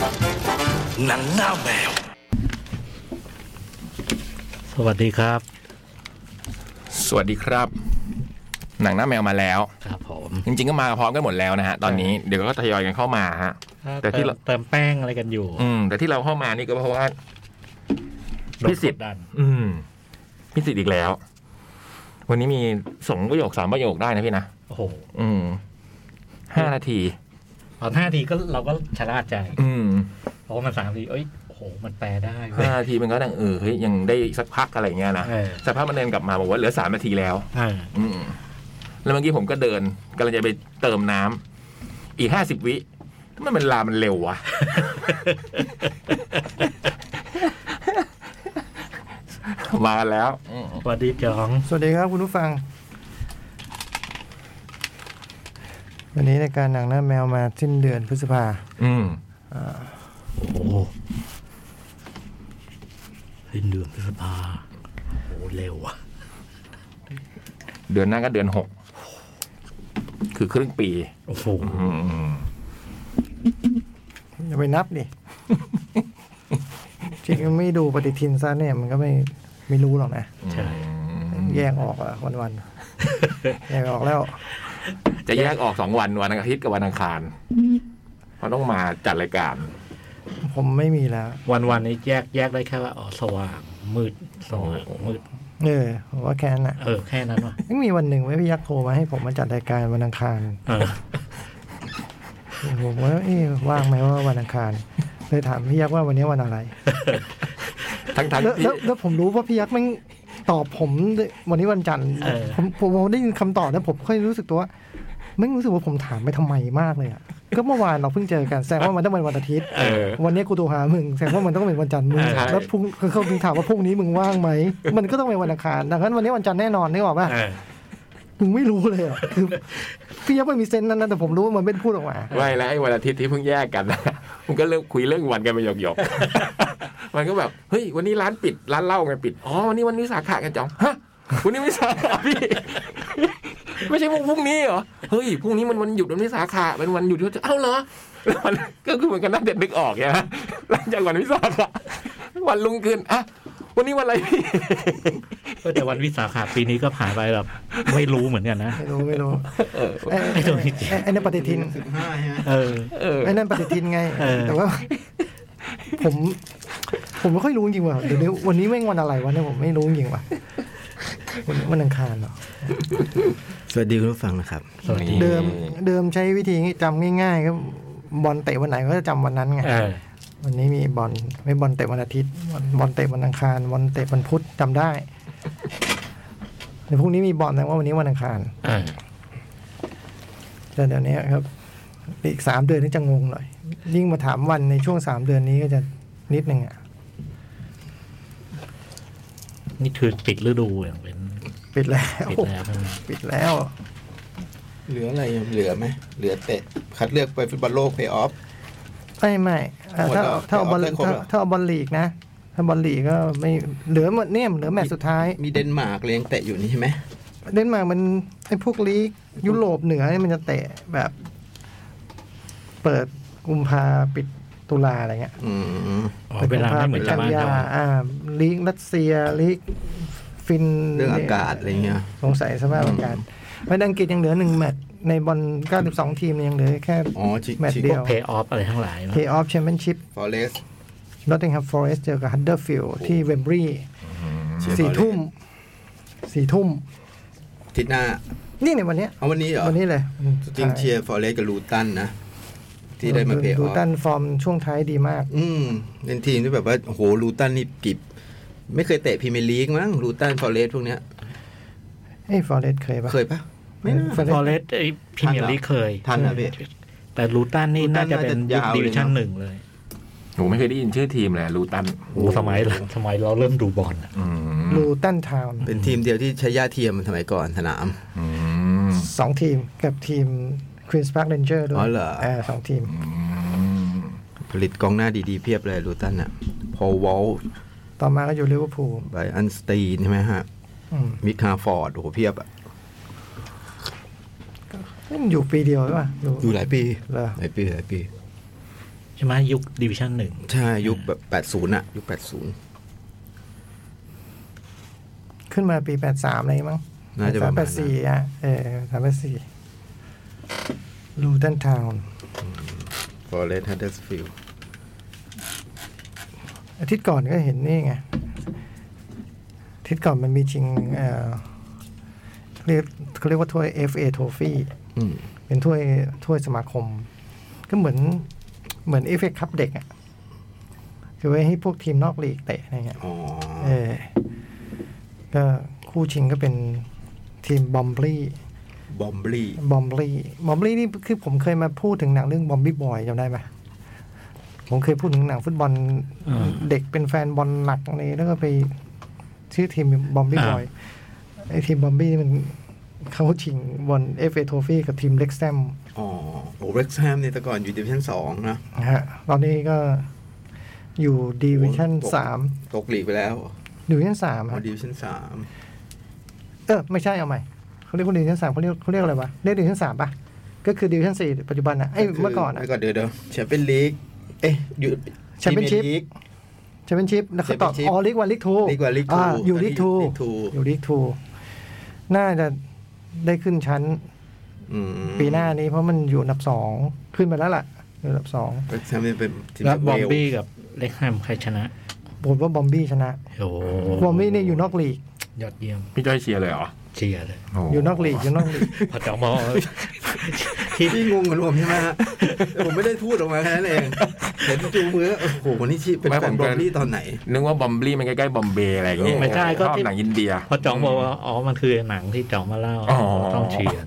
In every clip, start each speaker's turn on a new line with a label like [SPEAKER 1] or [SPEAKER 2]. [SPEAKER 1] หนังหน้าแมว
[SPEAKER 2] สวัสดีครับ
[SPEAKER 3] สวัสดีครับ หนังหน้าแมวมาแล้ว
[SPEAKER 2] ครับผม
[SPEAKER 3] จริงๆก็มาพร้อมกันหมดแล้วนะฮะตอนนี้เดี๋ยวก็ทยอยกันเข้ามาฮะ แต่ที่เรา
[SPEAKER 2] เติมแป้งอะไรกันอยู่
[SPEAKER 3] อืม แต่ที่เราเข้ามานี่ก็เพราะว่า
[SPEAKER 2] โดน
[SPEAKER 3] พิสิทธิ์
[SPEAKER 2] กดดัน
[SPEAKER 3] อืมพี่สิทธิ์อีกแล้ว วันนี้มีสองประโยคสามประโยคได้นะพี่นะ
[SPEAKER 2] โอ้โห
[SPEAKER 3] อืมห้านาที
[SPEAKER 2] ตอนห้าทีก็เราก็ชะล่าใจ
[SPEAKER 3] อืม
[SPEAKER 2] เพราะว่ามันสามทีเอ้ยโอ้โห มันแปลได้เว้
[SPEAKER 3] ห้าย นาทีมันก็ดังเออเฮ้ยยังได้อีกสักพักอะไรอย่างเงี้ยนะ
[SPEAKER 2] เออ
[SPEAKER 3] สักพักมันเดินกลับมาบอกว่าเหลือสามนาทีแล้ว
[SPEAKER 2] เออ
[SPEAKER 3] อืมแล้วเมื่อกี้ผมก็เดินกำลังจะไปเติมน้ำอีกห้าสิบวิทำไมมันลามันเร็ววะ มาแล้ว อืม
[SPEAKER 2] สวัสดีจ้อง
[SPEAKER 4] สวัสดีครับคุณผู้ฟัง วันนี้ในการหนังหน้าแมวมาสิ้นเดือนพฤษภา
[SPEAKER 3] อืม
[SPEAKER 2] โอ้โหสิ้นเดือนพฤษภาโอ้โหเร็วอะ
[SPEAKER 3] เดือนหน้าก็เดือนหก คือครึ่งปี
[SPEAKER 2] โอ้โห
[SPEAKER 3] อืมอืม
[SPEAKER 4] อย่าไปนับดิ จริงมันไม่ดูปฏิทินซะเนี่ย มันก็ไม่ไม่รู้หรอกนะ
[SPEAKER 2] ใช่
[SPEAKER 4] แยกออกอะวันวันๆ แยกออกแล้ว
[SPEAKER 3] จะแยกออกสองวันวันอาทิตย์กับวันอังคารเพราะต้องมาจัดรายการ
[SPEAKER 4] ผมไม่มีแล้ว
[SPEAKER 2] วันวันๆนี้แยกแยกได้แค่ว่าอ๋อสว่าง มืดสว่างมืด
[SPEAKER 4] เออผมว่าแค่นั้นอะ
[SPEAKER 2] เออ แค่นั้นว่ะ
[SPEAKER 4] ยังมีวันหนึ่งไว้พี่ยักษ์โทรมาให้ผมมาจัดรายการวันอังคาร
[SPEAKER 2] เออ
[SPEAKER 4] ผมว่าเอ๊ะว่างไหมว่าวันอังคารเลยถามพี่ยักษ์ว่าวันนี้วันอะไร
[SPEAKER 3] ทั้งทั้ง
[SPEAKER 4] แล้ว
[SPEAKER 3] ๆที่
[SPEAKER 4] แล้วแล้วผมรู้ว่าพี่ยักษ์แม่งตอบผมด้วยวันนี้วันจันทร์
[SPEAKER 2] เออ
[SPEAKER 4] ผมผมผมได้ยินคำตอบแล้วผมค่อยรู้สึกตัวว่าไม่งรู้สึกว่าผมถามไปทำไมมากเลยอ่ะ ก็เมื่อวานเราเพิ่งเจอกันแสดงว่ามันต้องเป็นวันอาทิตย์
[SPEAKER 3] เออ
[SPEAKER 4] วันนี้กูโทรหามึงแสดงว่ามันต้องเป็นวันจันทร์มึง
[SPEAKER 3] ใช่
[SPEAKER 4] แล้วพรุ่งคือเขาถึงถามว่าพรุ่งนี้มึงว่างไหมมันก็ต้องเป็นวันอังคารดังนั้นวันนี้วันจันทร์แน่นอนนึกออกป่ะ
[SPEAKER 2] เออ
[SPEAKER 4] มึงไม่รู้เลยอ่ะคือพี่ยักษ์ไม่มีเซนส์นั้นนะแต่ผมรู้ว่ามันไม่ได้พูดออกมา
[SPEAKER 3] ไม่แล้วไอ้วันอาทิตย์ที่เพิ่งแยกกันนะ มันก็เริ่มคุยเรื่องวันกันไปหยอกหยอกๆ มันก็แบบเฮ้ยวันนี้ร้านปิดร้านเหล้าไงปิดอ๋อวันนี้วันวิสาขะกันจ้องฮะวันนี้วิสาขะพี่ ไม่ใช่พรุ่งพรุ่งนี้เหรอเฮ้ยพรุ่งนี้มันวันหยุดวันวิสาขะเป็นวันหยุดที่เขาจะเอ้าเหรอ แล้วมันก็คือเหมื อนกันนั่นเด็ดนึกออกไงฮะหลังจากวันวิสาขะวันลุงขึ้นอ่ะวันนี้วันอะไรพี่
[SPEAKER 2] เออแต่วันวิสาขะปีนี้ก็ผ่านไปแบบ ไม่รู้เหมือนกันนะ
[SPEAKER 4] ไม่รู้ไม่รู้
[SPEAKER 3] เออ
[SPEAKER 4] ไอ้ไอ้ไอ้ไอ้นั่นปฏิทิน
[SPEAKER 2] เออ
[SPEAKER 3] เออ
[SPEAKER 4] ไอ้นั่นปฏิทินไง
[SPEAKER 2] เออ
[SPEAKER 4] แต่ว่า ผม ผมไม่ค่อยรู้จริงว่ะเดี๋ยวนี้วันนี้แม่งวันอะไรวะเนี่ยผมไม่รู้จริงว่ะวันวันอังคารเหรอ
[SPEAKER 5] สวัสดีคุณผู้ฟังนะครับ
[SPEAKER 2] สวัสดี
[SPEAKER 4] เดิม เดิมใช้วิธีจำง่ายๆก็บอลเตะวันไหนก็จะจำวันนั้นไง
[SPEAKER 2] เออ
[SPEAKER 4] วันนี้มีบอลไม่บอลเตะวันอาทิตย์บอลบอลเตะวันอังคารบอลเตะวันพุธจำได้แต่พรุ่งนี้มีบอลแต่ว่าวันนี้วันอังคาร
[SPEAKER 2] เออ
[SPEAKER 4] แต่เดี๋ยวนี้ครับ อีกสามเดือนนี่จะงงหน่อยยิ่งมาถามวันในช่วงสามเดือนนี้ก็จะนิดนึงอ่ะ
[SPEAKER 2] นี่คือปิดฤดูอย่างเป็น
[SPEAKER 4] ปิดแล้ว
[SPEAKER 2] ปิดแล้วใช่ไหม
[SPEAKER 4] ปิดแล้ว
[SPEAKER 6] เหลืออะไรยังเหลือไหมเหลือเตะ คัดเลือกไปฟุตบอลโลกเพย์ออฟ
[SPEAKER 4] ไม่ไม่เอ่อ
[SPEAKER 6] หมด
[SPEAKER 4] ถ้า
[SPEAKER 6] แล้ว
[SPEAKER 4] ถ้าเอาบอล
[SPEAKER 6] เอาได้ครบ
[SPEAKER 4] ถ้า
[SPEAKER 6] แล้ว
[SPEAKER 4] ถ้าเอาบอลลีกนะ ถ้าบอลลีกก็ไม่เหลือหมดเนี่ยเหลือแมตช์สุดท้าย
[SPEAKER 6] มีเดนมาร์กเลยยังเตะอยู่นี่ใช่ไหม
[SPEAKER 4] เดนมาร์กมันไอ้พวกลีกยุโรปเหนือเนี่ยมันจะเตะแบบ เปิดกุมภาปิดตุลาอะไรเงี้ย
[SPEAKER 6] อืม
[SPEAKER 2] อ๋อ
[SPEAKER 4] ปิด
[SPEAKER 2] เวลาไม่เหมือน
[SPEAKER 4] กุภ
[SPEAKER 2] ชาวบ้านเรา
[SPEAKER 4] ปิดกัยาอ่าลีกรัสเซียลีกฟิน
[SPEAKER 6] เรื่องอากาศอะไรเงี้ย
[SPEAKER 4] สงสัยสภาพอากาศเพราะอังกฤษยังเหลือหนึ่งแมตช์ในบอล92 ทีมเนี่ยยังเหลือแค่
[SPEAKER 6] อ๋อชิ
[SPEAKER 4] แมตช์
[SPEAKER 6] ชิ
[SPEAKER 4] เดี
[SPEAKER 2] พ
[SPEAKER 4] ยว
[SPEAKER 2] กเพย์ออฟอะไรทั้งหลายเนอะ
[SPEAKER 4] เพย์ออฟแชมเปี้ยนชิพ
[SPEAKER 6] ฟอเรส
[SPEAKER 4] นอตติงแฮมฟอเรสเจอกับฮันเดอร์ฟิลด์ที่เวมบรีย์
[SPEAKER 6] เชียร์
[SPEAKER 4] สี่
[SPEAKER 6] Forest
[SPEAKER 4] ทุ่มสี่ทุ่ม
[SPEAKER 6] ทิศหน้า
[SPEAKER 4] นี่ในวันเนี้ย
[SPEAKER 6] เอาวันนี้เหรอ
[SPEAKER 4] วันนี้เลย
[SPEAKER 6] จริงๆเชียร์ฟอเรสกับลูตันนะ ที่ได้มาเพย์อ
[SPEAKER 4] ดู
[SPEAKER 6] อฟ
[SPEAKER 4] ตันฟอร์มช่วงท้ายดีมาก
[SPEAKER 6] อืมเป็นทีมที่แบบว่าโอ้โหลูตันนี่กิบไม่เคยเตะพรีเมียร์ลีกมั้งลูตันฟอเรสพวกเนี้ย
[SPEAKER 4] เอ้ฟอเรสเคยปะ
[SPEAKER 6] เคยปะไม่น่า
[SPEAKER 2] ฟอเรสต์ไอ้พรีเมียร์ลีกเคย
[SPEAKER 6] ทันเหรอพี่
[SPEAKER 2] แต่ลูตันนี่
[SPEAKER 6] ลูตั
[SPEAKER 2] น่านจะ
[SPEAKER 6] น่าจะ
[SPEAKER 2] เป็นยุค
[SPEAKER 6] ยาวเลยเนอะ
[SPEAKER 2] ดิวิชั่นหนึ่งเลย
[SPEAKER 3] ผมไม่เคยได้ยินชื่อทีมเลยลูตัน
[SPEAKER 2] โอ้สมัยหลังสมัยเราเริ่มดูบอลอะ
[SPEAKER 3] อืม
[SPEAKER 4] ลูตันทาวน์
[SPEAKER 6] เป็นทีมเดียวที่ใช้ย่าเทียมสมัยก่อนสนาม
[SPEAKER 3] อืม
[SPEAKER 4] สองทีมกับทีมควีนส์พาร์คเรนเจอร์ด้วย
[SPEAKER 6] อ๋อเหรอ
[SPEAKER 4] สองทีม
[SPEAKER 6] ผลิตกองหน้าดีๆเพียบเลยลูตันอ่ะพอวอล
[SPEAKER 4] ต่อมาก็อยู่ลิเวอร์พูล
[SPEAKER 6] ไบอันสตีนใช่ไหมฮะ
[SPEAKER 4] อืม
[SPEAKER 6] มิกฮาฟอร์ดโอ้โหเพียบอะ
[SPEAKER 4] เล่นอยู่ปีเดียวใช่ปะอยู่
[SPEAKER 6] อยู่หลายปี
[SPEAKER 4] เหรอ
[SPEAKER 6] หลายปีหลายปี
[SPEAKER 2] ช่ไหมยุคดิวิชั่นหนึ่ง
[SPEAKER 6] ใช่ยุคแบบแปดศูนย์อะยุคแปดศูนย์
[SPEAKER 4] ขึ้นมาปีแปดสามอะไรมั้ง
[SPEAKER 6] น่าจะประ
[SPEAKER 4] แป
[SPEAKER 6] มา
[SPEAKER 4] ด
[SPEAKER 6] ณนั้
[SPEAKER 4] สี่
[SPEAKER 6] น
[SPEAKER 4] อ่ะเออสามแปดสี่ลูตันทาวน์
[SPEAKER 6] ฟอเรสต์ฮัตเตอร์สฟิลด์
[SPEAKER 4] อาทิตย์ก่อนก็เห็นนี่ไงอาทิตย์ก่อนมันมีชิงเออเรียกเขาเรียกว่าถ้วย FA Trophy เป็นถ้วยถ้วยสมาคม ก็เหมือนเหมือน FA Cup เด็กอ่ะ คือไว้ให้พวกทีมนอกลีกเตะอะไรเงี้ย
[SPEAKER 6] อ๋อ
[SPEAKER 4] เออ ก็คู่ชิงก็เป็นทีมบอมบลี
[SPEAKER 6] บอมบลี
[SPEAKER 4] บอมบลีบอมบลีนี่คือผมเคยมาพูดถึงหนังเรื่องบอมบี้บอยจำได้ไหมผมเคยพูดถึงหนังฟุตบอลเด็กเป็นแฟนบอลหนักอะไรแล้วก็ไปชื่อทีมบอมบี้บอยไอทีมบอมบี้มันเขาชิงบอลเอฟเอทฟีกับทีมเล็กแซม
[SPEAKER 6] อ๋อโอ้เร็กแฮมเนี่ยแต่ก่อนอยู่ดิวิชั่นสองนะ
[SPEAKER 4] นะฮะตอนนี้ก็อยู่ดีวิชั่นสาม
[SPEAKER 6] ตกลีกไปแล้ว
[SPEAKER 4] ดิวิชั่นสาม
[SPEAKER 6] อ๋อ
[SPEAKER 4] ฮะ
[SPEAKER 6] ดิวิชั่นสาม
[SPEAKER 4] เออไม่ใช่เอาใหม่เขาเรียกว่าดิวิชั่นสามเขาเรียกเขาเรียกอะไรวะเรียกดิวิชั่นสามปะก็คือดิวิชั่นสี่ปัจจุบันอ่ะไอ้ยเมื่อก่อนอ่ะ
[SPEAKER 6] เมื่อก่อนเดี๋ยวเดี๋ยวแชมเปี้ยนลีกเอ๊ะอยู่
[SPEAKER 4] Championship
[SPEAKER 6] ลีก
[SPEAKER 4] แชมเปี้ยนชิพแล้วเขาตอบ
[SPEAKER 6] Championship
[SPEAKER 4] อ๋อลีกวันลีกทู
[SPEAKER 6] League One League Two ตอนนี้
[SPEAKER 4] อยู่ลีกทู
[SPEAKER 6] League Two
[SPEAKER 4] อยู่ลีกทูน่าจะได้ขึ้นชั้น
[SPEAKER 6] อืม
[SPEAKER 4] ปีหน้านี้เพราะมันอยู่อันดับสองขึ้นไปแล้วล่ะอยู่อันดับสอง
[SPEAKER 6] เร็กแฮมเนี่ยเป็นทีม
[SPEAKER 2] แล้ว
[SPEAKER 6] จาก
[SPEAKER 2] บอม
[SPEAKER 6] เวล
[SPEAKER 2] บี้กับเล็กแฮมใครชนะ
[SPEAKER 4] ผมว่าบอมบี้ชนะ
[SPEAKER 2] โอ้โห
[SPEAKER 4] บอมบี้เนี่ยอยู่นอกลีก
[SPEAKER 2] ยอดเยี่ยม
[SPEAKER 3] พี่จ้อยเชียร์เลยเหรอ
[SPEAKER 2] เชียร์เลย
[SPEAKER 4] อยู่นอกลีกอยู่นอก ลีก
[SPEAKER 2] พอจอมอที่
[SPEAKER 6] พี่งงกับผมใช่ไหมฮะผมไม่ได้พูดออกมาแค่นั้นเองเห็นจูงมือแล้วโอ้โหวันนี้ชีเป็นแฟนบอมบลีตอนไหน
[SPEAKER 3] นึกว่าบอมบี้มันใกล้ๆบอมเบย์อะไรอย่างเงี้ย
[SPEAKER 2] ไม่ใช่ก็
[SPEAKER 3] ชอบ
[SPEAKER 2] ที่
[SPEAKER 3] หนังอินเดีย
[SPEAKER 2] พอจองบอกว่าอ๋อมันคือหนังที่จองมาเล่า
[SPEAKER 3] อ๋อ
[SPEAKER 2] ต้องเชียร์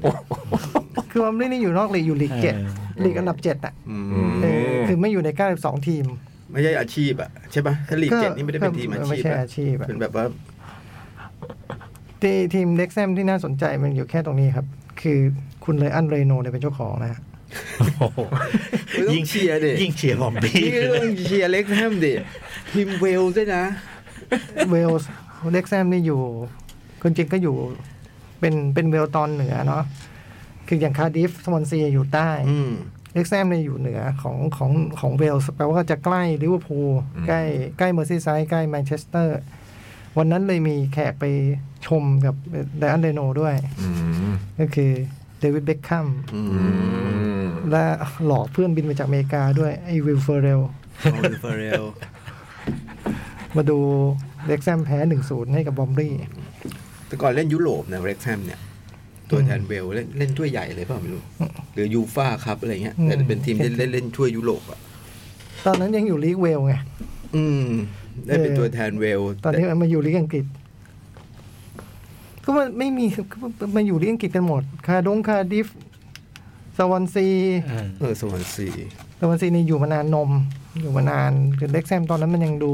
[SPEAKER 4] คือบอมบี้นี่อยู่นอกลีกอยู่ลีกเจ็ด
[SPEAKER 2] เอ
[SPEAKER 4] ลีกอันดับเจ็ดอ่ะ
[SPEAKER 6] อืม
[SPEAKER 4] เออคือไม่อยู่ในเก้าสิบสองทีม
[SPEAKER 6] ไม่ใช่อาชีพอะใช่ปะถ้าลีก
[SPEAKER 4] ก็
[SPEAKER 6] เจ็ดนี่ไม่ได้เป็นทีมอาชีพ
[SPEAKER 4] ไม่ใช่อาชีพอะ
[SPEAKER 6] เป็นแบบว่า
[SPEAKER 4] ที่ทีมเด็กแซมที่น่าสนใจมันอยู่แค่ตรงนี้ครับ คือคุณเลยอันเรโนเนี่ยเป็นเจ้าของนะฮะ
[SPEAKER 2] โอ้โห
[SPEAKER 6] ยิ่งเชียร์ดิ
[SPEAKER 2] ยิ่งเชียร์บอมบี้
[SPEAKER 6] ยิ่งต้องเชียร์เล็กแฮมดิทีมเวลส์ด้วยนะ
[SPEAKER 4] เวลส์เด็กแซมนี่อยู่คนจริงก็อยู่เป็นเป็นเวลตอนเหนือเนาะคืออย่างคาร์ดิฟสมอนซีอยู่ใต้
[SPEAKER 6] อืม
[SPEAKER 4] เด็กแซมเนี่ยอยู่เหนือของของของเวลส์แปลว่าจะใกล้ลิเวอร์พูลใกล้ใกล้เมอร์ซีไซด์ใกล้แมนเชสเตอร์ วันนั้นเลยมีแขกไปชมกับไดอันเรโนด้วย
[SPEAKER 3] อืม
[SPEAKER 4] ก็คือเดวิดเบคแคัม
[SPEAKER 6] อื
[SPEAKER 3] อื
[SPEAKER 6] ม
[SPEAKER 3] ม
[SPEAKER 4] และหลอกเพื่อนบินมาจากอเมริกาด้วย ไอ้วิลเฟอร์เรล
[SPEAKER 6] เอาเป็นเฟรล
[SPEAKER 4] มาดูเด็กแซมแพ้หนึ่งศูนย์ให้กับบอมบี้
[SPEAKER 6] แต่ก่อนเล่นยุโรปนะเล็กแฮมเนี่ย ตัวแทนเวลส์เล่นเล่นถ้วยใหญ่เลยเปล่าไม่รู้หรือยูฟ่าครับอะไรเงี้ย
[SPEAKER 4] อืม
[SPEAKER 6] แต่เป็นทีมที่เล่นเล่นถ้วยยุโรปอะ
[SPEAKER 4] ตอนนั้นยังอยู่ลีกเวลส์ไง
[SPEAKER 6] อืม ได้เป็
[SPEAKER 4] เอ
[SPEAKER 6] น
[SPEAKER 4] อ
[SPEAKER 6] ตัวแทนเวลส์
[SPEAKER 4] ตอนที่มันมาอยู่ลีกอังกฤษ ก็มันไม่มีก็มาอยู่ลีกอังกฤษกันหมด คาดงคาดิฟสวอนซี
[SPEAKER 2] เออ
[SPEAKER 6] เออสวรรค์สี
[SPEAKER 4] สวอนซีนี่อยู่มานานนม อยู่มานานคือเด็กแซมตอนนั้นมันยังดู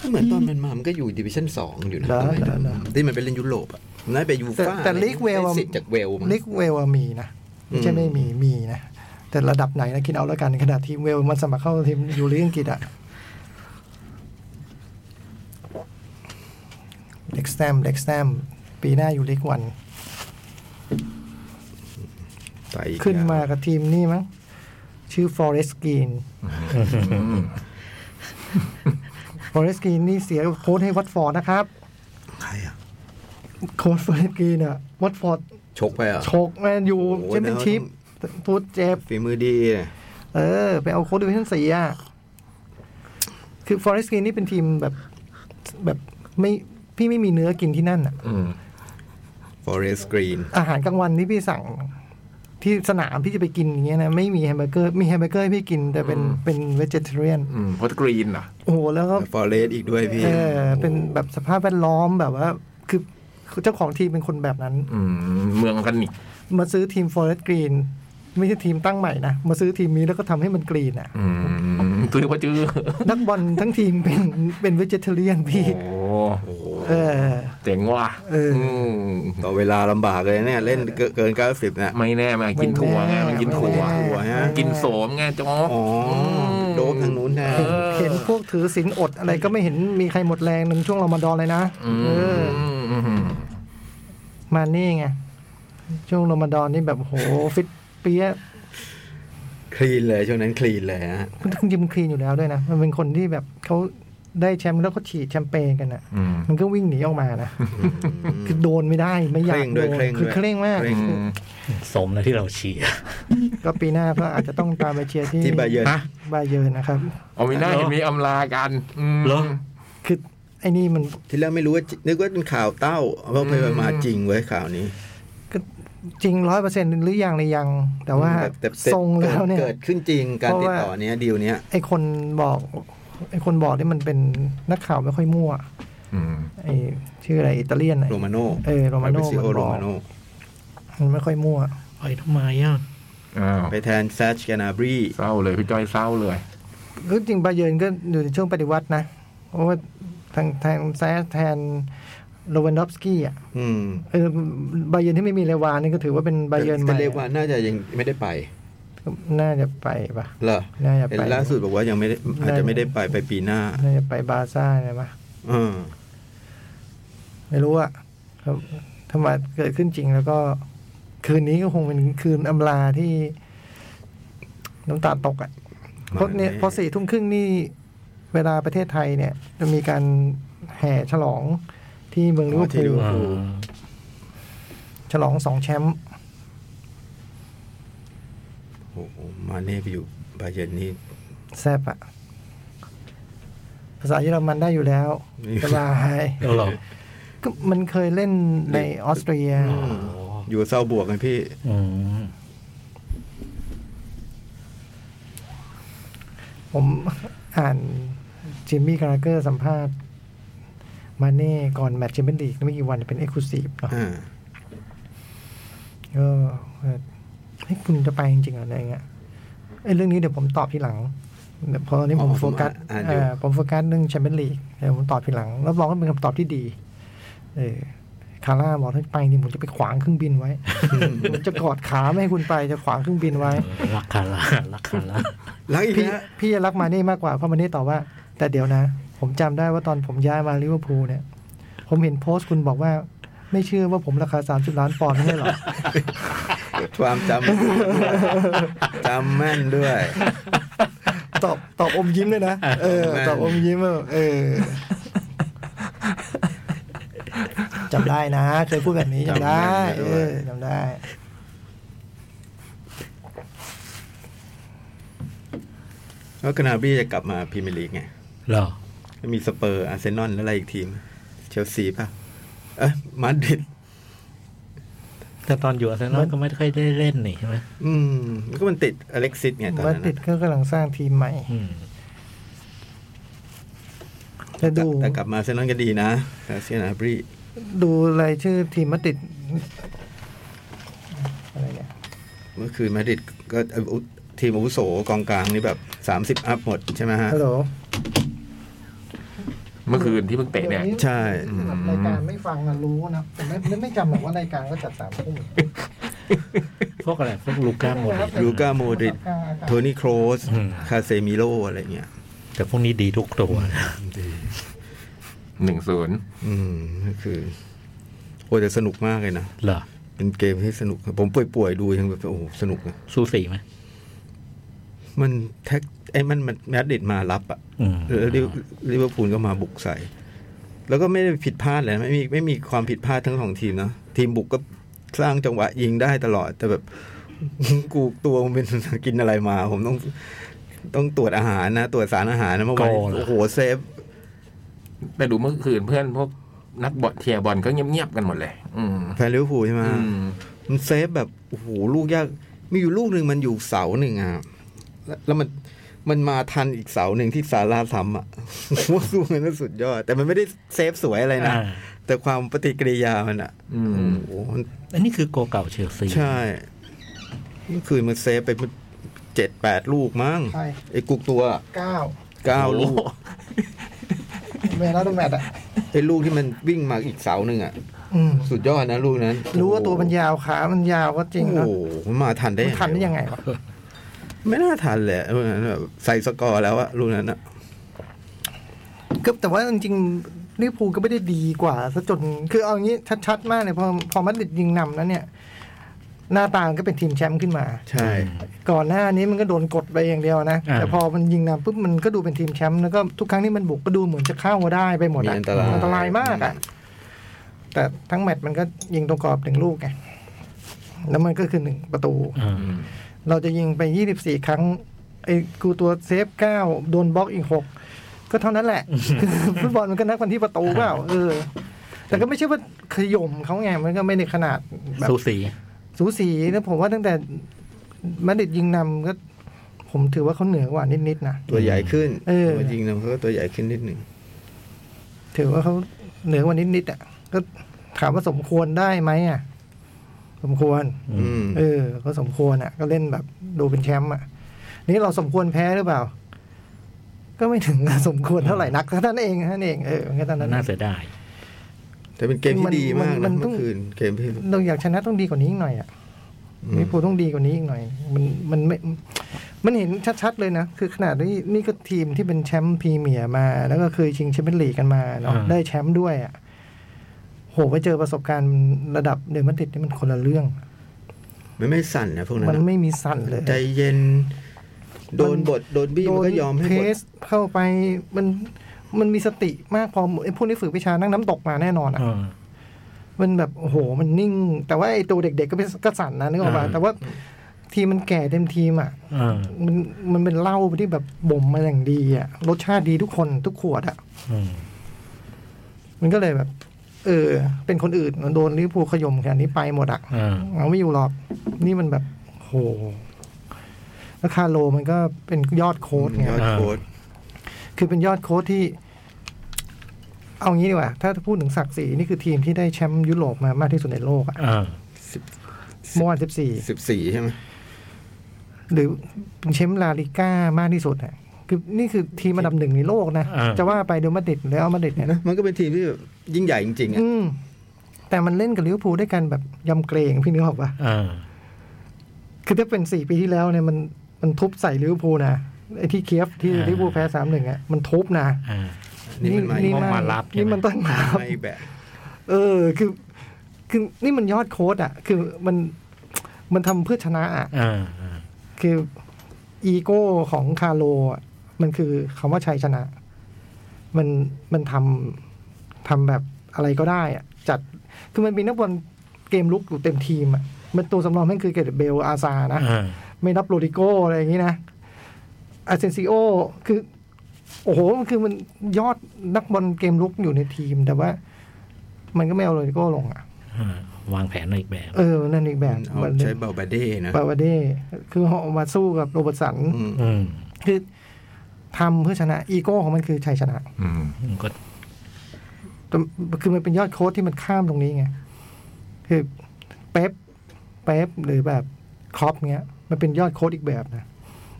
[SPEAKER 6] ก็เหมือนตอนมันมามันก็อยู่ดิวิชั่นสองอยู่นะ
[SPEAKER 4] เหรอ
[SPEAKER 6] สมัยนั้น
[SPEAKER 4] เหรอ
[SPEAKER 6] ที่มันไปเล่นยุโรปอะน่าไปยูฟ่า
[SPEAKER 4] แต่แต่ลีกเวลส์
[SPEAKER 6] ได้สิทธิ์จากเวลส์มั้ง
[SPEAKER 4] ลีกเวลส์อะมีนะไม่ใช่ไม่มีมีนะ แต่ระดับไหนนะคิดเอาแล้วกันขนาดทีมเวลส์มันสมัครเข้าทีมอยู่ลีกอังกฤษอะเล็กแซมเล็กแซมปีหน้าอยู่ลีกวัน
[SPEAKER 6] ไปอีก
[SPEAKER 4] ขึ้นมา
[SPEAKER 6] อย่ง
[SPEAKER 4] กับทีมนี่มั้งชื่อ Forest Green Forest Green นี่เสียโค้ดให้วัตฟอร์ดนะครับ
[SPEAKER 6] ใครอ่ะ
[SPEAKER 4] โค้ด Forest Green อะวัตฟอร์ด
[SPEAKER 6] ชกไปเหรอ่ะ
[SPEAKER 4] โชกแมนยู
[SPEAKER 6] โอ้โห
[SPEAKER 4] แชมเปี้ยนชิพพูดเจ็บ
[SPEAKER 6] ฝีมือดีเนี่ย
[SPEAKER 4] เออ ไปเอาโค้ดดิวิชั่นสี่อะคือ Forest Green นี่เป็นทีมแบบแบบไม่พี่ไม่มีเนื้อกินที่นั่นอะ
[SPEAKER 3] อืม
[SPEAKER 6] ฟอเรสต์กรีน
[SPEAKER 4] อาหารกลางวันที่พี่สั่งที่สนามพี่จะไปกินอย่างเงี้ยนะ ไม่มีแฮมเบอร์เกอร์ มีแฮมเบอร์เกอร์ให้พี่กิน แต่เป็น
[SPEAKER 3] อืม
[SPEAKER 4] เป็นเวจิเทเรียน
[SPEAKER 3] อืมโพสต์กรีนเหรอ
[SPEAKER 4] โอ้โหแล้วก็
[SPEAKER 6] ฟอเรสต์อีกด้วยพี่
[SPEAKER 4] เออเป็นแบบสภาพแวดล้อมแบบว่า คือเจ้าของทีมเป็นคนแบบนั้น
[SPEAKER 3] อืมเมืองออร์แกันนิก
[SPEAKER 4] มาซื้อทีม Forest Green ไม่ใช่ทีมตั้งใหม่นะ มาซื้อทีมนี้แล้วก็ทำให้มันกรีนอ่ะ
[SPEAKER 3] อืมซื้อว่าจื้อ
[SPEAKER 4] นักบอลทั้งทีมเป็นเป็นเวจเทเรียน
[SPEAKER 3] โอ้
[SPEAKER 4] พี่
[SPEAKER 3] โห
[SPEAKER 4] เออ
[SPEAKER 3] เจ๋งว่ะ
[SPEAKER 4] เอออื
[SPEAKER 3] ม
[SPEAKER 6] ต่อเวลาลำบากเลยเนี่ย เล่นเกินเกินเก้าสิบเนี่ย
[SPEAKER 3] ไม่แน่มันกินถั่วไงมันกินถั่ว
[SPEAKER 4] ไม่แน่
[SPEAKER 6] ถั่วฮะ
[SPEAKER 3] กินโสมไงจ๊อก
[SPEAKER 6] อ๋ออโดบทางนู้นแทน
[SPEAKER 4] เห็นพวกถือศีลอดอะไรก็ไม่เห็นมีใครหมดแรงในช่วงรอมฎอนเลยนะเออมานี่ไง ช่วงรอมฎอนนี่แบบโหฟิตเปี้ย
[SPEAKER 6] คลีนเลยช่วงนั้นคลีนเลยฮะ
[SPEAKER 4] คุณคุณยิมนคลีนอยู่แล้วด้วยนะ มันเป็นคนที่แบบเขาได้แชมป์แล้วเขาฉีดแชมเปญกันอ่ะ
[SPEAKER 3] อืม
[SPEAKER 4] มันก็วิ่งหนีออกมานะ คือโดนไม่ได้ไม่อยากโดน
[SPEAKER 6] เคร่งด้วย
[SPEAKER 4] คือเคร่งมาก
[SPEAKER 6] เคร่ง
[SPEAKER 4] คือ
[SPEAKER 2] สมนะที่เราเชียร์
[SPEAKER 4] ก็ปีหน้าก็อาจจะต้องตามไปเชียร์ที่
[SPEAKER 6] ที่บาเยิร์น
[SPEAKER 2] ฮะ
[SPEAKER 4] บาเยิร์นนะครับ
[SPEAKER 3] เอาไม่น่า
[SPEAKER 2] เหรอ
[SPEAKER 3] เห็นมีอำลากันม
[SPEAKER 2] เหรอ
[SPEAKER 4] คือไอ้นี่มัน
[SPEAKER 6] ที่แรกไม่รู้ว่านึกว่าเป็นข่าวเต้าเพราะไปมาจริงเว้ยข่าวนี้
[SPEAKER 4] ก็จริงร้อยเปอร์เซ็นต์หรือยังในยัง แต่ว่า
[SPEAKER 6] แต่แต่
[SPEAKER 4] ทรงแล้วเนี่ย
[SPEAKER 6] เกิดขึ้นจริงการ
[SPEAKER 4] เพราะ
[SPEAKER 6] ติด
[SPEAKER 4] ว่า
[SPEAKER 6] ต่อเนี้ยดีลเนี้ย
[SPEAKER 4] ไอ้คนบอกไอ้คนบอกนี่มันเป็นนักข่าวไม่ค่อยมั่ว
[SPEAKER 3] อืม
[SPEAKER 4] ไอ้ชื่ออะไรอิตาเลียนน่ะ
[SPEAKER 6] โรมาโน่
[SPEAKER 4] เออโรมาโน่
[SPEAKER 6] ซิโอ
[SPEAKER 4] มันบอก
[SPEAKER 6] โรมาโน่
[SPEAKER 4] มันไม่ค่อยมั่ว
[SPEAKER 2] ไปทำไมอ่ะ
[SPEAKER 3] อ้าว
[SPEAKER 6] ไปแทนแซชแกนาบรี
[SPEAKER 3] เศร้าเลยพี่จ้อยเศร้าเลย
[SPEAKER 4] คือจริงบาเยิร์นก็อยู่ในช่วงปฏิวัตินะ เพราะว่าทางทางแซสแทนโลเวนดอฟสกี้อ่ะ
[SPEAKER 6] อืม
[SPEAKER 4] เออบาเยิร์นที่ไม่มีเลวานนี่ก็ถือว่าเป็นบาเยิร์นให
[SPEAKER 6] ก็
[SPEAKER 4] ม่
[SPEAKER 6] เรียกว่าน่าจะยังไม่ได้ไป
[SPEAKER 4] น่าจะไปปะ
[SPEAKER 6] เหรอ
[SPEAKER 4] น่าจะไป
[SPEAKER 6] เห็นล่าสุดบอกว่ายังไม่ได้อาจจะไม่ได้ไปไปปีหน้า
[SPEAKER 4] น่าจะไปบาร์ซ่าใช่ไหม
[SPEAKER 6] เออ
[SPEAKER 4] ไม่รู้อะครับถ้ามาเกิดขึ้นจริงแล้วก็ คืนนี้ก็คงเป็นคืนอำลาที่ น้ำตาตกอะเพราะเนี่ยเพอสี่ทุ่มครึ่งนี่ เวลาประเทศไทยเนี่ย จะมีการแห่ฉลองที่เมืองลิเวอร์พูล
[SPEAKER 2] อ่า
[SPEAKER 4] ฉลองสองแชมป์
[SPEAKER 6] โอ้โหมาเน่ไปอยู่บาเยิร์นนี่
[SPEAKER 4] แซบอะภาษาเยอรมันได้อยู่แล้ว
[SPEAKER 6] นี่
[SPEAKER 4] สบาย
[SPEAKER 2] เอาเหรอ
[SPEAKER 4] ก็มันเคยเล่นในออสเตรีย
[SPEAKER 6] อยู่เศร้าบวกกันพี่
[SPEAKER 2] อืม
[SPEAKER 4] ผมอ่านจิมมี่การาเกอร์สัมภาษณ์ มาเน่ก่อนแมตช์แชมเปี้ยนลีกไม่กี่วันเป็นเอ็กซ์คลูซีฟเนาะ
[SPEAKER 6] อ่า
[SPEAKER 4] ก็เออเฮ้ยคุณจะไปจริงๆเหรออะไรเงี้ยไอ้เรื่องนี้เดี๋ยวผมตอบทีหลังเดี๋ยวเพอตอนนี้ผมโฟกัส
[SPEAKER 6] อ่านอยู่
[SPEAKER 4] เอ่อผมโฟกัสเรื่องแชมเปี้ยนลีกเดี๋ยวผมตอบทีหลังรับรองว่าเป็นคำตอบที่ดีเออคาร่าบอกถ้าไปนี่ผมจะไปขวางเครื่องบินไว้ ผมจะกอดขาไม่ให้คุณไปจะขวางเครื่องบินไว้
[SPEAKER 2] รักคาร่ารักคาร่า
[SPEAKER 6] รักอีก
[SPEAKER 4] พี่
[SPEAKER 6] นะ
[SPEAKER 4] พี่รักมาเน่มากกว่า เพราะมาเน่ตอบว่า แต่เดี๋ยวนะ ผมจำได้ว่าตอนผมย้ายมาลิเวอร์พูลเนี่ย ผมเห็นโพสต์คุณบอกว่า ไม่เชื่อว่าผมราคา 30 ล้านปอนด์ไม่ใช่เหรอ
[SPEAKER 6] ความจ ำ จำแม่นด้วย
[SPEAKER 4] ตอบตอบอมยิ้มเลยนะ เออ
[SPEAKER 6] แม่น
[SPEAKER 4] ตอบอมยิ้มว่าเออจำได้นะเคยพูดแบบนี้จำได้ เออจำได้
[SPEAKER 6] แล้วกนาบรีจะกลับมาพรีเมียร์ลีกไง
[SPEAKER 2] เหรอ
[SPEAKER 6] จะมีสเปอร์อาร์เซนอลแล้วอะไรอีกทีม เชลซีป่ะ เอ๊ะมาดริด
[SPEAKER 2] แต่ตอนอยู่อาร์เซนอลก็ไม่ค่อยได้เล่นนี่ใช่ไหม
[SPEAKER 6] อืมก็มันติดอเล็กซิสไงตอน
[SPEAKER 4] มา
[SPEAKER 6] นั้น
[SPEAKER 4] ติด
[SPEAKER 6] น่ะ
[SPEAKER 4] ก็กำลังสร้างทีมใหม่
[SPEAKER 2] อืม
[SPEAKER 4] จะดู
[SPEAKER 6] แต่กลับมาอาร์เซนอลก็ดีนะแต่เซียนาบรี
[SPEAKER 4] ดูรายชื่อทีมมาติดอะไรเนี่ย
[SPEAKER 6] เมื่อคืนมาดริดก็อุทีมอาวุโสกองกลางนี่แบบ 30 อัพหมดใช่ไหมฮะ
[SPEAKER 4] ฮัลโหล
[SPEAKER 3] เมื่อคืนที่เพิ่งเตะเนี่ย
[SPEAKER 6] ใช่
[SPEAKER 4] รายการไม่ฟังอะรู้นะแต่ไม่ไม่ไม่จำหรอกว่ารายการก็จัดสามทุ่ม
[SPEAKER 2] พวกอะไรพวกลูก้าโมด
[SPEAKER 6] ลูก้าโมดริดโท
[SPEAKER 4] ทุน
[SPEAKER 6] นี่โครสคาเซมิโลอะไรเงี้ย
[SPEAKER 2] แต่พวกนี้ดีทุกตัว
[SPEAKER 3] หนึ่งศูนย์
[SPEAKER 6] อืมก็คือ โอ้แต่สนุกมากเลยนะ
[SPEAKER 2] เหรอ
[SPEAKER 6] เป็นเกมที่สนุกครับผมป่วยๆดูยังแบบโอ้โหสนุกนะ
[SPEAKER 2] สู้สีไหม
[SPEAKER 6] มันแท็กไอ้มันมันแมดดิดมารับอะ
[SPEAKER 2] อืม
[SPEAKER 6] แล้วลิเวลิเวอร์พูลก็มาบุกใส่ แล้วก็ไม่ได้ผิดพลาดเลยนะไม่มีไม่มีความผิดพลาดทั้งสองทีมนะทีมบุกก็สร้างจังหวะยิงได้ตลอด แต่แบบ กูตัวมันเป็นกินอะไรมา ผมต้องต้องตรวจอาหารนะ ตรวจสารอาหารนะเมื่อวานโอ้โหเซฟ
[SPEAKER 3] แต่ดูเมื่อคืนเพื่อนพวกนักบอลเทียร์บอลก็เงียบๆกันหมดเลย อืม
[SPEAKER 6] แฟนลิเวอร์พูลใช่ไหม
[SPEAKER 3] อืม
[SPEAKER 6] มันเซฟแบบโอ้โหลูกยาก มีอยู่ลูกหนึ่งมันอยู่เสาหนึ่งอ่ะแล้วแล้วมันมันมาทันอีกเสาหนึ่งที่สาราทำอ่ะ ว่าสู้มันก็สุดยอด แต่มันไม่ได้เซฟสวยอะไรนะ
[SPEAKER 2] อ่า
[SPEAKER 6] แต่ความปฏิกิริยามันอ่ะ
[SPEAKER 3] อืม
[SPEAKER 6] โอ้โหมัน
[SPEAKER 2] อันนี้คือโกเก่าเชลซี
[SPEAKER 6] ใช่เมื่อคืนมันเซฟไปเจ็ดแปดลูกมั้ง
[SPEAKER 4] ใช่
[SPEAKER 6] ไอ้กุกตัว
[SPEAKER 4] เก้า
[SPEAKER 6] เก้าลูก
[SPEAKER 4] เวลาดูแมตช์อ่ะ
[SPEAKER 6] ไอ้ลูกที่มันวิ่งมาอีกเสาหนึ่งอ่ะ
[SPEAKER 4] อืม
[SPEAKER 6] สุดยอดนะลูกนั้น
[SPEAKER 4] รู้ว่าตัวมันยาวขามันยาวก็จริงนะ
[SPEAKER 6] โอ้โหมันมาทันได้
[SPEAKER 4] มันทันได้ยัง
[SPEAKER 6] วะ
[SPEAKER 4] ไงวะ
[SPEAKER 6] ไม่น่าทันแหละเออแบบใส่สกอร์แล้วอะลูกนั้นอะ
[SPEAKER 4] ก็แต่ว่าจริงๆลิเวอร์พูลก็ไม่ได้ดีกว่าซะจนคือเอาอย่างนี้ชัดๆมากเลยพอพอมัดริดยิงนำแล้วเนี่ย หน้าตางก็เป็นทีมแชมป์ขึ้นมา
[SPEAKER 6] ใช่
[SPEAKER 4] ก่อนหน้านี้มันก็โดนกดไปอย่างเดียวนะ
[SPEAKER 2] อ่า
[SPEAKER 4] แต่พอมันยิงนำปุ๊บมันก็ดูเป็นทีมแชมป์แล้วก็ทุกครั้งที่มันบุกก็ดูเหมือนจะเข้าได้ไปหมด
[SPEAKER 6] มี
[SPEAKER 4] อะ
[SPEAKER 6] อันตราย
[SPEAKER 4] อันตรายมากอะแต่ทั้งแมตช์มันก็ยิงตรงกรอบหนึ่งลูกไงแล้วมันก็คือหนึ่งประตู
[SPEAKER 2] อ่า
[SPEAKER 4] เราจะยิงไป 24 ครั้งไอ้กูตัวเซฟ 9 โดนบล็อกอีก 6 ก็เท่านั้นแหละ คือฟุตบอลมันก็นักวันที่ประตูเปล่าเออ แต่ก็ไม่ใช่ว่าขย่มเขาไงมันก็ไม่ในขนาดแบบ
[SPEAKER 2] สูสี
[SPEAKER 4] สูสีนะผมว่าตั้งแต่มาดริดยิงนำก็ ผมถือว่าเขาเหนือกว่านิด ๆ นะ
[SPEAKER 6] ตัวใหญ่ขึ้น
[SPEAKER 4] เออ
[SPEAKER 6] ตัวจริงนะเขาก็ตัวใหญ่ขึ้นนิดหนึ่ง
[SPEAKER 4] ถือว่าเขาเหนือกว่านิด ๆ อ่ะ ก็ถามว่าสมควรได้ไหมอ่ะ สมควร
[SPEAKER 6] อืม
[SPEAKER 4] เออ ก็สมควรอ่ะ ก็เล่นแบบดูเป็นแชมป์อ่ะ นี่เราสมควรแพ้หรือเปล่า ก็ไม่ถึงกับสมควรเท่าไหร่นักก็เท่านั้นเองท่านเองเออก็เท่านั้น
[SPEAKER 2] น่าเสียดาย
[SPEAKER 6] แต่เป็นเกมที่ดีมาก
[SPEAKER 4] มัน
[SPEAKER 6] นะ
[SPEAKER 4] มันต้
[SPEAKER 6] เมื่
[SPEAKER 4] อง
[SPEAKER 6] อคืนเกมที่
[SPEAKER 4] เราอยากชนะต้องดีกว่านี้อีกหน่อยอ่ะลิเวอร์พูลต้องดีกว่านี้อีกหน่อย มันมันไม่ มันเห็นชัดๆเลยนะ คือขนาดนี้นี่ก็ทีมที่เป็นแชมป์พรีเมียร์มา แล้วก็เคยชิงแชมเปี้ยนลีกกันมาเนาะ
[SPEAKER 2] อ่า
[SPEAKER 4] ได้แชมป์ด้วยอ่ะโหไปเจอประสบการณ์ระดับเดนมาร์ติดนี่มันคนละเรื่อง
[SPEAKER 6] มันไม่สั่นนะพวกนั้
[SPEAKER 4] มัน
[SPEAKER 6] น
[SPEAKER 4] ไม่มีสั่นเลย
[SPEAKER 6] ใจเย็น โดนบทโดนบี้มันก็ยอมให้
[SPEAKER 4] โดน
[SPEAKER 6] บ
[SPEAKER 4] เพ
[SPEAKER 6] ท
[SPEAKER 4] สเข้าไปมันมันมีสติมากพอไอ้พวกนี้ฝึกวิชานั่งน้ำตกมาแน่นอนอ่ะ
[SPEAKER 2] อ่า
[SPEAKER 4] มันแบบโอ้โหมันนิ่ง แต่ว่าไอ้ตัวเด็กๆก็เป็นก็สั่นนะนึกออกมา
[SPEAKER 2] อ่า
[SPEAKER 4] แต่ว่าทีมมันแก่เต็มทีมอ่ะ
[SPEAKER 2] อ่า
[SPEAKER 4] มันมันเป็นเหล้าที่แบบบ่มมาอย่างดีอ่ะรสชาติดีทุกคนทุกขวดอ่ะ
[SPEAKER 2] อืม
[SPEAKER 4] มันก็เลยแบบ เออ เป็นคนอื่นโดนลิเวอร์พูลขย่มแค่นี้ไปหมดอ่ะ
[SPEAKER 2] อ่า
[SPEAKER 4] เอาไม่อยู่หรอก นี่มันแบบโหแล้วคาร์โลมันก็เป็นยอดโค้ดไง
[SPEAKER 6] ยอดโค้ด
[SPEAKER 4] คือเป็นยอดโค้ชที่ เอางี้ดีกว่า ถ้าพูดถึงศักดิ์ศรีนี่คือทีมที่ได้แชมป์ยุโรปมามากที่สุดในโลกอะ
[SPEAKER 2] อ่า
[SPEAKER 4] เมื่อวันสิบสี่
[SPEAKER 6] สิบสี่ใช่ไหม
[SPEAKER 4] หรือเป็นแชมป์ลาลิก้ามากที่สุดอะคือนี่คือทีมอันดับหนึ่งในโลกนะ จะว่าไปเดยวมาดริดแล้วมาดริดเนี่ยนะ
[SPEAKER 6] มันก็เป็นทีมที่แบบยิ่งใหญ่จริงๆอ่ะ
[SPEAKER 4] อืม แต่มันเล่นกับลิเวอร์พูลด้วยกันแบบยำเกรงพี่นึกออกปะ
[SPEAKER 2] อ่า
[SPEAKER 4] คือถ้าเป็นสี่ปีที่แล้วเนี่ยมันมันทุบใส่ลิเวอร์พูลนะไอ้ที่เคียฟที่ลิเวอร์พูลแพ้สามหนึ่งอะมันทุบนะ
[SPEAKER 2] อ่า
[SPEAKER 6] นี่มันมาอีก
[SPEAKER 2] นี่มารับใช่ไหม
[SPEAKER 4] นี่มันต้องมารับ
[SPEAKER 6] มาอีกแบบ
[SPEAKER 4] เออคือคือนี่มันยอดโค้ดอ่ะ คือมันมันทำเพื่อชนะอ่ะ
[SPEAKER 2] อ่าอ่า
[SPEAKER 4] คืออีโก้ของคาร์โลอะมันคือคำว่าชัยชนะ มันมันทำทำแบบอะไรก็ได้อ่ะ จัดคือมันมีนักบอลเกมลุกอยู่เต็มทีมอ่ะ มันตัวสำรองแม่งคือเกเรตเบลอาซานะ
[SPEAKER 2] อ่า
[SPEAKER 4] ไม่นับโรดิโก้อะไรอย่างนี้นะอาเซนซิโอคือ โอ้โห มันคือมันยอดนักบอลเกมลุกอยู่ในทีม แต่ว่า มันก็ไม่เอาโรดิโก้ลงอ่ะ
[SPEAKER 2] อ่าวางแผนในอีกแบบ
[SPEAKER 4] เออ นั่นอีกแบบ
[SPEAKER 6] เอา
[SPEAKER 4] แบบ
[SPEAKER 6] ใช้เบลบาเด้นะ
[SPEAKER 4] บาวาเด้ คือเขาเอามาสู้กับโรเบิร์ตสัน
[SPEAKER 6] อืม
[SPEAKER 2] อืม
[SPEAKER 4] คือทำเพื่อชนะ อีโก้ของมันคือชัยชนะ
[SPEAKER 3] อืม
[SPEAKER 2] ก็
[SPEAKER 4] แต่คือมันเป็นยอดโค้ชที่มันข้ามตรงนี้ไง คือเป๊ป เป๊ปหรือแบบครอปเงี้ย มันเป็นยอดโค้ชอีกแบบนะ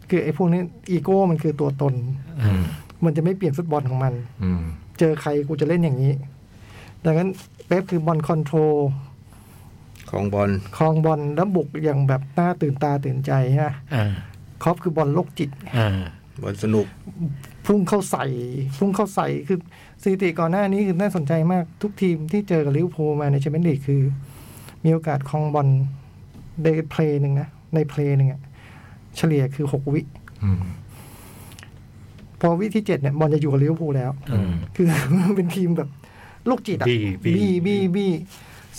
[SPEAKER 4] คือไอ้พวกนี้อีโก้มันคือตัวตน
[SPEAKER 2] อ่า
[SPEAKER 4] มันจะไม่เปลี่ยนฟุตบอลของมัน
[SPEAKER 3] อืม
[SPEAKER 4] เจอใครกูจะเล่นอย่างนี้ ดังนั้นเป๊ปคือบอลคอนโทรล
[SPEAKER 6] ของบอล
[SPEAKER 4] คลองบอลแล้วบุกอย่างแบบน่าตื่นตาตื่นใจฮะ
[SPEAKER 2] อ่า
[SPEAKER 4] ครอปคือบอลโลกจิต
[SPEAKER 2] อ่า
[SPEAKER 6] บอลสนุก
[SPEAKER 4] พุ่งเข้าใส่ พุ่งเข้าใส่คือสถิติก่อนหน้านี้คือน่าสนใจมากทุกทีมที่เจอกับลิเวอร์พูลมาในแชมเปี้ยนลีกคือ มีโอกาสคลองบอลในเพลย์หนึ่งนะ ในเพลย์หนึ่งอะเฉลี่ยคือหกวิ
[SPEAKER 3] อืม
[SPEAKER 4] พอวิที่เจ็ดเนี่ยบอลจะอยู่กับลิเวอร์พูลแล้ว
[SPEAKER 2] อืม
[SPEAKER 4] คือ มันเป็นทีมแบบโรคจิตอะ
[SPEAKER 2] บี้บี้
[SPEAKER 4] บี้บี้บี้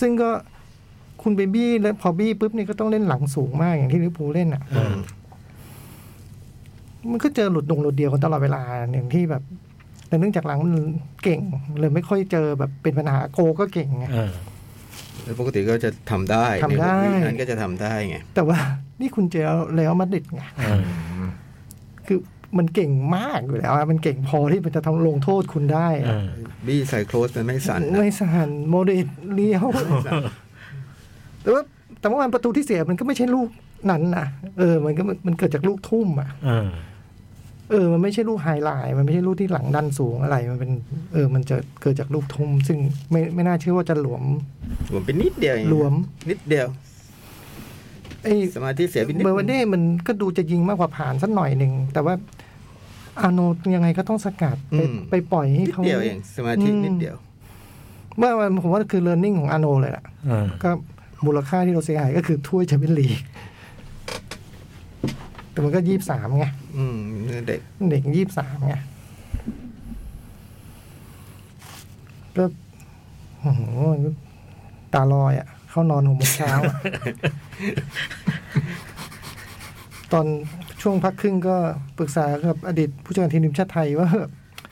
[SPEAKER 4] ซึ่งก็คุณไปบี้แล้วพอบี้ปุ๊บเนี่ยก็ต้องเล่นหลังสูงมากอย่างที่ลิเวอร์พูลเล่นอะ
[SPEAKER 2] อ่า
[SPEAKER 4] มันก็เจอหลุดดงหลุดเดียวกันตลอดเวลาอย่างที่แบบ แต่เนื่องจากหลังมันเก่งเลยไม่ค่อยเจอแบบเป็นปัญหาโกก็เก่งไง
[SPEAKER 2] อ่า
[SPEAKER 6] แล้วปกติก็จะทำได้
[SPEAKER 4] ทำได้
[SPEAKER 6] ในวินั้นก็จะทำได้ไง
[SPEAKER 4] แต่ว่า นี่คุณเจอแล้วมาดริดไง
[SPEAKER 2] อ่า
[SPEAKER 4] คือมันเก่งมากอยู่แล้วอะมันเก่งพอที่มันจะทำลงโทษคุณได้อะ
[SPEAKER 2] อ่า
[SPEAKER 6] บี้ใส่โคลสมันไม่สั่นนะ
[SPEAKER 4] ไม่สันโมเดลเลี้ยว แต่ว่าแต่เมื่อวานประตูที่เสียมันก็ไม่ใช่ลูกนั้นนะเออ มันก็มันเกิดจากลูกทุ่มอ่ะ
[SPEAKER 2] อ่า
[SPEAKER 4] เออมันไม่ใช่ลูกไฮไลน์มันไม่ใช่ลูกที่หลังดันสูงอะไร มันเป็น เออ มันจะเกิดจากลูกทุ่ม ซึ่งไม่ไม่น่าเชื่อว่าจะหลวม
[SPEAKER 6] หลวมไปนิดเดียวเอง
[SPEAKER 4] หลวม
[SPEAKER 6] นิดเดียว
[SPEAKER 4] ไอ้
[SPEAKER 6] สมาธิเสียไปนิด
[SPEAKER 4] เบอร์วันเด้มันก็ดูจะยิงมากกว่าผ่านสักหน่อยหนึ่ง แต่ว่าอาโนยังไงก็ต้องสกัดไปไปปล่อยให้
[SPEAKER 6] นิด
[SPEAKER 4] เขา
[SPEAKER 6] เดียวเอง สมาธินิดเดียว
[SPEAKER 4] เมื่อวานผมว่าคือเลิร์นนิ่งของอาโนเลยล่ะ
[SPEAKER 2] อ่า
[SPEAKER 4] ก็ มูลค่าที่เราเสียหายก็คือถ้วยแชมเปี้ยนลีกแต่มันก็ยี่สามไง
[SPEAKER 6] อืมเด็ก
[SPEAKER 4] เด็กยี่สามไงก็โอ้โหตาลอยอ่ะ เข้านอนหกโมงเช้า อะ ตอนช่วงพักครึ่งก็ปรึกษากับอดีตผู้จัดการทีมทีมชาติไทยว่า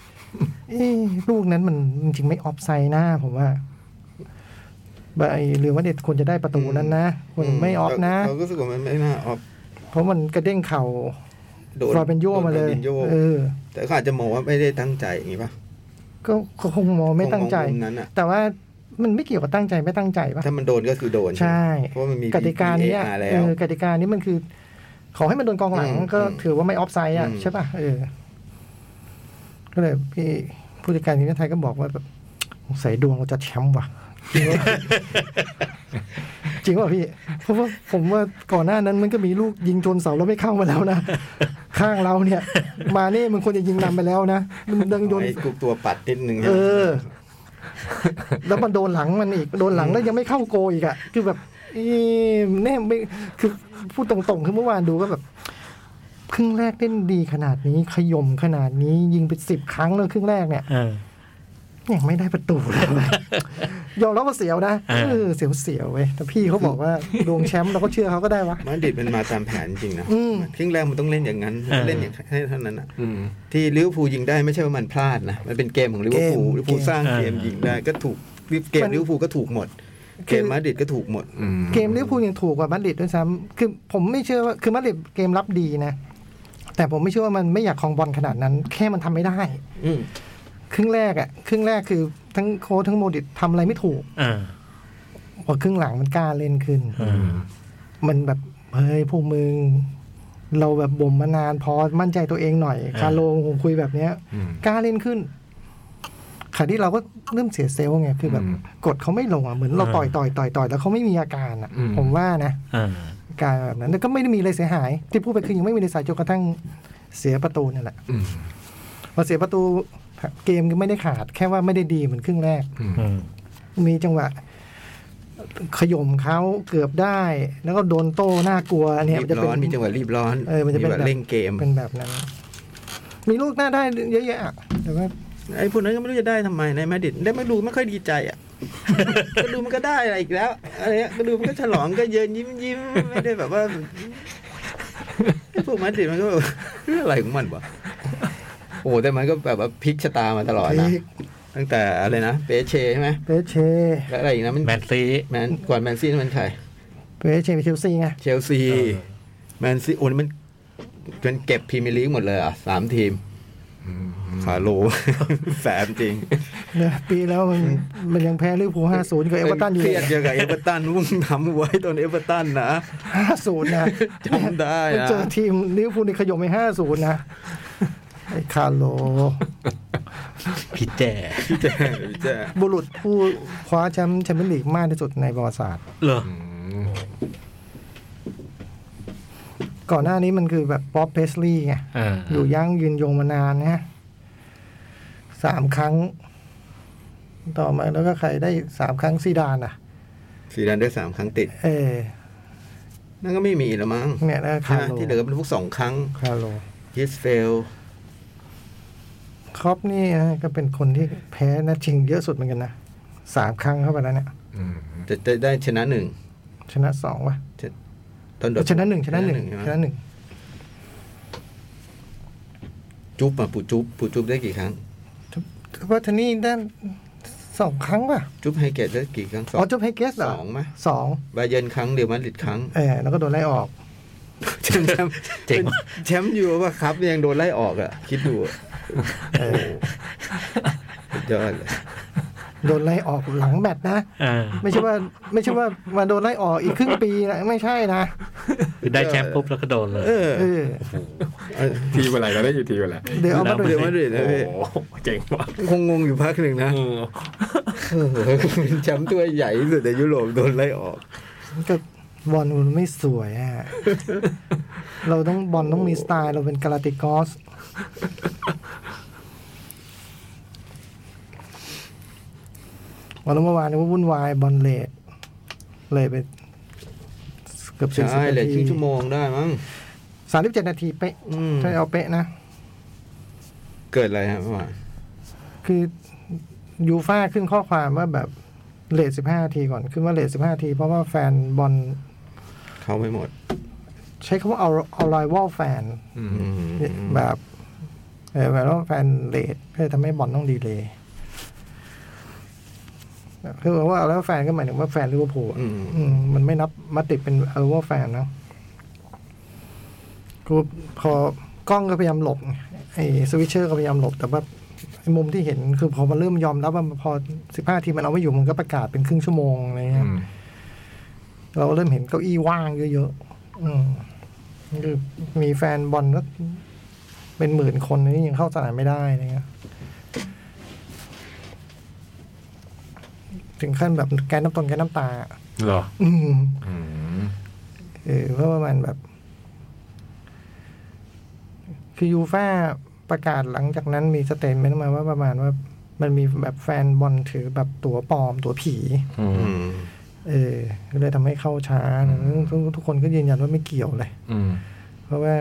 [SPEAKER 4] เอ้ลูกนั้นมันจริงๆไม่ออฟไซด์หน้า ผมว่าไอเรือว่าเด็ดควรจะได้ประตูนั้นนะควรไม่ออฟนะ
[SPEAKER 6] เราก็รู้สึกว่ามันไม่น่าออฟ
[SPEAKER 4] เพราะมันกระเด้งเข่า
[SPEAKER 6] โดน
[SPEAKER 4] ฟลอเป็นโยมาเลย
[SPEAKER 6] โดนฟราบินโ
[SPEAKER 4] เออ
[SPEAKER 6] แต่เขาอาจจะมองว่าไม่ได้ตั้งใจอย่างนี้ป่ะ
[SPEAKER 4] ก็ก็คงมองไม่ตั้งใจ
[SPEAKER 6] คงมองมุมนั้นอะ
[SPEAKER 4] แต่ว่ามันไม่เกี่ยวกับตั้งใจไม่ตั้งใจปะ
[SPEAKER 6] ถ้ามันโดนก็คือโดน
[SPEAKER 4] ใช่
[SPEAKER 6] เพราะมันมี
[SPEAKER 4] กติกาเนี้ย
[SPEAKER 6] VAR แล้
[SPEAKER 4] เอ
[SPEAKER 6] ว
[SPEAKER 4] อกติกานี้มันคือ ขอให้มันโดนกองหลัง
[SPEAKER 6] อืม
[SPEAKER 4] ก็ถือว่าไม่ออฟไซด์อ่ะ
[SPEAKER 6] อืม
[SPEAKER 4] ใช่ป่ะเออ ก็เลยพี่ผู้จัดการทีมชาติไทยก็บอกว่าแบบสงสัยดวงเราจะแชมป์ว่ะ จริงว่าจริงว่าพี่เพราะว่าผมว่าก่อนหน้านั้นมันก็มีลูกยิงชนเสาแล้วไม่เข้ามาแล้วนะ ข้างเราเนี่ย มาเน่มันควรจะยิงนำไปแล้วนะมันดังโดน
[SPEAKER 6] ไอ้กุกตัวปัดนิดนึง
[SPEAKER 4] เออ แล้วมันโดนหลังมันอีก โดนหลังแล้วยังไม่เข้าโกอีกอะคือแบบเอ๊ะแน่ไม่คือพูดตรงๆ คือเมื่อวานดูก็แบบครึ่งแรกเล่นดีขนาดนี้ ขย่มขนาดนี้ ยิงไปสิบครั้งเลยครึ่งแรกเนี่ย
[SPEAKER 2] เออ
[SPEAKER 4] ยังไม่ได้ประตูเลย ยอมรับว่าเสียวนะ
[SPEAKER 2] อ่า
[SPEAKER 4] เออเสียวเสียวๆเว้ยแต่พี่เขาบอกว่าดวงแชมป์เราก็เชื่อเขาก็ได้วะ
[SPEAKER 6] มาดริดมันมาตามแผนจริงนะ
[SPEAKER 4] อืม
[SPEAKER 6] ครึ่งแรกมันต้องเล่นอย่างนั้น
[SPEAKER 2] เออ
[SPEAKER 6] เล่นอย่างให้เท่านั้นอ่ะ
[SPEAKER 3] อืม
[SPEAKER 6] ที่ลิเวอร์พูลยิงได้ไม่ใช่ว่ามันพลาดนะ มันเป็นเกมของลิเวอร์พูล
[SPEAKER 4] เกม
[SPEAKER 6] ลิเวอร์พูลสร้างเกม
[SPEAKER 2] เออ
[SPEAKER 6] ยิงได้ก็ถูกเกม
[SPEAKER 4] มัน
[SPEAKER 6] ลิเวอร์พูลก็ถูกหมด
[SPEAKER 4] คือ
[SPEAKER 6] เกมมาดริดก็ถูกหมด
[SPEAKER 3] อืม
[SPEAKER 4] เกมลิเวอร์พูลยังถูกกว่ามาดริดด้วยซ้ำคือผมไม่เชื่อว่าคือมาดริดเกมรับดีนะ แต่ผมไม่เชื่อว่ามันไม่อยากครองบอลขนาดนั้น แค่มันทำไม่ได้
[SPEAKER 6] อืม
[SPEAKER 4] ครึ่งแรกอะครึ่งแรกคือทั้งโค้ชทั้งโมดิตทำอะไรไม่ถูก
[SPEAKER 2] เออ
[SPEAKER 4] พอครึ่งหลังมันกล้าเล่นขึ้น
[SPEAKER 2] อืม
[SPEAKER 4] มันแบบเฮ้ยพวกมึง เราแบบบ่มมานานพอมั่นใจตัวเองหน่อย คาโลคงคุยแบบเนี้ย
[SPEAKER 3] อืม
[SPEAKER 4] กล้าเล่นขึ้นขาที่เราก็เริ่มเสียเซลล์ไงคือแบบ
[SPEAKER 3] อืม
[SPEAKER 4] กดเขาไม่ลงอ่ะเหมือนเราต่อยต่อยต่อยต่อยแล้วเขาไม่มีอาการอ่ะ
[SPEAKER 3] อืม
[SPEAKER 4] ผมว่านะ
[SPEAKER 2] เออ
[SPEAKER 4] อาการแบบนั้นแต่ก็ไม่ได้มีอะไรเสียหาย ที่พูดไปคือยังไม่มีอะไรเสียหายจนกระทั่งเสียประตูเนี่ยแหละ
[SPEAKER 3] อืม
[SPEAKER 4] พอเสียประตูเกมก็ไม่ได้ขาด แค่ว่าไม่ได้ดีเหมือนครึ่งแรก
[SPEAKER 3] อืม
[SPEAKER 2] อืม
[SPEAKER 4] มีจังหวะขย่มเขาเกือบได้ แล้วก็โดนโต้น่ากลัวเนี่ย
[SPEAKER 6] รี
[SPEAKER 4] มัน
[SPEAKER 6] บ
[SPEAKER 4] จะ
[SPEAKER 6] ร้
[SPEAKER 4] เป็
[SPEAKER 6] อน
[SPEAKER 4] น
[SPEAKER 6] มีจังหวะรีบร้อน
[SPEAKER 4] เออมันจะเป็น
[SPEAKER 6] จังหว
[SPEAKER 4] แบบ
[SPEAKER 6] เร่งเกม
[SPEAKER 4] เป็นแบบนั้น มีลูกหน้าได้เยอะแยะอะแต่ว่า
[SPEAKER 6] ไอ้พวกนั้นก็ไม่รู้จะได้ทำไมในมาดริดได้ไม่ดูไม่ค่อยดีใจ อ่ะ ก็ดูมันก็ได้อะไรอีกแล้วอะไรเงี้ยก็ดูมันก็ฉลองก็เยินยิ้มยิ้มไม่ได้แบบว่าไอ้พวกมาดริดมันก็แบบ เรื่องอะไรของมันวะโอ้โหแต่มันก็แบบว่าพลิกชะตามาตลอดนะตั้งแต่อะไรนะเปเชใช่ไหม
[SPEAKER 4] เปเช
[SPEAKER 6] แล้วอะไรอีกนะมัน
[SPEAKER 2] แมนซี
[SPEAKER 6] แมนก่อนแมนซีมันใคร
[SPEAKER 4] เปเชไปเชลซีไง
[SPEAKER 6] เชลซีแมนซีโอ้ยมันมันเก็บพรีเมียร์ลีกหมดเลยเหรอ่ะสามทีมคาโล แสบจริง
[SPEAKER 4] เนี่ยปีแล้วมันมันยังแพ้ลิเวอร์พูลห้าศูนย์กับเอเวอร์ตันอยู่
[SPEAKER 6] เครียดเจอกับเอเวอร์ตันมึงทำไว้ตอนเอเวอร์ตันนะ
[SPEAKER 4] ห้าศูนย์นะ
[SPEAKER 6] จำได้
[SPEAKER 4] ไป
[SPEAKER 6] นะ
[SPEAKER 4] เจอทีมลิเวอร์พูลนี่ขย่มไปห้าศูนย์นะไอ้คาร์โล
[SPEAKER 2] พี่แจ
[SPEAKER 6] พี่แจ๊พี่แจ๊
[SPEAKER 4] บุรุษผู้คว้าแชมป์แชมเปี้ยนลีกมากที่สุดในประวัติศาสตร์
[SPEAKER 2] เหรอ
[SPEAKER 3] อืม
[SPEAKER 4] ก่อนหน้านี้มันคือแบบป๊อปเพสลีย์ไง
[SPEAKER 2] เอออ
[SPEAKER 4] อยู่ยั่งยืนยงมานานนะฮะสามครั้ง ต่อมาแล้วก็ใครได้สามครั้งซีดานอ่ะ
[SPEAKER 6] สีดันได้สามครั้งติด
[SPEAKER 4] เออ
[SPEAKER 6] นั่นก็ไม่มีแล้วมั้ง
[SPEAKER 4] เนี่ยนะ
[SPEAKER 6] ใช่
[SPEAKER 4] คา
[SPEAKER 6] ไหม
[SPEAKER 4] โล
[SPEAKER 6] ที่เหลือเป็นพวกสองครั้ง
[SPEAKER 4] คาโล
[SPEAKER 6] ฮิสเฟล
[SPEAKER 4] ครอปนี่นะก็เป็นคนที่แพ้นัดชิงเยอะสุดเหมือนกันนะสามครั้งเข้าไปแล้วเนี่ย
[SPEAKER 3] อืม
[SPEAKER 6] จะจะได้ชนะหนึ่ง
[SPEAKER 4] ชนะสองวะ
[SPEAKER 6] ตอนเดื
[SPEAKER 4] ชนะหนึ่งชนะหนึ่งช
[SPEAKER 6] ช
[SPEAKER 4] นะ
[SPEAKER 6] นะห
[SPEAKER 4] ห
[SPEAKER 6] นึ่ง
[SPEAKER 4] นึ่ง
[SPEAKER 6] จุ๊บมาปูจุ๊บปูจุ๊บได้กี่ครั้ง
[SPEAKER 4] ว่าทนี่ได้สองครั้งป่ะ
[SPEAKER 6] จุ๊บไฮเกตได้กี่ครั้งสอ
[SPEAKER 4] อ๋อง จบไฮเกสเหรอ
[SPEAKER 6] สองไหม
[SPEAKER 4] สอง
[SPEAKER 6] บาเยิร์นครั้งเดียวมาดริดครั้ง
[SPEAKER 4] เออแล้วก็โดนไล่ออก
[SPEAKER 6] แชมป์แชม ป์
[SPEAKER 2] เจ๋ง
[SPEAKER 6] แชมป์อยู่ว่าครับยังโดนไล่ออกอ่ะ คิดดูอะ
[SPEAKER 4] เออ
[SPEAKER 6] สุดยอดเลย
[SPEAKER 4] โดนไล่ออกหลังแมตช์นะ
[SPEAKER 2] เออ
[SPEAKER 4] ไม่ใช่ว่า ไม่ใช่ว่ามาโดนไล่ออกอีกครึ่งปีนะไม่ใช่นะ
[SPEAKER 2] คือได้แชมป์ปุ๊บแล้วก็โดนเลย
[SPEAKER 6] เออ
[SPEAKER 4] เออ
[SPEAKER 3] ทีมอะไรเราได้อยู่ทีมอะไร
[SPEAKER 4] เดี๋ยวเอามาดู
[SPEAKER 6] เดี๋ยวมาดริดนะ
[SPEAKER 3] โอ้
[SPEAKER 6] พี่
[SPEAKER 3] โหเจ๋งว่ะ
[SPEAKER 6] คงงงอยู่พักหนึ่งนะเออเป็นแชมป์ตัวใหญ่ที่สุดในยุโรปโดนไล่ออก
[SPEAKER 4] ก็บอลมันไม่สวยอะ เราต้องบอลต้องมีสไตล์ เราเป็นกาลาติกอส วันเมื่อวานนี้ก็วุ่นวายบอลเลทเลยไป กือบสี่สิบ
[SPEAKER 6] ใช่
[SPEAKER 4] นา
[SPEAKER 6] เหลยค
[SPEAKER 4] ที
[SPEAKER 6] รึ่งชั่วโมงได้มั้ง
[SPEAKER 4] สามสิบเจ็ดนาทีเป๊ะ
[SPEAKER 6] อืม
[SPEAKER 4] ถ้าเอาเป๊ะนะ
[SPEAKER 6] เกิดอะไรฮะเมื่อวาน
[SPEAKER 4] คือยูฟ่าขึ้นข้อความว่าแบบเลทสิบห้านาทีก่อนขึ้นว่าเลทสิบห้านาที เพราะว่าแฟนบอล
[SPEAKER 6] เขาไม่หมด
[SPEAKER 4] ใช้คำว่าเอาเอารอยวอลแฟน
[SPEAKER 3] อืม
[SPEAKER 6] อืม
[SPEAKER 4] แบบเออแบบว่าแฟนเลทเพื่อทำให้บอลต้องดีเลยคือว่าแล้วแฟนก็หมายถึงว่าแฟนลิเวอร์พูลอะ
[SPEAKER 6] อืม
[SPEAKER 4] อืมมันไม่นับมาติดเป็นเออว่าแฟนนะก็พอกล้องก็พยายามหลบไงไอ้สวิตเชอร์ก็พยายามหลบ แต่ว่าไอ้มุมที่เห็นคือพอมันเริ่มยอมรับว่าพอสิบห้าทีมันเอาไม่อยู่มันก็ประกาศเป็นครึ่งชั่วโมงอะไร
[SPEAKER 3] อื
[SPEAKER 4] เงี้ย
[SPEAKER 3] ม
[SPEAKER 4] เราเริ่มเห็นเก้าอี้ว่างเยอะๆอืมคือมีแฟนบอลก็เป็นหมื่นคนนี่ยังเข้าสนามไม่ได้อะไรเงี้ย ถึงขั้นแบบแก๊สน้ำตนแก๊สน้ำตา
[SPEAKER 3] เหรอ
[SPEAKER 4] อืม
[SPEAKER 3] อืม
[SPEAKER 4] เออเพราะว่ามันแบบ คือยูฟ่าประกาศหลังจากนั้นมีสเตทเมนต์มาว่าประมาณว่า มันมีแบบแฟนบอลถือแบบตั๋วปลอม ตั๋วผี
[SPEAKER 3] อื
[SPEAKER 6] อื
[SPEAKER 3] ม
[SPEAKER 6] ม
[SPEAKER 4] เออก็เลยทำให้เข้าช้านะทุกทุกคนก็ยืนยันว่าไม่เกี่ยวเลย
[SPEAKER 3] อืม
[SPEAKER 4] เพราะว่า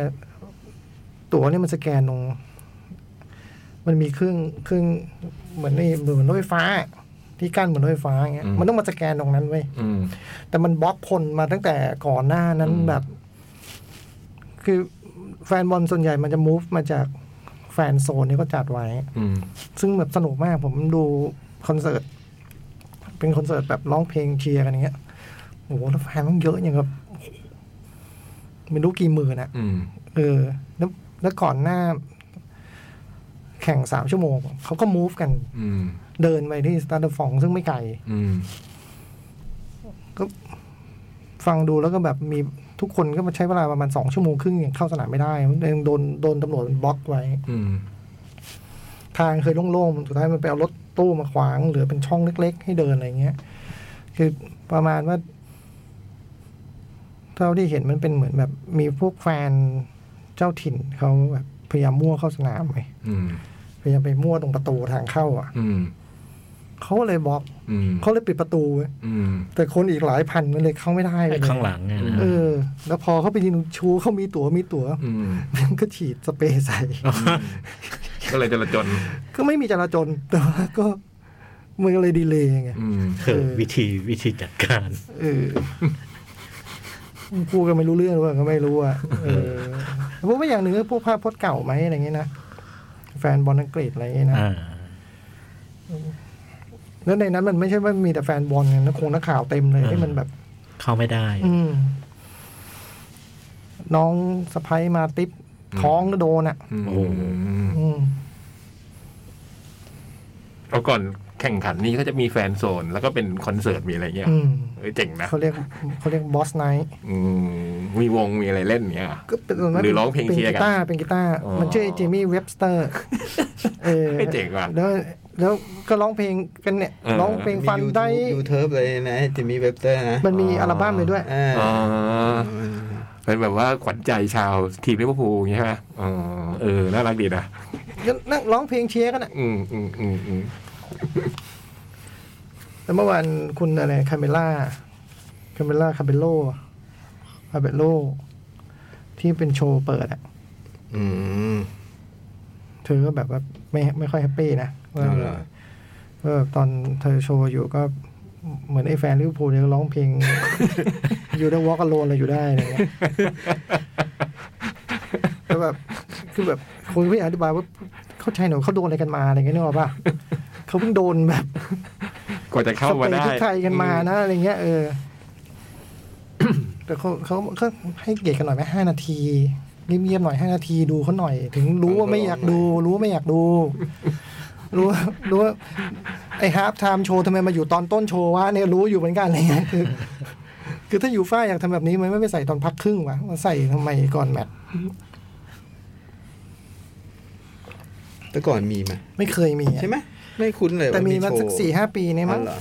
[SPEAKER 4] ตั๋วเนี่ยมันสแกนลง มันมีเครื่องเครื่องเหมือนในเหมือนรถไฟฟ้า ที่กั้นเหมือนรถไฟฟ้าอย่างเงี้ยมันต้องมาสแกนตรงนั้นเว้ย
[SPEAKER 3] อืม
[SPEAKER 4] แต่มันบล็อกคนมาตั้งแต่ก่อนหน้านั้น
[SPEAKER 3] อืม
[SPEAKER 4] แบบ คือแฟนบอลส่วนใหญ่มันจะ move มาจากแฟนโซนที่เขาจัดไว้
[SPEAKER 3] อืม
[SPEAKER 4] ซึ่งแบบสนุกมากผมดูคอนเสิร์ต เป็นคอนเสิร์ตแบบร้องเพลงเชียร์กันอย่างเงี้ยโอ้โหแล้วแฟนมันเยอะอย่างกับไม่รู้กี่หมื่นอะ
[SPEAKER 3] อืม
[SPEAKER 4] เออแล้วแล้วก่อนหน้า แข่งสามชั่วโมง เขาก็ move กัน
[SPEAKER 3] อืม
[SPEAKER 4] เดินไปที่สตาร์ดฟองซึ่งไม่ไกล
[SPEAKER 3] อืม
[SPEAKER 4] ฟังดูแล้วก็แบบมีทุกคนก็มาใช้เวลาประมาณสองชั่วโมงครึ่งยังเข้าสนามไม่ได้มันยังโดนโดนตำรวจบล็อกไว้
[SPEAKER 3] อืม
[SPEAKER 4] ทางเคยโล่งๆสุดท้ายมันไปเอารถตู้มาขวางเหลือเป็นช่องเล็กๆ ให้เดินอะไรเงี้ย คือประมาณว่า เท่าที่เห็นมันเป็นเหมือนแบบมีพวกแฟนเจ้าถิ่นเขาแบบพยายามมั่วเข้าสนามไป
[SPEAKER 3] อืม
[SPEAKER 4] พยายามไปมั่วตรงประตูทางเข้าอ่ะ
[SPEAKER 3] อืม
[SPEAKER 4] เขาเลยบล็อก
[SPEAKER 3] อืม
[SPEAKER 4] เขาเลยปิดประตูเว้ย
[SPEAKER 3] อืม
[SPEAKER 4] แต่คนอีกหลายพันมันเลยเข้าไม่ได้เลย
[SPEAKER 2] ข้างหลังเนี่ยนะ
[SPEAKER 4] เออ แล้วพอเขาไปยืนชูเขามีตั๋วมีตั๋ว
[SPEAKER 3] อืม
[SPEAKER 4] มันก็ฉีดสเปร ย์ใส่
[SPEAKER 3] ก็เลยจราจน
[SPEAKER 4] ก็ไม่มีจราจรแต่ว่าก็มันก็เลยดีเลยไง
[SPEAKER 3] อืม
[SPEAKER 2] คือวิธีวิธีจัดการ
[SPEAKER 4] เออพูดกันไม่รู้เรื่องหรือเปล่าก็ไม่รู้อ่ะเออเพราะว่าอย่างหนึ่งก็พวกภาพพจน์เก่าไหมอะไรเงี้ยนะแฟนบอลอังกฤษอะไรเงี้ยนะ
[SPEAKER 2] อ่า
[SPEAKER 4] แล้วในนั้นมันไม่ใช่ว่ามีแต่แฟนบอลไงนะคงนักข่าวเต็มเลย
[SPEAKER 2] อ่า
[SPEAKER 4] ที่มันแบบ
[SPEAKER 2] เข้าไม่ได้
[SPEAKER 4] อืม น้องสะพ้ยมาติป
[SPEAKER 3] อืม
[SPEAKER 4] ท้องก็โดนอ่ะ
[SPEAKER 3] ม
[SPEAKER 2] โอ้โห
[SPEAKER 4] อืม
[SPEAKER 3] เอาก่อนแข่งขันนี่ก็จะมีแฟนโซน แล้วก็เป็นคอนเสิร์ตมีอะไรเงี้ย
[SPEAKER 4] อืม
[SPEAKER 3] เอ้ยเจ๋งนะ
[SPEAKER 4] เขาเรียกเขาเรียกบอสไนท์
[SPEAKER 3] อืมมีวงมีอะไรเล่นเงี้ยเหรอ
[SPEAKER 4] ก็เป็นส่วนมาก
[SPEAKER 3] หรือร้องเพลง
[SPEAKER 4] ป็น
[SPEAKER 3] เชียร์
[SPEAKER 4] กี
[SPEAKER 3] กัน
[SPEAKER 4] ตาร์เป็นกีตาร์
[SPEAKER 3] อ๋อ
[SPEAKER 4] มันชื่อจิมมี่เว็บสเตอร์ เออ
[SPEAKER 3] ไม่เจ๋งว่ะ
[SPEAKER 4] แล้วแล้วก็ร้องเพลงกันเนี่ย
[SPEAKER 3] เออ
[SPEAKER 4] ร้องเพลงฟันได้
[SPEAKER 6] ยูทูบเลยนะจิมมี่เว็บเตอร์นะ
[SPEAKER 4] มันมีอัลบั้มเลยด้วย
[SPEAKER 6] อ่า
[SPEAKER 3] อ๋อเป็นแบบว่าขวัญใจชาวทีมลิเวอร์พูลอย่างเงี้ยใช่ไหมอ๋อเออ น่ารักดีนะ
[SPEAKER 4] ก็นั่งร้องเพลงเชียร์กันอ่ะ
[SPEAKER 3] อืมอืมอืมอืม
[SPEAKER 4] แล้วเมื่อวานคุณอะไรคาเมล่าคาเมล่าคาเบโลคาเบโลที่เป็นโชว์เปิดอ่ะ
[SPEAKER 6] อืม
[SPEAKER 4] เธอก็แบบว่าไม่ไม่ค่อยแฮปปี้นะว่า
[SPEAKER 6] เอาเหรอ
[SPEAKER 4] ว่าแบบตอนเธอโชว์อยู่ก็เหมือนไอ้แฟนลิเวอร์พูลเนี่ยร้องเพ ลง อยู่ได้วอล์กโลนอะไรอยู่ได้อะไรเงี้ยแล้วแบบคือแบบคุณพี่อธิบายว่าเข้าใจหนูเขาโดนอะไรกันมาอะไรเงี้ยนึกออกป่ะเขาเพิ่งโดนแบบ
[SPEAKER 3] กว่าจะเข้า
[SPEAKER 4] ส
[SPEAKER 3] มา
[SPEAKER 4] เปน
[SPEAKER 3] ได้
[SPEAKER 4] ทุกไทยกันมานะอะไรเงี้ยเอ อ แต่เขาเขาเขาให้เกียรติกันหน่อยไหมห้านาทีเงียบๆหน่อยห้านาทีดูเขาหน่อย ถึงรู้ว่าไม่อยากดู รู้ว่าไม่อยากดู รู้ว่ารู้ว่าไอ้ฮาร์ปไทม์โชว์ทำไมมาอยู่ตอนต้นโชว์วะเนี่ยรู้อยู่เหมือนกันอะไรเงี้ยคือ คือถ้าอยู่ฝ้าอยากทำแบบนี้มันไม่ไปใส่ตอนพักครึ่งวะมาใส่ทำไมก่อนแมตช์
[SPEAKER 6] แต่ก่อนมีไหม
[SPEAKER 4] ไม่เคยมีอะ
[SPEAKER 6] ใช่ไหมไม่คุ้นเลย
[SPEAKER 4] แต่
[SPEAKER 6] ว่า
[SPEAKER 4] มีมา
[SPEAKER 6] โช
[SPEAKER 4] สัก
[SPEAKER 6] ว์
[SPEAKER 4] สี่ห้าปีเนี่ยมั้ง
[SPEAKER 6] อ๋อเหรอ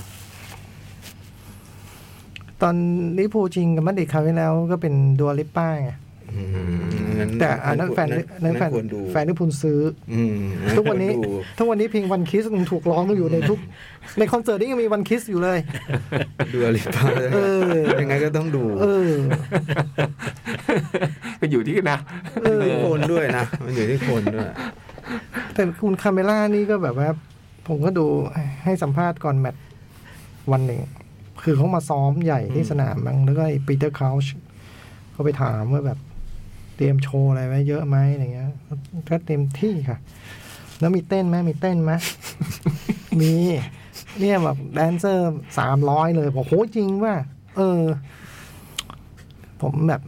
[SPEAKER 4] ตอนลิเวอร์พูลจริงกับมัดริดคราวที่แล้วก็เป็นดัวลิปป้าไง
[SPEAKER 6] อืม นั้น
[SPEAKER 4] แต่อันนั้นแฟนนั้นแฟน
[SPEAKER 6] ควรดู
[SPEAKER 4] แฟนลิเวอร์พูลซื้ อ
[SPEAKER 6] อืม
[SPEAKER 4] ทุกวันนี้
[SPEAKER 6] ควรดู
[SPEAKER 4] ทุกวันนี้เพลงวันคิสยังถูกร้องอยู่ในทุก ในคอนเสิร์ตนี่ยังมีวันคิสอยู่เลย
[SPEAKER 6] ดูอลิฟา
[SPEAKER 4] เออ
[SPEAKER 6] ยังไงก็ต้องดู
[SPEAKER 4] เออ
[SPEAKER 3] ก็อยู่ที่นะ
[SPEAKER 4] เออ
[SPEAKER 6] ที่คนด้วยนะมันอยู่ที่คนด้วย
[SPEAKER 4] แต่คุณคาเมล่านี่ก็แบบว่า ผมก็ดูให้สัมภาษณ์ก่อนแมตช์วันหนึ่ง คือเขามาซ้อมใหญ่ที่สนามบ้างแล้วก็ไอ้ปีเตอร์คาวช์เขาไปถามว่าแบบ เตรียมโชว์อะไรไว้เยอะไหมอะไรเงี้ยก็เต็มที่ค่ะ แล้วมีเต้นไหมมีเต้นไหม มี เนี่ยแบบแดนเซอร์สามร้อยเลยบอกโหจริงว่า เออ ผมแบบ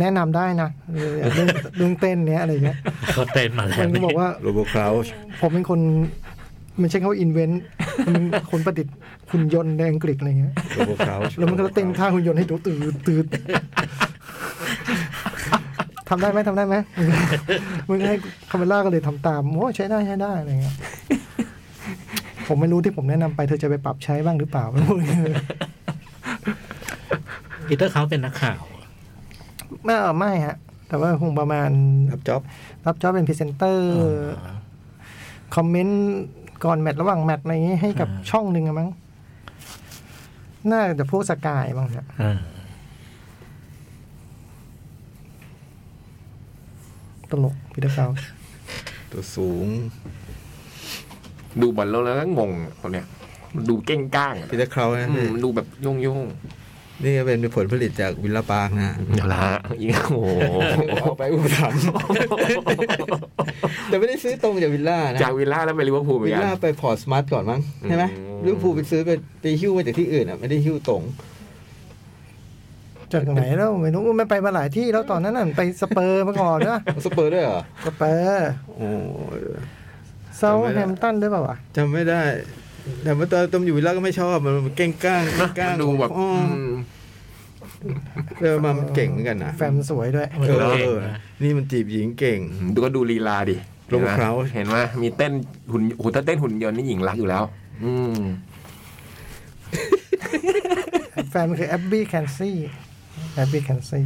[SPEAKER 4] แนะนำได้นะเออเรื่องเรื่องเต้นเนี้ยอะไรเงี้ย
[SPEAKER 2] เขาเต้นมาแล้
[SPEAKER 4] มั
[SPEAKER 2] วน
[SPEAKER 4] ก็บอกว่า
[SPEAKER 6] โรโบคลาวช์
[SPEAKER 4] ผมเป็นคนมันใช้คำว่าอินเวนต์เป็นคนประดิษฐ์หุ่นยนต์ในอังกฤษอะไรเงี้ย
[SPEAKER 6] โรโบคลาวช์
[SPEAKER 4] แล้วมันก็เต้นท่าหุ่นยนต์ให้ดูตื่นตื่นทำได้ไหมทำได้ไหมมึงให้คาเมล่าก็เลยทำตามโอ้ใช้ได้ใช้ได้อะไรเงี้ยผมไม่รู้ที่ผมแนะนำไปเธอจะไปปรับใช้บ้างหรือเปล่า
[SPEAKER 2] ปีเตอร์เขาเป็นนักข่าว
[SPEAKER 4] ไม่เออไม่ฮะ แต่ว่าคงประมาณ
[SPEAKER 6] รับจ็อบ
[SPEAKER 4] รับจ็อบเป็นพรีเซนเตอร์ คอมเมนต์ก่อนแมตช์ระหว่างแมตช์อะไรอย่างงี้ให้กับ
[SPEAKER 2] อ่า
[SPEAKER 4] ช่องหนึ่งอะมั้ง น่าจะพวกสกายบ้างฮะ
[SPEAKER 2] อ่า
[SPEAKER 4] ตลกพีเตอร์คาว
[SPEAKER 6] ตัวสูง
[SPEAKER 3] ดูบอลแล้วแล้วก็งงอะคนเนี้ยมันดูเก้งก้างอะ
[SPEAKER 6] พีเตอร์คลาวช์นะ
[SPEAKER 3] อืม
[SPEAKER 6] นี่
[SPEAKER 3] มันดูแบบโยงโยง
[SPEAKER 6] นี่ก็เป็นผลผลิตจากวิลล่าปาร์กนะ
[SPEAKER 3] เดี๋ยวละอีกโอ้โห
[SPEAKER 6] เอาไปอุปถัมภ์ แต่ไม่ได้ซื้อตรงจากวิลล่านะ
[SPEAKER 3] จากวิลล่าแล้วไปลิเวอร์พูลเหมือ
[SPEAKER 6] วิ
[SPEAKER 3] น
[SPEAKER 6] ล
[SPEAKER 3] กัน
[SPEAKER 6] ล่าไปพอร์ตสมาร์ทก่อนมั้งใช่ไหม
[SPEAKER 3] อืม
[SPEAKER 6] ลิเวอร์พูลไปซื้อไปไปหิ้วมาจากที่อื่นอ่ะไม่ได้หิ้วตรง
[SPEAKER 4] จากไหนแล้วไม่รู้มันไปมาหลายที่แล้วตอนนั้นน่ะไปสเปอร์มาก่อนนะ
[SPEAKER 6] สเปอร์ด้วยเหรอ
[SPEAKER 4] สเปอร์
[SPEAKER 6] โอ้ย
[SPEAKER 4] เซาแฮมป์ตันด้วยเปล่าวะ
[SPEAKER 6] จำไม่ได้ แต่ว่าตอนตอนอยู่วิลล่าก็ไม่ชอบมันเก้งก้างเก้งก้าง
[SPEAKER 3] ดูแบบ
[SPEAKER 6] อ้อ
[SPEAKER 3] อืม
[SPEAKER 6] เออมันเก่งเหมือนกันนะ
[SPEAKER 4] แฟมสวยด้วย
[SPEAKER 2] มัน
[SPEAKER 6] เอ
[SPEAKER 2] เก่ง
[SPEAKER 6] อ
[SPEAKER 2] นะ
[SPEAKER 6] นี่มันจีบหญิงเก่ง
[SPEAKER 3] ดูก็ดูลีลาดิ
[SPEAKER 6] ลง
[SPEAKER 3] ห็นไหม
[SPEAKER 6] เคล้า
[SPEAKER 3] เห็นไหมมีเต้นหุ่นโอ้โหถ้าเต้นหุ่นยนต์นี่หญิงรักอยู่แล้ว อืม
[SPEAKER 4] แฟนมันคือแอบบี้แคนซี่แอบบี้แคนซี่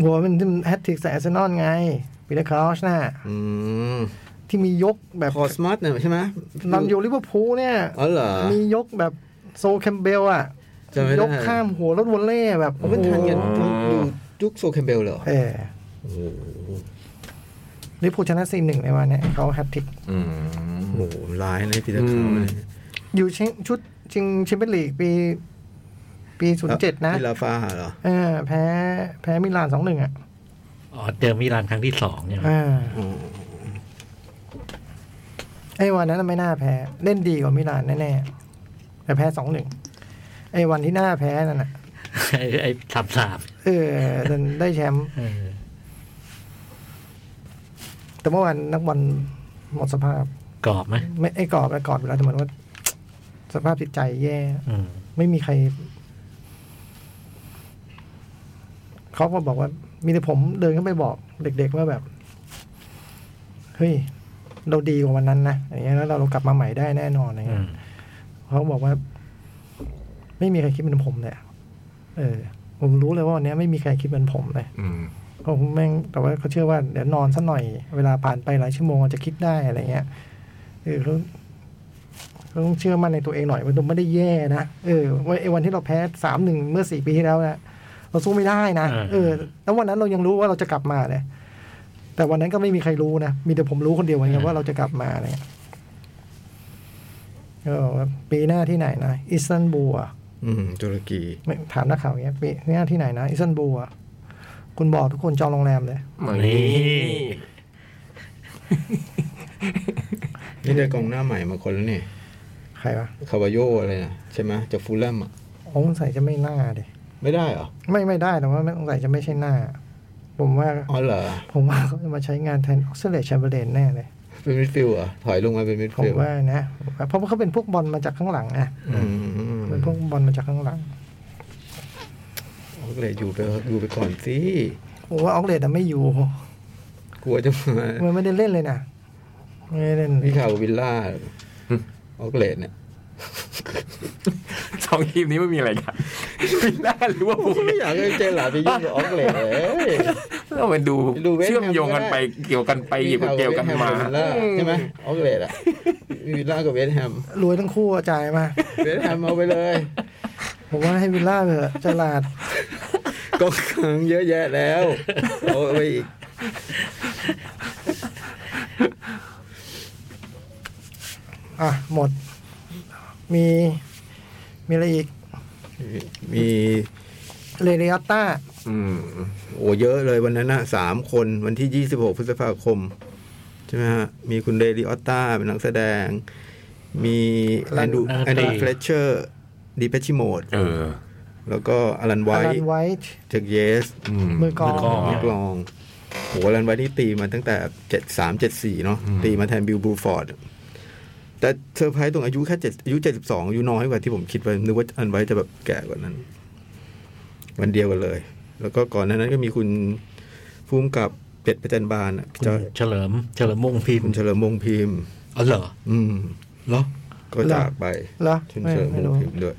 [SPEAKER 4] หัวมันที่มันแฮตติกใส่อาร์เซนอลไงปีเตอร์คาวชน่ะ
[SPEAKER 6] อืม
[SPEAKER 4] ที่มียกแบบ
[SPEAKER 6] พอสมาร์ทเนี่ยใช่ไหม
[SPEAKER 4] นำอยู่ลิเวอร์พูลเนี่ย
[SPEAKER 6] อ๋อเหรอ
[SPEAKER 4] มียกแบบโซแคมเบลอ่ะ
[SPEAKER 6] จำไม่ได้
[SPEAKER 4] ยกข้ามหัวรถวอลเล่แบบ
[SPEAKER 6] มันทันกัน
[SPEAKER 4] โอ้โห
[SPEAKER 6] ดูยุคโซแคมเบลเหรอ
[SPEAKER 4] เออ
[SPEAKER 6] โอ้โห
[SPEAKER 4] ลิเวอร์พูลชนะซีหนึ่งในวันเนี้ยเขาแฮตติก
[SPEAKER 3] อืม
[SPEAKER 6] โอ้โหร้ายนะพี่ตะเขา
[SPEAKER 3] อืม
[SPEAKER 6] เนี่ย
[SPEAKER 4] อยู่ชิงชุดชิงแชมเปี้ยนลีกปี ปีศูนย์เจ็ดนะ
[SPEAKER 6] พี่ลาฟาเหรอ
[SPEAKER 4] เออแพ้แพ้มิลานสองหนึ่งอ่ะ
[SPEAKER 2] อ๋อเจอมิลานครั้งที่สองเนี่ย
[SPEAKER 4] อ่า
[SPEAKER 6] อ๋อ
[SPEAKER 4] ไอ้วันนั้นนะไม่น่าแพ้ เล่นดีกว่ามิลานแน่ๆแต่แพ้สองหนึ่งไอ้วันที่น่าแพ้นั่นน่ะ
[SPEAKER 2] ไอ้ไอ้สามสาม
[SPEAKER 4] เออดันได้แชมป์
[SPEAKER 2] เออ
[SPEAKER 4] แต่เมื่อวานนักบอลหมดสภาพ
[SPEAKER 2] กรอบไหม
[SPEAKER 4] ไม่ไอ้กรอบไอ้กรอบอยู่แล้วแต่เหมือนว่า สภาพจิตใจแย่
[SPEAKER 2] อืม
[SPEAKER 4] ไม่มีใคร เขาก็บอกว่า มีแต่ผมเดินเข้าไปบอกเด็กๆว่าแบบ เฮ้ย เราดีกว่าวันนั้นนะอย่างเงี้ยแล้วเรากลับมาใหม่ได้แน่นอนอะไร
[SPEAKER 2] อื
[SPEAKER 4] เงี้ย
[SPEAKER 2] ม
[SPEAKER 4] เขาบอกว่า ไม่มีใครคิดเหมือนผมเลยอะเออ ผมรู้เลยว่าวันเนี้ยไม่มีใครคิดเหมือนผมเลย
[SPEAKER 3] อืม
[SPEAKER 4] เขาแม่งแต่ว่าเขาเชื่อว่าเดี๋ยวนอนสักหน่อย เวลาผ่านไปหลายชั่วโมงอาจจะคิดได้อะไรเงี้ยเออเขาเขาต้องเชื่อมั่นในตัวเองหน่อยมันไม่ได้แย่นะเออว่าไอ้วันที่เราแพ้สามหนึ่งเมื่อสี่ปีที่แล้วนะเราสู้ไม่ได้นะเออแล้ววันนั้นเรายังรู้ว่าเราจะกลับมาเลยแต่วันนั้นก็ไม่มีใครรู้นะมีแต่ผมรู้คนเดียวเหมือนกันว่าเราจะกลับมาเนี่ย ก็บอกว่าปีหน้าที่ไหนนะอิสตันบูลอะ
[SPEAKER 6] อืมตุรกี
[SPEAKER 4] ไม่ถามนักข่าวอย่างเงี้ยปีหน้าที่ไหนนะอิสตันบูลอะคุณบอกทุกคนจองโรงแรมเลย
[SPEAKER 3] นี่
[SPEAKER 6] นี่ได้กองหน้าใหม่มาคนแล้วนี่
[SPEAKER 4] ใครวะ
[SPEAKER 6] คาวาโยอะไรนะใช่ไหมจากฟูลแลมอ่ะ
[SPEAKER 4] โอ้สงสัยจะไม่น่าดิ
[SPEAKER 6] ไม่ได้เหรอ
[SPEAKER 4] ไม่ไม่ได้แต่ว่าสงสัยจะไม่ใช่หน้า ผมว่า
[SPEAKER 6] อ๋อเหรอ
[SPEAKER 4] ผมว่าเขาจะมาใช้งานแทนออกซเลชแชมเบอร์เลนแน่เลย
[SPEAKER 6] เป็นมิดฟิลด์เหรอ่ะถอยลงมาเป็นมิด
[SPEAKER 4] ผม
[SPEAKER 6] ฟิลด์
[SPEAKER 4] ว่านะผมว่าเพราะว่าเขาเป็นพวกบอลมาจากข้างหลังนะ
[SPEAKER 6] อืม
[SPEAKER 4] เป็นพวกบอลมาจากข้างหลัง
[SPEAKER 6] ออกเลยอยู่ไปอยู่ไปก่อนสิ
[SPEAKER 4] ผมว่าออกเลดไม่อยู่
[SPEAKER 6] กลัวจะมา
[SPEAKER 4] มันไม่ได้เล่นเลยนะไม่ได้เล่น
[SPEAKER 6] มีข่าวกับวิลล่าออกเลดเนี่ย
[SPEAKER 3] สองทีมนี้ไม่มีอะไรกัน ปีหน้าลิเวอร์พูล
[SPEAKER 6] ไม่อยากให้เจนหลาไปยุ่งกับออกเลย
[SPEAKER 3] ต้องไปดู
[SPEAKER 6] ดูเวสต์แฮม
[SPEAKER 3] เชื่อมโยงกันไปเกี่ยวกัน ไป
[SPEAKER 6] มี
[SPEAKER 3] เกี่ยวกันเกี่ยวกันมา
[SPEAKER 6] วิลล่ใช่ไหมออกเลยอ่ะมีวิลล่ากับเวสต์แฮม
[SPEAKER 4] รวยทั้งคู่อะจ่ายมา
[SPEAKER 6] เวสต์แฮมเอาไป เลย
[SPEAKER 4] ผมว่าให้วิลล่าเถอะเจอราร์ด
[SPEAKER 6] กองกลางเยอะแยะแล้วเอาไปอีก
[SPEAKER 4] อ่ะ หมด มี มีอะไรอีก
[SPEAKER 6] มี
[SPEAKER 4] เรเดียต้า
[SPEAKER 3] อืม
[SPEAKER 6] โอ้เยอะเลยวันนั้นนะสามคนวันที่ยี่สิบหกพฤษภาคม ใช่ไหมฮะ มีคุณเดริออตตาเป็นนักแสดง มีแอนดู
[SPEAKER 2] เออ
[SPEAKER 6] แอนดู
[SPEAKER 2] ตี
[SPEAKER 6] เฟลเชอร์ดีเพชิโมด
[SPEAKER 3] เออ
[SPEAKER 6] แล้วก็อลันไว
[SPEAKER 4] อารั
[SPEAKER 6] ท์
[SPEAKER 4] นไวท์
[SPEAKER 6] จากเยส
[SPEAKER 3] อืม
[SPEAKER 4] มือกลอง
[SPEAKER 2] มือกลอง
[SPEAKER 6] นักลองโหรันไว้นี่ตีมาตั้งแต่เจ็ดสามเจ็ดสี่เนาะ
[SPEAKER 3] อืม
[SPEAKER 6] ตีมาแทนบิลบลูฟอร์ด แต่เซอร์ไพรส์ตรงอายุแค่เจ็ดอายุเจ็ดสิบสองอายุน้อยกว่าที่ผมคิดไว้นึกว่าอันไว้จะแบบแก่กว่านั้น วันเดียวกันเลย แล้วก็ก่อนหนานั้นก็มีคุณภูมิกับเป็ดประจันบานอะ
[SPEAKER 2] คุณ
[SPEAKER 6] จะ
[SPEAKER 2] เฉลิม เฉลิมมงพิม
[SPEAKER 6] คุณ
[SPEAKER 2] พ์
[SPEAKER 6] เฉลิมวงศ์พิมพ์
[SPEAKER 2] อ๋อเหรอ
[SPEAKER 6] อืม
[SPEAKER 2] เหรอ
[SPEAKER 6] ก็จากไป
[SPEAKER 4] เหรอ
[SPEAKER 6] คุณ
[SPEAKER 4] ไม่
[SPEAKER 6] เฉลิมว
[SPEAKER 4] ไม่
[SPEAKER 6] ง
[SPEAKER 4] รู้
[SPEAKER 6] ศ์พิมพ์ด้วย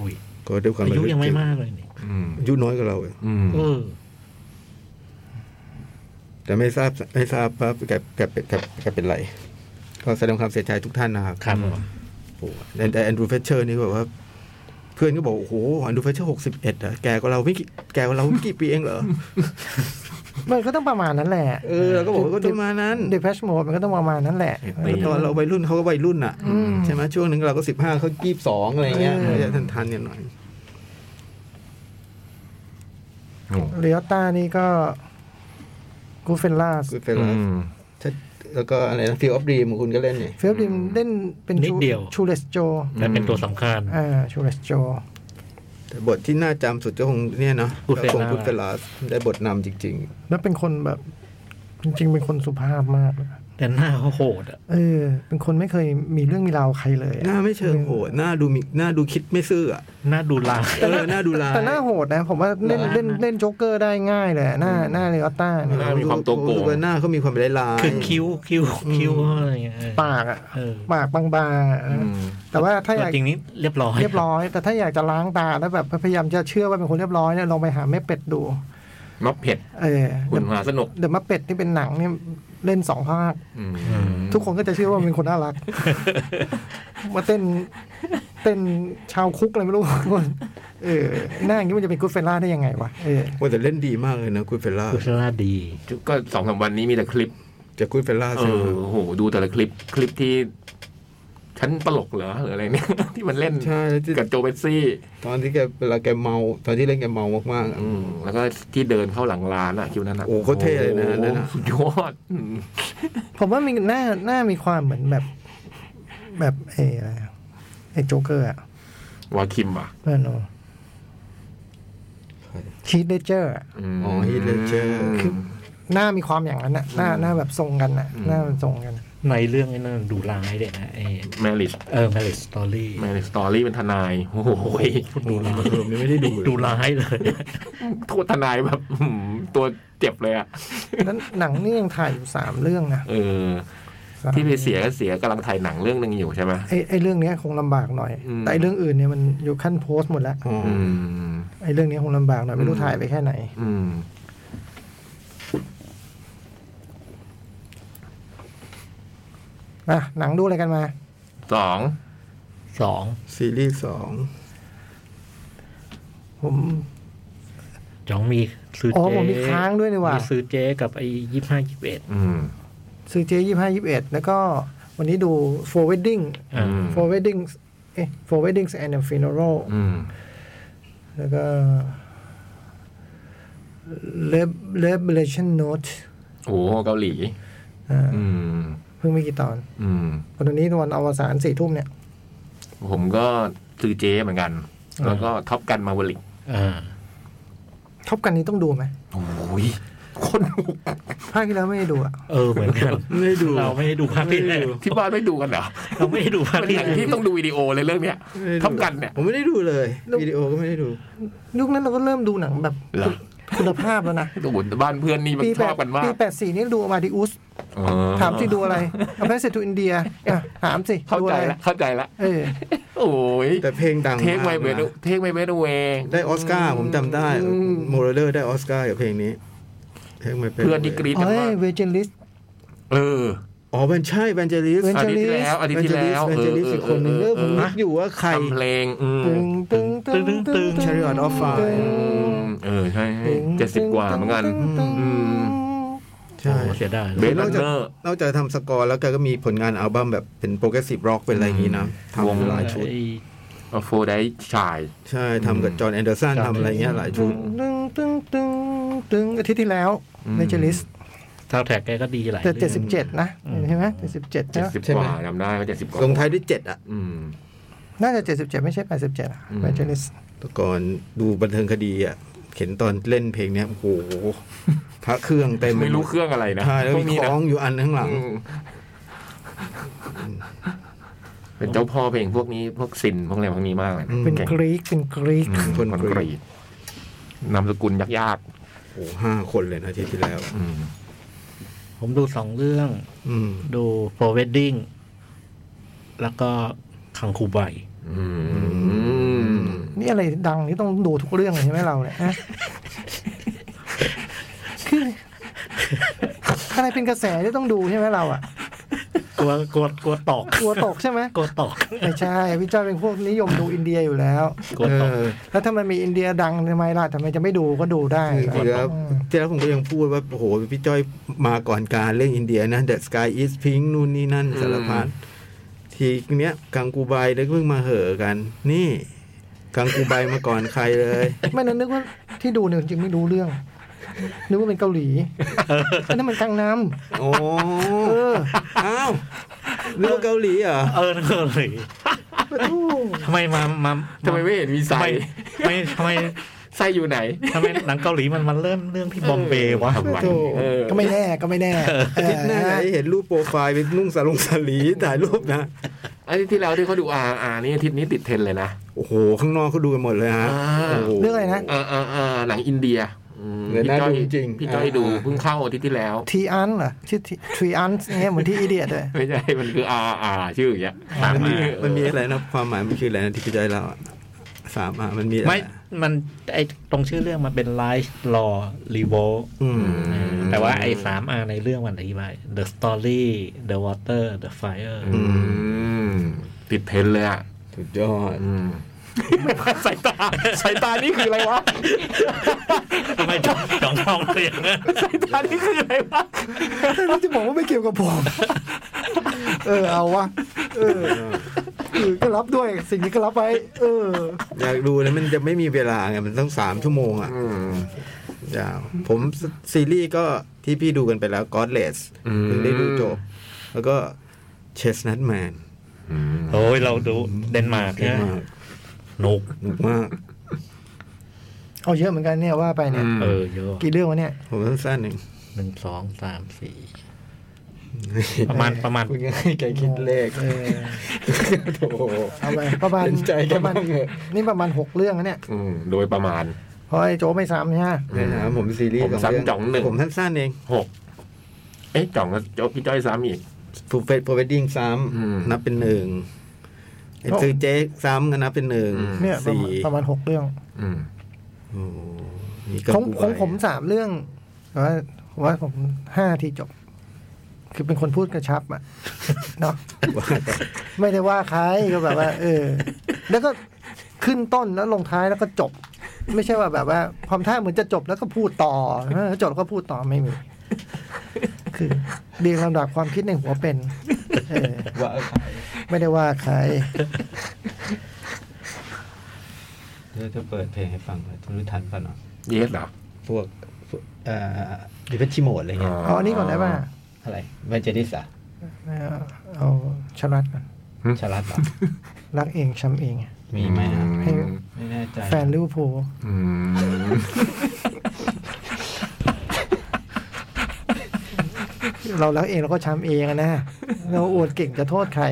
[SPEAKER 2] อุ้ย
[SPEAKER 6] ก็ด้วยความ
[SPEAKER 2] อายุ
[SPEAKER 6] ระลึก
[SPEAKER 2] ยังไม่
[SPEAKER 6] ถึ
[SPEAKER 2] มากเลยนี่
[SPEAKER 3] อืม
[SPEAKER 6] อายุน้อยกว่าเราเอง
[SPEAKER 3] อืม
[SPEAKER 2] เออ
[SPEAKER 6] แต่ไม่ทราบไม่ทราบว่าแกแกเป็นแกแกเป็นไร ก็แสดงความเสียใจทุกท่านนะครับ
[SPEAKER 2] ครับผม
[SPEAKER 6] โอ้โหแต่แต่แอนดรูว์เฟเชอร์นี่แบบว่า เพื่อนก็บอก โอ้โหแอนดรูว์เฟเชอร์หกสิบเอ็ดอะแกกว่าเราไม่กี่แกกว่าเราไม่กี่ปีเองเหรอ
[SPEAKER 4] มันก็ต้องประมาณนั้นแหละ
[SPEAKER 6] เออเราก็บอกว่าก็ประมาณนั้น
[SPEAKER 4] เดพ h ชโมดมันก็ต้องประมาณนั้นแหละ
[SPEAKER 2] ไม่
[SPEAKER 6] ตอนเราวัยรุ่นเขาก็วัยรุ่นอะใช่ไหมช่วงหนึ่งเราก็สิบห้าเขายี่สิบสองอะไรเงี้ย
[SPEAKER 4] เออ
[SPEAKER 6] จะทันทันๆกันหน่อย
[SPEAKER 3] โอ้
[SPEAKER 4] เรียต้านี่ก็กูเฟนล่า
[SPEAKER 6] กูเฟล
[SPEAKER 3] อืม
[SPEAKER 6] แล้วก็อะไรนะฟิลออฟดีมคุณก็เล่นนี่
[SPEAKER 4] เฟลดิมเล่นเป็น
[SPEAKER 2] นิดเดียว
[SPEAKER 4] ชูเลสโจ
[SPEAKER 2] แต่เป็นตัวสำคัญ
[SPEAKER 4] อ่าชูเลสโจ
[SPEAKER 6] แต่บทที่น่าจำสุดก็คงเนี่ยเนาะ
[SPEAKER 2] Goodfellas
[SPEAKER 6] คงพุทธลาสได้บทนำจริง
[SPEAKER 4] แล้วเป็นคนแบบ จริง ๆ เป็นคนสุภาพมาก
[SPEAKER 2] แต่หน้าเขาโหดอ่ะ
[SPEAKER 4] เออ เป็นคนไม่เคยมีเรื่องมีราวใครเลย
[SPEAKER 6] ๆ
[SPEAKER 4] อะ
[SPEAKER 6] หน้าไม่เชิงโหดหน้าดูมิหน้าดูคิดไม่ซื่ออะ
[SPEAKER 2] หน้าดูลาย
[SPEAKER 6] เออหน้าดูลาย
[SPEAKER 4] แต่หน้าโหดนะ ผมว่าเล่น
[SPEAKER 6] หน้า
[SPEAKER 4] เล่นเล่นโจ๊กเกอร์ได้ง่ายเลยอะหน้าหน้าเรียต้าเนี่ย
[SPEAKER 3] หน้ามีความตัวโกง
[SPEAKER 6] รู้สึว่าหน้าเขามีความเป็นลายๆ
[SPEAKER 2] คือคิ้วคิ้วคิ้วอะไรอย่างเงี้ยเออ
[SPEAKER 4] ปากอ่ะ
[SPEAKER 2] เออ
[SPEAKER 4] ปากบางๆอะ
[SPEAKER 3] อืม
[SPEAKER 4] แต่ว่าถ้า
[SPEAKER 2] ตัวย
[SPEAKER 4] อาก
[SPEAKER 2] จริงนี้เรียบร้อย
[SPEAKER 4] เรียบร้อย แต่ถ้าอยากจะล้างตาแล้วแบบพยายามจะเชื่อว่าเป็นคนเรียบร้อยเนี่ยลองไปหาแม่เป็ดดู
[SPEAKER 3] ม็อบเผ็ด
[SPEAKER 4] เออ
[SPEAKER 3] หุ่นหาสนุก
[SPEAKER 4] เดอะแม่เป็ดที่เป็นหนังเนี่ยเล่นสองภาค
[SPEAKER 3] อืม
[SPEAKER 4] ทุกคนก็จะเชื่อว่ามันเป็นคนน่า รัก มาเต้นเต้นชาวคุกอะไรไม่รู้ เออหน้าอย่างนี้มันจะเป็นกูดเฟลล่าได้ยังไงวะเออ
[SPEAKER 6] ว่าแต่เล่นดีมากเลยนะกุยเฟลล่า
[SPEAKER 2] กุชลาดี
[SPEAKER 3] ก็สองสามวันนี้มีแต่คลิป
[SPEAKER 6] จากกุยเฟลล่า
[SPEAKER 3] เอ
[SPEAKER 6] เซล
[SPEAKER 3] อโอ้โห ดูแต่ละคลิป คลิปที่ ฉันตลกเหรอหรืออะไรเนี่ย ที่มันเล่น
[SPEAKER 6] ใช่แล้วที่
[SPEAKER 3] กับโจเบสซี่
[SPEAKER 6] ตอนที่แกเวลาแกเมาตอนที่เล่นแกเมามากๆอะ
[SPEAKER 3] อืม แล้วก็ที่เดินเข้าหลังร้านอะคิวนั้นอะ
[SPEAKER 6] โอ้โหเขาเท่เลยนะ
[SPEAKER 3] โอ้โห
[SPEAKER 6] นั่นน่ะ
[SPEAKER 3] สุดยอดอืม
[SPEAKER 4] ผมว่ามีหน้าหน้ามีความเหมือนแบบ แบบเอออะไรอะไอ้โจ๊กเกอร์อะ
[SPEAKER 3] วาคิมอ่ะ
[SPEAKER 4] เพื่อนโนชีดเดเจอร์
[SPEAKER 3] ม
[SPEAKER 6] อ๋อฮีทเลเจอร์
[SPEAKER 4] คือ หน้ามีความอย่างนั้นน่ะหน้าหน้าแบบทรงกันน่ะ หน้ามันทรงกัน
[SPEAKER 2] ในเรื่องไอ้นั่นดูร้ายเลยนะไอ้
[SPEAKER 3] แมริช
[SPEAKER 2] เออแมริสตอรี่
[SPEAKER 3] แมริชสตอรี่เป็นทนาย โอ้โห
[SPEAKER 6] ดูนะผมยังไม่ได้ดูเลย
[SPEAKER 2] ดูร้ายเลย
[SPEAKER 3] โทษทนายแบบ อืมตัวเจ็บเลยอะ
[SPEAKER 4] นั้นหนังนี่ยังถ่ายอยู่สามเรื่องนะ
[SPEAKER 3] เออ
[SPEAKER 4] สาม
[SPEAKER 3] ที่ไปเสียก็เสียกำลังถ่ายหนังเรื่องหนึ่งอยู่ใช่ไหม
[SPEAKER 4] ไอ้ไอ้เรื่องเนี้ยคงลำบากหน่อย
[SPEAKER 3] อืม
[SPEAKER 4] แต่ไอ้เรื่องอื่นเนี่ยมันอยู่ขั้นโพสต์หมดแล้ว
[SPEAKER 6] อ๋ออ
[SPEAKER 3] อืม
[SPEAKER 4] ไอ้เรื่องเนี้ยคงลำบากหน่อยไม่รู้
[SPEAKER 3] อืม
[SPEAKER 4] ถ่ายไปแค่ไหน
[SPEAKER 3] อืม
[SPEAKER 4] อ่ะหนังดูอะไรกันมา
[SPEAKER 3] สอง
[SPEAKER 2] สอง
[SPEAKER 6] ซีรีส์สอง
[SPEAKER 4] ผม
[SPEAKER 2] จองมีซื้อ
[SPEAKER 4] อ๋อ
[SPEAKER 2] เจ
[SPEAKER 4] ผมมีค้างด้วยนี่หว่า
[SPEAKER 2] มีซื้อเจกับไอ้ยี่ห้ายี่สิบเอ็ด
[SPEAKER 3] อืม
[SPEAKER 4] ซื้อเจยี่ห้ายี่เอ็ดแล้วก็วันนี้ดู for wedding
[SPEAKER 2] อ่า
[SPEAKER 3] ม
[SPEAKER 4] for wedding เอ๊ะ for wedding and a funeral
[SPEAKER 3] อืม
[SPEAKER 4] แล้วก็ Reb- revelation note
[SPEAKER 3] โอ้โหเกาหลี
[SPEAKER 4] อ่า
[SPEAKER 3] อืม
[SPEAKER 4] เพิ่งไม่กี่ตอน
[SPEAKER 3] อืม
[SPEAKER 4] วันนี้วันอวสานสี่ทุ่มเนี่ย
[SPEAKER 3] ผมก็ซื้อเจเหมือนกัน
[SPEAKER 2] อ่า
[SPEAKER 3] แล้วก็ท็อปกันมาเวลิก
[SPEAKER 2] อ่า
[SPEAKER 4] ท็อปกันนี้ต้องดูไหม
[SPEAKER 3] โอ้ยคนดู
[SPEAKER 4] ภาคที่แล้วไม่ได้ดูอะ
[SPEAKER 2] เออเหมือนกัน
[SPEAKER 6] ไม่ได้ดู
[SPEAKER 2] เราไม่ได้ดูภาคที่แรก
[SPEAKER 3] ที่บ้านไม่ดูกันเหรอ
[SPEAKER 2] เราไม่ได้ดูภาค
[SPEAKER 3] เป็น
[SPEAKER 2] ที่
[SPEAKER 3] หนั
[SPEAKER 2] แรง ก
[SPEAKER 3] ที่ต้องดูวิดีโอเลยเรื่องเนี้ย
[SPEAKER 6] ไม่ได้ดู
[SPEAKER 3] ท็อปกันเนี่ย
[SPEAKER 6] ผมไม่ได้ดูเลยวิดีโอก็ไม่ได้ดู
[SPEAKER 4] ยุคนั้นเราก็เริ่มดูหนังแบบ
[SPEAKER 3] เหรอ
[SPEAKER 4] คุณภาพแล้วนะ
[SPEAKER 3] โอ้โหบ้านเพื่อนนี่มันชอบกันมา
[SPEAKER 4] ปี
[SPEAKER 3] ก
[SPEAKER 4] แปดสี่นี่ดูมาดิอุส
[SPEAKER 3] เออ
[SPEAKER 4] ถามสิดูอะไรเอาไปเสร็จทูอินเดียอ่ะถามสิ
[SPEAKER 3] เข้า
[SPEAKER 4] ดู
[SPEAKER 3] ใจ
[SPEAKER 4] อะไร
[SPEAKER 3] ละเข้าใจละ
[SPEAKER 4] เออ
[SPEAKER 3] โอ้ย
[SPEAKER 6] แต่เพลงดัง
[SPEAKER 3] เทคไม
[SPEAKER 6] าก
[SPEAKER 3] เบ
[SPEAKER 6] นะ
[SPEAKER 3] นเทคไมเบนเว
[SPEAKER 6] ได้ออสการ์ผมจำได้
[SPEAKER 4] อืม
[SPEAKER 6] โมเดอร์ได้ออสการ์กับเพลงนี้เพลงไม่เป็น
[SPEAKER 3] เพื่อนที่กรี๊ดกัน
[SPEAKER 4] เอ้
[SPEAKER 3] มายก
[SPEAKER 4] เวเจนลิส
[SPEAKER 3] เออ
[SPEAKER 6] อ๋อเป็นใช่แวนเจลิส
[SPEAKER 4] Vangelis
[SPEAKER 3] อาทิตย์ที่แล้วอาทิตย์ที่แล้ว
[SPEAKER 6] แวน
[SPEAKER 3] เอ
[SPEAKER 6] เจ
[SPEAKER 3] อ
[SPEAKER 6] ลิส
[SPEAKER 3] เอ
[SPEAKER 6] อี
[SPEAKER 3] อก
[SPEAKER 6] คนนึง
[SPEAKER 3] เอ
[SPEAKER 6] เอ
[SPEAKER 3] อ
[SPEAKER 6] อ
[SPEAKER 3] เอ
[SPEAKER 6] ผ
[SPEAKER 3] อ
[SPEAKER 6] มนึกอยู่ว่าใคร
[SPEAKER 3] ทำเพลงอืม
[SPEAKER 4] ตึงตึงตึง
[SPEAKER 2] ตึง
[SPEAKER 6] Chariot of Fire
[SPEAKER 3] เออใช่เจ็ดสิบกว่าเหมือนกัน อืม
[SPEAKER 6] ใช่
[SPEAKER 2] โอ้เสียดาย
[SPEAKER 3] เบส
[SPEAKER 6] น
[SPEAKER 3] ลั
[SPEAKER 6] อก
[SPEAKER 3] น
[SPEAKER 6] จาก
[SPEAKER 3] เนอร์
[SPEAKER 6] นอกจากทำสกอร์แล้วแกก็มีผลงานอัลบั้มแบบเป็นโปรเกรสซีฟร็อกเป็นอะไรอย่างนี้นะ
[SPEAKER 3] วง
[SPEAKER 6] ทำหลายชุด
[SPEAKER 2] ไอ้
[SPEAKER 3] โฟไดชาย
[SPEAKER 6] ใช่ทำกับจอห์นแอนเดอร์สันทำอะไรเงี้ยหลายชุด
[SPEAKER 4] ตึงตึงตึงตึงอาทิตย์ที่แล้ว
[SPEAKER 3] อืม
[SPEAKER 4] เวเจนลิส
[SPEAKER 2] ซาวด์แทร็กแกก็ดีหลาย
[SPEAKER 4] แต่
[SPEAKER 2] เรื่
[SPEAKER 4] เจ็ด
[SPEAKER 2] อง
[SPEAKER 4] สิบเจ็ดนะ
[SPEAKER 2] อืม
[SPEAKER 4] เห็นไหมเจ็ดสิบเจ็ด
[SPEAKER 3] เจ็ดสิบ
[SPEAKER 6] ใช่
[SPEAKER 3] ก
[SPEAKER 6] ไหม
[SPEAKER 3] ว่าจำได้ว่าเจ็ดสิบกว่า
[SPEAKER 6] ลงท้ายด้วยเจ็ดอ่ะ
[SPEAKER 3] อืม
[SPEAKER 4] น่าจะเจ็ดสิบเจ็ดไม่ใช่แปดสิบเจ็ด
[SPEAKER 3] อืม
[SPEAKER 4] เวเจนลิส
[SPEAKER 6] แต่ก่อนดูบันเทิงคดีอ่ะเห็นตอนเล่นเพลงเนี้ยโอ้โห พระเครื่องเต็มปหด
[SPEAKER 3] ไม่รู้เครื่องอะไรนะ
[SPEAKER 6] ใช่แล้ว
[SPEAKER 3] ก็
[SPEAKER 6] มี
[SPEAKER 3] มี
[SPEAKER 6] ค
[SPEAKER 3] นะ
[SPEAKER 6] ล้องอยู่อันข้างหลัง
[SPEAKER 3] อืมเป็นเจ้าพ่อเพลงพวกนี้พวกซินพวกอะไรพวกนี้มากเลยนะ
[SPEAKER 6] อืม
[SPEAKER 4] เป็น
[SPEAKER 3] ก่ง
[SPEAKER 4] กรีกเป็นกรีก
[SPEAKER 3] อืมคนกรีดนามสกุลยาก
[SPEAKER 6] โอ้โหห้าคนเลยนะอาทิตย์ที่แล้ว
[SPEAKER 3] ๆอืม
[SPEAKER 2] ผมดูสองเรื่อง
[SPEAKER 6] อืม
[SPEAKER 2] ดูโฟเวดดิ้งแล้วก็คังคูใบ
[SPEAKER 3] อืม
[SPEAKER 4] นี่อะไรดังนี่ต้องดูทุกเรื่องเลยใช่ไหมเราเนี่ยฮะคืออะไรเป็นกระแสที่ต้องดูใช่ไหมเราอ่ะ
[SPEAKER 2] กลัวกลัวกลัวตอก
[SPEAKER 4] กลัวตกใช่ไหม
[SPEAKER 2] กลัวตอก
[SPEAKER 4] ไม่ใช่พี่จ้อยเป็นพวกนิยมดูอินเดียอยู่แล้ว
[SPEAKER 2] กลัวตอก
[SPEAKER 4] แล้วถ้ามันมีอินเดียดังทำไมล่ะทำไมจะไม่ดูก็ดูได้
[SPEAKER 6] จริงๆแล้วที่แล้วผมก็ยังพูดว่า โอ้โห พี่จ้อยมาก่อนการเรื่องอินเดียนะ The Sky is Pink นู่นนี่นั่นสารพัดทีเนี้ยกังกูไบได้เพิ่งมาเห่อะกัน นี่ กังกูไบมาก่อนใครเลย
[SPEAKER 4] ไม่นั้นนึกว่าที่ดูเนี่ยจริงๆไม่รู้เรื่อง นึกว่าเป็นเกาหลีอันนั้นมันกังน
[SPEAKER 6] โอ้
[SPEAKER 4] ำเออ
[SPEAKER 6] อ้าวนึกว่าเกาหลีเหรอ
[SPEAKER 2] เออนั่นก็เลย
[SPEAKER 4] ประตู
[SPEAKER 2] ทำไมมามา
[SPEAKER 3] ทำไมไม่เห็นมีไซ
[SPEAKER 2] ทำไมไม่ทำไม
[SPEAKER 3] ไซอยู่ไหน
[SPEAKER 2] ทำไมหนังเกาหลีมันมันเริ่มเรื่องที่บอมเบย์วะ
[SPEAKER 3] ทำไม
[SPEAKER 6] โอ้โห
[SPEAKER 3] เออ
[SPEAKER 4] ก็ไม่แน่ก็ไม่แน่
[SPEAKER 6] อาทิตย์หน้าไหนเห็นรูปโปรไฟล์เป็นนุ่งสาลงสาลีถ่ายรูปนะ
[SPEAKER 3] อาทิตย์ที่แล้วที่เขาดูอาอานี่อาทิตย์นี้ติดเทรนด์เลยนะ
[SPEAKER 6] โอ้โห ข้างนอกเขาดูกันหมดเลยฮะ
[SPEAKER 3] อ่า
[SPEAKER 6] โโห
[SPEAKER 4] เรื่องอะไรนะ
[SPEAKER 3] อ่าอ่าอ่าหนังอินเดียอืม
[SPEAKER 6] เนี่ยน่า
[SPEAKER 3] พี่จ้อย
[SPEAKER 6] ดูจริง
[SPEAKER 3] พี่จ้อย
[SPEAKER 6] อ่า
[SPEAKER 3] ดูเพิ่งเข้าอาทิตย์ที่แล้ว
[SPEAKER 4] ทีอันเหรอชื่อทรีอันเนี่ยเหมือนที่อีเดียดเลย
[SPEAKER 3] ไม่ใช่ มันคืออาอาชื่ออย่างเงี้ยตาม
[SPEAKER 6] มันมี
[SPEAKER 3] มา
[SPEAKER 6] มันมีอะไรนะ ความหมายมันคืออะไรนะที่พี่จ้อยเล่าอะสามอ่ะมันมีอะร
[SPEAKER 2] ไม่มันไอตรงชื่อเรื่องมันเป็นไลฟ์รอรีโว
[SPEAKER 6] อืม
[SPEAKER 2] แต่ว่าไอสามอาในเรื่องมันอธิบาย The Story The Water The Fire
[SPEAKER 3] อืมติดเทรนด์เลยอ่ะ
[SPEAKER 6] สุดยอด
[SPEAKER 3] อืมสายตา สายตานี่คืออะไรวะ
[SPEAKER 2] ทำไมจ้องจ้องมองเรียงนั้น
[SPEAKER 3] สายตานี่คืออะไรวะ
[SPEAKER 4] แต่รู้จะบอกว่าไม่เกี่ยวกับผม เออเอาวะเออเออก็รับด้วยสิ่งนี้ก็รับไปเออ
[SPEAKER 6] อยากดูนะมันจะไม่มีเวลาไง มันต้องสามชั่วโมงอ่ะ
[SPEAKER 3] อืม
[SPEAKER 6] ยาวผมซซีรีส์ก็ที่พี่ดูกันไปแล้ว Godless
[SPEAKER 3] อืม
[SPEAKER 6] เพิ่งได้ดูจบ แล้วก็ Chestnut Man
[SPEAKER 3] อืม
[SPEAKER 2] โอ้ยเราดูเดนมาร์ก
[SPEAKER 6] ดี
[SPEAKER 2] เนี่ย
[SPEAKER 6] มาก
[SPEAKER 2] หนุก
[SPEAKER 6] หนุกมาก
[SPEAKER 4] เอาเยอะเหมือนกันเนี่ยว่าไปเนี่ย
[SPEAKER 2] เออเยอะ
[SPEAKER 4] กี่เรื่องวะเนี่ย
[SPEAKER 6] ผมสั้นๆหนึ่ง
[SPEAKER 2] หนึ่งสองสามสี่ประมาณประมาณ
[SPEAKER 6] คุณยังให้แกคิดเลข
[SPEAKER 4] เออ
[SPEAKER 6] โอ้โห
[SPEAKER 4] เอา ไปประมาณ
[SPEAKER 6] เห็นใจแก
[SPEAKER 4] ประมาณ
[SPEAKER 6] บ้างเถอะ
[SPEAKER 4] นี่ประมาณหกเรื่องนะเนี่ย
[SPEAKER 3] อืมโดยประมาณ
[SPEAKER 4] เพราะไอ้โจกไม่ซ้ำใช่ไหม
[SPEAKER 6] เนี่ยนะครับผมซีรีส์
[SPEAKER 3] ผม
[SPEAKER 6] สเรื่
[SPEAKER 3] สั้นจ่องหนึ่ง
[SPEAKER 6] ผมสั้นๆเอง
[SPEAKER 3] หกเอ๊ะจ่องกับจ๊อกพี่จ้อยซ้ำอีก
[SPEAKER 6] ฟูเฟสโปรเวดดิ้งซ้
[SPEAKER 3] อืม
[SPEAKER 6] ำนับเป็นหนึ่งไอ้ซื้อเจ๊ซ้ำก็นับเป็นหนึ่ง
[SPEAKER 3] อืม
[SPEAKER 4] เนี่ยประ
[SPEAKER 6] สี่
[SPEAKER 4] มาณประมาณหกเรื่อง
[SPEAKER 3] อืม
[SPEAKER 6] โอ้โหมีกัง
[SPEAKER 4] ของ
[SPEAKER 6] กู
[SPEAKER 4] ของ
[SPEAKER 6] ไบ
[SPEAKER 4] ผมสามเรื่องแต่ว่าผมว่าผมห้าที่จบ คือเป็นคนพูดกระชับอะ เนาะ
[SPEAKER 6] ว่าแต่
[SPEAKER 4] ไม่ได้ว่าใครก็แบบว่า เออ แล้วก็ขึ้นต้นแล้วลงท้ายแล้วก็จบ ไม่ใช่ว่าแบบว่าความท่าเหมือนจะจบแล้วก็พูดต่อเออจบแล้วก็พูดต่อไม่มี คือเรียงลำดับความคิดในหัวเป็น เออ
[SPEAKER 6] ว่าใคร
[SPEAKER 4] ไม่ได้ว่าใคร
[SPEAKER 6] เดี๋ยวจะเปิดเพลงให้ฟังเลยทุรุทันป่ะเนาะ
[SPEAKER 3] เยสเหรอ
[SPEAKER 6] พวกพวกเอ่อดิเวชิโมดอะไรเงี้ย
[SPEAKER 4] เอาอันนี้ก่อนได้ป่ะ
[SPEAKER 6] อะไรเวนเจดิสอะ
[SPEAKER 4] เอาชรัดก่อน
[SPEAKER 6] ชารัตเหรอ
[SPEAKER 4] รักเองช้ำเอง
[SPEAKER 6] มีไหมนะ
[SPEAKER 4] ให้
[SPEAKER 6] ไม่แน่ใจ
[SPEAKER 4] แฟนลิเวอร์พูล
[SPEAKER 3] อืม
[SPEAKER 4] เรารักเองเราก็ช้ำเองอะนะเราอวดเก่งจะโทษใคร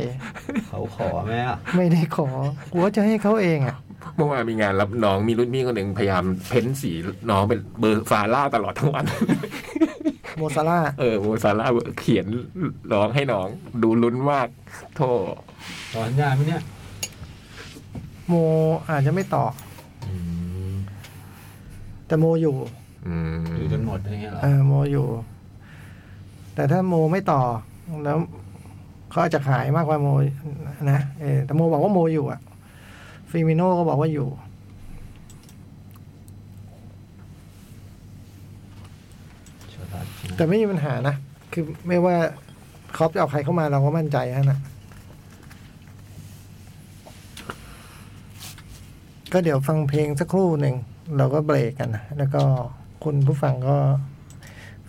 [SPEAKER 6] เขาขอไหมอะ
[SPEAKER 4] ไม่ได้ขอหัวจะให้เขาเองอ่ะ
[SPEAKER 3] เมื่อวานมีงานรับน้องมีรุ่นพี่คนหนึ่งพยายามเพ้นสีน้องเป็นเบอร์ฟาร่าตลอดทั้งวัน
[SPEAKER 4] โมซาร่า
[SPEAKER 3] เออโมซาร่าเขียนร้องให้น้อง ดูลุ้นมากโทษ
[SPEAKER 5] สอนยาไหมเนี่ย
[SPEAKER 4] โมอาจจะไม่ต่อ แต่โมอยู่
[SPEAKER 3] อืม
[SPEAKER 5] อยู่จนหมดอะไรเงี้ยเหรอ
[SPEAKER 4] เออโมอยู่ แต่ถ้าโมไม่ต่อ แล้วเขาอาจจะขายมากกว่าโมนะเออแต่โมบอกว่าโมอยู่อะฟิมิโนก็บอกว่าอยู่
[SPEAKER 5] ชวรัตน์ใช่ไหม
[SPEAKER 4] แต่ไม่มีปัญหานะ คือไม่ว่าครอปจะเอาใครเข้ามาเราก็มั่นใจฮะนะก็เดี๋ยวฟังเพลงสักครู่หนึ่ง เราก็เบรกกันนะ แล้วก็คุณผู้ฟังก็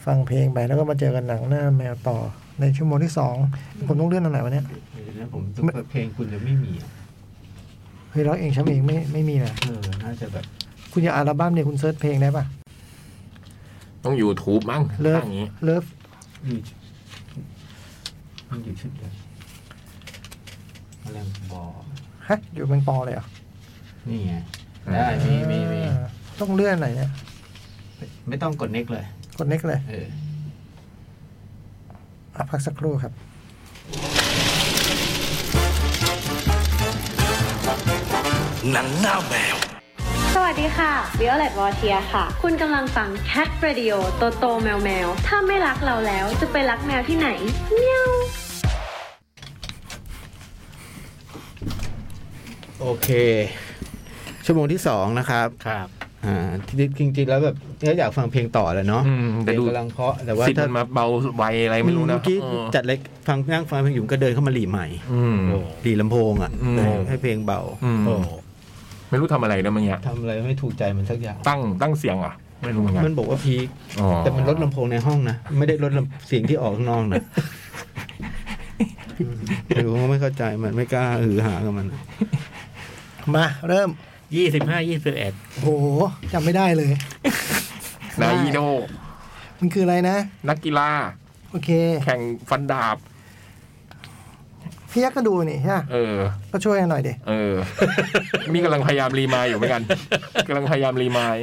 [SPEAKER 4] ฟังเพลงไปแล้วก็มาเจอกันหนังหน้าแมวต่อในชั่วโมงที่สองผมต้องเลื่อนอันไหนวะเนี่ย
[SPEAKER 5] เดี๋ยวนะผมจะเปิดเพลงคุณจะไม่มีอะ
[SPEAKER 4] เฮ้ยร้องเองฉันเองไม่ไม่มีนะ
[SPEAKER 5] เออน่าจะแบบ
[SPEAKER 4] คุณอย่าอัลบั้มเนี่ยคุณเซิร์ชเพลงได้ปะ
[SPEAKER 3] ต้อง YouTube มั้ง
[SPEAKER 4] เลิฟ
[SPEAKER 3] อย่างนี้
[SPEAKER 4] เลิฟ
[SPEAKER 5] มีมันอยู่ชุดเดียวแมลงปอ
[SPEAKER 4] ฮะอยู่เมืองปอเลยเหรอ
[SPEAKER 5] นี่ไงได้มีมีมี
[SPEAKER 4] อ่าต้องเลื่อนไหนเนี่ย
[SPEAKER 5] ไม่ต้องกดเน็กเลย
[SPEAKER 4] กดเน็กเลย
[SPEAKER 5] เออ
[SPEAKER 4] อ่ะพักสักครู่ครับ
[SPEAKER 1] สวัสดีค่ะวิโอเลตวอเทียค่ะ คุณกำลังฟัง Cat Radio โตโตแมวแมว ถ้าไม่รักเราแล้วจะไปรักแมวที่ไหนเมียว
[SPEAKER 6] โอเค ชั่วโมงที่สองนะครับ
[SPEAKER 2] ครับ
[SPEAKER 6] อ่าจริงจริงๆแล้วแบบก็อยากฟังเพลงต่อแหละเนาะ
[SPEAKER 3] อืมแต่
[SPEAKER 6] เพลง
[SPEAKER 3] ดู
[SPEAKER 6] กำลังเพราะแต่ว่า
[SPEAKER 3] สิทธิ์
[SPEAKER 6] ถ้า
[SPEAKER 3] มันมาเบาไวอะไรไม่รู้นะ
[SPEAKER 6] เมื่อกี้
[SPEAKER 3] เออ
[SPEAKER 6] จัดเลยฟังนั่งฟังเพลงอยู่ก็เดินเข้ามาหลีใหม่
[SPEAKER 3] อืม
[SPEAKER 2] โอ้
[SPEAKER 6] หลีลำโพงอ่ะ
[SPEAKER 3] อืม
[SPEAKER 6] ให้เพลงเบา
[SPEAKER 3] อืม
[SPEAKER 2] โอ้
[SPEAKER 3] ไม่รู้ทำอะไรนะมึงเนี่ย
[SPEAKER 6] ทำอะไรไม่ถูกใจมันสักอย่าง
[SPEAKER 3] ตั้งตั้งเสียงเหรอ่ะไม่รู้เหมือนกัน
[SPEAKER 6] มันบอกว่าพีค
[SPEAKER 3] อ๋อ
[SPEAKER 6] แต่มันลดลำโพงในห้องนะ ไม่ได้ลดลำเสียงที่ออกข้างนอกนะหรือว่าไม่เข้าใจมันไม่กล้าหือหากับมัน
[SPEAKER 4] มาเริ่ม
[SPEAKER 2] ยี่สิบห้ายี่สิบเอ็ด
[SPEAKER 4] โหจำไม่ได้เลย
[SPEAKER 3] นายอีโด
[SPEAKER 4] มันคืออะไรนะ
[SPEAKER 3] นักกีฬา
[SPEAKER 4] โอเค
[SPEAKER 3] แข่งฟันดาบ
[SPEAKER 4] พี่ยักษ์ก็ดูนี่ใช่ปะ
[SPEAKER 3] เออ
[SPEAKER 4] ก็ช่วยกันหน่อยเด็
[SPEAKER 3] เอ อ นี่กำลังพยายามรีมายอยู่เหมือนกันกำลังพยายามรีมาย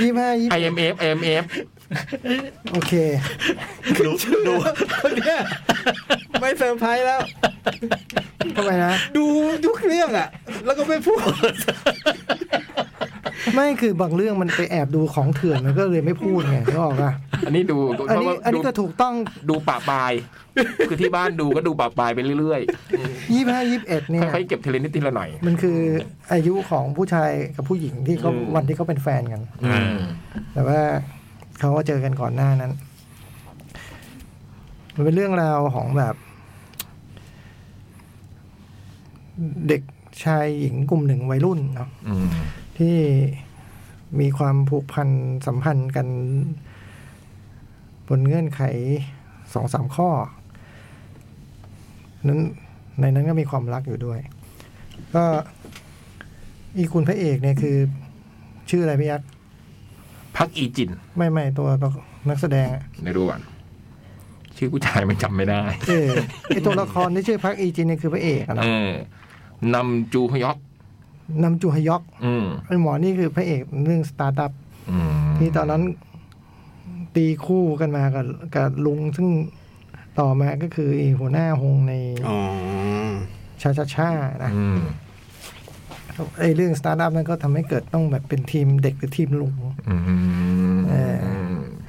[SPEAKER 4] ยี่ห้ายี่
[SPEAKER 3] IMF IMF
[SPEAKER 4] โอเค
[SPEAKER 6] ดูคนเนี้ยไม่เซอร์ไพรส์แล้ว
[SPEAKER 4] ทำไมนะ
[SPEAKER 6] ดูทุกเรื่องอ่ะ แล้วก็ไม่พูด
[SPEAKER 4] ไม่คือบางเรื่องมันไปแอบดูของเถื่อนมันก็เลยไม่พูดไงก็ออกอ่ะ
[SPEAKER 3] อันนี้ดู
[SPEAKER 4] อัน
[SPEAKER 3] เพราะ
[SPEAKER 4] นี้
[SPEAKER 3] ว่า
[SPEAKER 4] อันนี้
[SPEAKER 3] ดู
[SPEAKER 4] ก็ถูกต้อง
[SPEAKER 3] ดูปะปลาย คือที่บ้านดูก็ดูปะปลายไปเรื่อย
[SPEAKER 4] ยี่ห้ายี่เอ็ด
[SPEAKER 3] ๆ
[SPEAKER 4] เนี่ย
[SPEAKER 3] ค่อยๆเก็บเทเลนิดทีละหน่อย
[SPEAKER 4] มันคืออายุของผู้ชายกับผู้หญิงที่เขา
[SPEAKER 3] อืม
[SPEAKER 4] วันที่เขาเป็นแฟนกัน
[SPEAKER 3] อืม
[SPEAKER 4] แต่ว่าเขาก็เจอกันก่อนหน้านั้น มันเป็นเรื่องราวของแบบ เด็กชายหญิงกลุ่มหนึ่งวัยรุ่นเนาะ
[SPEAKER 3] อืม
[SPEAKER 4] ที่มีความผูกพันสัมพันธ์กัน บนเงื่อนไขสองสามข้อ นั้นในนั้นก็มีความรักอยู่ด้วย ก็อีคุณพระเอกเนี่ยคือ ชื่ออะไรพี่ยักษ
[SPEAKER 3] พักอีจิน
[SPEAKER 4] ไม่ไม่ตัวนักแสดงอะ
[SPEAKER 3] เดี๋ยวดูก่อนชื่อผู้ชายมันจำไม่ได้
[SPEAKER 4] เออไอตัวละครที่ชื่อพักอีจินเนี่ยคือพระเอกอะ
[SPEAKER 3] เอ
[SPEAKER 4] นะ
[SPEAKER 3] อนำจูฮยอก
[SPEAKER 4] นำจูฮยอก
[SPEAKER 3] อืม
[SPEAKER 4] ไอหมอนี่คือพระเอกเรื่องสตาร์ทอัพ
[SPEAKER 3] อืม
[SPEAKER 4] ที่ตอนนั้นตีคู่กันมากับกับลุง ซึ่งต่อมาก็คือไอ้หัวหน้าฮงใน
[SPEAKER 6] อ๋อ
[SPEAKER 4] ชาชาชานะ
[SPEAKER 3] อืม
[SPEAKER 4] ไอเรื่องสตาร์ทอัพนั้นก็ทำให้เกิดต้องแบบเป็นทีมเด็กหรือทีมลุง
[SPEAKER 3] อืม
[SPEAKER 4] เออ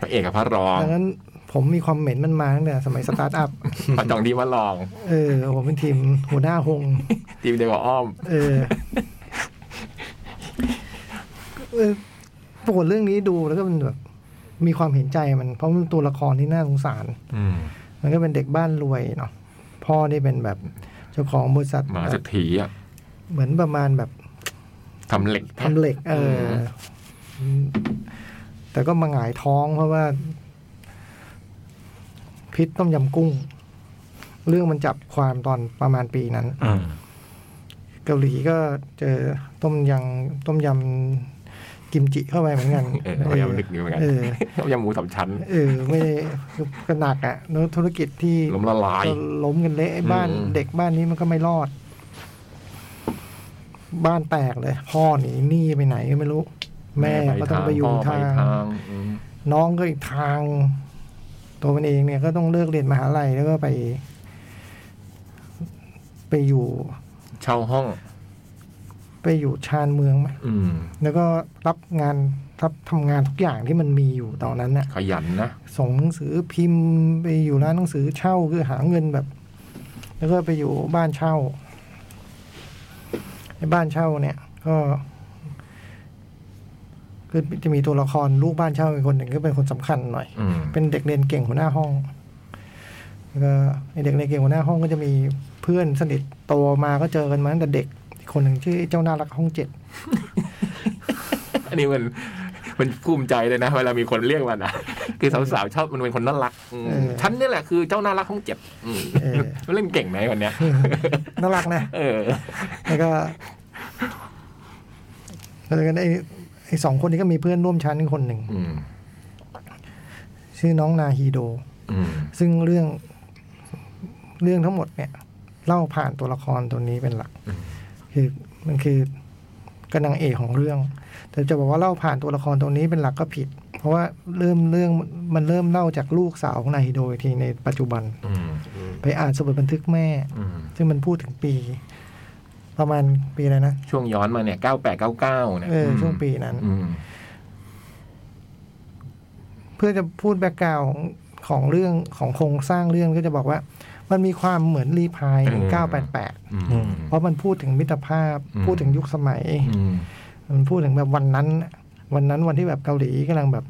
[SPEAKER 3] พระเอกกับพระรอง
[SPEAKER 4] ดังนั้นผมมีความเหม็นมันมาตั้งแต่สมัยสตาร์ทอัพ
[SPEAKER 3] พระจองดีพระรอง
[SPEAKER 4] เออผมเป็นทีมหัวหน้าฮง
[SPEAKER 3] ทีมเดียวกับอ้อม
[SPEAKER 4] เออเออปรากฏเรื่องนี้ดูแล้วก็มันแบบมีความเห็นใจมัน เพราะมันตัวละครที่น่าสงสาร
[SPEAKER 3] อืม
[SPEAKER 4] มันก็เป็นเด็กบ้านรวยเนาะพ่อนี่เป็นแบบเจ้าของบริษัท
[SPEAKER 3] มา
[SPEAKER 4] แบ
[SPEAKER 3] สัก
[SPEAKER 4] บ
[SPEAKER 3] ทีอ่ะ
[SPEAKER 4] เหมือนประมาณแบบ
[SPEAKER 3] ทำเหล็ก
[SPEAKER 4] ทำเหล็ก เออ
[SPEAKER 3] ม
[SPEAKER 4] อแต่ก็มาหงายท้องเพราะว่า พิษต้มยำกุ้ง เรื่องมันจับความตอนประมาณปีนั้น
[SPEAKER 2] อ่า
[SPEAKER 4] เกาหลีก็เจอต้มยำต้มยำกิมจิเข้าไปเหมือนกัน
[SPEAKER 3] เออพยายามนึกอยู่เหมือนกัน
[SPEAKER 4] เออ
[SPEAKER 3] ต้มยำหมูสามชั้น
[SPEAKER 4] เออไม่ได้ก็หนักอ่ะแล้วธุรกิจที่
[SPEAKER 3] ล้มละลาย
[SPEAKER 4] ก็ล้มกันเละไอ้บ้าน
[SPEAKER 3] อืม
[SPEAKER 4] เด็กบ้านนี้มันก็ไม่รอด บ้านแตกเลย พ่อหนีหนี้ไปไหนก็ไม่รู้ แม่ก็ต้องไปอยู่
[SPEAKER 3] พ่
[SPEAKER 4] ทาง
[SPEAKER 3] ไปทางอืม
[SPEAKER 4] น้องก็อีกทาง ตัวมันเองเนี่ยก็ต้องเลิกเรียนมหาลัยแล้วก็ไป ไปอยู่
[SPEAKER 3] เช่าห้อง
[SPEAKER 4] ไปอยู่ชานเมืองไหม
[SPEAKER 3] อืม
[SPEAKER 4] แล้วก็รับงานรับทำงานทุกอย่างที่มันมีอยู่ตอนนั้นน่ะ
[SPEAKER 3] ขยันนะ
[SPEAKER 4] ส่งหนังสือพิมพ์ไปอยู่ร้านหนังสือเช่าคือหาเงินแบบ แล้วก็ไปอยู่บ้านเช่าในบ้านเช่าเนี่ย ก็คือจะมีตัวละครลูกบ้านเช่าอีกคนหนึ่งก็เป็นคนสำคัญหน่อย
[SPEAKER 3] อืม
[SPEAKER 4] เป็นเด็กเรียนเก่งหัวหน้าห้อง แล้วก็ไอ้เด็กเรียนเก่งหัวหน้าห้องก็จะมีเพื่อนสนิทโตมาก็เจอกันมาตั้งแต่เด็กอีกคนหนึ่งชื่อเจ้าน่ารักห้องเจ็ด
[SPEAKER 3] อันนี้มันมันภูมิใจเลยนะ เวลามีคนเรียกมันนะ คือสาวๆชอบมันเป็นคนน่ารักอืม
[SPEAKER 4] เออ
[SPEAKER 3] ฉันนี่แหละคือเจ้าน่ารักของเจ็บอืม
[SPEAKER 4] เออ
[SPEAKER 3] มันเล่นเก่งไหมวัน เนี้ย
[SPEAKER 4] น่ารักนะ
[SPEAKER 3] เออ
[SPEAKER 4] แล้วก็แล้วก็ไอ้ไอ้สองคนนี้ก็มีเพื่อนร่วมชั้นคนหนึ่ง
[SPEAKER 3] อืม
[SPEAKER 4] ชื่อน้องนาฮีโด
[SPEAKER 3] อืม
[SPEAKER 4] ซึ่งเรื่องเรื่องทั้งหมดเนี่ย เล่าผ่านตัวละครตัวนี้เป็นหลัก คือมันคือก็นางเอกของเรื่อง แต่จะบอกว่าเล่าผ่านตัวละครตัวนี้เป็นหลักก็ผิด เพราะว่าเริ่มเรื่องมันเริ่มเล่าจากลูกสาวของนาฮีโดอีกทีในปัจจุบัน
[SPEAKER 3] อืม
[SPEAKER 4] ไปอ่านสมุดบันทึกแม่
[SPEAKER 3] อืม
[SPEAKER 4] ซึ่งมันพูดถึงปี ประมาณปีอะไรนะ
[SPEAKER 3] ช่วงย้อนมาเนี่ย 98 99เนี่ย
[SPEAKER 4] เอออช่วงปีนั้น
[SPEAKER 3] อืม
[SPEAKER 4] เพื่อจะพูดแบ็กกราวของของเรื่องของโครงสร้างเรื่องก็จะบอกว่า มันมีความเหมือนรีพาย
[SPEAKER 3] เออ
[SPEAKER 4] หนึ่งเก้าแปดแปด
[SPEAKER 3] อืม
[SPEAKER 4] เพราะมันพูดถึงมิตรภาพ
[SPEAKER 3] อืม
[SPEAKER 4] พูดถึงยุคสมัย
[SPEAKER 3] อืม
[SPEAKER 4] มันพูดถึงแบบวันนั้น วันนั้นวันที่แบบเกาหลีกำลังแบบ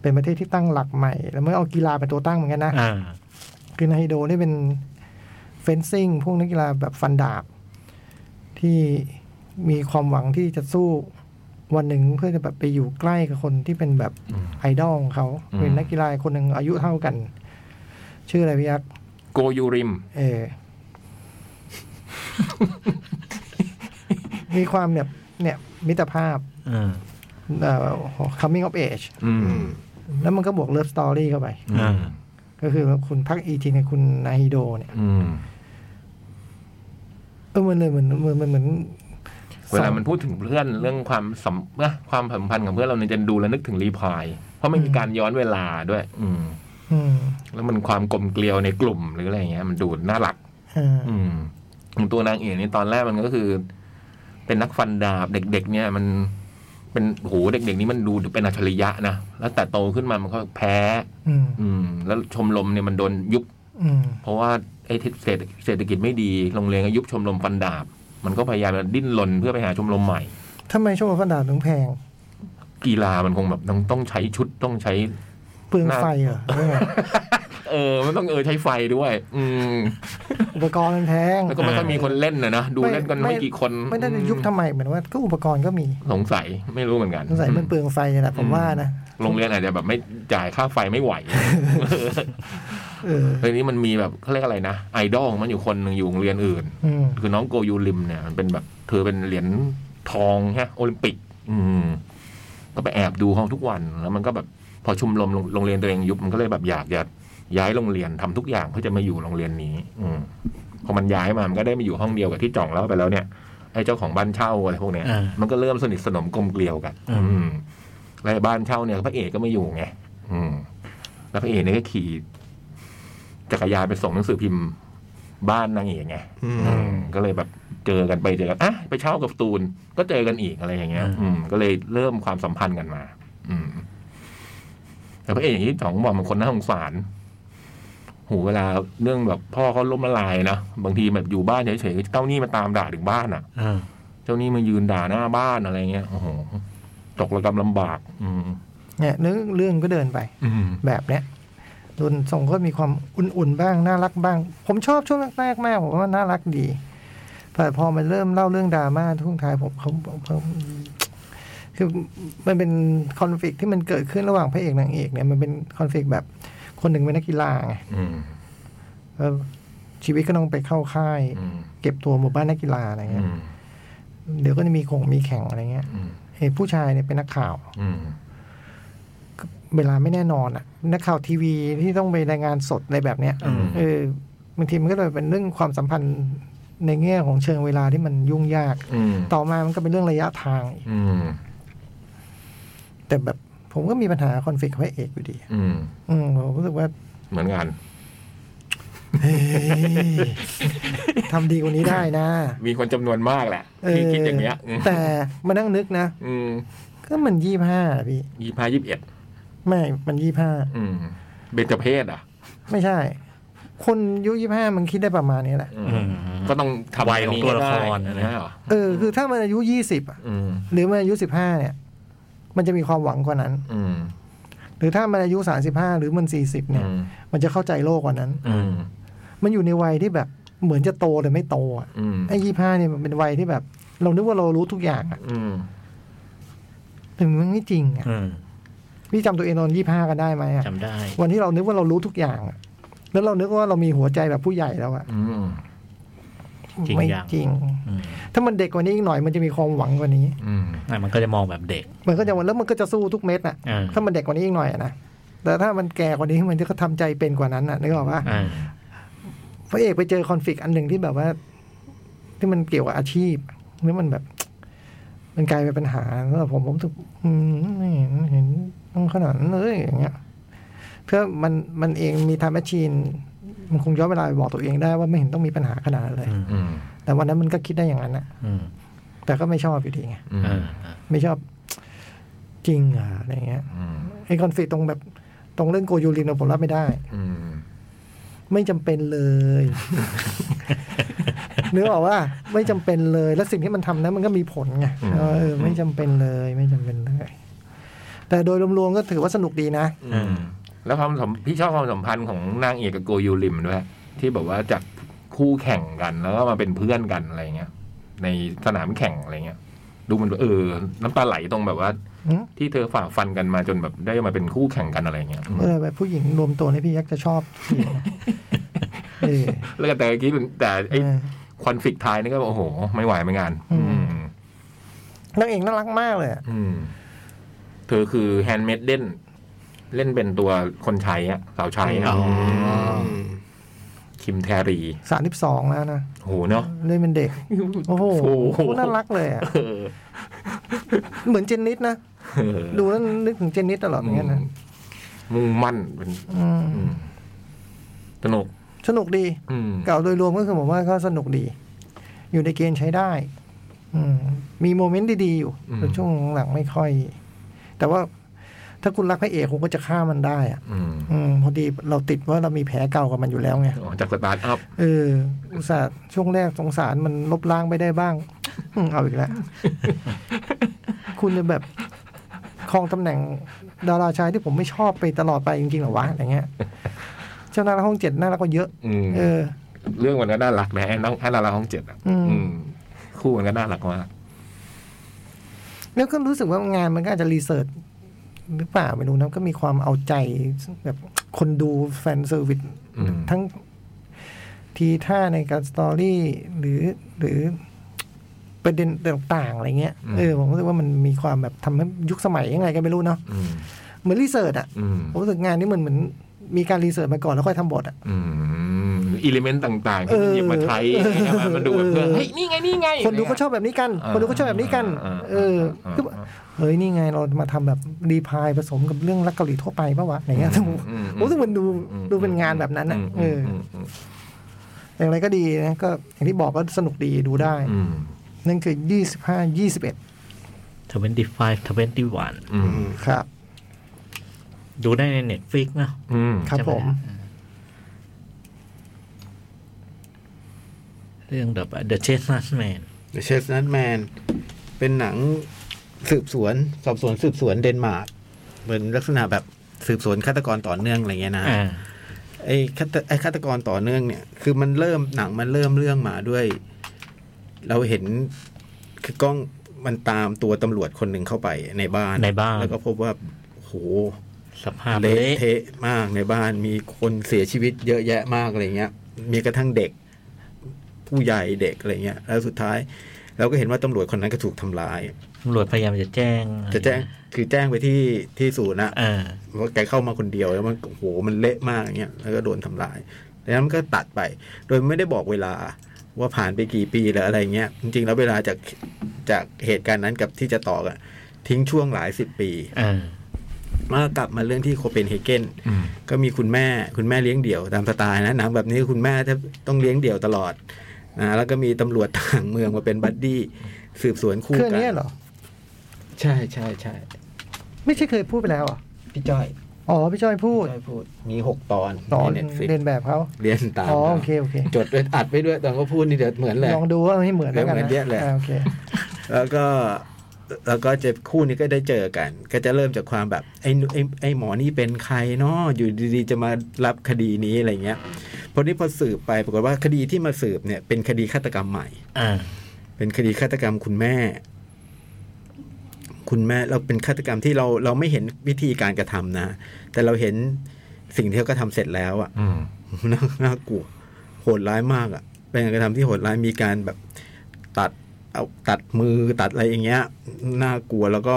[SPEAKER 4] เป็นประเทศที่ตั้งหลักใหม่ แล้วเมื่อเอากีฬาเป็นตัวตั้งเหมือนกันนะ
[SPEAKER 2] อ่า
[SPEAKER 4] คือนาฮิโดนี่เป็นเฟนซิ่งพวกนักกีฬาแบบฟันดาบ ที่มีความหวังที่จะสู้วันหนึ่งเพื่อจะแบบไปอยู่ใกล้กับคนที่เป็นแบบ
[SPEAKER 3] อืม
[SPEAKER 4] ไอดอลของเขา
[SPEAKER 3] อืม
[SPEAKER 4] เป็นนักกีฬาคนหนึ่งอายุเท่ากัน ชื่ออะไรพี่ยักษ์
[SPEAKER 3] โกยูริม
[SPEAKER 4] เออ มีความแบบเนี่ยมิตรภาพ
[SPEAKER 2] อ่า
[SPEAKER 4] เอ่อ coming of age
[SPEAKER 3] อืม
[SPEAKER 4] แล้วมันก็บวกเลิฟสตอรี่เข้าไป
[SPEAKER 2] อ่า
[SPEAKER 4] ก็คือคุณพักอีทีเนี่ยคุณนาฮิโดเนี่ย
[SPEAKER 3] อืม
[SPEAKER 4] เออมันเลยเหมือนเหมือนเหมือนเหมือน
[SPEAKER 3] เวลามันพูดถึงเพื่อนเรื่องความสัมเอ้อความสัมพันธ์ของเพื่อนเราเนี่ยจะดูแลวนึกถึงรีพลาย เพราะไม่มีการย้อนเวลาด้วย อืม
[SPEAKER 4] อืม
[SPEAKER 3] แล้วมันความกลมเกลียวในกลุ่มหรืออะไรอย่างเงี้ย มันดูน่ารัก
[SPEAKER 4] อ่า
[SPEAKER 3] อืมอย่างตัวนางเอกนี่ตอนแรกมันก็คือ เป็นนักฟันดาบเด็ก ๆ เนี่ยมันเป็นโหเด็ก ๆ นี่มันดูเป็นอัจฉริยะนะแล้วแต่โตขึ้นมามันก็แพ้
[SPEAKER 4] อืม
[SPEAKER 3] อืม แล้วชมรมเนี่ยมันโดนยุบ
[SPEAKER 4] อืม
[SPEAKER 3] เพราะว่าไอ้เศรษฐเศรษฐกิจไม่ดีโรงเรียนก็ยุบชมรมฟันดาบ มันก็พยายามจะดิ้นรนเพื่อไปหาชมรมใหม่
[SPEAKER 4] ทำไมโชว์ฟันดาบถึงแพง
[SPEAKER 3] กีฬามันคงแบบต้องต้องใช้ชุดต้องใช้
[SPEAKER 4] เปลือง
[SPEAKER 3] น่า
[SPEAKER 4] ไฟเหรอหรือไง
[SPEAKER 3] เออ มันต้องเออใช้ไฟด้วย อืม
[SPEAKER 4] อุปกรณ์มันแพง
[SPEAKER 3] แล้วก็ไม่ค่อยมีคนเล่นนะนะดู
[SPEAKER 4] ไม่
[SPEAKER 3] เล่นกัน
[SPEAKER 4] ไม่
[SPEAKER 3] ไม่กี่คน
[SPEAKER 4] ไม่ได้จะยุบทำไมเหมือนว่าก็อุปกรณ์ก็มี
[SPEAKER 3] สงสัยไม่รู้เหมือนกัน
[SPEAKER 4] สงสัยมันเปลืองไฟแหละผมว่านะ
[SPEAKER 3] โรงเรียนอาจจะแบบไม่จ่ายค่าไฟไม่ไหว
[SPEAKER 4] เออ
[SPEAKER 3] เรื่องนี้มันมีแบบเขาเรียกอะไรนะไอดอลของมันอยู่คนหนึ่งอยู่โรงเรียนอื่น
[SPEAKER 4] อืม
[SPEAKER 3] คือน้องโกยูริมเนี่ยมันเป็นแบบเธอเป็นเหรียญทองฮะโอลิมปิก อืม ก็ไปแอบดูเขาทุกวัน แล้วมันก็แบบพอชุมลมโรงโรงเรียนตัวเองยุบมันก็เลยแบบอยากจะย้ายโรงเรียนทำทุกอย่างเพื่อจะมาอยู่โรงเรียนนี้ อืมพอมันย้ายมามันก็ได้มาอยู่ห้องเดียวกับที่จ่องแล้วไปแล้วเนี่ยไอ้เจ้าของบ้านเช่าอะไรพวกเนี้ย
[SPEAKER 2] อ่ามั
[SPEAKER 3] มันก็เริ่มสนิทสนมกลมเกลียวกัน
[SPEAKER 2] อ่า
[SPEAKER 3] อืมแล้วไอ้บ้านเช่าเนี่ยพระเอกก็ไม่อยู่ไงอืม แล้วพระเอกเนี่ยก็ขี่จักรยานไปส่งหนังสือพิมพ์ บ้านนางเอกไง
[SPEAKER 6] อืม
[SPEAKER 3] อืมก็เลยแบบเจอกันไปเจอกันอ่ะไปเช่ากับตูน ก็เจอกันอีกอะไรอย่างเงี้ย
[SPEAKER 2] อ่า
[SPEAKER 3] อืม ก็เลยเริ่มความสัมพันธ์กันมา อืมแต่พระเอกอย่างที่สองบอกมันคนน่าสงสารโหูเวลาเรื่องแบบพ่อเขาล้มละลายนะบางทีแบบอยู่บ้านเฉยๆเจ้าหนี้มาตามด่าถึงบ้านอ่ะ
[SPEAKER 2] อ่า
[SPEAKER 3] เจ้าหนี้มายืนด่าหน้าบ้านอะไรเงี้ยโอ้โหตกระกำลำบาก อืม
[SPEAKER 4] เนี่ยเรื่องเรื่องก็เดินไป
[SPEAKER 3] อืม
[SPEAKER 4] แบบเนี้ยโดนส่งก็มีความอุ่นๆบ้างน่ารักบ้าง ผมชอบช่วงแรกๆมากผมว่าน่ารักดีแต่พอมันเริ่มเล่าเรื่องดราม่าทุ่วงท้ายผมเขาเขาคือมันเป็นคอนฟ lict ที่มันเกิดขึ้นระหว่างพระเอกนางเอกเนี่ยมันเป็นคอนฟ lict แบบคนหนึ่งเป็นนักกีฬาไง
[SPEAKER 3] อืม
[SPEAKER 4] แล้วชีวิตก็ต้องไปเข้าค่าย
[SPEAKER 3] อืม
[SPEAKER 4] เก็บตัวหมู่บ้านนักกีฬาอะไร
[SPEAKER 3] อื
[SPEAKER 4] เงี้ย
[SPEAKER 3] ม
[SPEAKER 4] เดี๋ยวก็จะมีคงมีแข่งอะไรเงี้ย
[SPEAKER 3] อืม
[SPEAKER 4] ไอ้ผู้ชายเนี่ยเป็นนักข่าว
[SPEAKER 3] อืม
[SPEAKER 4] เวลาไม่แน่นอนอ่ะ นักข่าวทีวีที่ต้องไปรายงานสดอะไรแบบเนี้ย
[SPEAKER 3] อืม
[SPEAKER 4] เออบางทีมันก็เลยเป็นเรื่องความสัมพันธ์ ในแง่ของเชิงเวลาที่มันยุ่งยาก
[SPEAKER 3] อืม
[SPEAKER 4] ต่อมามันก็เป็นเรื่องระยะทางอีก
[SPEAKER 3] อืม
[SPEAKER 4] แต่แบบผมก็มีปัญหาคอนฟ lict กับพระเอกอยู่ดี
[SPEAKER 3] อืม
[SPEAKER 4] อืมผมรู้สึกว่า
[SPEAKER 3] เหมือนกัน
[SPEAKER 4] เฮ้ยทำดีกว่านี้ได้นะ
[SPEAKER 3] มีคนจำนวนมากแหละที่คิดอย่างเงี้ยอืม
[SPEAKER 4] แต่มานั่งนึกนะ
[SPEAKER 3] อืม
[SPEAKER 4] ก็มันยี่ห้าพี่
[SPEAKER 3] ยี่สิบห้ายี่สิบเอ็ด
[SPEAKER 4] ไม่มันยี่ห้า
[SPEAKER 3] อืมเบญจเพศอ่ะ
[SPEAKER 4] ไม่ใช่ คนอายุยี่ห้ามันคิดได้ประมาณนี้แหละ
[SPEAKER 3] อืม
[SPEAKER 2] อืม
[SPEAKER 3] ก็ต้องทำ
[SPEAKER 2] วัยของตัวละคร
[SPEAKER 3] ให้ได้
[SPEAKER 2] นะ
[SPEAKER 3] นะเหรอ
[SPEAKER 4] เออ คือถ้ามันอายุยี่สิบ
[SPEAKER 3] อืม
[SPEAKER 4] หรือมันอายุสิบห้าเนี่ย มันจะมีความหวังกว่านั้น
[SPEAKER 3] อืม
[SPEAKER 4] หรือถ้ามันอายุสาสิบห้าหรือมันสี่สิบ
[SPEAKER 3] อื
[SPEAKER 4] เนี่ย
[SPEAKER 3] ม
[SPEAKER 4] มันจะเข้าใจโลกกว่านั้น
[SPEAKER 3] อืม
[SPEAKER 4] มันอยู่ในวัยที่แบบเหมือนจะโตแต่ไม่โตอะ
[SPEAKER 3] อืม
[SPEAKER 4] ไอ้ยี่ห้าเนี่ยมันเป็นวัยที่แบบ เรานึกว่าเรารู้ทุกอย่างอะ
[SPEAKER 3] อืม
[SPEAKER 4] แต่มันไม่จริงอะ
[SPEAKER 2] อืม
[SPEAKER 4] พี่จำตัวเองตอนยี่ห้ากันได้ไหมอะ
[SPEAKER 2] จำได้
[SPEAKER 4] วันที่เรานึกว่าเรารู้ทุกอย่างอะแล้วเรานึกว่าเรามีหัวใจแบบผู้ใหญ่แล้วอะ
[SPEAKER 3] อืม
[SPEAKER 2] จริง
[SPEAKER 4] ไม่
[SPEAKER 2] ยัง
[SPEAKER 4] จริง
[SPEAKER 2] อืม
[SPEAKER 4] ถ้ามันเด็กกว่านี้อีกหน่อยมันจะมีความหวังกว่านี้
[SPEAKER 3] อืม
[SPEAKER 2] อ่ะมันก็จะมองแบบเด็ก
[SPEAKER 4] มันก็จะแล้วมันก็จะสู้ทุกเม็ดน่ะ
[SPEAKER 2] อ่า
[SPEAKER 4] ถ้ามันเด็กกว่านี้อีกหน่อยอะนะ แต่ถ้ามันแก่กว่านี้มันก็ทำใจเป็นกว่านั้นน่ะนึกออกปะ
[SPEAKER 2] อ่า
[SPEAKER 4] พระเอกไปเจอคอนฟ lict อันหนึ่งที่แบบว่า ที่มันเกี่ยวกับอาชีพหรือมันแบบ มันกลายเป็นปัญหาแล้วผมผมถึกอืมไม่เห็นไม่เห็นต้องขนาดนั้นเลยอย่างเงี้ยเพื่อมันมันเองมีทำแมชชีน มันคงย้อนเวลาไปบอกตัวเองได้ว่าไม่เห็นต้องมีปัญหาขนาดนั้นเลย
[SPEAKER 3] อืม
[SPEAKER 4] แต่วันนั้นมันก็คิดได้อย่างนั้นนะ
[SPEAKER 2] อืม
[SPEAKER 4] แต่ก็ไม่ชอบอยู่ดีไง
[SPEAKER 3] อืม
[SPEAKER 2] อ่าอ่า
[SPEAKER 4] ไม่ชอบจริงอ่ะอะไรเงี้ย
[SPEAKER 3] อืม
[SPEAKER 4] ไอ้คอนฟ lict ตรงแบบตรงเรื่องโกยูรินอะผมรับไม่ได้
[SPEAKER 3] อืม
[SPEAKER 4] ไม่จำเป็น เลยนึกออกว่าไม่จำเป็นเลย แล้วสิ่งที่มันทำนั้นมันก็มีผลไงเออ ไม่จำเป็นเลย ไม่จำเป็นเลย แต่โดยรวมๆก็ถือว่าสนุกดีนะ
[SPEAKER 3] อืมแล้วความสัมพี่ชอบความสัมพันธ์ของนางเอกกับโกยูริมด้วยที่แบบว่าจากคู่แข่งกันแล้วก็มาเป็นเพื่อนกันอะไรเงี้ย ในสนามแข่งอะไรเงี้ย ดูมันเออ น้ำตาไหลตรงแบบว่า
[SPEAKER 4] อืม
[SPEAKER 3] ที่เธอฝ่าฟันกันมาจนแบบได้มาเป็นคู่แข่งกันอะไรเงี้ย
[SPEAKER 4] เออแบบผู้หญิงรวมตัวในพี่ยักษ์จะชอบ ผู้หญิงนะเออ
[SPEAKER 3] แล้วก็แต่เมื่อกี้เป็นแต่ไอ้
[SPEAKER 4] เออ
[SPEAKER 3] คอนฟ lict ท้ายนี่ก็บอกโอ้โห ไม่ไหวเหมือนกัน
[SPEAKER 4] อื
[SPEAKER 3] อื
[SPEAKER 4] ม
[SPEAKER 3] ม
[SPEAKER 4] นางเอกน่ารักมากเลยอะ
[SPEAKER 3] อืม เธอคือแฮนด์เมดเด่นเล่นเป็นตัวคนใช้อะสาวใช้อะคิมแทรี
[SPEAKER 4] สามสิบสองแล้วนะ
[SPEAKER 3] โหเนาะ
[SPEAKER 4] เล่นเป็นเด็ก โอ้โห
[SPEAKER 3] โห
[SPEAKER 4] น่ารักเลยอะ
[SPEAKER 3] เออ
[SPEAKER 4] เหมือนเจนนิสนะ
[SPEAKER 3] เออ
[SPEAKER 4] ดูแล้วนึกถึงเจนนิสตลอดเหมือนกันนะ
[SPEAKER 3] มุ่งมั่นเป็น
[SPEAKER 4] อืม
[SPEAKER 3] อืมสนุก
[SPEAKER 4] สนุกดี
[SPEAKER 3] อืม
[SPEAKER 4] เก่าโดยรวมก็คือผมว่าก็สนุกดี อยู่ในเกณฑ์ใช้ได้ อืมมีโมเมนต์ดีๆอยู่แต่ช่วงหลังไม่ค่อย แต่ว่าถ้าคุณรักพระเอกคุณก็จะฆ่ามันได้อะ
[SPEAKER 3] อืม
[SPEAKER 4] อืมพอดีเราติดว่าเรามีแผลเก่ากับมันอยู่แล้วไง
[SPEAKER 3] อ๋อจากสตาร์ทอัพ
[SPEAKER 4] เอออุตส่าห์ช่วงแรกสงสารมันลบล้างไปได้บ้าง อืมเอาอีกแล้ว คุณจะแบบครองตำแหน่งดาราชายที่ผมไม่ชอบไปตลอดไปจริงๆเหรอวะอะไรเงี้ยเจ้าหน้าที่ห้องเจ็ดน่ารักกว่าเยอะ
[SPEAKER 3] อืม
[SPEAKER 4] เออ
[SPEAKER 3] เรื่องมันก็น่ารักนะไอ้น้องไอ้ดาราห้องเจ็ดอะ
[SPEAKER 4] อืม
[SPEAKER 3] อืม คู่มันก็น่ารักมาก
[SPEAKER 4] แล้วก็รู้สึกว่างานมันก็อาจจะรีเสิร์ชหรือเปล่าไม่รู้นะก็มีความเอาใจแบบคนดูแฟนเซอร์วิส
[SPEAKER 3] อืม
[SPEAKER 4] ทั้งทีท่าในการสตอรี่หรือหรือประเด็นต่างๆอะไรเงี้ยเออผมรู้สึกว่ามันมีความแบบทำให้ยุคสมัยยังไงกันไม่รู้เนาะ
[SPEAKER 3] อืม
[SPEAKER 4] เหมือนรีเสิร์ชอะ
[SPEAKER 3] อืม
[SPEAKER 4] ผมรู้สึกงานนี้มันเหมือนมีการรีเสิร์ชมาก่อนแล้วค่อยทำบทอะ
[SPEAKER 3] อืมอิเลเมนต์ต่างๆ
[SPEAKER 4] เอ
[SPEAKER 3] ที่
[SPEAKER 4] อ
[SPEAKER 3] หยิบมาใช้นะครับมาดูแบบเพื่อ
[SPEAKER 4] เออ
[SPEAKER 3] เฮ้ย นี่ไง นี่ไง
[SPEAKER 4] คนดูก็ชอบแบบนี้กัน คนดูก็ชอบแบบนี้กัน
[SPEAKER 3] า
[SPEAKER 4] เออก็แบบเฮ้ยนี่ไงเรามาทำแบบรีพายผสมกับเรื่องรักเกาหลีทั่วไปปะวะอะไรเงี้ย
[SPEAKER 3] อื
[SPEAKER 4] ผมรู้สึกมันดูดูเป็นงานแบบนั้นอ่ะเออ
[SPEAKER 3] มม
[SPEAKER 4] แต่อย่างไรก็ดีนะก็อย่างที่บอกก็สนุกดีดูได้
[SPEAKER 3] อืม
[SPEAKER 4] นั่นคือ 25 21
[SPEAKER 2] ทเวนตี้ไฟทเวนตี้วัน
[SPEAKER 3] อืม
[SPEAKER 4] ครับ
[SPEAKER 2] ดูได้ในเน็ตฟิกนะ
[SPEAKER 3] อืม
[SPEAKER 4] ครับ
[SPEAKER 2] ใช่ไห
[SPEAKER 4] ผม
[SPEAKER 2] เรื่อง The The Chestnut Man
[SPEAKER 6] The Chestnut Man เป็นหนังสืบสวน สอบสวนสืบสวนเดนมาร์กเหมือนลักษณะแบบสืบสวนฆาตกรต่อเนื่องอะไรเงี้ยนะ
[SPEAKER 2] อ่า
[SPEAKER 6] ไอ้ฆาตไอ้ฆาตกรต่อเนื่องเนี่ย คือมันเริ่มหนังมันเริ่มเรื่องมาด้วย เราเห็นคือกล้องมันตามตัวตำรวจคนหนึ่งเข้าไปในบ้าน
[SPEAKER 2] ในบ้าน
[SPEAKER 6] แล้วก็พบว่าโอ้โห
[SPEAKER 2] สภาพ
[SPEAKER 6] เละ
[SPEAKER 2] เละ
[SPEAKER 6] เทะมากในบ้านมีคนเสียชีวิตเยอะแยะมากอะไรเงี้ย มีกระทั่งเด็ก ผู้ใหญ่เด็กอะไรเงี้ย แล้วสุดท้าย เราก็เห็นว่าตำรวจคนนั้นก็ถูกทำร้าย
[SPEAKER 2] ตำรวจพยายามจะแจ้ง
[SPEAKER 6] จะแจ้งคือแจ้งไปที่ที่ศูนย์อะ
[SPEAKER 2] อ่า
[SPEAKER 6] เพราะแกเข้ามาคนเดียวแล้วมันโอ้โหมันเละมากอย่างเงี้ยแล้วก็โดนทำลายแล้วมันก็ตัดไป โดยไม่ได้บอกเวลา ว่าผ่านไปกี่ปีหรืออะไรเงี้ย จริงๆ แล้วเวลาจากจากเหตุการณ์นั้นกับที่จะต่อกันทิ้งช่วงหลายสิบปี
[SPEAKER 2] อ่า
[SPEAKER 6] เมื่อกลับมาเรื่องที่โคเปนเฮเกนก็มีคุณแม่คุณแม่เลี้ยงเดี่ยวตามสไตล์นะหนังแบบนี้คุณแม่จะต้องเลี้ยงเดี่ยวตลอดนะแล้วก็มีตำรวจต่างเมืองมาเป็นบัดดี้สืบสวนคู่
[SPEAKER 4] เครื่อง
[SPEAKER 6] กัน
[SPEAKER 4] เนี้ยเหรอ
[SPEAKER 5] ใช่ใช่ใช่
[SPEAKER 4] ไม่ใช่เคยพูดไปแล้วเหรอ่ะ
[SPEAKER 5] พี่จ้อย
[SPEAKER 4] อ๋อพี่จ้อยพูด
[SPEAKER 5] พี่จ้อยพูด
[SPEAKER 6] มีหกตอน
[SPEAKER 4] ต่อ
[SPEAKER 6] ใน Netflix
[SPEAKER 4] เรียนแบบเขา
[SPEAKER 6] เรียนตาม
[SPEAKER 4] อ๋อโอเคโอเค
[SPEAKER 6] จดไว้อัดไว้ด้วยตอนก็พูดนี่เดี๋ยวเหมือนแหละ
[SPEAKER 4] ลองดูว่ามันไม่เหมือนแล้วกัน
[SPEAKER 6] เหมือนเยอะเลย
[SPEAKER 4] าโอเค
[SPEAKER 6] แล้วก็แล้วก็จะคู่นี้ก็ได้เจอกัน ก็จะเริ่มจากความแบบไอ้หนูไอ้ไอ้หมอนี่เป็นใครเนาะอยู่ดีๆจะมารับคดีนี้อะไรเงี้ยพอนี้พอสืบไปปรากฏว่าคดีที่มาสืบเนี่ยเป็นคดีฆาตกรรมใหม่
[SPEAKER 2] อ่า
[SPEAKER 6] เป็นคดีฆาตกรรมคุณแม่ คุณแม่เราเป็นฆาตกรรมที่เราเราไม่เห็นวิธีการกระทำนะ แต่เราเห็นสิ่งที่เขากระทำเสร็จแล้วอะ
[SPEAKER 3] อืม
[SPEAKER 6] น่าน่ากลัวโหดร้ายมากอะ่ะ เป็นการกระทำที่โหดร้ายมีการแบบตัดเอาตัดมือตัดอะไรอย่างเงี้ยน่ากลัวแล้วก็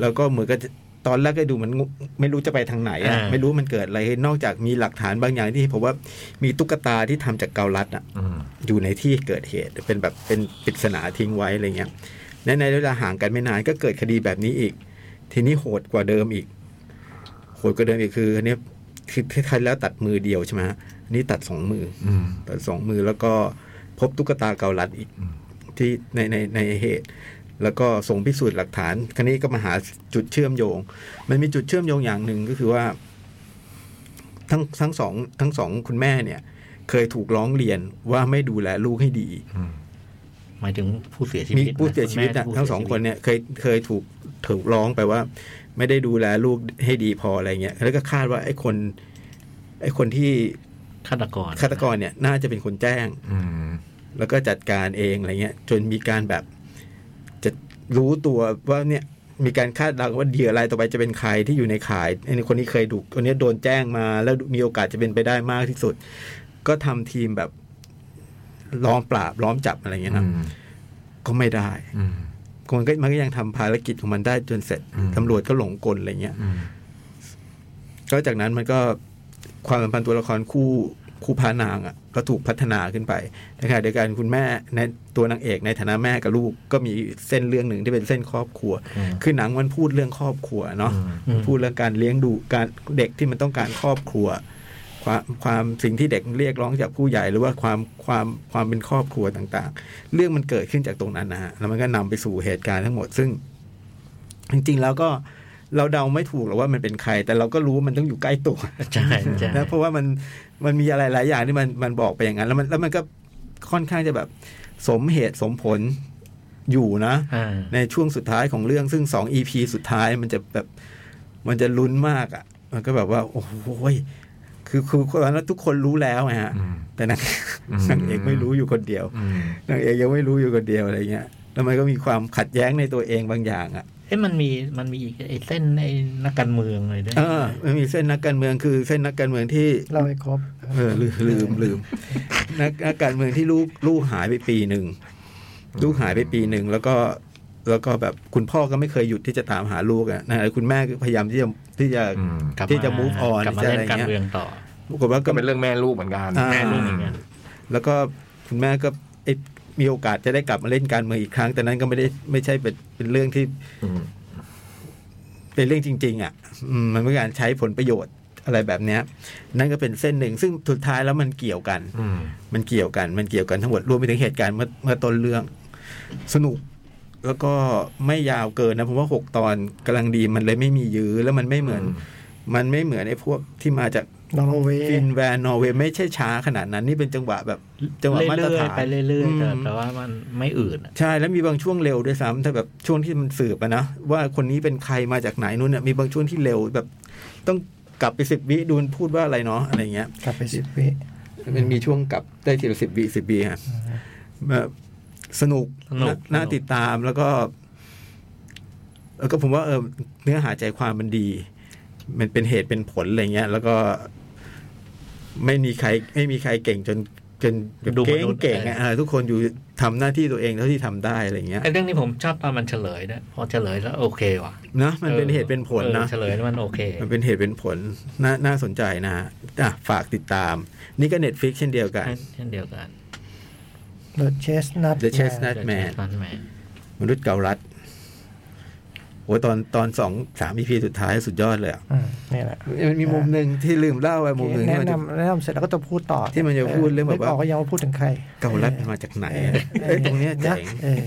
[SPEAKER 6] แล้วก็เหมือนก็จะตอนแรกก็ดูเหมันงุไม่รู้จะไปทางไหนอะ
[SPEAKER 2] อ่า
[SPEAKER 6] ไม่รู้มันเกิดอะไรขึ้นนอกจากมีหลักฐานบางอย่างที่ผมว่ามีตุ๊กตาที่ทำจากเกาลัดอ่ะ
[SPEAKER 3] อืม
[SPEAKER 6] อยู่ในที่เกิดเหตุเป็นแบบเป็นปริศนาทิ้งไว้อะไรเงี้ยในในเวลาห่างกันไม่นานก็เกิดคดีแบบนี้อีก ทีนี้โหดกว่าเดิมอีก โหดกว่าเดิมอีกคืออันเนี้ยคือคล้ายๆแล้วตัดมือเดียวใช่ไหมฮะอันนี้ตัดสองมือ
[SPEAKER 3] อืม
[SPEAKER 6] ตัดสองมือแล้วก็พบตุ๊กตาเกาลัดอีก ที่ในในในเหตุ แล้วก็ส่งพิสูจน์หลักฐานคันนี้ก็มาหาจุดเชื่อมโยง มันมีจุดเชื่อมโยงอย่างหนึ่งก็คือว่า ทั้งทั้งสองทั้งสองคุณแม่เนี่ย เคยถูกร้องเรียนว่าไม่ดูแลลูกให้ดี
[SPEAKER 2] หมายถึงผู้เสียชี
[SPEAKER 6] มี
[SPEAKER 2] วิต
[SPEAKER 6] ผู้เสียชีวิต
[SPEAKER 2] นะ
[SPEAKER 6] นะ
[SPEAKER 2] คุณแม่
[SPEAKER 6] ทั้งสองคนเนี่ยเคยเคยถูกถูกร้องไปว่า ไม่ได้ดูแลลูกให้ดีพออะไรเงี้ยแล้วก็คาดว่าไอ้คน ไอ้คนที่
[SPEAKER 2] ฆาตกร
[SPEAKER 6] ฆาตกรเนี่ย น่าจะเป็นคนแจ้ง
[SPEAKER 3] อืม
[SPEAKER 6] แล้วก็จัดการเองอะไรเงี้ย จนมีการแบบจะรู้ตัวว่าเนี่ยมีการคาดเดาว่าเหยื่ออะไรายต่อไปจะเป็นใครที่อยู่ในข่ายไอ้นี่คนนี้เคยถูกคนนี้โดนแจ้งมา แล้วมีโอกาสจะเป็นไปได้มากที่สุด ก็ทำทีมแบบล้อมปราบล้อมจับอะไรเงี้ยนะก็ไม่ได้
[SPEAKER 3] อืม
[SPEAKER 6] คนก็มันก็ยังทำภารกิจของมันได้จนเสร็จ
[SPEAKER 3] อืม
[SPEAKER 6] ตำรวจก็หลงกลอะไรเงี้ย
[SPEAKER 3] อืม
[SPEAKER 6] ก็จากนั้นมันก็ความสัมพันธ์ตัวละครคู่คู่พานางอ่ะ ก็ถูกพัฒนาขึ้นไปในขณะเดียวกันคุณแม่ในตัวนางเอกในฐานะแม่กับลูกก็มีเส้นเรื่องหนึ่งที่เป็นเส้นครอบครัว
[SPEAKER 3] อืม
[SPEAKER 6] คือหนังมันพูดเรื่องครอบครัวเนาะ
[SPEAKER 2] อืม
[SPEAKER 6] พูดเรื่องการเลี้ยงดูการเด็กที่มันต้องการครอบครัว ความความสิ่งที่เด็กเรียกร้องจากผู้ใหญ่หรือว่าความความความเป็นครอบครัวต่างๆ เรื่องมันเกิดขึ้นจากตรงนั้นนะฮะแล้วมันก็นำไปสู่เหตุการณ์ทั้งหมดซึ่ง จริงๆแล้วก็เราเดาไม่ถูกหรอกว่ามันเป็นใคร แต่เราก็รู้ว่ามันต้องอยู่ใกล้ตัว
[SPEAKER 2] ใช่ใช่
[SPEAKER 6] นะเพราะว่ามันมันมีอะไรหลายอย่างที่มันมันบอกไปอย่างนั้น แล้วมันแล้วมันก็ค่อนข้างจะแบบสมเหตุสมผลอยู่นะ
[SPEAKER 2] อ่า
[SPEAKER 6] ในช่วงสุดท้ายของเรื่องซึ่งสองอีพีสุดท้ายมันจะแบบมันจะลุ้นมากอะ่ะ มันก็แบบว่า โอ้โหยคือคือตอนนั้นทุกคนรู้แล้วไงฮะ
[SPEAKER 3] อืม
[SPEAKER 6] แต่นาง
[SPEAKER 3] อืม
[SPEAKER 6] นางเอกไม่รู้อยู่คนเดียว
[SPEAKER 3] อืม
[SPEAKER 6] นางเอกยังไม่รู้อยู่คนเดียวอะไรเงี้ยแล้วมันก็มีความขัดแย้งในตัวเองบางอย่างอ่ะ
[SPEAKER 2] เอ้มันมีมันมีอีกไอ้เส้นไอ้นักการเมืองอะไรด้วย
[SPEAKER 6] เออมันมีเส้นนักการเมืองคือเส้นนักการเมืองที่
[SPEAKER 4] เราให้ครบ
[SPEAKER 6] เออลืมลืมลืมนักนักการเมืองที่ลูกลูกหายไปปีหนึ่งลูกหายไปปีหนึ่งแล้วก็แล้วก็แบบคุณพ่อก็ไม่เคยหยุดที่จะตามหาลูกอ่ะนะคุณแม่ก็พยายามที่จะที่จะ
[SPEAKER 3] อืม
[SPEAKER 2] กลับา
[SPEAKER 6] ที่จะ move on
[SPEAKER 2] กลับมา
[SPEAKER 6] จะอะไร
[SPEAKER 2] เล่นการ
[SPEAKER 6] เงี้ย
[SPEAKER 2] เมืองต่อ
[SPEAKER 6] ปรากฏว่า
[SPEAKER 3] ก็
[SPEAKER 6] ก็
[SPEAKER 3] เป็นเรื่องแม่ลูกเหมือนกัน
[SPEAKER 6] อ่า
[SPEAKER 2] แม่ลูกอย่างเงี้ย
[SPEAKER 6] แล้วก็คุณแม่ก็เอ๊ะมีโอกาสจะได้กลับมาเล่นการเมืองอีกครั้ง แต่นั้นก็ไม่ได้ไม่ใช่เป็นเป็นเรื่องที่
[SPEAKER 3] อืม
[SPEAKER 6] เป็นเรื่องจริง ๆ อ่ะอืมมันเป็นการใช้ผลประโยชน์อะไรแบบเนี้ย นั่นก็เป็นเส้นหนึ่งซึ่งสุดท้ายแล้วมันเกี่ยวกัน
[SPEAKER 3] อืม
[SPEAKER 6] มันเกี่ยวกัน มันเกี่ยวกันทั้งหมด รวมไปถึงเหตุการณ์เมื่อเมื่อต้นเรื่อง สนุก แล้วก็ไม่ยาวเกินนะผมว่าหกตอนกำลังดีมันเลยไม่มียื้อแล้วมันไม่เหมือน
[SPEAKER 3] อืม
[SPEAKER 6] มันไม่เหมือนไอ้พวกที่มาจาก
[SPEAKER 4] นอร์เว
[SPEAKER 6] ฟิ
[SPEAKER 4] ย์
[SPEAKER 6] นแวนนอร์เวย์ไม่ใช่ช้าขนาดนั้น นี่เป็นจังหวะแบบ จังหวะมาตร
[SPEAKER 2] เรื่อ
[SPEAKER 6] ฐาย น
[SPEAKER 2] ๆไปเรื่อยๆแต่
[SPEAKER 6] ม
[SPEAKER 2] แต่ว่ามันไม่อืดอะ
[SPEAKER 6] ใช่แล้วมีบางช่วงเร็วด้วยซ้ำถ้าแบบช่วงที่มันสืบอะนะว่าคนนี้เป็นใครมาจากไหนนู่นเนี่ยมีบางช่วงที่เร็วแบบ ต้องกลับไปสิบวิดูมันพูดว่าอะไรเนาะอะไรเงี้ย
[SPEAKER 4] กลับไปสิบวิ
[SPEAKER 6] มันมีช่วงกลับได้ทีละสิบวิสิบวิฮะแบบสนุก
[SPEAKER 2] สนุก
[SPEAKER 6] น่าติดตามแล้วก็ แล้วก็ผมว่าเออเนื้อหาใจความมันดี มันเป็นเหตุเป็นผลอะไรเงี้ย แล้วก็ไม่มีใคร ไม่มีใครเก่งจนจนแบบ
[SPEAKER 2] ดู
[SPEAKER 6] เก่
[SPEAKER 2] ม
[SPEAKER 6] ง
[SPEAKER 2] นุษย์
[SPEAKER 6] เก่งๆอะเออทุกคนอยู่ทำหน้าที่ตัวเองเท่าที่ทำได้อะไรเงี้ย
[SPEAKER 2] ไอ้เรื่องนี้ผมชอบตอนมันเฉลยนะพอเฉลยแล้วโอเคว่ะ
[SPEAKER 6] นะมันเป็น
[SPEAKER 2] ออ
[SPEAKER 6] เหตุเป็นผลนะ
[SPEAKER 2] ออเฉลยแล้วมันโอเค
[SPEAKER 6] มันเป็นเหตุเป็นผลน่าน่าสนใจนะฮะอ่ะฝากติดตาม นี่ก็เน็ตฟิกเช่นเดียวกัน
[SPEAKER 2] เช่นเดียวกัน
[SPEAKER 4] The Chestnut
[SPEAKER 6] The
[SPEAKER 4] Man
[SPEAKER 6] Chestnut แมน
[SPEAKER 2] แมน
[SPEAKER 6] มนุษย์เกาลัดโอ้ยตอนตอนสองสาม EP สุดท้ายสุดยอดเลยอ่ะ
[SPEAKER 4] อืมนี่แหละ
[SPEAKER 6] มันมีมุมหนึ่งที่ลืมเล่าไปมุมหนึ่งที่
[SPEAKER 4] แนะ
[SPEAKER 6] มันจะ
[SPEAKER 4] นำแนะนำเสร็จแล้วก็จะพูดต่อ
[SPEAKER 6] ที่มันจะพูดเรื่องแบบว่า
[SPEAKER 4] นึกออกก็ยังว่าพูดถึงใคร
[SPEAKER 6] เกาลัดมันมาจากไหนอะเอ้ยตรงเนี้ยเจ๋ง
[SPEAKER 4] เออ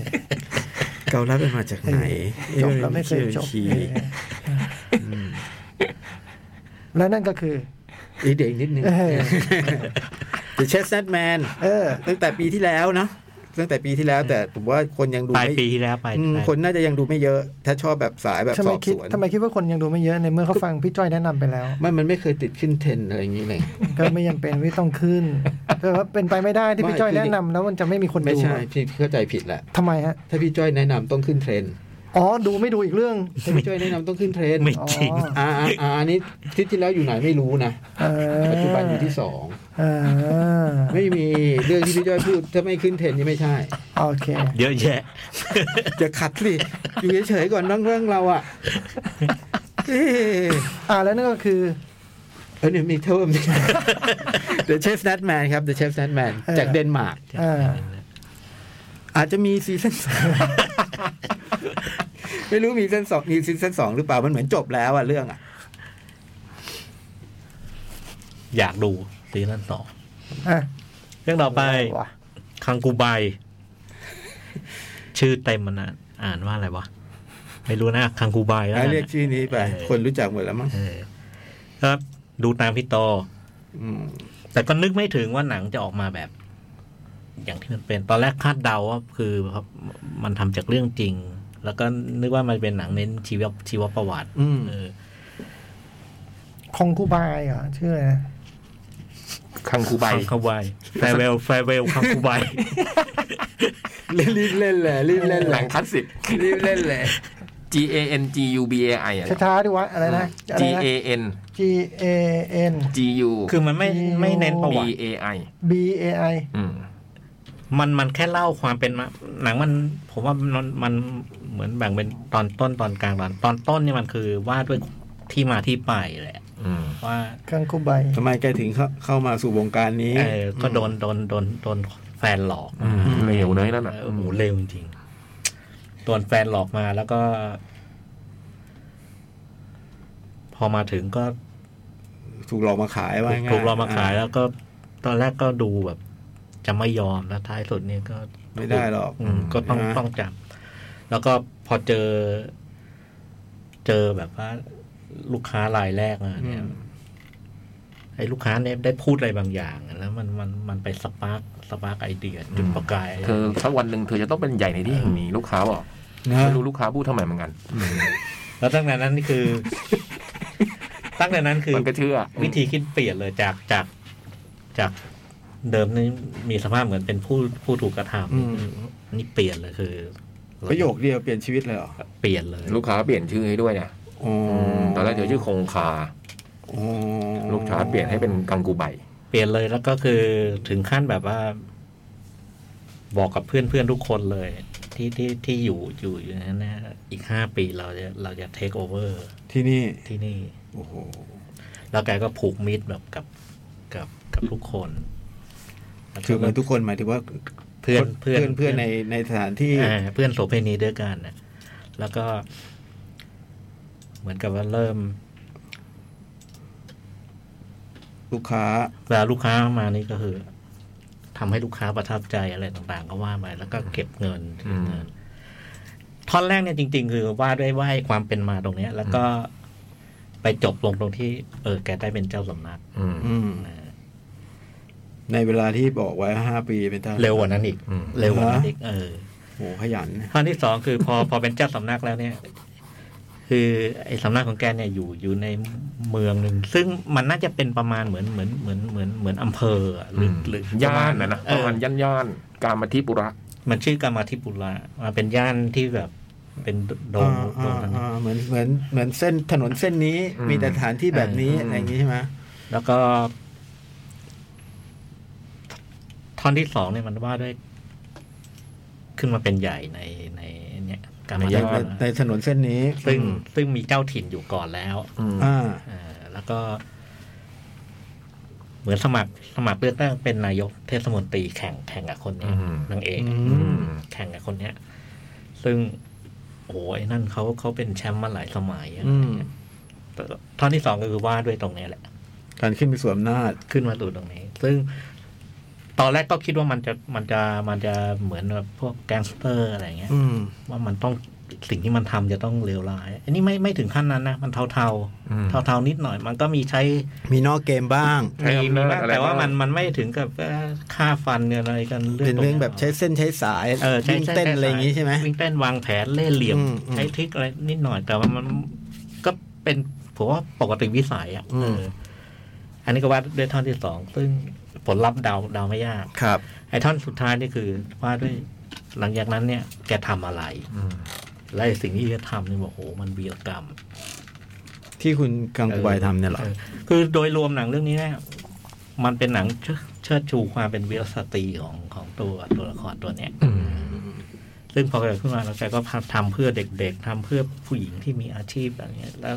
[SPEAKER 6] เกาลัดมันมาจากไหน
[SPEAKER 4] เออจบแล้วไม่เคยจบ
[SPEAKER 6] ขี้
[SPEAKER 4] เออและนั่นก็คือ
[SPEAKER 6] อีกเด็กนิดนึง
[SPEAKER 4] เออ
[SPEAKER 6] The Chestnut Man
[SPEAKER 4] เออ
[SPEAKER 6] ตั้งแต่ปีที่แล้วเนาะตั้งแต่ปีที่แล้วแต่ผมว่าคนยังดู
[SPEAKER 2] ปลาย
[SPEAKER 6] ไม่
[SPEAKER 2] ปีที่แล้วไป
[SPEAKER 6] อืมคนน่าจะยังดูไม่เยอะ ถ้าชอบแบบสายแบบ
[SPEAKER 4] ทำ
[SPEAKER 6] ส
[SPEAKER 4] ไม
[SPEAKER 6] อบ
[SPEAKER 4] คิด
[SPEAKER 6] สวน
[SPEAKER 4] ทำไมคิดว่าคนยังดูไม่เยอะในเมื่อเขาฟังพี่จ้อยแนะนำไปแล้ว
[SPEAKER 6] ไม่มันไม่เคยติดขึ้นเทรนด์อะไรอย่างนี้เลย
[SPEAKER 4] ก็ไม่ยังเป็นไม่ต้องขึ้นแต่ว่าเป็นไปไม่ได้ที่
[SPEAKER 6] ไม่
[SPEAKER 4] พี่จ้อย
[SPEAKER 6] คือ
[SPEAKER 4] แนะนำแล้วมันจะไม่มีคน
[SPEAKER 6] ไม่
[SPEAKER 4] ดู
[SPEAKER 6] ใช่พี่เข้าใจผิดแหละ
[SPEAKER 4] ทำไมฮะ
[SPEAKER 6] ถ้าพี่จ้อยแนะนำต้องขึ้นเทรนด์
[SPEAKER 4] อ๋อดูไม่ดูอีกเรื่อง
[SPEAKER 6] ถ้าพี่จ้อยแนะนำต้องขึ้นเทรนด์
[SPEAKER 2] ไม่
[SPEAKER 4] อ๋อ
[SPEAKER 2] จริง
[SPEAKER 6] อ่าอ่าอ่าอันนี้ทิศที่แล้วอยู่ไหนไม่รู้นะ
[SPEAKER 4] เออ
[SPEAKER 6] ปัจจุบันอยู่ที่สอง
[SPEAKER 4] เออ
[SPEAKER 6] ไม่มีเรื่องที่พี่จ้อยพูดถ้าไม่ขึ้นเทรนด์นี่ไม่ใช่
[SPEAKER 4] โอเค
[SPEAKER 2] เยอะแยะ
[SPEAKER 6] อย่าขัดสิอยู่เฉยๆก่อนเรื่องเรื่องเราอ่ะเอ๊ะ
[SPEAKER 4] อ่าแล้วนั่นก็คือ
[SPEAKER 6] เออเนี่ยมีเทอม The Chef Nut Man ครับ The Chef Nut Man
[SPEAKER 4] เออ
[SPEAKER 6] จากเดนมาร์ก
[SPEAKER 4] อ่า
[SPEAKER 6] อาจจะมีซีซั่นสอง ไม่รู้มีซีซั่นสองมีซีซั่นสองหรือเปล่ามันเหมือนจบแล้วอะเรื่องอะ
[SPEAKER 2] อยากดูซีซั่นสอง
[SPEAKER 4] อ่ะ
[SPEAKER 2] เรื่องต่อไป
[SPEAKER 4] ว่ะ
[SPEAKER 2] คังกูไบ ชื่อเต็มมันอ่ะอ่านว่าอะไรวะ ไม่รู้นะ คังกูไบแล้ว
[SPEAKER 6] อ่ะ
[SPEAKER 2] กัน
[SPEAKER 6] เรียกชื่อนี้ไป คนรู้จักหมดแล้วมั้ง
[SPEAKER 2] เออครับดูตามพี่โตอ
[SPEAKER 6] อืม
[SPEAKER 2] แต่ก็นึกไม่ถึงว่าหนังจะออกมาแบบ อย่างที่มันเป็นตอนแรกคาดเดาว่าคือมันทำจากเรื่องจริง แล้วก็นึกว่ามันเป็นหนังเน้นชีวชีวประวัติ
[SPEAKER 6] อืม
[SPEAKER 2] เออ
[SPEAKER 4] คองกูบายเหรอชื่ออะไรนะ
[SPEAKER 3] คังคูใบ
[SPEAKER 2] คังกูไบแฟเวลแฟเวลคังกู ไบ
[SPEAKER 6] เล่นรีบเล่นเลยรีบเล่น
[SPEAKER 3] ห
[SPEAKER 6] เล
[SPEAKER 3] นั
[SPEAKER 6] ย
[SPEAKER 3] งคลาสสิก
[SPEAKER 6] รีบเล่นเลย
[SPEAKER 3] G A N G U B A I อะ
[SPEAKER 4] ช้าๆดิวะ อะไรนะ อะไร
[SPEAKER 3] G
[SPEAKER 4] นะ
[SPEAKER 3] A N
[SPEAKER 4] G A N
[SPEAKER 3] G U
[SPEAKER 2] คือมันไม่ไม่เน้นประ
[SPEAKER 3] B
[SPEAKER 2] วัติ
[SPEAKER 3] A I
[SPEAKER 4] B A I
[SPEAKER 3] อืม
[SPEAKER 2] มันมันแค่เล่าความเป็นมาหนังมัน ผมว่ามันมันเหมือนแบ่งเป็นตอนต้นตอนกลางตอนตอนต้นเนี่ยมันคือว่าด้วยที่มาที่ไปแหละ
[SPEAKER 3] อืม
[SPEAKER 2] ว่า
[SPEAKER 4] คังกูบาย
[SPEAKER 6] ทำไมแกถึงเข้าเข้ามาสู่วงการนี้
[SPEAKER 2] เออก็โดนโดนโดนโดนแฟนหลอก
[SPEAKER 3] อืมเหลวเนยนั่นน่ะ
[SPEAKER 2] เออโอ้โหเร็วจริงๆตัวแฟนหลอกมาแล้วก็ พอมาถึงก็
[SPEAKER 6] ถูกหลอกมาขายว่าง่าย
[SPEAKER 2] ถูกรอมาขายแล้วก็ ตอนแรกก็ดูแบบ จะไม่ยอมแล้วท้ายสุดเนี่ยก็
[SPEAKER 6] ไม่ได้หรอก
[SPEAKER 2] อืมก็ต้อง
[SPEAKER 6] ใช่ไหม
[SPEAKER 2] ต้องจับแล้วก็พอเจอ เจอแบบว่า ลูกค้ารายแรกมาเนี่ย ไอ้ลูกค้าเนี่ยได้พูดอะไรบางอย่างแล้วมันมันมันไปสปาร์กสปาร์กไอเดียจุดประกาย
[SPEAKER 3] เธอสักวันหนึ่งเธอจะต้องเป็นใหญ่ในที่แห่งนี้ลูกค้าบอก
[SPEAKER 6] นะ
[SPEAKER 3] ไม่รู้ลูกค้าพูดทำไมเหมือนกัน
[SPEAKER 2] แล้วตั้งแต่นั้นนี่คือ ตั้งแต่นั้นคือ
[SPEAKER 3] มันก็เชื่อ
[SPEAKER 2] วิธีคิดเปลี่ยนเลยจากจากจากเดิมนี่มีสภาพเหมือนเป็นผู้ผู้ถูกกระท
[SPEAKER 6] อืม
[SPEAKER 2] ำนี่เปลี่ยนเลยคือ
[SPEAKER 6] ประโยคเดียวเปลี่ยนชีวิตเลยเหรอ
[SPEAKER 2] เปลี่ยนเลย
[SPEAKER 3] ลูกค้าเปลี่ยนชื่อให้ด้วยเนี่ย
[SPEAKER 6] อ๋อ
[SPEAKER 3] ตอนแรกเธอชื่อคงคา
[SPEAKER 6] อ๋อ
[SPEAKER 3] ลูกค้าเปลี่ยนให้เป็นกังกูใบ
[SPEAKER 2] เปลี่ยนเลยแล้วก็คือถึงขั้นแบบว่า บอกกับเพื่อนเพื่อนๆทุกคนเลย ที่ที่ที่อยู่อยู่อยู่ในนั้นนะอีกห้าปีเราจะเราจะเทคโอเวอร์
[SPEAKER 6] ที่นี่
[SPEAKER 2] ที่นี่
[SPEAKER 6] โอ้โห
[SPEAKER 2] แล้วแกก็ผูกมิตรแบบกับกับกับทุกคนแล้ว
[SPEAKER 6] คือมันทุกคนหมายถึงว่า
[SPEAKER 2] เพื่อนเพื่อน
[SPEAKER 6] เพื่อนเพื่อนในในสถานที่
[SPEAKER 2] อ่าเพื่อนโสเภณีด้วยกันนะแล้วก็ เหมือนกับว่าเริ่ม
[SPEAKER 6] ลูกค้า
[SPEAKER 2] เวลาลูกค้ามานี่ก็คือทำให้ลูกค้าประทับใจอะไรต่างๆ ก็ว่าไปแล้วก็เก็บเงิน
[SPEAKER 3] อื
[SPEAKER 2] เก็บ
[SPEAKER 3] ม
[SPEAKER 2] เงินท่อนแรกเนี่ยจริง ๆ คือว่าด้วยว่าให้ความเป็นมาตรงเนี้ย แล้วก็ไปจบลงตรงที่ เออแกได้เป็นเจ้าสำนัก
[SPEAKER 3] อืม
[SPEAKER 6] อืม
[SPEAKER 2] นะ
[SPEAKER 6] ในเวลาที่บอกไว้ห้าปีเป็นต้น
[SPEAKER 2] เร็วกว่านั้นอีก
[SPEAKER 3] อืม
[SPEAKER 2] เร็วกว่านั้นอีกเออ
[SPEAKER 6] โอ้โหขยันนะ
[SPEAKER 2] ข้อที่สองคือพอ พอเป็นเจ้าสำนักแล้วเนี่ย คือไอ้สำนักของแกเนี่ยอยู่อยู่ในเมืองหนึ่ง ซึ่งมันน่าจะเป็นประมาณเหมือนเหมือนเหมือนเหมือนเหมือนอำเภออะหรือหรือย่
[SPEAKER 3] านนะนะ
[SPEAKER 2] เอ
[SPEAKER 3] ประ
[SPEAKER 2] อ
[SPEAKER 3] มาณย่านย่านๆการมาที่ปุระ
[SPEAKER 2] มันชื่อกามาธิปุระมันเป็นย่านที่แบบเป็นโด
[SPEAKER 6] อ่าง
[SPEAKER 2] โด
[SPEAKER 6] อ่าง
[SPEAKER 2] ทั้งนั้น
[SPEAKER 6] อ่าเหมือนเหมือนเหมือนเส้นถนนเส้นนี้
[SPEAKER 3] อืม
[SPEAKER 6] มีแต่สถานที่แบบนี้
[SPEAKER 2] อืม
[SPEAKER 6] อะไรอย่างนี้ใช่ไหม
[SPEAKER 2] แล้วก็ ท่อนที่สองเนี่ยมันว่าด้วย ขึ้นมาเป็นใหญ่ในในเนี่ยกามา
[SPEAKER 6] อ
[SPEAKER 2] ธิ
[SPEAKER 6] ย่าง
[SPEAKER 2] ปุ
[SPEAKER 6] ใน
[SPEAKER 2] ระ
[SPEAKER 6] ในถนนเส้นนี้
[SPEAKER 2] ซึ่งซึ่งมีเจ้าถิ่นอยู่ก่อนแล้ว
[SPEAKER 3] อืม
[SPEAKER 6] อ่า
[SPEAKER 2] เอ่อแล้วก็ เหมือนสมัครสมัครเลือกตั้งเป็นนายกเทศมนตรีแข่งแข่งกับคนเนี้ย
[SPEAKER 3] อืม
[SPEAKER 2] นางเอก
[SPEAKER 3] อืม
[SPEAKER 2] แข่งกับคนเนี้ย ซึ่งโอ้ยนั่นเขาเขาเป็นแชมป์มาหลายสมัยอะ
[SPEAKER 6] อืม
[SPEAKER 2] แต่ท่อนที่สองก็คือว่าด้วยตรงเนี้ยแหละ
[SPEAKER 6] การขึ้นไปสวมอำนาจ
[SPEAKER 2] ขึ้นมาสู่ตรงนี้ ซึ่งตอนแรกก็คิดว่ามันจะมันจะมันจะเหมือนแบบพวกแก๊งสเตอร์อะไรเงี้ย
[SPEAKER 6] อืม
[SPEAKER 2] ว่ามันต้องสิ่งที่มันทำจะต้องเลวร้าย อันนี้ไม่ไม่ถึงขั้นนั้นนะ มันเทาๆ
[SPEAKER 3] อืม
[SPEAKER 2] เทาๆนิดหน่อย มันก็มีใช้
[SPEAKER 6] มีนอกเกมบ้าง
[SPEAKER 3] ใช้
[SPEAKER 2] มี
[SPEAKER 3] อำ
[SPEAKER 2] มี
[SPEAKER 3] นาจ
[SPEAKER 2] บ้าง
[SPEAKER 3] อะไร
[SPEAKER 2] แต่ว่า
[SPEAKER 3] บ้าง
[SPEAKER 2] มันมันไม่ถึงกับเอ่อฆ่าฟันกันอะไรกัน
[SPEAKER 6] เป็นเรื่องแบบใช้เส้นใช้สาย
[SPEAKER 2] เออใช้
[SPEAKER 6] วิ่ง
[SPEAKER 2] ใช้
[SPEAKER 6] เต้น
[SPEAKER 2] ใช้
[SPEAKER 6] อะไรอย่างงี้ใช่ไหม
[SPEAKER 2] วิ่งเต้นวางแผนเล่ห์เหลี่ยม
[SPEAKER 6] อืมอืม
[SPEAKER 2] ใช้ทริคอะไรนิดหน่อย แต่ว่ามันก็เป็นผมว่าปกติวิสัยอ่ะ
[SPEAKER 6] อืม
[SPEAKER 2] เอออันนี้ก็ว่าด้วยท่อนที่สองซึ่งผลลัพธ์เดาเดาไม่ยาก
[SPEAKER 6] ครับ
[SPEAKER 2] ไอ้ท่อนสุดท้ายนี่คือว่าด้วยหลังจากนั้นเนี่ย แกทำอะไร
[SPEAKER 3] อืม
[SPEAKER 2] และไอ้สิ่งที่แกทำนี่บอกโอ้โหมันวีรกรรม
[SPEAKER 6] ที่คุณกังกูบายทำเนี่ยเหรอ
[SPEAKER 2] เออคือโดยรวมหนังเรื่องนี้เนี่ยมันเป็นหนังเชิดเชิดชูความเป็นวีรสตรีของของตัวตัวละครตัวเนี้ยซึ่งพอเกิดขึ้นมาแล้วแกก็ทำเพื่อเด็ก ๆทำเพื่อผู้หญิงที่มีอาชีพอะไรเงี้ยแล้ว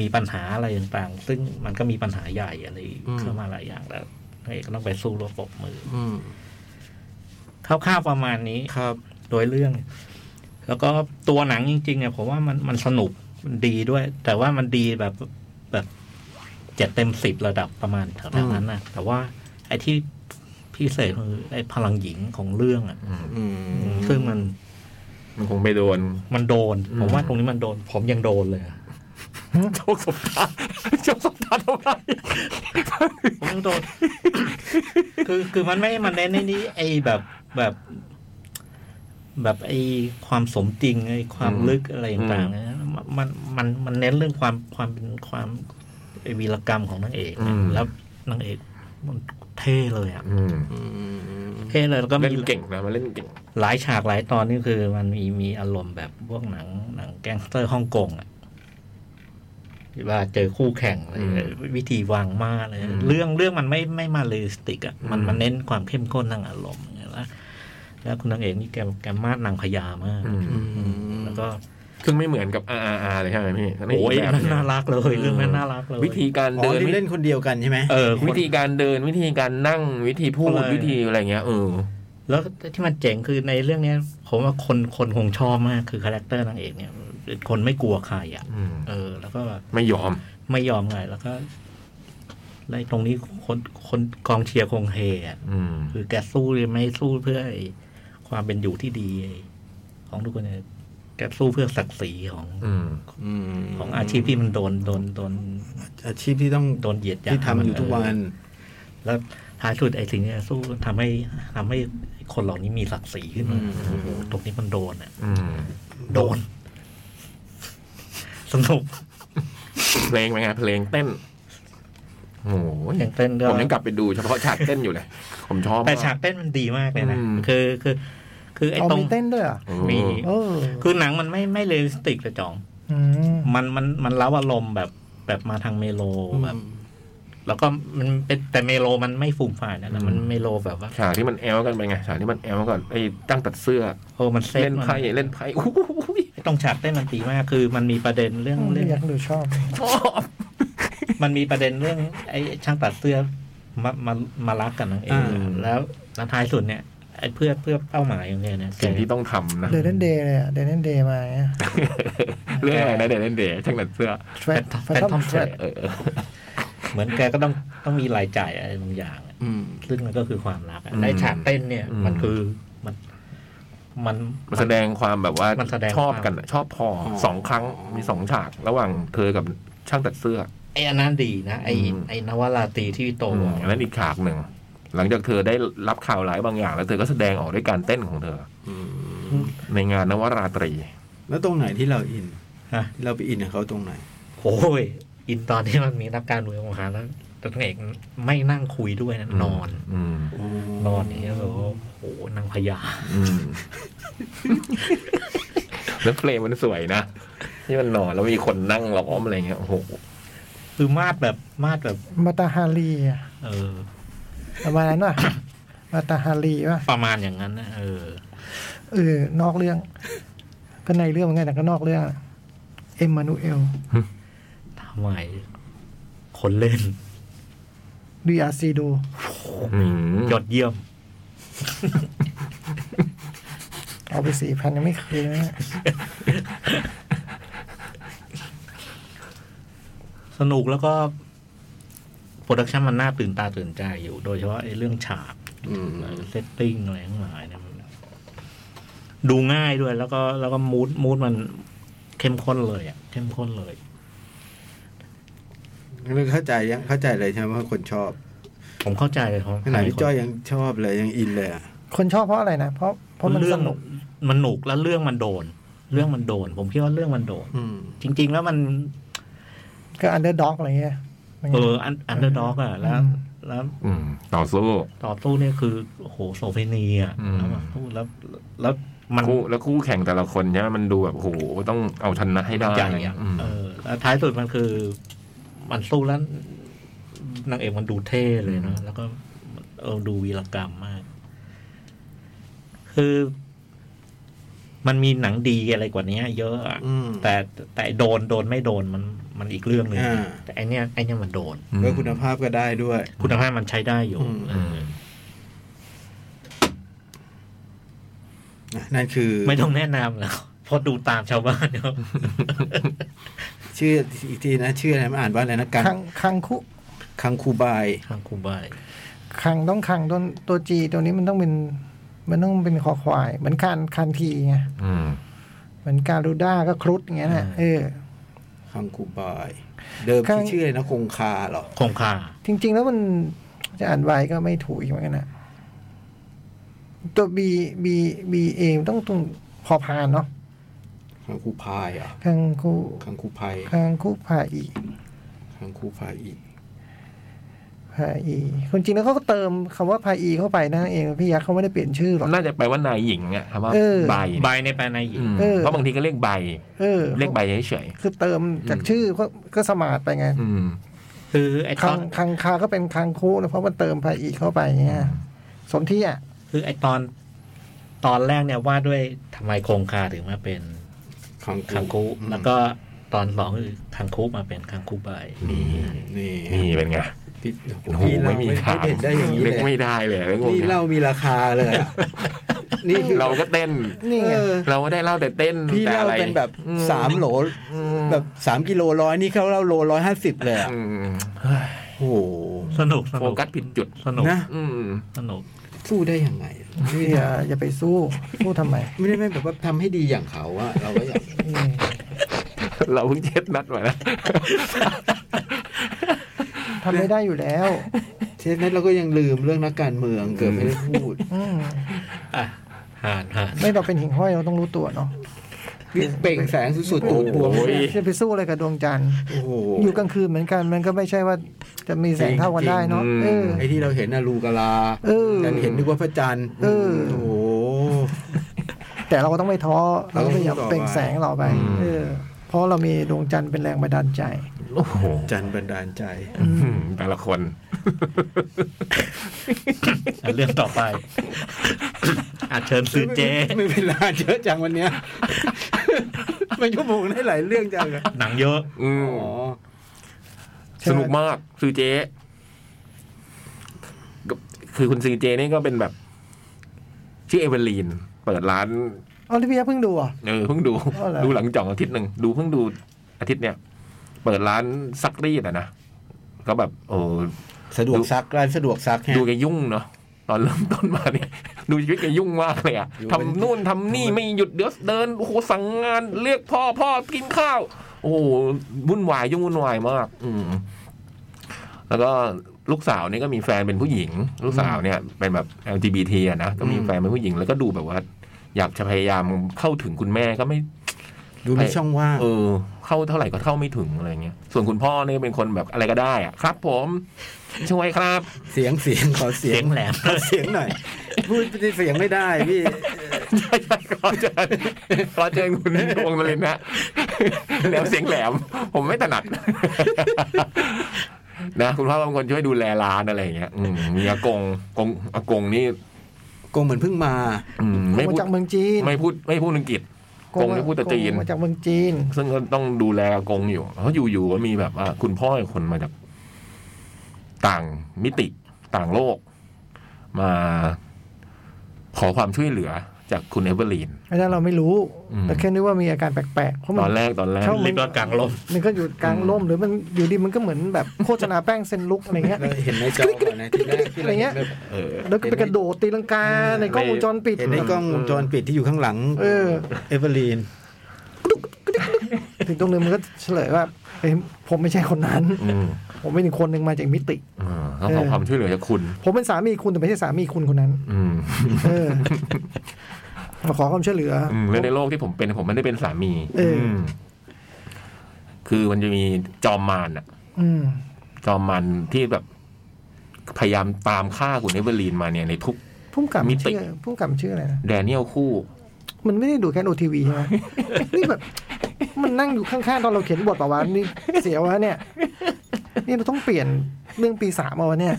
[SPEAKER 2] มีปัญหาอะไรต่างๆ ซึ่งมันก็มีปัญหาใหญ่อะไร
[SPEAKER 6] อืม
[SPEAKER 2] เข้ามาหลายอย่างแล้วนางเอกก็ต้องไปสู้รบปรบมือ
[SPEAKER 6] อืม
[SPEAKER 2] คร่าวๆประมาณนี้
[SPEAKER 6] ครับ
[SPEAKER 2] โดยเรื่อง แล้วก็ตัวหนังจริงๆเนี่ยผมว่ามันมันสนุกมันดีด้วย แต่ว่ามันดีแบบแบบเจ็ดเต็มสิบระดับประมาณแถวๆนั้นนะแต่ว่าไอ้ที่พิเศษคือไอ้พลังหญิงของเรื่องอ่ะ
[SPEAKER 6] อืม
[SPEAKER 2] ซึ่งมัน
[SPEAKER 3] มันคงไม่โดน
[SPEAKER 2] มันโดน
[SPEAKER 3] อืม
[SPEAKER 2] ผมว่าตรงนี้มันโดน ผมยังโดนเลยอะ
[SPEAKER 3] โชคสมตา โชคสมตาทำไม
[SPEAKER 2] ผมยังโดน คือคือมันไม่มันเน้นในนี้ไอ้แบบแบบ แบบไอ้ความสมจริงไอ้ความลึกอะไรต่างๆนะมันมันมันเน้นเรื่องความความเป็นความไอ้วีรกรรมของนางเอกนะแล้วนางเอกมันเท่เลยอ่ะเท่เลยแล้วก็
[SPEAKER 3] เล่
[SPEAKER 2] มี
[SPEAKER 3] นเก่งนะมันเล่นเก่ง
[SPEAKER 2] หลายฉากหลายตอนนี่คือ มันมีมีอารมณ์แบบพวกหนังหนังแก๊งสเตอร์ฮ่องกงอ่ะเวลาเจอคู่แข่งอะไร
[SPEAKER 3] อืม
[SPEAKER 2] วิธีวางมาเลย
[SPEAKER 3] อืม
[SPEAKER 2] เรื่องเรื่องมันไม่ไม่มาเรียลสติกอ่ะมัน
[SPEAKER 3] อืม
[SPEAKER 2] มันเน้นความเข้มข้นทางอารมณ์อย่างเงี้ยแล้วแล้วคุณนางเอกนี่แกแกมาดนางพญามาก แล้วก็
[SPEAKER 3] ซึ่งไม่เหมือนกับ RRR เลยใช่ไหมพี่
[SPEAKER 2] โอ้ย
[SPEAKER 3] แบบ
[SPEAKER 2] นั่น
[SPEAKER 3] หง
[SPEAKER 2] น่ารักเลยเรื่องนั้นน่ารักเลย
[SPEAKER 3] วิธีการ
[SPEAKER 6] อ๋อ
[SPEAKER 3] เดิน
[SPEAKER 6] ที่เล่นคนเดียวกันใช่ไหม
[SPEAKER 2] เออ
[SPEAKER 3] วิ
[SPEAKER 2] วิ
[SPEAKER 3] ธี
[SPEAKER 2] ธี
[SPEAKER 3] การเดินวิธีการนั่งวิธีพูด
[SPEAKER 2] อะไร
[SPEAKER 3] วิธีอะไรเงี้ยเออ
[SPEAKER 2] แล้วที่มันเจ๋งคือในเรื่องเนี้ย ผมว่าคนคนคงชอบมากคือคาแรคเตอร์นางเอกเนี่ยเป็นคนไม่กลัวใครอ่ะ
[SPEAKER 3] อืม
[SPEAKER 2] เออ แล้วก็แบบ
[SPEAKER 3] ไม่ยอม
[SPEAKER 2] ไม่ยอมใครแล้วก็ในตรงนี้คนคนกองเชียร์คงเฮอ่ะ
[SPEAKER 3] อืม
[SPEAKER 2] คือแกสู้เลยไม่สู้เพื่อไอ้ความเป็นอยู่ที่ดี ของทุกคนเนี่ยแกสู้เพื่อศักดิ์ศรีของ
[SPEAKER 3] อืม
[SPEAKER 6] อืม
[SPEAKER 2] ของอาชีพที่มันโดนโดนโดน
[SPEAKER 6] อาชีพที่ต้อง
[SPEAKER 2] โดนเหยียดหยาม
[SPEAKER 6] ที่ทำอยู่ทุกวัน
[SPEAKER 2] แล้วท้ายสุดไอ้สิ่งที่แกสู้ทำให้ทำให้คนเหล่านี้มีศักดิ์ศรีขึ้นมา
[SPEAKER 6] อืม
[SPEAKER 2] โอ้โหตรงนี้มันโดนอ่ะ
[SPEAKER 3] อืม
[SPEAKER 2] โดน สนุก
[SPEAKER 3] เพลงเป็นไงเพลงเต้นโอ้ย
[SPEAKER 2] อย่างเต้นก็
[SPEAKER 3] ผมยังกลับไปดูเฉพาะฉากเต้นอยู่เลย ผมชอบม
[SPEAKER 2] แต่ฉากเต้นมันดีมากเลยนะ
[SPEAKER 3] อืม
[SPEAKER 2] คือคือคือไอ้
[SPEAKER 4] เอา
[SPEAKER 2] ตรง
[SPEAKER 4] มีเต้นด้วยเหรอ่ะ
[SPEAKER 3] โอ้
[SPEAKER 2] มี
[SPEAKER 4] เออ
[SPEAKER 2] คือหนังมันไม่ไม่เรียลลิสติกเลยจ่อง
[SPEAKER 4] อืม
[SPEAKER 2] มันมันมันเล้าอารมณ์แบบแบบมาทางเมโลแบบ แล้วก็มันเป็นแต่เมโลมันไม่ฟูมฝ่ายนะแต่มันเมโลแบบว่า
[SPEAKER 3] ฉากที่มันแอลกันไปไงฉากที่มันแอลกันไอ้ตั้งตัดเสื้อ
[SPEAKER 2] โอ้มันเซ็ต
[SPEAKER 3] เล่น
[SPEAKER 2] มัน
[SPEAKER 3] ไพ่เล่นไพ่ อู้หูย
[SPEAKER 2] ตรงฉากเต้นมันตีมากคือ มันมีประเด็นเรื่องเรื่อง
[SPEAKER 4] อยากดูชอบ
[SPEAKER 3] ชอบ
[SPEAKER 2] มันมีประเด็นเรื่อง ไอ้ช่างตัดเสื้อมามามารักกันนางเอง
[SPEAKER 6] อ่า
[SPEAKER 2] แล้วแล้วท้ายสุดเนี่ยไอ้เพื่อเพื่อเป้าหมายของแกเนี่ยแก
[SPEAKER 3] สิ่งที่ต้องทำนะ
[SPEAKER 4] เดนเดนเดย์เลยอะเดนเดนเดย์มาเงี้ย
[SPEAKER 3] เรื่องอะไรนะเดนเดนเดช่างตัดเสื้อ
[SPEAKER 4] แฟ
[SPEAKER 2] แฟ
[SPEAKER 4] น
[SPEAKER 2] น
[SPEAKER 4] แฟ
[SPEAKER 2] แฟ
[SPEAKER 4] น
[SPEAKER 2] นท
[SPEAKER 4] ทอ
[SPEAKER 2] อ
[SPEAKER 4] ม
[SPEAKER 2] มเทรด
[SPEAKER 3] เออเออ
[SPEAKER 2] เหมือนแกก็ต้องต้องมีรายจ่ายอะไรบางอย่างอะ
[SPEAKER 6] อืม
[SPEAKER 2] ซึ่งมันก็คือความรักอะ
[SPEAKER 3] อืม
[SPEAKER 2] ในฉากเต้นเนี่ย
[SPEAKER 3] อืม
[SPEAKER 2] มันคือมันมัน
[SPEAKER 3] มันแสดงความแบบว่าม
[SPEAKER 2] นแสดง
[SPEAKER 3] ชอบกันอะชอบพออ
[SPEAKER 6] อ
[SPEAKER 3] สองครั้งมีสองฉาก ระหว่างเธอกับช่างตัดเสื้อ
[SPEAKER 2] ไอ้อันนั้นดีนะ ไอ้
[SPEAKER 3] อืม
[SPEAKER 2] ไอ้นวราตรีที่โต
[SPEAKER 3] อ
[SPEAKER 2] บอก
[SPEAKER 3] อันนั้นอีกฉากหนึ่ง หลังจากเธอได้รับข่าวร้ายบางอย่าง แล้วเธอก็แสดงออกด้วยการเต้นของเธออในงานนวราตรี
[SPEAKER 6] แล้วตรงไหนที่เราอิน
[SPEAKER 2] ฮะ
[SPEAKER 6] ที่เราไปอินกับเขาตรงไหน
[SPEAKER 2] โอ้ยอินตอนที่มันมีนักการเมืองมาหาแล้วตัวนางเอกไม่นั่งคุยด้วยนะนอน
[SPEAKER 3] อืม
[SPEAKER 2] นอนอย่างเงี้ยแบบว่าโอ้โหนางพญา
[SPEAKER 3] อืม แล้วเพลงมันสวยนะที่มันหนอนแล้วมีคนนั่งล้อมอะไรเงี้ยโอ้โห
[SPEAKER 2] คือมาดแบบมาดแบบ
[SPEAKER 4] มาตาฮารีอะ
[SPEAKER 2] เออ
[SPEAKER 4] ประมาณนั้นป่ะ มาตาฮารีป่ะ
[SPEAKER 2] ประมาณอย่างนั้นนะเออ
[SPEAKER 4] เออนอกเรื่อง ก็ในเรื่องเหมือนกันแต่ก็นอกเรื่องอะเอ็มมานูเอล
[SPEAKER 2] ทำไมคนเล่น
[SPEAKER 4] ดูอาซีดู
[SPEAKER 3] อืม
[SPEAKER 2] ยอดเยี่ยม
[SPEAKER 4] เอาไปสี่พันยังไม่คืนเลยนะ
[SPEAKER 2] สนุกแล้วก็โปรดักชันมันน่าตื่นตาตื่นใจอยู่ โดยเฉพาะไอ้เรื่องฉาก
[SPEAKER 6] อืม
[SPEAKER 2] เซตติ้งอะไรทั้งหลายเนี่ยมันดูง่ายด้วย แล้วก็แล้วก็มูดมูดมันเข้มข้นเลยอ่ะเข้มข้นเลย
[SPEAKER 6] แล้วเข้าใจยังเข้าใจเลยใช่ไหมว่าคนชอบ
[SPEAKER 2] ผมเข้าใจเลยครับ
[SPEAKER 6] ขนาดพี่จ้อยยังชอบเลยยังอินเลยอะ
[SPEAKER 4] คนชอบเพราะอะไรนะ เพราะเพราะมัน
[SPEAKER 2] เรื่
[SPEAKER 4] ส
[SPEAKER 2] อง
[SPEAKER 4] นุก
[SPEAKER 2] มันหนุกแล้วเรื่องมันโดน เรื่องมันโดน ผมคิดว่าเรื่องมันโดน
[SPEAKER 6] อืม
[SPEAKER 2] จริง ๆ แล้วมัน
[SPEAKER 4] ก็อันเดอร์ด็อกอะไรเงี้ย
[SPEAKER 2] เอออันอันเดอร์ด็อกอ่ะแล้ว
[SPEAKER 4] อืม
[SPEAKER 2] แล้ว
[SPEAKER 3] อืมต่อสู้
[SPEAKER 2] ต่อสู้เนี่ยคือโอ้โหโสเภณีอ่ะ
[SPEAKER 3] อืม
[SPEAKER 2] แล้วแบบสู้แล้วแล้วมัน
[SPEAKER 3] คู่แล้วคู่แข่งแต่ละคนใช่ไหมมันดูแบบโหต้องเอาชนะให้ได้
[SPEAKER 2] ใหญ่อ่ะ
[SPEAKER 3] อืม
[SPEAKER 2] เออแล้วท้ายสุดมันคือ มันสู้แล้วนางเอกมันดูเท่เลยนะแล้วก็เออดูวีรกรรมมาก คือ มันมีหนังดีอะไรกว่านี้เยอะอะ
[SPEAKER 6] อืม
[SPEAKER 2] แต่แต่โดนโดนไม่โดนมันมันอีกเรื่องหนึ่ง
[SPEAKER 6] อ่า
[SPEAKER 2] แต่ไอเนี้ยไอเนี้ยมันโดน
[SPEAKER 6] แล้วคุณภาพก็ได้ด้วย
[SPEAKER 2] คุณภาพมันใช้ได้อยู่
[SPEAKER 6] อืม
[SPEAKER 2] เอ
[SPEAKER 3] อื
[SPEAKER 2] อ
[SPEAKER 3] ม
[SPEAKER 6] นะนั่นคือ
[SPEAKER 2] ไม่ต้องแนะนำแล้วเพราะดูตามชาวบ้านเนาะ
[SPEAKER 6] ชื่ออีกทีนะชื่ออะไรมาอ่านว่าอะไรนะกัง
[SPEAKER 4] คังคังคุ
[SPEAKER 6] คังคูบาย
[SPEAKER 2] ทางคูบาย
[SPEAKER 4] คังต้องคังตัวตัวจีตัวนี้มันต้องเป็น มันต้องเป็นคอควาย เหมือนคานคานทีไง
[SPEAKER 3] อืม
[SPEAKER 4] เหมือนการูด้าก็ครุฑอย่างเงี้ยนะเออ
[SPEAKER 6] คังคูบาย เดิม
[SPEAKER 4] คัง
[SPEAKER 6] ที่ชื่ออะไรนะคงคาเหรอ
[SPEAKER 2] คงคา
[SPEAKER 4] จริง ๆ แล้วมันจะอ่านไวก็ไม่ถูกอีกเหมือนกันนะตัว B B B A ต้องตรงพอพานเนาะ
[SPEAKER 6] คังคูพายเหรอ่ะ
[SPEAKER 4] คังคุ
[SPEAKER 6] คังคูพาย
[SPEAKER 4] คังคุพาอี
[SPEAKER 6] คังคูพายอีก
[SPEAKER 4] พาอีคนจริงแล้วเขาก็เติมคำว่าพาอีเข้าไปนั่นเองพี่ยักษ์เขาไม่ได้เปลี่ยนชื่อหรอก
[SPEAKER 3] น่าจะแปลว่านายหญิงอะครับว่า
[SPEAKER 4] เออ
[SPEAKER 3] ใบ
[SPEAKER 2] ใบในแปลในหญิ
[SPEAKER 3] อื
[SPEAKER 2] ง
[SPEAKER 3] ม
[SPEAKER 4] เออ
[SPEAKER 3] เพราะบางทีก็เรียกใบ
[SPEAKER 4] เออ
[SPEAKER 3] เรียกใบเฉย
[SPEAKER 4] คือเติมจากชื่อก็ก็สมาร์ทไปไง
[SPEAKER 3] ๆอืม
[SPEAKER 2] คือไอ้ต
[SPEAKER 4] คั
[SPEAKER 2] อง น
[SPEAKER 4] คังคาก็เป็นคังคุนะเพราะมันเติมพาอีเข้าไปไงสมที่อ่ะ
[SPEAKER 2] คือไอ้ตอน ตอนแรกเนี่ยว่าด้วยทำไมคงคาถึงมาเป็น
[SPEAKER 6] คัง
[SPEAKER 2] คัง
[SPEAKER 6] คู
[SPEAKER 2] คุแล้วก็ตอนสองคือคังคุมาเป็นคังคุใบ
[SPEAKER 6] นี่นี่
[SPEAKER 3] นี่เป็นไง
[SPEAKER 6] พี่
[SPEAKER 3] โอ้โห
[SPEAKER 6] พี่เรา
[SPEAKER 3] ไม่
[SPEAKER 6] ไม่
[SPEAKER 3] มีทาง
[SPEAKER 6] เด็ดได้อย่างนี้
[SPEAKER 3] นึก
[SPEAKER 6] เลย
[SPEAKER 3] ไม่ได้เลยเรื่องพวก
[SPEAKER 6] นี่
[SPEAKER 3] เนี้ย
[SPEAKER 6] เล่ามีราคาเลย อะนี่คือ
[SPEAKER 3] เราก็เต้น
[SPEAKER 4] นี่ไง
[SPEAKER 6] เออ
[SPEAKER 3] เราก็ได้เล่าแต่เต้น
[SPEAKER 6] พี่
[SPEAKER 3] แต่
[SPEAKER 6] เล่า
[SPEAKER 3] อะไร
[SPEAKER 6] เป็นแบบ
[SPEAKER 3] อื
[SPEAKER 6] สามโหล
[SPEAKER 3] อืม
[SPEAKER 6] แบบสามกิโลร้อยนี่เขาเล่าโลร้อยห้าสิบเลยอะ
[SPEAKER 3] อืม
[SPEAKER 6] โอ้โห
[SPEAKER 2] สนุกส
[SPEAKER 3] โฟ
[SPEAKER 2] นุก
[SPEAKER 3] กัสผิดจุด
[SPEAKER 2] สนุก
[SPEAKER 6] นะ
[SPEAKER 3] อืม
[SPEAKER 2] สนุก
[SPEAKER 6] สู้ได้ยังไงอะ
[SPEAKER 4] พี่อย่าอย่าไปสู้สู้ทำไม
[SPEAKER 6] ไม่ได้ไม่แบบว่าทำให้ดีอย่างเขาอะ เราก็อยาก
[SPEAKER 4] นี่
[SPEAKER 3] เราเพิ่งเช็ดนัดมานะ
[SPEAKER 4] ทำไม่ได้อยู่ แล้ว
[SPEAKER 6] เช่นนั้นเราก็ยังลืมเรื่องนักการเมืองเกิดไม่ได้พูด
[SPEAKER 4] อืม
[SPEAKER 2] อ่ะห่านห่าน
[SPEAKER 4] ไม่เราเป็นหิ่งห้อยเราต้องรู้ตัวเนาะ
[SPEAKER 6] นี่เปล่งแสงสุดๆ
[SPEAKER 3] โอ้
[SPEAKER 6] ตูดบวม
[SPEAKER 3] โห
[SPEAKER 6] เลย
[SPEAKER 4] จะไปสู้อะไรกับดวงจันทร์
[SPEAKER 6] โอ้โห
[SPEAKER 4] อยู่กลางคืนเหมือนกันมันก็ไม่ใช่ว่าจะมีแสงเท่ากันได้เนาะเออ
[SPEAKER 6] ไอ้ที่เราเห็นอะลูกาลา
[SPEAKER 4] เออ
[SPEAKER 6] แต่เห็นนึกว่าพระจันทร์
[SPEAKER 4] เออ
[SPEAKER 6] โอ้โห
[SPEAKER 4] แต่เราก็ต้องไม่ท้อเราก็พยายาม
[SPEAKER 6] เราต้องต่อไป
[SPEAKER 4] เปล่งแสงเราไป เออ เพราะเรามีดวงจันทร์เป็นแรงบันดาลใจ
[SPEAKER 3] โอ้โห
[SPEAKER 6] จันทร์บันดาลใจ
[SPEAKER 3] อืมแต่ละคน
[SPEAKER 2] อ่ะเรื่องต่อไป อาเชิญซื้อเจ
[SPEAKER 6] ไม่เป็นไรเยอะจังวันเนี้ย มันก็บอกได้หลายเรื่องจังอะ
[SPEAKER 2] หนังเยอะ
[SPEAKER 3] อืม
[SPEAKER 6] อ๋อ
[SPEAKER 4] ใช่
[SPEAKER 3] สนุกมากซือเจ๊ก็คือคุณซือเจนี่ก็เป็นแบบ ชื่อเอเวอร์ลีน เปิดร้าน
[SPEAKER 4] อ๋อที่พี่ยักษ์เพิ่งดูอ่ะ
[SPEAKER 3] เออเพิ่งดู
[SPEAKER 4] อ๋อเหรอ
[SPEAKER 3] ดูหลังจ่องอาทิตย์หนึ่งดูเพิ่งดูอาทิตย์เนี่ย เปิดร้านซักรีดอะนะก็แบบ โอ้
[SPEAKER 6] สะดวกซักร้านสะดวกซักฮะ
[SPEAKER 3] ดูแกยุ่งเนาะตอนเริ่มต้นมาเนี่ย ดูชีวิตแกยุ่งมากเลยอะ
[SPEAKER 6] อยู่เป็น
[SPEAKER 3] ทำนู่นทำนี่ไม่หยุดเดี๋ยวเดินโอ้โหสั่งงานเรียกพ่อพ่อกินข้าว โอ้โหวุ่นวายยุ่งวุ่นวายมาก อืม แล้วก็ลูกสาวนี่ก็มีแฟนเป็นผู้หญิง ลูกสาวเนี่ยเป็นแบบ LGBT อะนะก็มีแฟนเป็นผู้หญิง แล้วก็ดูแบบว่า อยากจะพยายามเข้าถึงคุณแม่ก็ไม่
[SPEAKER 6] ดูมีช่องว่าง
[SPEAKER 3] เออ เข้าเท่าไหร่ก็เข้าไม่ถึงอะไรเงี้ย ส่วนคุณพ่อเนี่ยเป็นคนแบบอะไรก็ได้อะครับ ผม ช่วยครับ
[SPEAKER 6] เสียงเสียงขอเสีย
[SPEAKER 2] เสีย
[SPEAKER 6] ง
[SPEAKER 2] งแหลม
[SPEAKER 6] ขอเสียงหน่อย พูดเสียงไม่ได้พี่
[SPEAKER 3] ใช่ใช่ขอเชิญขอเชิญคุณดวงนรินทร์นะแนวเสียงแหลม ผมไม่ถนัด นะ คุณพ่อบางคนช่วยดูแลร้านอะไรอย่างเงี้ยอืมมีอากงกงอากงนี่
[SPEAKER 6] กงเหมือนเพิ่งมา
[SPEAKER 3] อืมไม่
[SPEAKER 4] มา
[SPEAKER 3] พูด
[SPEAKER 4] จากเมืองจีน
[SPEAKER 3] ไม่พูดไม่พูดอังกฤษ กงไม่พูดแต่จีน
[SPEAKER 4] กงมาจากเมืองจีน
[SPEAKER 3] ซึ่งก็ต้องดูแลอากงอยู่เพราะอยู่ๆก็มีแบบว่า คุณพ่ออีกคนมาจาก ต่างมิติต่างโลก มาขอความช่วยเหลือจากคุณเอเวอร์ลีน
[SPEAKER 4] ไอ้นั่นเราไม่รู้
[SPEAKER 3] อืม
[SPEAKER 4] แต่แค่นึกว่ามีอาการแปลกๆเพราะมั
[SPEAKER 3] ต
[SPEAKER 4] น
[SPEAKER 3] อนแรกตอนแรก
[SPEAKER 4] เข้า
[SPEAKER 2] ลิฟต์แล้วกลางลม
[SPEAKER 4] มันก็อยู่กลางร่มหรือมันอยู่ดีมันก็เหมือนแบบ โฆษณาแป้งเซนลุกอะไรเงี้ย
[SPEAKER 6] เราเห็นในจอก่อนนะที่แรกที่
[SPEAKER 4] อะไรเงี้ย
[SPEAKER 6] แบบเออ
[SPEAKER 4] แล้วก็ไปกระโดดตีลังกาในกล้องวงจรปิด
[SPEAKER 6] เห็นในกล้องวงจรปิดที่อยู่ข้างหลัง
[SPEAKER 4] เออ
[SPEAKER 6] เอเวอร์ลีน
[SPEAKER 4] ถึงตรงนึงมันก็เฉลยว่าเอ้ยผมไม่ใช่คนนั้น
[SPEAKER 3] อืม
[SPEAKER 4] ผมเป็นอีกคนหนึ่งมาจากมิติ
[SPEAKER 3] อ่าต้องขอความช่วยเหลือจากคุณ
[SPEAKER 4] ผมเป็นสามีคุณแต่ไม่ใช่สามีคุณคนนั้น
[SPEAKER 3] อืม
[SPEAKER 4] เออ มาขอความช่วยเหลืออ
[SPEAKER 3] อื มและในโลกที่ผมเป็นผมไม่ได้เป็นสามี
[SPEAKER 4] เอออื
[SPEAKER 3] มคือมันจะมีจอมมารอะ
[SPEAKER 4] อืม
[SPEAKER 3] จอมมารที่แบบ พยายามตามฆ่าคุณเอเวอร์ลีนมาเนี่ยในทุก
[SPEAKER 4] พุ่มกับ
[SPEAKER 3] มิติ
[SPEAKER 4] ชื่อพุ่มกับชื่ออะไรนะ
[SPEAKER 3] แดเนียลคู่
[SPEAKER 4] มันไม่ได้ดูแค่โอทีวีใช่ไห ม นี่แบบ มันนั่งอยู่ข้างๆ ตอนเราเขียนบทเปล่าวะนี่เสียวะเนี่ย นี่เราต้องเปลี่ยนเรื่องปีสามเอาวะเนี่ย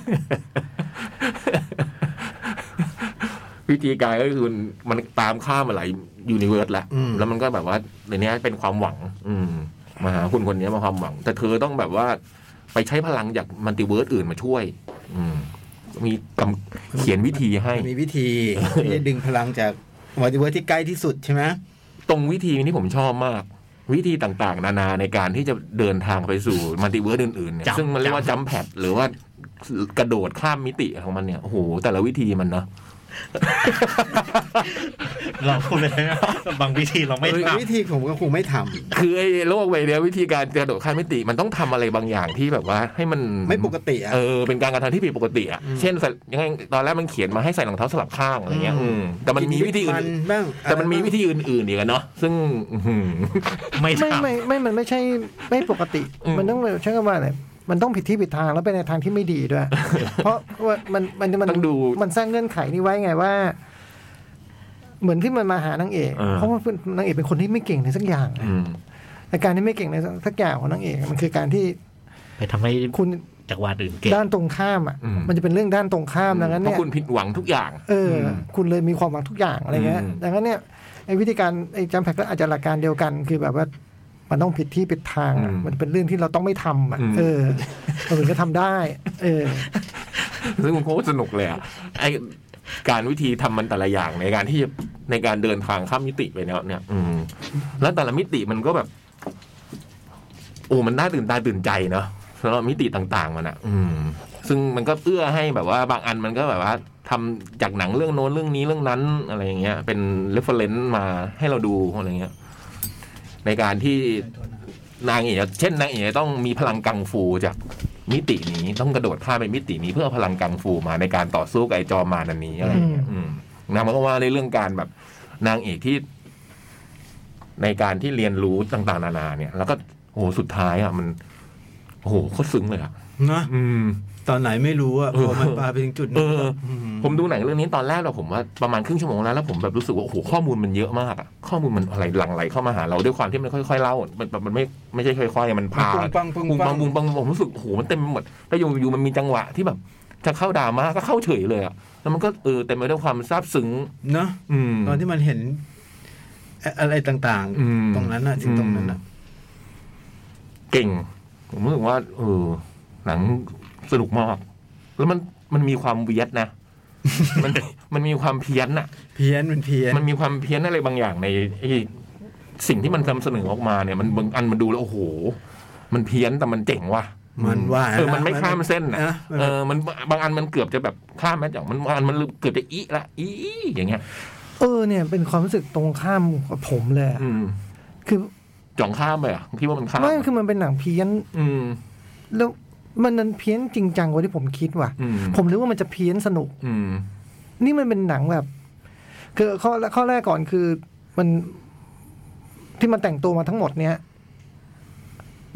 [SPEAKER 3] วิธีการก็คือมันตามฆ่ามาหลายยูนิเวิร์สแล้ว
[SPEAKER 6] อืม
[SPEAKER 3] แล้วมันก็แบบว่าในเนี้ยเป็นความหวัง อืมมาหาคุณคนเนี้ยมาความหวัง แต่เธอต้องแบบว่า ไปใช้พลังจากมัลติเวิร์สอื่นมาช่วย อืม มีกำเขียนวิธีให้
[SPEAKER 6] มีวิธีที่จะดึงพลังจากวัติเวอร์ที่ใกล้ที่สุดใช่ไหม
[SPEAKER 3] ตรงวิธีนี้ผมชอบมาก วิธีต่างๆ นานาในการที่จะเดินทางไปสู่มัลติเวิร์สอื่นๆเนี่ย
[SPEAKER 2] จำ
[SPEAKER 3] ซึ่งมันเรียกว่าจัมแพดหรือว่ากระโดดข้ามมิติของมันเนี่ยโอ้โหแต่ละวิธีมันเนาะ
[SPEAKER 2] เราพูดเลยนะบางวิธีเราไม่
[SPEAKER 3] เอ้ย
[SPEAKER 2] ท
[SPEAKER 6] วิธีผมก็คงไม่ทำ
[SPEAKER 3] คือไอ้โลกใบเนี้ยวิธีการกระโดดข้ามมิติมันต้องทำอะไรบางอย่างที่แบบว่า ให้มัน
[SPEAKER 6] ไม่ปกติอ่ะ
[SPEAKER 3] เออเป็นการกระทำที่ผิดปกติอ่ะเช่นใส่ยังไงตอนแรกมันเขียนมาให้ใส่รองเท้าสลับข้างอะไรเงี้ย
[SPEAKER 6] อืม
[SPEAKER 3] อืมแต่มันมีวิธีอื่
[SPEAKER 6] กิ
[SPEAKER 3] น
[SPEAKER 6] นบ้าง
[SPEAKER 3] แต่มันมีวิธีอื่นๆอีกอะเนาะซึ่งอื้อหือ
[SPEAKER 2] ำไม่
[SPEAKER 4] ไม่
[SPEAKER 2] ทำ
[SPEAKER 4] ไม่ไม่มันไม่ใช่ไม่ปกติ
[SPEAKER 3] อืม
[SPEAKER 4] มันต้องใช้คำว่าอะไรมันต้องผิดที่ผิดทางแล้วไปในทางที่ไม่ดีด้วย เพราะว่ามันมันมัน
[SPEAKER 3] ต้องดู
[SPEAKER 4] มันสร้างเงื่อนไขนี่ไว้ไงว่า เหมือนที่มันมาหานางเอก
[SPEAKER 3] อ่า
[SPEAKER 4] เพราะว่านางเอกเป็นคนที่ไม่เก่งในสักอย่าง
[SPEAKER 3] อืม
[SPEAKER 4] แต่การที่ไม่เก่งในสักอย่างของนางเอกมันคือการที่
[SPEAKER 2] ไปทำให้
[SPEAKER 4] คุณ
[SPEAKER 2] จักรวาลอื่นเก่ง
[SPEAKER 4] ด้านตรงข้ามอ่ะ มันจะเป็นเรื่องด้านตรงข้ามดังนั้น
[SPEAKER 3] เพ
[SPEAKER 4] เนี่ย
[SPEAKER 3] ราะคุณผิดหวังทุกอย่าง
[SPEAKER 4] เอออ คุณเลยมีความหวังทุกอย่างอะไรเงี้ย
[SPEAKER 3] อืม
[SPEAKER 4] ดังนั้นเนี่ยไอ้วิธีการไอ้จำแพกก็อาจจะหลักการเดียวกัน คือแบบว่ามันต้องผิดที่ผิดทางอะมันเป็นเรื่องที่เราต้องไม่ทำอ่ะเออเราถึงจะทำได้ เออ
[SPEAKER 3] ซึ่งมันโคตรสนุกเลยอ่ะไอการวิธีทำมันแต่ละอย่างในการที่จะในการเดินทางข้ามมิติไปเนี่ยเนี่ย อืมแล้วแต่ละมิติมันก็แบบ โอ้มันน่าตื่นตาตื่นใจเนาะสำหรับมิติต่าง ๆ มันอ่ะ อืม ซึ่งมันก็เอื้อให้แบบว่า บางอันมันก็แบบว่าทำจากหนังเรื่องโน้นเรื่องนี้เรื่องนั้น อะไรอย่างเงี้ย เป็นเรฟเฟอเรนซ์มาให้เราดูอะไรเงี้ย ในการที่นางเอกเช่นนางเอกต้องมีพลังกังฟูจาก มิตินี้ต้องกระโดดข้ามไปมิตินี้เพื่อเอาพลังกังฟูมาในการต่อสู้กับไอ้จอมมารอันนี้อะไรอย่างเงี้ยอืมนางมันก็ว่าในเรื่องการแบบนางเอกที่ ในการที่เรียนรู้ต่าง ๆ นานา เนี่ย แล้วก็โอ้โหสุดท้ายอ่ะมันโอ้โหโคตรซึ้งเลยอ่ะ
[SPEAKER 6] เนอะ
[SPEAKER 3] อืม
[SPEAKER 6] ตอนไหนไม่รู้อ่ะ
[SPEAKER 3] เออ
[SPEAKER 6] พอมันปาไปถึงจุด
[SPEAKER 3] เอ
[SPEAKER 6] นั้น
[SPEAKER 3] อ ผมดูหนังเรื่องนี้ตอนแรกเราผมว่าประมาณครึ่งชั่วโมงแล้วแล้วผมแบบรู้สึกว่าโอ้โหข้อมูลมันเยอะมากอะข้อมูลมันอะไรหลั่งไหลเข้ามาหาเราด้วยความที่มันค่อยๆเล่ามันมันมันไม่ไม่ใช่ค่อยๆมันพา
[SPEAKER 6] ปุ้งปังปุ้ง
[SPEAKER 3] ปุง
[SPEAKER 6] ปั
[SPEAKER 3] ปั
[SPEAKER 6] ง
[SPEAKER 3] งปุงปังผมรู้สึกโอ้โหมันเต็มไปหมดแล้วอยู่อยู่มันมีจังหวะที่แบบ จะเข้าดราม่าก็เข้าเฉยเลยอะแล้วมันก็เออเต็มไปด้วยความซาบซึ้ง
[SPEAKER 6] เนอะ
[SPEAKER 3] อืม
[SPEAKER 6] ตอนที่มันเห็นอะอะไรต่าง
[SPEAKER 3] อืม
[SPEAKER 6] ๆ ตรงนั้นอ่ะที่ตรงนั้นอ่ะ
[SPEAKER 3] เก่ง ผมรู้สึกว่า เออ หนังสนุกมาก แล้วมันมันมีความเวียดนะ มัน มันมีความเพี้ยนอะ
[SPEAKER 6] เพี้ยนมันเพี้ยน
[SPEAKER 3] มันมีความเพี้ยนอะไรบางอย่างในไอ้สิ่งที่มันนำเสนอออกมาเนี่ย มันบางอันมันดูแล้วโอ้โห มันเพี้ยนแต่มันเจ๋งว่ะ
[SPEAKER 6] มันหวาน
[SPEAKER 3] เออ มันไม่ข้ามเส้น
[SPEAKER 6] นะ
[SPEAKER 3] นะ
[SPEAKER 6] มัน
[SPEAKER 3] เออ
[SPEAKER 6] แบบ
[SPEAKER 3] มันบางอันมันเกือบจะแบบข้ามแม้แต่มันบางอันมันเกือบจะอีละอีอย่างเงี้ย
[SPEAKER 4] เออเนี่ยเป็นความรู้สึกตรงข้ามกับผมเลยอะ
[SPEAKER 3] อืม
[SPEAKER 4] คือ
[SPEAKER 3] จ่องข้ามไปเหรอ่ะคิดว่ามันข้าม
[SPEAKER 4] ไม่คือมันเป็นหนังเพี้ยน
[SPEAKER 3] อืม
[SPEAKER 4] แล้วมันนั้นเพี้ยนจริงจังกว่าที่ผมคิดว่ะ
[SPEAKER 3] อืม
[SPEAKER 4] ผมรู้ว่ามันจะเพี้ยนสนุก
[SPEAKER 3] อืม
[SPEAKER 4] นี่มันเป็นหนังแบบ คือข้อข้อแรกก่อนคือมันที่มันแต่งตัวมาทั้งหมดเนี้ย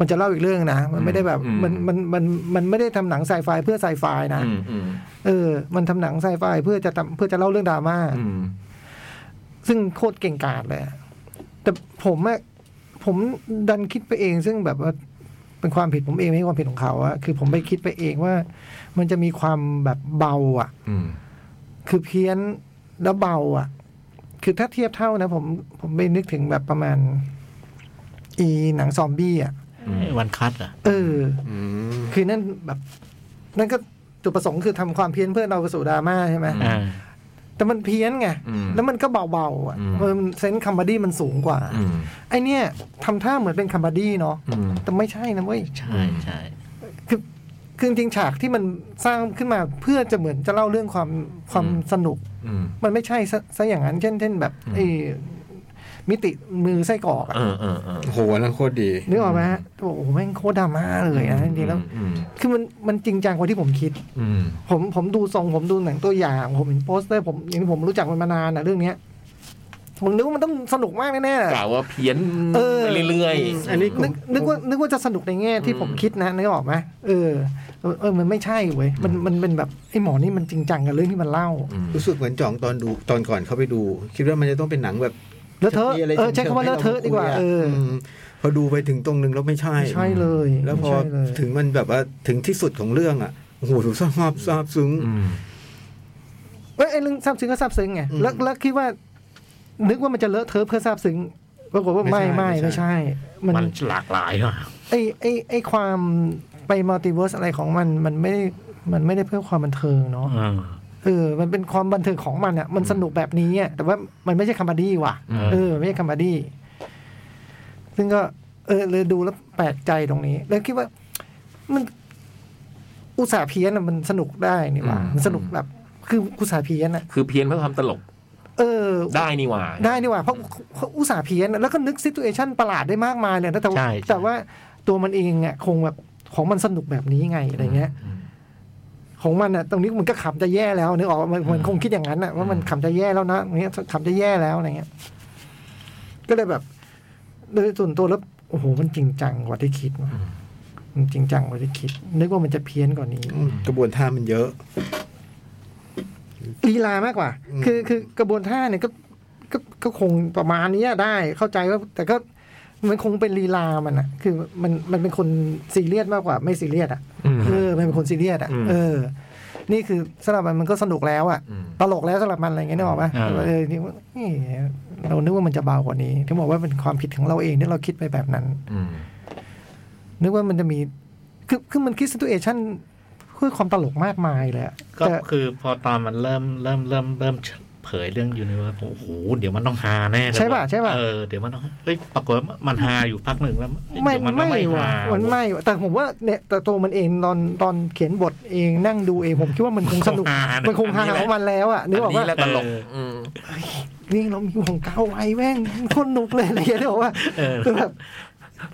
[SPEAKER 4] มันจะเล่าอีกเรื่องนะมันไม่ได้แบบ
[SPEAKER 3] อืม
[SPEAKER 4] มันมันมันมันไม่ได้ทำหนังไซไฟเพื่อไซไฟนะ
[SPEAKER 3] อืมอืม
[SPEAKER 4] เออ มันทำหนังไซไฟเพื่อจะทำเพื่อจะเล่าเรื่องดราม่า
[SPEAKER 3] อืม
[SPEAKER 4] ซึ่งโคตรเก่งกาจเลยอะแต่ผมอะผมดันคิดไปเอง ซึ่งแบบว่าเป็นความผิดผมเองไม่ใช่ความผิดของเขาอะคือผมไปคิดไปเองว่า มันจะมีความแบบเบาอะ
[SPEAKER 3] อืม
[SPEAKER 4] คือเพี้ยนแล้วเบาอ่ะ คือถ้าเทียบเท่านะ ผมผมไปนึกถึงแบบประมาณ อีหนังซอมบี้อ่ะ
[SPEAKER 2] วันคัทเหรอ่ะ
[SPEAKER 4] เออ
[SPEAKER 6] อืม
[SPEAKER 4] คือนั่นแบบ นั่นก็จุดประสงค์คือทำความเพี้ยนเพื่อเราไปสู่ดราม่าใช่ไหม
[SPEAKER 3] อืม
[SPEAKER 2] อ่า
[SPEAKER 4] แต่มันเพี้ยนไง
[SPEAKER 3] อืม
[SPEAKER 4] แล้วมันก็เบาๆอ่ะ
[SPEAKER 3] อืม
[SPEAKER 4] เพราะมันเซนส์คอมเมดี้มันสูงกว่า
[SPEAKER 3] อืม
[SPEAKER 4] ไอเนี่ยทำท่าเหมือนเป็นคอมเมดี้เนาะ
[SPEAKER 3] อืม
[SPEAKER 4] แต่ไม่ใช่นะเว้ย
[SPEAKER 2] ใช่ใช่
[SPEAKER 4] คือคือจริงๆฉากที่มันสร้างขึ้นมาเพื่อจะเหมือนจะเล่าเรื่องความความ
[SPEAKER 3] อืม
[SPEAKER 4] สนุก
[SPEAKER 3] อืม
[SPEAKER 4] มันไม่ใช่ซะซะอย่างนั้นเช่นเช่นแบบ
[SPEAKER 3] อืม
[SPEAKER 4] ไอ้มิติมือไส้กรอกอะ
[SPEAKER 3] เออเออเออ
[SPEAKER 6] โอ้โหอันนั้นโคตรดี
[SPEAKER 4] นึกออกไหมฮะโอ้โหแม่งโคตรดราม่าเลยนะจริงๆแล้ว
[SPEAKER 3] อืม
[SPEAKER 4] คือมันมันจริงจังกว่าที่ผมคิด
[SPEAKER 3] อืม
[SPEAKER 4] ผมผมดูทรงผมดูหนังตัวอย่าง ผมเห็นโปสเตอร์ผมอย่างที่ผมรู้จักมันมานานนะเรื่องเนี้ยผมนึกว่ามันต้องสนุกมากแน่ๆ
[SPEAKER 3] กล่าวว่าเพี้ยน
[SPEAKER 4] เออ
[SPEAKER 3] ไปเรื่อย
[SPEAKER 6] อันนี้
[SPEAKER 4] นึกนึกว่านึกว่าจะสนุกในแง่ที่ผมคิดนะนึกออกไหมเออเออเออมันไม่ใช่เว้ยมันมันเป็นแบบไอ้หมอนี่มันจริงจังกับเรื่องที่มันเล่า
[SPEAKER 3] อืม
[SPEAKER 6] รู้สึกเหมือนจ่องตอนดูตอนก่อนเข้าไปดู คิดว่ามันจะต้องเป็นหนังแบบ
[SPEAKER 4] แล้วเธอะ
[SPEAKER 6] มีะไร
[SPEAKER 4] เออใช้คำว่าเลอะเทอะดีกว่า เออ
[SPEAKER 6] มพอดูไปถึงตรงนึงแล้วไม่ใช่
[SPEAKER 4] ไม่ใช่เลย
[SPEAKER 6] แล้วพอ
[SPEAKER 4] ไม่ใช่เลย
[SPEAKER 6] ถึงมันแบบว่าถึงที่สุดของเรื่องอ่ะโอ้โหดูซาบซาบซึ้ง
[SPEAKER 3] อืม
[SPEAKER 4] เอ้ยไอ้เรื่องซาบซึ้งก็ซาบซึ้งไง
[SPEAKER 6] อืม
[SPEAKER 4] แล้วแล้วคิดว่า นึกว่ามันจะเลอะเทอะเพื่อซาบซึ้งปรากฏว่าไม่
[SPEAKER 6] ไม่
[SPEAKER 4] ไม่
[SPEAKER 6] ใช่
[SPEAKER 4] ไม่ใช่ มัน
[SPEAKER 2] มันหลากหลายอ่ะ
[SPEAKER 4] ไอ้ไอ้ไอ้ความไปมัลติเวิร์สอะไรของมันมันไม่ได้มันไม่ได้เพื่อความบันเทิงเนาะ
[SPEAKER 2] อ่า
[SPEAKER 4] เออมันเป็นความบันเทิงของมันอ่ะมันสนุกแบบนี้อ่ะแต่ว่ามันไม่ใช่คอมเมดี้ว่ะ
[SPEAKER 2] อืม
[SPEAKER 4] เออไม่ใช่คอมเมดี้ซึ่งก็ เออเลยดูแล้วแปลกใจตรงนี้ แล้วคิดว่า มัน อุตสาห์เพี้ยนอะมันสนุกได้นี่หว่ามันสนุกแบบ คืออุตสาห์เพี้ยนอะ
[SPEAKER 3] คือเพี้ยนเพื่อความตลก
[SPEAKER 4] เออ
[SPEAKER 3] ได้นี่หว่า
[SPEAKER 4] ได้นี่หว่าเพราะเพราะอุตสาห์เพี้ยนอะแล้วก็นึกซิตูเอชันประหลาดได้มากมายเลยนะแต่ว่า
[SPEAKER 2] ใช่
[SPEAKER 4] แต่ว่าตัวมันเองอะคงแบบของมันสนุกแบบนี้ไงอะไรเงี้ย ของมันอะตรงนี้มันก็ขำจะแย่แล้วนึกออกว่ามันมันคงคิดอย่างนั้นอะว่ามันขำจะแย่แล้วนะอย่างเนี้ยขำจะแย่แล้วอะไรเงี้ย ก็เลยแบบโดยส่วนตัวแล้วโอ้โหมันจริงจังกว่าที่คิดว่ะมันจริงจังกว่าที่คิด นึกว่ามันจะเพี้ยนกว่านี้
[SPEAKER 6] อืมกระบวนท่ามันเยอะ
[SPEAKER 4] ลีลามากกว่า
[SPEAKER 6] อืม
[SPEAKER 4] คือคือกระบวนท่าเนี่ยก็ก็ก็คงประมาณเนี้ยได้ เข้าใจว่าแต่ก็มันคงเป็นลีลามันอะคือมันมันเป็นคนซีเรียสมากกว่า ไม่ซีเรียสอะเออมันเป็นคนซีเรียสอะ
[SPEAKER 3] อืม
[SPEAKER 4] เออ นี่คือสำหรับมันมันก็สนุกแล้วอะ
[SPEAKER 3] อืม
[SPEAKER 4] ตลกแล้วสำหรับมันอะไรเงี้ยนึกออกปะ
[SPEAKER 2] อ่า
[SPEAKER 4] เออนี่ว่าเอ๊ะเรานึกว่ามันจะเบากว่านี้ถึงบอกว่าเป็นความผิดของเราเองที่เราคิดไปแบบนั้น
[SPEAKER 3] อืม
[SPEAKER 4] นึกว่ามันจะมี คือคือมันคิดสตูเอชั่นเพื่อความตลกมากมายเลยอะ
[SPEAKER 2] ก็
[SPEAKER 4] แต่
[SPEAKER 2] คือพอตอนมันเริ่มเริ่มเริ่มเริ่มเผยเรื่องยูนิเวิร์สโอ้โหเดี๋ยวมันต้องฮาแน่เลย
[SPEAKER 4] ใช่ป่ะใช่ป่ะ
[SPEAKER 2] เออเดี๋ยวมันต้องเฮ้ยปรากฏว่ามันฮาอยู่พักหนึ่งแล้ว
[SPEAKER 4] ไม่
[SPEAKER 2] เดี๋ยวมันก็
[SPEAKER 4] ไม่
[SPEAKER 2] ไม่
[SPEAKER 4] ว่ะ
[SPEAKER 2] ฮา
[SPEAKER 4] มันไม่ว่ะแต่ผมว่าเนี่ยแต่ตัวมันเองตอนตอนเขียนบทเองนั่งดูเองผมคิดว่ามันคงสนุก
[SPEAKER 2] ฮา
[SPEAKER 4] มันคงฮาของมันแล้วอะนึกออก
[SPEAKER 3] อัน
[SPEAKER 4] ว่า
[SPEAKER 3] นี้แหละตลกอืม
[SPEAKER 4] นี่เรามีของเก่าไว้แม่งโคนหนุกเลยอะไรอย่างเงี้ยเดี๋ยวบอกว่า
[SPEAKER 2] เออ
[SPEAKER 4] คือแบบ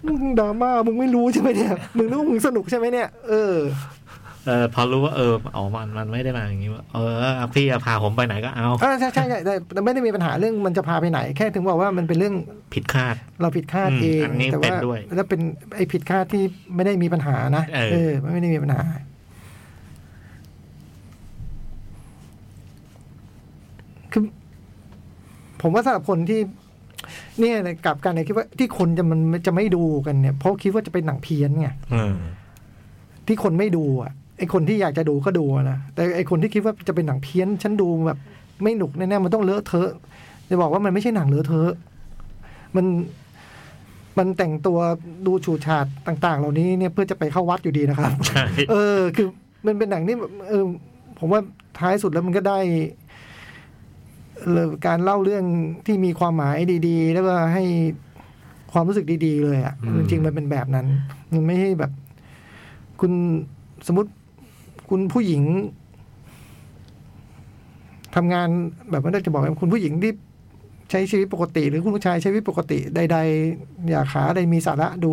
[SPEAKER 4] มึงดราม่ามึงไม่รู้ใช่ไหมเนี่ย มึงนึกว่ามึงสนุกใช่ไหมเนี่ย เออ
[SPEAKER 2] เออพอรู้ว่าเออเอามันมันไม่ได้มาอย่างนี้ว่าเออพี่จะพาผมไปไหนก็เอา
[SPEAKER 4] อ่าใช่ใช่ใช่แต่แต่ไม่ได้มีปัญหาเรื่องมันจะพาไปไหน แค่ถึงบอกว่ามันเป็นเรื่อง
[SPEAKER 2] ผิดคาด
[SPEAKER 4] เราผิดคาด
[SPEAKER 2] อืม
[SPEAKER 4] เอง
[SPEAKER 2] อันนี้
[SPEAKER 4] แต่
[SPEAKER 2] เป็
[SPEAKER 4] ว่าน
[SPEAKER 2] ด้วย
[SPEAKER 4] แล้วเป็นไอ้ผิดคาดที่ไม่ได้มีปัญหานะ
[SPEAKER 2] เออ
[SPEAKER 4] ไม่ได้มีปัญหา คือผมว่าสำหรับคนที่ เนี่ยกลับกันเนี่ยคิดว่าที่คนจะมันจะไม่ดูกันเนี่ยเพราะคิดว่าจะเป็นหนังเพี้ยนไง
[SPEAKER 2] เออ
[SPEAKER 4] ที่คนไม่ดูอ่ะไอคนที่อยากจะดูก็ดูนะแต่ไอคนที่คิดว่าจะเป็นหนังเพี้ยน ฉันดูแบบ ไม่หนุกแน่ๆมันต้องเลอะเทอะจะบอกว่ามันไม่ใช่หนังเลอะเทอะมันมันแต่งตัวดูฉูดฉาดต่าง ๆ เหล่านี้เนี่ยเพื่อจะไปเข้าวัดอยู่ดีนะครับ
[SPEAKER 2] ใช่
[SPEAKER 4] เออ คือมันเป็นหนังที่แบบเออผมว่าท้ายสุดแล้วมันก็ได้เอ่อการเล่าเรื่องที่มีความหมายดี ๆ แล้วก็ให้ความรู้สึกดี ๆ เลยอะ่ะ
[SPEAKER 3] อืม
[SPEAKER 4] จริงๆมันเป็นแบบนั้น มันไม่ใช่แบบ คุณสมมติคุณผู้หญิงทำงานแบบว่าน่าจะบอกว่าคุณผู้หญิงที่ใช้ชีวิตปกติ หรือคุณผู้ชายใช้ชีวิตปกติใด ๆ อยากหาอะไรมีสาระดู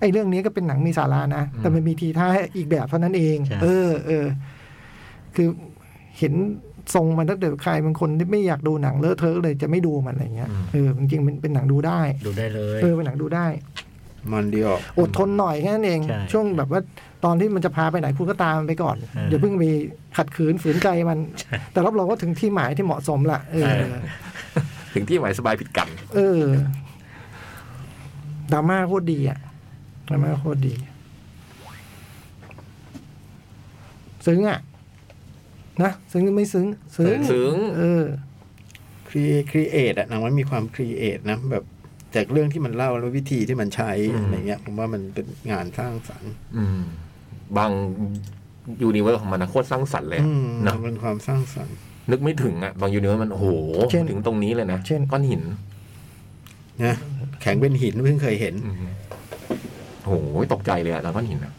[SPEAKER 4] ไอ้เรื่องนี้ก็เป็นหนังมีสาระนะ แต่มันมีทีท่าให้อีกแบบเท่านั้นเอง
[SPEAKER 2] ใช่
[SPEAKER 4] เออ เออ คือเห็นทรงมันถ้าเกิดใครบางคนที่ไม่อยากดูหนังเลอะเทอะเลยจะไม่ดูมันอะไรเงี้ย
[SPEAKER 3] อืม
[SPEAKER 4] เออ จริงๆมันเป็นหนังดูได้
[SPEAKER 2] ดูได้เลย
[SPEAKER 4] เออ เป็นหนังดูได้
[SPEAKER 6] มันดีออก
[SPEAKER 4] อดทนหน่อยแค่นั้นเอง
[SPEAKER 2] ใช่
[SPEAKER 4] ช่วงแบบว่าตอนที่มันจะพาไปไหนคุณก็ตามมันไปก่อน
[SPEAKER 2] เอออ
[SPEAKER 4] อย่าเพิ่งไปขัดขืนฝืนใจมัน แต่รับรองว่าถึงที่หมายที่เหมาะสมละเออ
[SPEAKER 2] ใช่
[SPEAKER 3] ถึงที่หมายสบายผิดกัน
[SPEAKER 4] เออดราม่าโคตรดีอะดราม่าโคตรดี ซึ้งอะนะซึ้งหรือไม่ซึ้ง
[SPEAKER 3] ซึ้ง
[SPEAKER 4] เออ
[SPEAKER 6] ครีครีเอทอะหนังมันมีความครีเอทนะแบบจากเรื่องที่มันเล่าแล้ววิธีที่มันใช้
[SPEAKER 3] อืม
[SPEAKER 6] อะไรเงี้ยผมว่ามันเป็นงานสร้างสรรค์
[SPEAKER 3] บาง ยูนิเวอร์ของมันนะโคตรสร้างสรรค์เลยอะ
[SPEAKER 6] อืม
[SPEAKER 3] เนอะ
[SPEAKER 6] เป็นความสร้างสรรค์
[SPEAKER 3] นึกไม่ถึงอ่ะบางยูนิเวอร์มันโอ้โห
[SPEAKER 4] เช่น
[SPEAKER 3] ถึงตรงนี้เลยนะ
[SPEAKER 4] เช่น
[SPEAKER 3] ก้อนหิน
[SPEAKER 6] นะแข็งเป็นหินเพิ่งเคยเห็น
[SPEAKER 3] อืมโอ้โหตกใจเลยอ่ะแล้วก้อนหินอ่ะ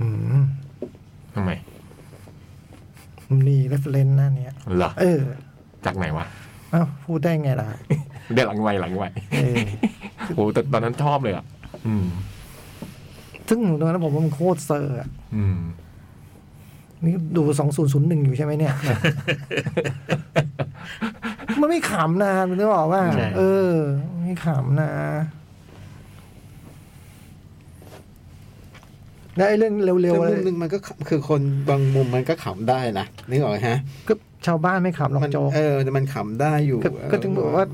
[SPEAKER 4] อืม
[SPEAKER 3] ทำไม
[SPEAKER 4] มีเรสเลนหน้าเนี้ย
[SPEAKER 3] เหรอ
[SPEAKER 4] เออ
[SPEAKER 3] จากไหนวะ
[SPEAKER 4] เอ้าพูดได้ไงล่ะ
[SPEAKER 3] เดี๋ยวหลังไวหลังไว
[SPEAKER 4] เออ
[SPEAKER 3] โอ้โหแต่ตอนนั้นชอบเลยอ่ะอืม
[SPEAKER 4] ซึ่งตรงนั้นผมว่ามันโคตรเซอร์อะ
[SPEAKER 3] อืม
[SPEAKER 4] นี่ดูสองศูนย์ศูนย์หนึ่งอยู่ใช่ไหม เนี่ย มันไม่ขำนะมันนึกออกว่า
[SPEAKER 2] ใช่
[SPEAKER 4] เออ ไม่ขำนะแล้วไอ้เรื่องเร็ว
[SPEAKER 6] แต่
[SPEAKER 4] ๆเล
[SPEAKER 6] มุ
[SPEAKER 4] ย
[SPEAKER 6] มหนึ่งมันก็ขำคือคนบางมุมมันก็ขำได้นะนึกออกไหมฮะ
[SPEAKER 4] ก็ชาวบ้านไม่ขำหรอก
[SPEAKER 6] มัน
[SPEAKER 4] โจ๊ก
[SPEAKER 6] เออแต่มันขำได้อยู่
[SPEAKER 4] ก็ก็ถึงบอกว่า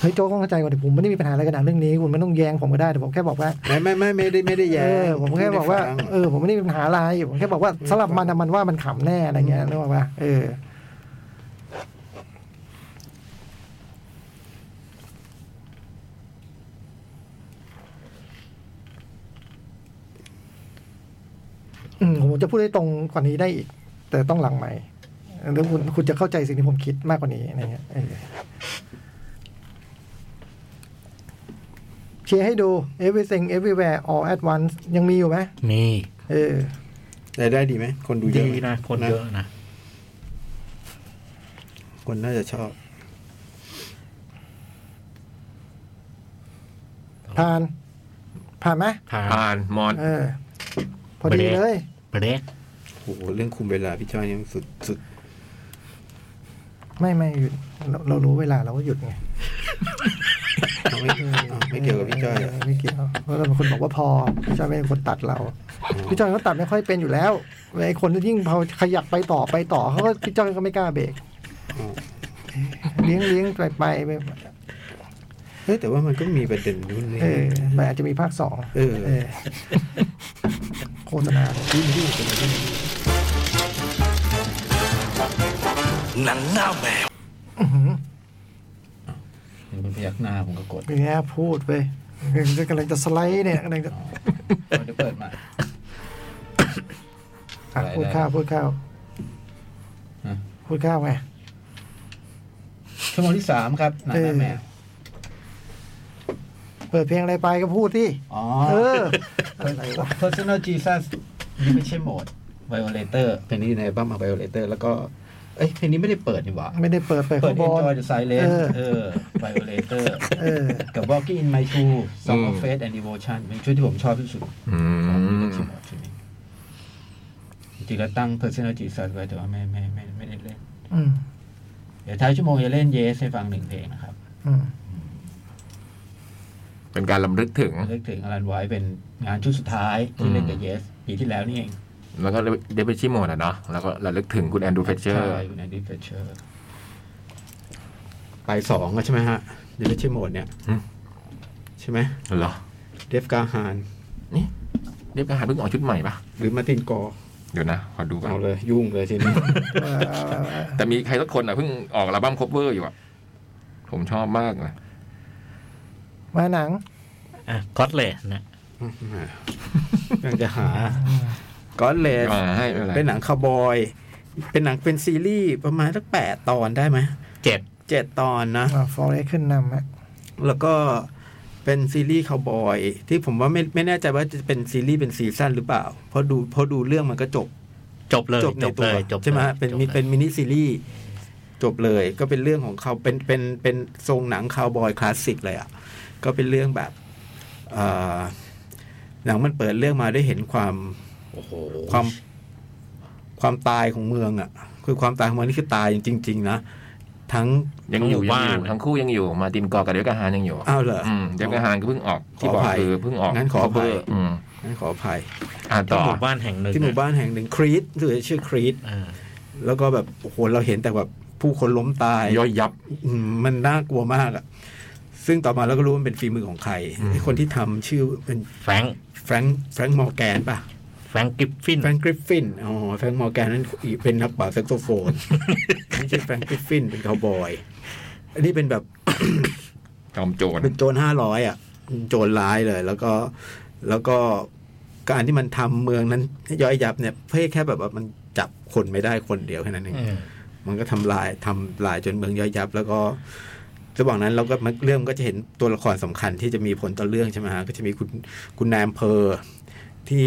[SPEAKER 4] เฮ้ยโจ๊กต้องเข้าใจก่อนเดี๋ยวผมไม่ได้มีปัญหาอะไรกับหนังเรื่องนี้ คุณไม่ต้องแย้งผมก็ได้แต่ผมแค่บอกว่า
[SPEAKER 6] ไม่ไม่ไม่ไม่ได้ไม่ได้แย่
[SPEAKER 4] เออผมแค่บอกว่าเออผมไม่ได้มีปัญหาอะไรผมแค่บอกว่าสำหรับมันอะมันว่ามันขำแน่อะไรเงี้ยนึกออกปะเออ อืมผมจะพูดได้ตรงกว่านี้ได้อีก แต่ต้องหลังใหม่แล้วคุณคุณจะเข้าใจสิ่งที่ผมคิดมากกว่านี้อะไรเงี้ยเออเชียร์ให้ดู everything everywhere all at once ยังมีอยู่ไหม
[SPEAKER 2] มี
[SPEAKER 4] เออ
[SPEAKER 6] แต่ได้ดีไหมคนดูเย
[SPEAKER 2] ดี
[SPEAKER 6] อะไหม
[SPEAKER 2] นะคนเยอะนะ
[SPEAKER 6] คนน่าจะชอบ
[SPEAKER 4] ผ่าน ผ่านไหม
[SPEAKER 2] ผ่าน
[SPEAKER 3] ผ่านมอน
[SPEAKER 4] เออ พอดีเลย
[SPEAKER 2] เบรก
[SPEAKER 6] โอ้โหเรื่องคุมเวลาพี่จ้อยนี่มันสุดสุด
[SPEAKER 4] ไม่ไม่หยุดเราเรารู้เวลาเราก็หยุดไง
[SPEAKER 6] เอาไม่เอาไม่เกี่ยวกับพี่จ้อยเหรอ
[SPEAKER 4] เไม่เกี่ยวเพราะเราเป็นคนบอกว่าพอพี่จ้อยเป็นคนตัดเรา พี่จ้อยเขาตัดไม่ค่อยเป็นอยู่แล้วไอ้คนที่ยิ่งพอขยับไปต่อไปต่อเขาก็พี่จ้อยก็ไม่กล้าเบรกเลี้ยงเลี้ยงไปไปไป
[SPEAKER 6] เฮ้ยแต่ว่ามันก็มีประเด็นนู่นนี่
[SPEAKER 4] เออไปอาจจะมีภาคสอง
[SPEAKER 6] เออ
[SPEAKER 4] เออโฆษณา
[SPEAKER 5] มันพยักหน้าผมก็กด
[SPEAKER 4] อย่างเงี้ยพูดไปกำลังจะสไลด์เนี่ยกำลังจะ
[SPEAKER 5] เดี๋ยวเปิดมา
[SPEAKER 4] อ่ะพูดข้าวพูดข้าว
[SPEAKER 5] ฮะ
[SPEAKER 4] พูดข้าวไง
[SPEAKER 5] ชั่วโมงที่สามครับหนังหน้าแมว
[SPEAKER 4] เปิดเพลงอะไรไปก็พูดที่
[SPEAKER 5] อ๋อ
[SPEAKER 4] เออ อะไรวะ
[SPEAKER 5] Personal Jesus นี่ไม่ใช่โหมด Violator
[SPEAKER 6] เพลงนี้อยู่ในอัลบั้มเอาไบโอเลเตอร์แล้วก็
[SPEAKER 5] เอ้ยเพลงนี้ไม่ได้เปิดนี่หว่า
[SPEAKER 4] ไม่ได้เปิดไป
[SPEAKER 5] เปิ
[SPEAKER 4] ข้า
[SPEAKER 5] ด
[SPEAKER 4] งบน
[SPEAKER 5] Enjoy the Silence
[SPEAKER 4] เออ
[SPEAKER 5] เออ Violator
[SPEAKER 4] เออ
[SPEAKER 5] กับ Walking in My Shoes Song of
[SPEAKER 3] อืม
[SPEAKER 5] Faith and Devotion เป็นชุดที่ผมชอบที่สุด
[SPEAKER 3] อื
[SPEAKER 5] ของเลื
[SPEAKER 3] ม
[SPEAKER 5] อกชิมอดชุดนี้จริงๆแล้วตั้ง Personal Jesus ไว้แต่ว่าไม่ไม่ไม่ไม่ได้เล่น
[SPEAKER 4] อืม
[SPEAKER 5] เดี๋ยวท้ายชั่วโมงจะเล่น Yes ให้ฟังหนึ่งเพลงนะครับ
[SPEAKER 4] อืม
[SPEAKER 3] เป็นการลำลึกถึง
[SPEAKER 5] เลือกถึงอลันไว้เป็นงานชุดสุดท้ายที่เล่นกับ Yes ปีที่แล้วนี่เอง
[SPEAKER 3] แล้วก็ได้ไปชิโมดอ่ะเนาะแล้วก็ระลึกถึงคุณแอนดรูว์เฟเชอ
[SPEAKER 5] ใช่
[SPEAKER 3] ร์
[SPEAKER 5] คุณแอนดี้เฟเชอร์
[SPEAKER 6] ปลายสองอะใช่ไหมฮะเดลิเชโหมดเนี่ยใช่ไหม
[SPEAKER 3] เหรอ
[SPEAKER 6] เดฟกาฮาน
[SPEAKER 3] นี่เรียบกระหาเพิ่งออกชุดใหม่ปะ
[SPEAKER 6] หรือมาร์ตินกอร์
[SPEAKER 3] เดี๋ยวนะ ขอดูก่อน
[SPEAKER 6] เอาเลยยุ่งเลยทีนี้
[SPEAKER 4] เออเอาเอาเอา
[SPEAKER 3] แต่มีใครสักคนอ่ะเพิ่งออกอัลบั้มคบเวอร์อยู่อ่ะ ผมชอบมากเลย
[SPEAKER 4] มาหนัง
[SPEAKER 2] อ่ะก็อดเลสนะ
[SPEAKER 6] ยังจะหาก็เลส
[SPEAKER 3] อ่าให้ไม่เป็นไร
[SPEAKER 6] เป็นหนังคาวบอย เป็นหนังเป็นซีรีส์ประมาณสักแปดตอนได้ไหม
[SPEAKER 2] เจ็ด
[SPEAKER 6] เจ็ดตอนนะ
[SPEAKER 4] ฟอเรสขึ้นนำฮะ
[SPEAKER 6] แล้วก็เป็นซีรีส์คาวบอย ที่ผมว่าไม่ไม่แน่ใจว่าจะเป็นซีรีส์เป็นซีซั่นหรือเปล่าเพราะดูเพราะดูเรื่องมันก็จบ
[SPEAKER 2] จบเลย
[SPEAKER 6] จบใน
[SPEAKER 2] จบ
[SPEAKER 6] ตัว
[SPEAKER 2] เลยจบ
[SPEAKER 6] ใช่ไหม
[SPEAKER 2] ลย
[SPEAKER 6] ฮะเป็น
[SPEAKER 2] จบ
[SPEAKER 6] มิ
[SPEAKER 2] ลย
[SPEAKER 6] เป็นมินิซีรีส์จบเลยก็เป็นเรื่องของเขาเป็นเป็นเป็นทรงหนังคาวบอยคลาสสิกเลยอ่ะก็เป็นเรื่องแบบเอ่อหนังมันเปิดเรื่องมาได้เห็นความ
[SPEAKER 2] โอ้โห
[SPEAKER 6] ความความตายของเมืองอ่ะ คือความตายของเมืองนี่คือตายจริง ๆ นะ ทั้ง
[SPEAKER 3] ยังอยู่ยังอยู่ทั้งคู่ยังอยู่มาร์ตินกอร์กับเรียบกระหานยังอยู่
[SPEAKER 6] อ้าวเหรออ
[SPEAKER 3] อืมเรียบกระหานก็เพิ่งออกที่บอก
[SPEAKER 6] ขออภัย
[SPEAKER 3] คือเพิ่งออก
[SPEAKER 6] งั้นขออภั
[SPEAKER 3] คเวอ
[SPEAKER 6] ย
[SPEAKER 3] ร์อืม
[SPEAKER 6] งั้นขออภัย
[SPEAKER 3] อ่า
[SPEAKER 2] ที่
[SPEAKER 3] ต่อ
[SPEAKER 2] หมู่บ้านแห่งหนึ่ง
[SPEAKER 6] ที่หมู่บ้านแห่งหนึ่งครีตชื่อครีต
[SPEAKER 2] อ่า
[SPEAKER 6] แล้วก็แบบโอ้โหเราเห็นแต่แบบผู้คนล้มตาย
[SPEAKER 3] ย่อยยับ
[SPEAKER 6] อืมมันน่ากลัวมากอะซึ่งต่อมาเราก็รู้ว่ามันเป็นฝีมือของใคร
[SPEAKER 3] อืม
[SPEAKER 6] ไอ้คนที่ทำชื่อเป็น
[SPEAKER 2] แฟรงค์
[SPEAKER 6] แฟรงค์แฟรงค์มอร์แกนป่ะ
[SPEAKER 2] แฟรงค์กริฟฟิน
[SPEAKER 6] แฟรงค์กริฟฟิน อ๋อ แฟรงค์มอร์แกนนั้นเป็นนักเป่าแซกโซโฟ น ไม่ใช่แฟรงค์กริฟฟิน เป็นคาวบอย อันนี้เป็นแบบ
[SPEAKER 3] จอมโจร
[SPEAKER 6] เป็นโจรห้าร้อยอ่ะ โจรร้ายเลย แล้วก็ แล้วก็ การที่มันทำเมืองนั้นให้ย่อยยับเนี่ยเพื่อแค่แบบว่ามันจับคนไม่ได้คนเดียวแค่นั้นเอง
[SPEAKER 2] อืม
[SPEAKER 6] มันก็ทำลายทำลายจนเมืองย่อยยับ แล้วก็ระหว่างนั้นเราก็มันเรื่องก็จะเห็นตัวละครสำคัญที่จะมีผลต่อเรื่องใช่ไหมฮะก็จะมีคุณคุณนายอำเภอที่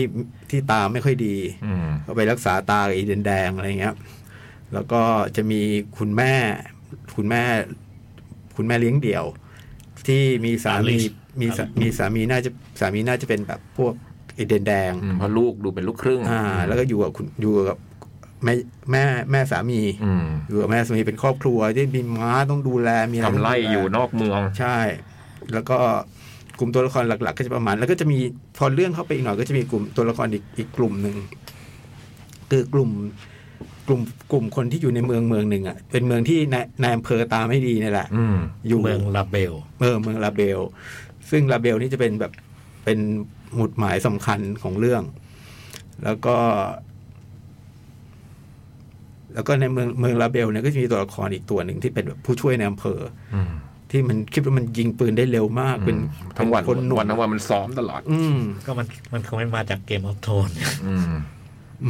[SPEAKER 6] ที่ตาไม่ค่อยดี
[SPEAKER 3] อืม
[SPEAKER 6] เอาไปรักษาตากับอีเดนแดงอะไรเงี้ย แล้วก็จะมีคุณแม่ คุณแม่ คุณแม่เลี้ยงเดี่ยว ที่มีสามี
[SPEAKER 2] Alice
[SPEAKER 6] มีสามีสามีน่าจะสามีน่าจะเป็นแบบพวกอีเดนแดง
[SPEAKER 3] อืมเพราะลูกดูเป็นลูกครึ่ง
[SPEAKER 6] อ่า แล้วก็อยู่กับคุณอยู่กับแม่แม่แม่สามี
[SPEAKER 3] อืม
[SPEAKER 6] อยู่กับแม่สามีเป็นครอบครัวที่มีม้าต้องดูแลมีอะต้ง
[SPEAKER 3] ทำ
[SPEAKER 6] ดูแล
[SPEAKER 3] ไร่อยู่นอกเมือง
[SPEAKER 6] ใช่ แล้วก็กลุ่มตัวละครหลัก ๆ ก็จะประมาณ แล้วก็จะมีพอเรื่องเข้าไปอีกหน่อยก็จะมีกลุ่มตัวละครอีกอีกกลุ่มหนึ่งคือกลุ่มกลุ่มกลุ่มคนที่อยู่ในเมืองเมืองหนึ่งอ่ะเป็นเมืองที่นายนายอำเภอตาไม่ดีนี่แหละ
[SPEAKER 3] อืม
[SPEAKER 6] อยู่
[SPEAKER 2] เมืองลาเบล
[SPEAKER 6] เออเมืองลาเบล ซึ่งลาเบลนี่จะเป็นแบบเป็นหมุดหมายสำคัญของเรื่อง แล้วก็ แล้วก็ในเมืองเมืองลาเบลเนี่ยก็จะมีตัวละครอีกตัวหนึ่งที่เป็นแบบผู้ช่วยในอำเภอ
[SPEAKER 3] อืม
[SPEAKER 6] ที่มันคิดว่ามันยิงปืนได้เร็วมาก เป็น
[SPEAKER 3] ทั้งวัน
[SPEAKER 6] เป็คนหนุ่ม
[SPEAKER 3] วันทั้งวันมันซ้อมตลอด
[SPEAKER 6] อืม
[SPEAKER 2] ก็มันมันคงไม่มาจากเกมออฟโทน
[SPEAKER 3] อืม
[SPEAKER 6] อื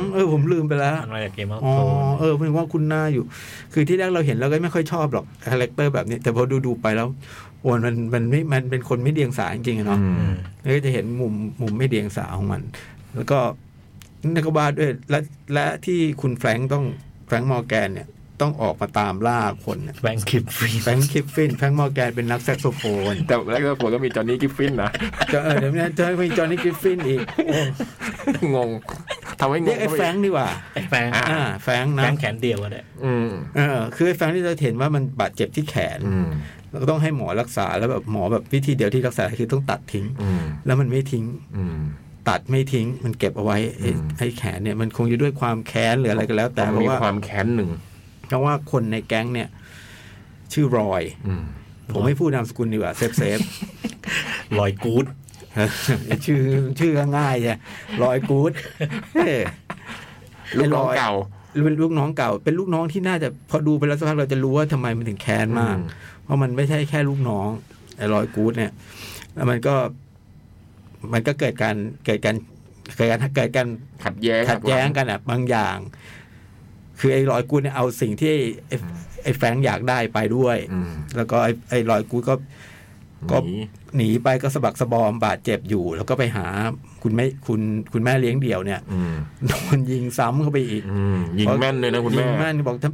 [SPEAKER 6] มเออผมลืมไปแล้ว
[SPEAKER 2] มันมาจากเกมออฟ
[SPEAKER 6] อ๋อ
[SPEAKER 2] โท
[SPEAKER 6] เออเพิ่งว่าคุณหน้าอยู่ คือที่แรกเราเห็นเราก็ไม่ค่อยชอบหรอกคาแรคเตอร์แบบนี้ แต่พอดูดูๆไปแล้วโอนมันมันไม่มันเป็นคนไม่เดียงสาจริงๆอะเนาะ
[SPEAKER 3] อืม
[SPEAKER 2] น
[SPEAKER 6] แล้วก็จะเห็นมุมมุมไม่เดียงสาของมัน แล้วก็นันกบาด้วยและและที่คุณแฟรงค์ต้องแฟรงค์มอร์แกนเนี่ยต้องออกมาตามล่าคนเนี่ย
[SPEAKER 2] แบงค์คลิปฟ รี
[SPEAKER 6] แฟรงค์คิฟฟินแฟรงค์มอร์แกนเป็นนักแซกโซโฟน
[SPEAKER 3] แต่แรกๆผมก็มีจอห์นนี่กิฟฟินนะ
[SPEAKER 6] จะเออเดี๋ยวนะจะให้เป็นจอห์นนี่กริฟฟินอีกโอ้
[SPEAKER 3] งงทำให้งง
[SPEAKER 6] เรียกไอ้
[SPEAKER 3] เข้าป
[SPEAKER 6] แฟรงค์ดีกว่า
[SPEAKER 2] ไอ้แบงค์
[SPEAKER 6] อ่า แฟรงค์
[SPEAKER 2] แบ
[SPEAKER 6] นะ
[SPEAKER 2] งค์แขนเดียวอะเนี่ย
[SPEAKER 3] อืม
[SPEAKER 6] เออคือไอ้แฟรงค์ที่เราเห็นว่ามันบาดเจ็บที่แขน
[SPEAKER 3] อืม
[SPEAKER 6] แล้วก็ต้องให้หมอรักษาแล้วแบบหมอแบบวิธีเดียวที่รักษาคือต้องตัดทิ้ง
[SPEAKER 3] อืม
[SPEAKER 6] แล้วมันไม่ทิ้ง
[SPEAKER 3] อืม
[SPEAKER 6] ตัดไม่ทิ้ง มันเก็บเอาไว้ไอ้
[SPEAKER 3] อืม
[SPEAKER 6] ไอ้แขนเนี่ยมันคงจะด้วยความแค้นหรืออะไรก็แล้ว แต่เพ
[SPEAKER 3] มี
[SPEAKER 6] ราะว่า
[SPEAKER 3] ความแค้นหนึ่ง
[SPEAKER 6] เพราะว่าคนในแก๊งเนี่ย ชื่อรอย
[SPEAKER 3] อืม
[SPEAKER 6] ผมไม่พูดนามสกุลดีกว่าเซฟเซฟ
[SPEAKER 2] ลอยกู๊ด
[SPEAKER 6] ชื่อชื่อก็ง่ายใช่รอยกู๊ดเอ้ย
[SPEAKER 3] ลูกน้อง
[SPEAKER 6] ไอ้รอย
[SPEAKER 3] เก่า
[SPEAKER 6] เป็นลูกน้องเก่า เป็นลูกน้องที่น่าจะพอดูไปแล้วสักพักเราจะรู้ว่าทำไมมันถึงแค้นมาก เพราะมันไม่ใช่แค่ลูกน้องไอ้รอยกู๊ดเนี่ย แล้วมันก็ มันก็เกิดการเกิดการเกิดการเกิดการ
[SPEAKER 3] ขัดแย้ง
[SPEAKER 6] ขัดแย้งกันอ่ะ บางอย่าง คือไอ้รอยกู๊ดเนี่ยเอาสิ่งที่ไอ้ไอ้แฟรงค์อยากได้ไปด้วย
[SPEAKER 3] อืม
[SPEAKER 6] แล้วก็ไอ้ไอ้รอยกู๊ดก็ ก็
[SPEAKER 3] หนี
[SPEAKER 6] หนีไปก็สะบักสะบอมบาดเจ็บอยู่ แล้วก็ไปหาคุณแม่คุณคุณแม่เลี้ยงเดี่ยวเนี่ย
[SPEAKER 3] อืม
[SPEAKER 6] โดนยิงซ้ำเข้าไปอีก
[SPEAKER 3] อืมยิงแม่นเลยนะคุณแม่
[SPEAKER 6] ยิงแม่นบอกถ้า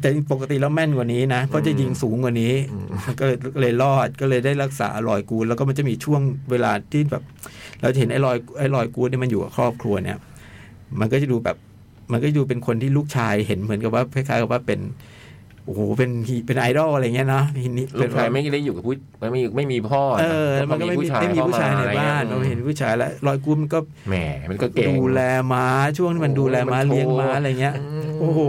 [SPEAKER 6] แต่ปกติแล้วแม่นกว่านี้นะเพราะจะยิงสูงกว่านี้
[SPEAKER 3] อืม
[SPEAKER 6] ก็เลยก็เลยรอดก็เลยได้รักษาลอยกูดแล้วก็มันจะมีช่วงเวลาที่แบบ เราจะเห็นไอ้ลอยไอ้ลอยกูดเนี่ยมันอยู่กับครอบครัวเนี่ย มันก็จะดูแบบ มันก็ดูเป็นคนที่ลูกชายเห็นเหมือนกับว่าคล้ายๆกับว่าเป็นโอ้โหเป็นฮีเป็นไอดอลอะไรเงี้ยเนาะฮีนี่
[SPEAKER 3] ลู
[SPEAKER 6] เป็
[SPEAKER 3] ก
[SPEAKER 6] น
[SPEAKER 3] ชายไม่ได้อยู่กับผู้ไม่มีไม่มีพ่อ
[SPEAKER 6] เออแล้วมันก็ไม่มีไม่มีผู้ชายในบ้านเราเห็นผู้ชายแล้วลอยกูดมันก็
[SPEAKER 3] แหมมันก็เก่ง
[SPEAKER 6] ดูแลม้าช่วงที่มันดูแลม้า
[SPEAKER 3] โอ้โหมันโชว์
[SPEAKER 6] เลี้ยงม้าอะไรเงี้ย โอ้โห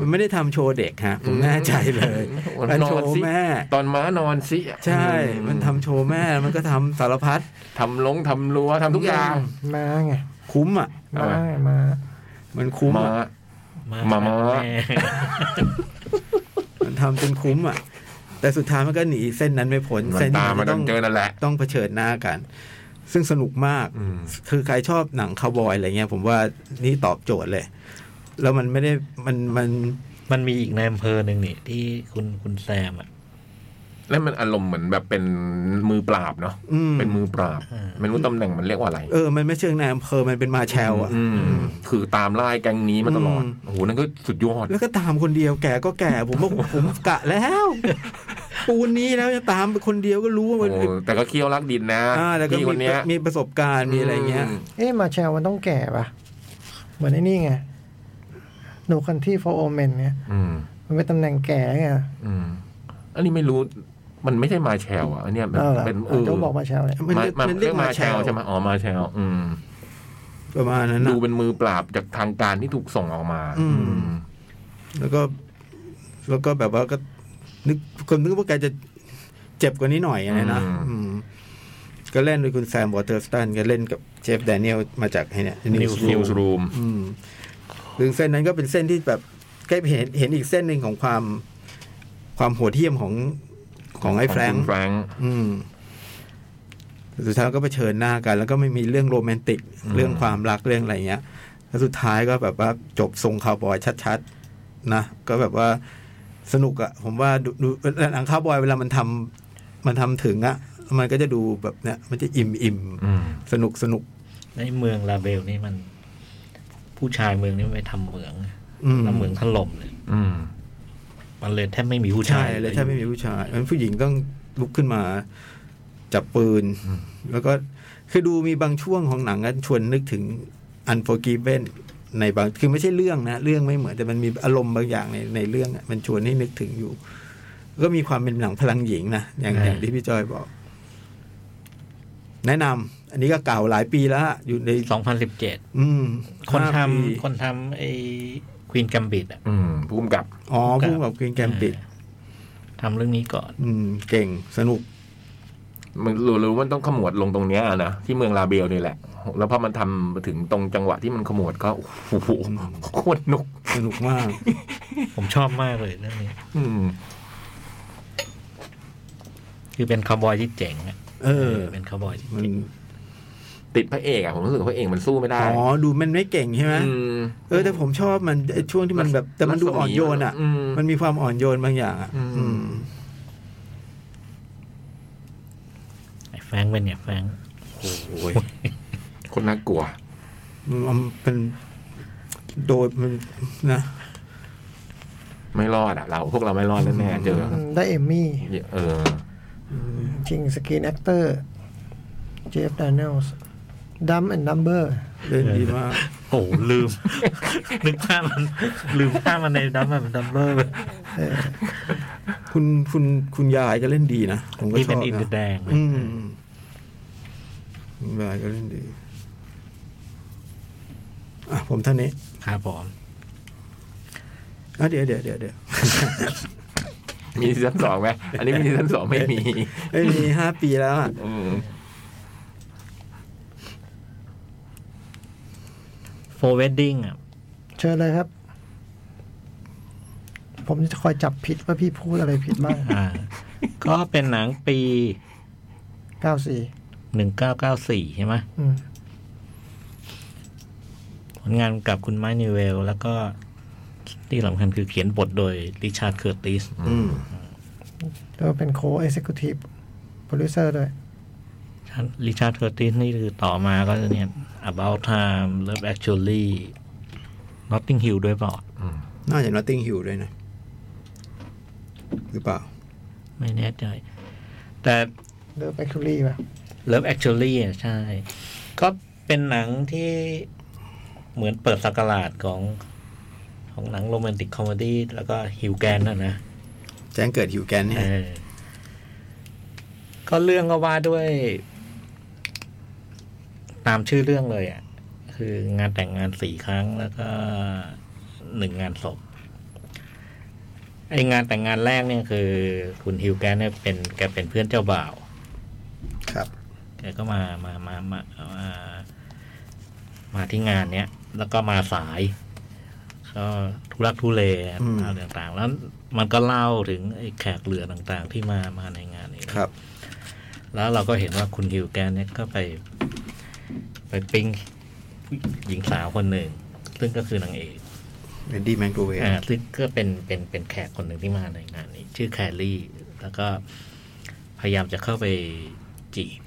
[SPEAKER 6] มันไม่ได้ทำโชว์เด็กฮะ ผมแน่ใจเลยมัน
[SPEAKER 3] นอ
[SPEAKER 6] โช
[SPEAKER 3] น
[SPEAKER 6] ว์
[SPEAKER 3] สิ
[SPEAKER 6] แม่
[SPEAKER 3] ตอนม้านอนสิ
[SPEAKER 6] ใช่ มันทำโชว์แม่ มันก็ทำสารพัด
[SPEAKER 3] ทำลงทำรั้วทำทุกอย่าง
[SPEAKER 4] ม้าไง
[SPEAKER 6] คุ้มอ่ะ
[SPEAKER 4] ม้าไงม้า
[SPEAKER 6] มันคุ้ม
[SPEAKER 3] มา
[SPEAKER 6] อ่ะ
[SPEAKER 3] มามา
[SPEAKER 2] แ
[SPEAKER 6] มันทำจนคุ้มอ่ะ แต่สุดท้ายมันก็หนีเส้นนั้นไม่พ้น
[SPEAKER 3] มัน
[SPEAKER 6] เส้น
[SPEAKER 3] ตาม
[SPEAKER 6] ที่
[SPEAKER 3] มา
[SPEAKER 6] มัน
[SPEAKER 3] จ
[SPEAKER 6] ต้อน ง
[SPEAKER 3] เจอนั่นแหละ
[SPEAKER 6] ต้องเผชิญหน้ากัน ซึ่งสนุกมาก
[SPEAKER 3] อืม
[SPEAKER 6] คือใครชอบหนังคาวบอยอะไรเงี้ย ผมว่านี่ตอบโจทย์เลย แล้วมันไม่ได้มันมัน
[SPEAKER 2] มันมีอีกในอำเภอหนึ่งนี่ที่คุณคุณแซมอ่ะ
[SPEAKER 3] แล้วมันอารมณ์เหมือนแบบเป็นมือปราบเนาะ
[SPEAKER 6] อืม
[SPEAKER 3] เป็นมือปราบ
[SPEAKER 2] อ่า
[SPEAKER 3] ไม่รู้ตำแหน่งมันเรียกว่าอะไร
[SPEAKER 6] เออ มันไม่เชิงนายอำเภอมันเป็นมาแชลอ่ะ
[SPEAKER 3] อืมคือตามไล่แก๊งนี้มาตลอด
[SPEAKER 6] อืม
[SPEAKER 3] โอ้โหนั่นก็สุดยอด
[SPEAKER 6] แล้วก็ตามคนเดียวแก่ก็แก่ ผมว่า ผมกะแล้ว ปูนนี้แล้วจะตามไปคนเดียวก็รู้ว่ามัน
[SPEAKER 3] โอ้แต่ก็เคี้ยวรักดินนะ
[SPEAKER 6] อ่าแต่ก็
[SPEAKER 3] พี่คน
[SPEAKER 6] มี
[SPEAKER 3] เนี้ย
[SPEAKER 6] มีประสบการณ์มีอะไรเงี้ย
[SPEAKER 4] เอ๊ะมาแชลมันต้องแก่ปะเหมือนไอ้นี่ไงโนคันที่โฟโอเมนเนี่ย
[SPEAKER 3] อืม
[SPEAKER 4] มันเป็นตำแหน่งแก่ไง
[SPEAKER 3] อืมอันนี้ไม่รู้มันไม่ใช่มาแชลอ่ะอันเนี้ยมัน
[SPEAKER 4] เออ
[SPEAKER 3] เป็นเอ
[SPEAKER 4] อ่ะ
[SPEAKER 3] อ
[SPEAKER 4] ต้องบอกมาแชลเนี่ย
[SPEAKER 6] มัน
[SPEAKER 3] มา
[SPEAKER 6] เรียก
[SPEAKER 3] มัน
[SPEAKER 6] มันเรี
[SPEAKER 3] เรี
[SPEAKER 6] ย
[SPEAKER 3] ย
[SPEAKER 6] ก
[SPEAKER 3] ก
[SPEAKER 6] มา
[SPEAKER 3] มา
[SPEAKER 6] แช
[SPEAKER 3] แช
[SPEAKER 6] ล
[SPEAKER 3] ลใช่ไหมอ๋อมาแชลอืม
[SPEAKER 6] ประมาณนั้น
[SPEAKER 3] ดู
[SPEAKER 6] นะ
[SPEAKER 3] เป็นมือปราบจากทางการที่ถูกส่งออกมา
[SPEAKER 6] อืม แล้วก็ แล้วก็แบบว่าก็ นึกคนนึกว่าแกจะเจ็บกว่านี้หน่อยอะไรนะ
[SPEAKER 3] อืม
[SPEAKER 6] อืม ก็เล่นโดยคุณแซมวอเตอร์สตันก็เล่นกับเจฟแดเนียลมาจากไอ้เนี่ย Newsroom
[SPEAKER 3] นิวส์รูม
[SPEAKER 6] อืมซึ่งเส้นนั้นก็เป็นเส้นที่แบบใกล้เห็นเห็นอีกเส้นหนึ่งของความความโหดเหี้ยมของของไอ้แฟรงค์
[SPEAKER 3] แฟรงค์
[SPEAKER 6] อืม สุดท้ายก็เผชิญหน้ากัน แล้วก็ไม่มีเรื่องโรแมนติก เรื่องความรักเรื่องอะไรเงี้ยแล้วสุดท้ายก็แบบว่าจบทรงคาวบอยชัดๆนะก็แบบว่าสนุกอะผมว่าดูดูหนังคาวบอยเวลามันทำมันทำถึงอะมันก็จะดูแบบเนี้ยมันจะอิ่มอิ่ม
[SPEAKER 3] อืม
[SPEAKER 6] ๆสนุกสนุก
[SPEAKER 2] ในเมืองลาเบลนี่มัน ผู้ชายเมืองนี่มันไปทำเหมือง
[SPEAKER 6] อืม
[SPEAKER 2] แล้วเหมืองถล่มเลย
[SPEAKER 3] อืม
[SPEAKER 2] มันเลยแทบไม่มีผู้
[SPEAKER 6] ใช่
[SPEAKER 2] ชาย
[SPEAKER 6] เลยถ้าไม่มีผู้ชายมันผู้หญิงต้องลุกขึ้นมา จับปืน แล้วก็คือดูมีบางช่วงของหนังก็ชวนนึกถึง Unforgiven ในบางคือไม่ใช่เรื่องนะ เรื่องไม่เหมือนแต่มันมีอารมณ์บางอย่างในในเรื่องอะมันชวนให้นึกถึงอยู่ ก็มีความเป็นหนังพลังหญิงนะอย่างอย่างที่พี่จอยบอก แนะนำอันนี้ก็เก่าหลายปีแล้ว อยู่ใน
[SPEAKER 2] สองพันสิบเจ็ด
[SPEAKER 6] อืม
[SPEAKER 2] คนทำ
[SPEAKER 6] ห้าปี
[SPEAKER 2] คนทำไอ้ควีนกัมบิดอะ
[SPEAKER 3] อืมภูมิกับ
[SPEAKER 6] อ๋อพูดกับกินแกมปิด
[SPEAKER 2] ทำเรื่องนี้ก่อน
[SPEAKER 6] อืม เก่งสนุก
[SPEAKER 3] มันรู้รู้มันต้องขมวดลงตรงเนี้ยนะที่เมืองลาเบลนี่แหละ แล้วพอมันทำถึงตรงจังหวะที่มันขมวดก็โอ้โหโคตรหนุก
[SPEAKER 6] สนุกมาก
[SPEAKER 2] ผมชอบมากเลยเรื่องนี้
[SPEAKER 3] อืม
[SPEAKER 2] คือเป็นคาวบอยที่เจ๋งอะ
[SPEAKER 6] เออ
[SPEAKER 2] เป็นคาวบอยที่
[SPEAKER 6] มัน
[SPEAKER 2] เจ๋ง
[SPEAKER 3] ติดพระเอกอะผมรู้สึกว่าพระเอกมันสู้ไม่ได้
[SPEAKER 6] อ๋อ ดูมันไม่เก่งใช่ไหม
[SPEAKER 3] อืม
[SPEAKER 6] เออแต่ผมชอบมันไอ้ช่วงที่มันแบบ แต่มันดูอ่อนโยนอ่ะ
[SPEAKER 3] อืม
[SPEAKER 6] มันมีความอ่อนโยนบางอย่างอ่ะ
[SPEAKER 3] อืม
[SPEAKER 6] อืม
[SPEAKER 2] ไอ้แฟรงค์เป็นเนี่ยแฟรงค์
[SPEAKER 6] โอ้ย
[SPEAKER 3] คนน่ากลัว
[SPEAKER 6] มันเป็นโดยมันนะ
[SPEAKER 3] ไม่รอดอ่ะ เราพวกเราไม่รอดแน่ๆเจอ
[SPEAKER 4] ได้เอมมี่
[SPEAKER 3] เออ
[SPEAKER 4] จริงสกรีนแอคเตอร์เจฟดานเนลส์ดัมแอนด์นัมเบอร์
[SPEAKER 6] เล่นดีมาก
[SPEAKER 2] โอ้โหลืม นึกภาพมัน ลืมภาพมันในดัมแบบดัมเบอร์
[SPEAKER 6] คุณคุณคุณยายก็เล่นดีนะ ผมก็
[SPEAKER 2] ที่
[SPEAKER 6] ช
[SPEAKER 2] เป็น
[SPEAKER 6] อบ
[SPEAKER 2] อินเด
[SPEAKER 6] นะ
[SPEAKER 2] อะแดง
[SPEAKER 6] อืมคุณยายก็เล่นดี อ่ะ ผมเท่านี้
[SPEAKER 2] ครับผม
[SPEAKER 6] อ่ะเดี๋ยวเดี๋ยวเดี๋ยวเดี๋ยว
[SPEAKER 3] มีซีซั่นสองไหมอันนี้มีซีซั่นสองไม่มี
[SPEAKER 6] เอ้ยมีห้าปีแล้วอ่ะ
[SPEAKER 3] อืม
[SPEAKER 2] โฟเวดดิ้งอ่ะ
[SPEAKER 4] เชิญเลยครับ ผมจะคอยจับผิดว่าพี่พูดอะไรผิดบ้าง
[SPEAKER 2] อ่า ก็เป็นหนังปี
[SPEAKER 4] 94
[SPEAKER 2] 1994 ใช่ไหม
[SPEAKER 4] อืม
[SPEAKER 2] ผลงานกับคุณไมค์นิเวล แล้วก็ที่สำคัญคือเขียนบทโดยริชาร์ดเคอร์ติส
[SPEAKER 6] อืม
[SPEAKER 4] แล้วก็เป็นโค้เอ็กซิคิวทีฟโปรดิวเซอร์ด้วย
[SPEAKER 2] ริชาร์ดเคอร์ติสนี่คือต่อมาก็จะเนี่ย About Time Love Actually Notting Hill ด้วยเปล่า
[SPEAKER 6] น่าจะ Notting Hill ด้วยนะ หรือเปล่า
[SPEAKER 2] ไม่แน่ใจ แต่
[SPEAKER 4] เลิฟแอคทูรี่ป่ะ
[SPEAKER 2] Love Actually อ่ะใช่ ก็เป็นหนังที่เหมือนเปิดสักราชของของหนังโรแมนติกคอมเมดี้แล้วก็ฮิวแกนน่ะนะ
[SPEAKER 6] แจ้งเกิดฮิวแกนเนี่ย
[SPEAKER 2] เออก็เรื่องก็ว่าด้วย ตามชื่อเรื่องเลยอ่ะ คืองานแต่งงานสี่ครั้งแล้วก็หนึ่งงานศพไองานแต่งงานแรกเนี่ยคือ คุณฮิวแกนเนี่ยเป็นแกเป็นเพื่อนเจ้าบ่าว
[SPEAKER 6] ครับ
[SPEAKER 2] แกก็มามามามามามาที่งานเนี้ย แล้วก็มาสาย ก็ทุรักทุเล
[SPEAKER 6] อืม
[SPEAKER 2] อะไรต่างๆ แล้วมันก็เล่าถึงไอ้แขกเหลือต่างๆ ที่มามาในงานนี้
[SPEAKER 6] ครับ
[SPEAKER 2] แล้วเราก็เห็นว่าคุณฮิวแกนเนี่ยก็ไป ไปปิ๊งผู้หญิงสาวคนหนึ่ง ซึ่งก็คือนางเอก
[SPEAKER 6] เรนดี้แมงโกเว
[SPEAKER 2] อ่าซึ่งก็เป็นเป็นเป็นแขกคนหนึ่งที่มาในงานนี้ ชื่อแคลรี่ แล้วก็พยายามจะเข้าไปจีบ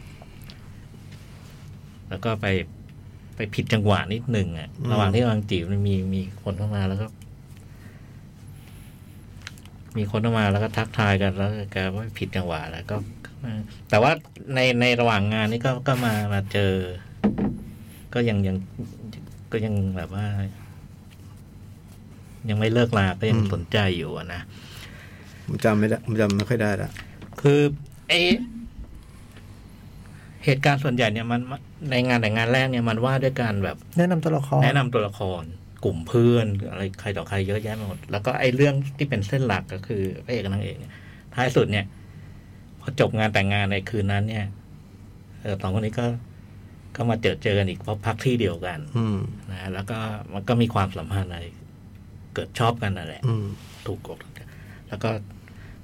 [SPEAKER 2] แล้วก็ไปไปผิดจังหวะนิดหนึ่งอ่ะระหว่างที่กำลังจีบมันมีมีคนเข้ามาแล้วก็ มีคนเข้ามาแล้วก็ทักทายกันแล้วแกก็ผิดจังหวะแล้วก็ แต่ว่าในในระหว่างงานนี่ก็ก็มามาเจอ ก็ยังยังก็ยังแบบว่า ยังไม่เลิกลาก็ยังสนใจอยู่อะนะ
[SPEAKER 6] ผมจำไม่ได้ ผมจำไม่ค่อยได้ละ
[SPEAKER 2] คือไอเหตุการณ์ส่วนใหญ่เนี่ยมันในงานแต่งงานแรกเนี่ยมันว่าด้วยการแบบ
[SPEAKER 4] แนะนำตัวละคร
[SPEAKER 2] แนะนำตัวละครกลุ่มเพื่อนอะไรใครต่อใครเยอะแยะไปหมด แล้วก็ไอ้เรื่องที่เป็นเส้นหลักก็คือพระเอกกับนางเอกเนี่ยท้ายสุดเนี่ย พอจบงานแต่งงานในคืนนั้นเนี่ยเอ่อสองคนนี้ก็ก็มาเจอเจอกันอีกเพราะพักที่เดียวกัน
[SPEAKER 6] อืม
[SPEAKER 2] นะแล้วก็มันก็มีความสัมพันธ์อะไรเกิดชอบกันนั่นแหละ
[SPEAKER 6] อืม
[SPEAKER 2] ถูกกดแล้วก็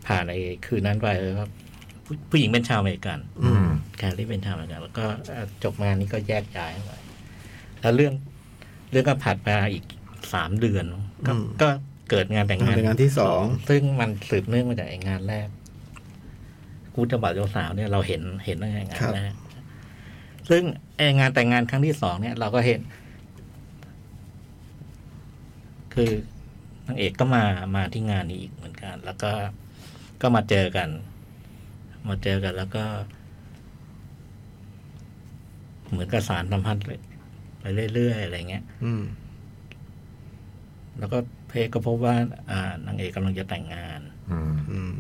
[SPEAKER 2] ผ่านไอ้คืนนั้นไปเออครับผู้ผู้หญิงเป็นชาวอเมริกัน
[SPEAKER 3] อืม
[SPEAKER 2] การที่เป็นธรรมกันแล้วก็เอ่อจบงานนี้ก็แยกย้ายไปแล้วเรื่องเรื่องก็ผ่านมาอีกสามเดือนก็
[SPEAKER 6] อืม
[SPEAKER 2] ก็เกิดงานแต่งงาน
[SPEAKER 6] งานแต่งงานที่สอง
[SPEAKER 2] ซึ่งมันสืบเนื่องมาจากไอ้งานแรกกูจะบอกเจ้าสาวเนี่ยเราเห็นเห็นตั้งแต่งานแรกซึ่งไอ้งานแต่งงานครั้งที่สองเนี่ย เราก็เห็น คือนางเอกก็มามาที่งานนี้อีกเหมือนกัน แล้วก็ก็มาเจอกัน มาเจอกันแล้วก็ เหมือนกับสารสัมพันธ์ไปเรื่อยๆอะไรเงี้ย
[SPEAKER 6] อืม
[SPEAKER 2] แล้วก็เพลงก็พบว่า อ่านางเอกกำลังจะแต่งงาน
[SPEAKER 3] อืม
[SPEAKER 6] อืม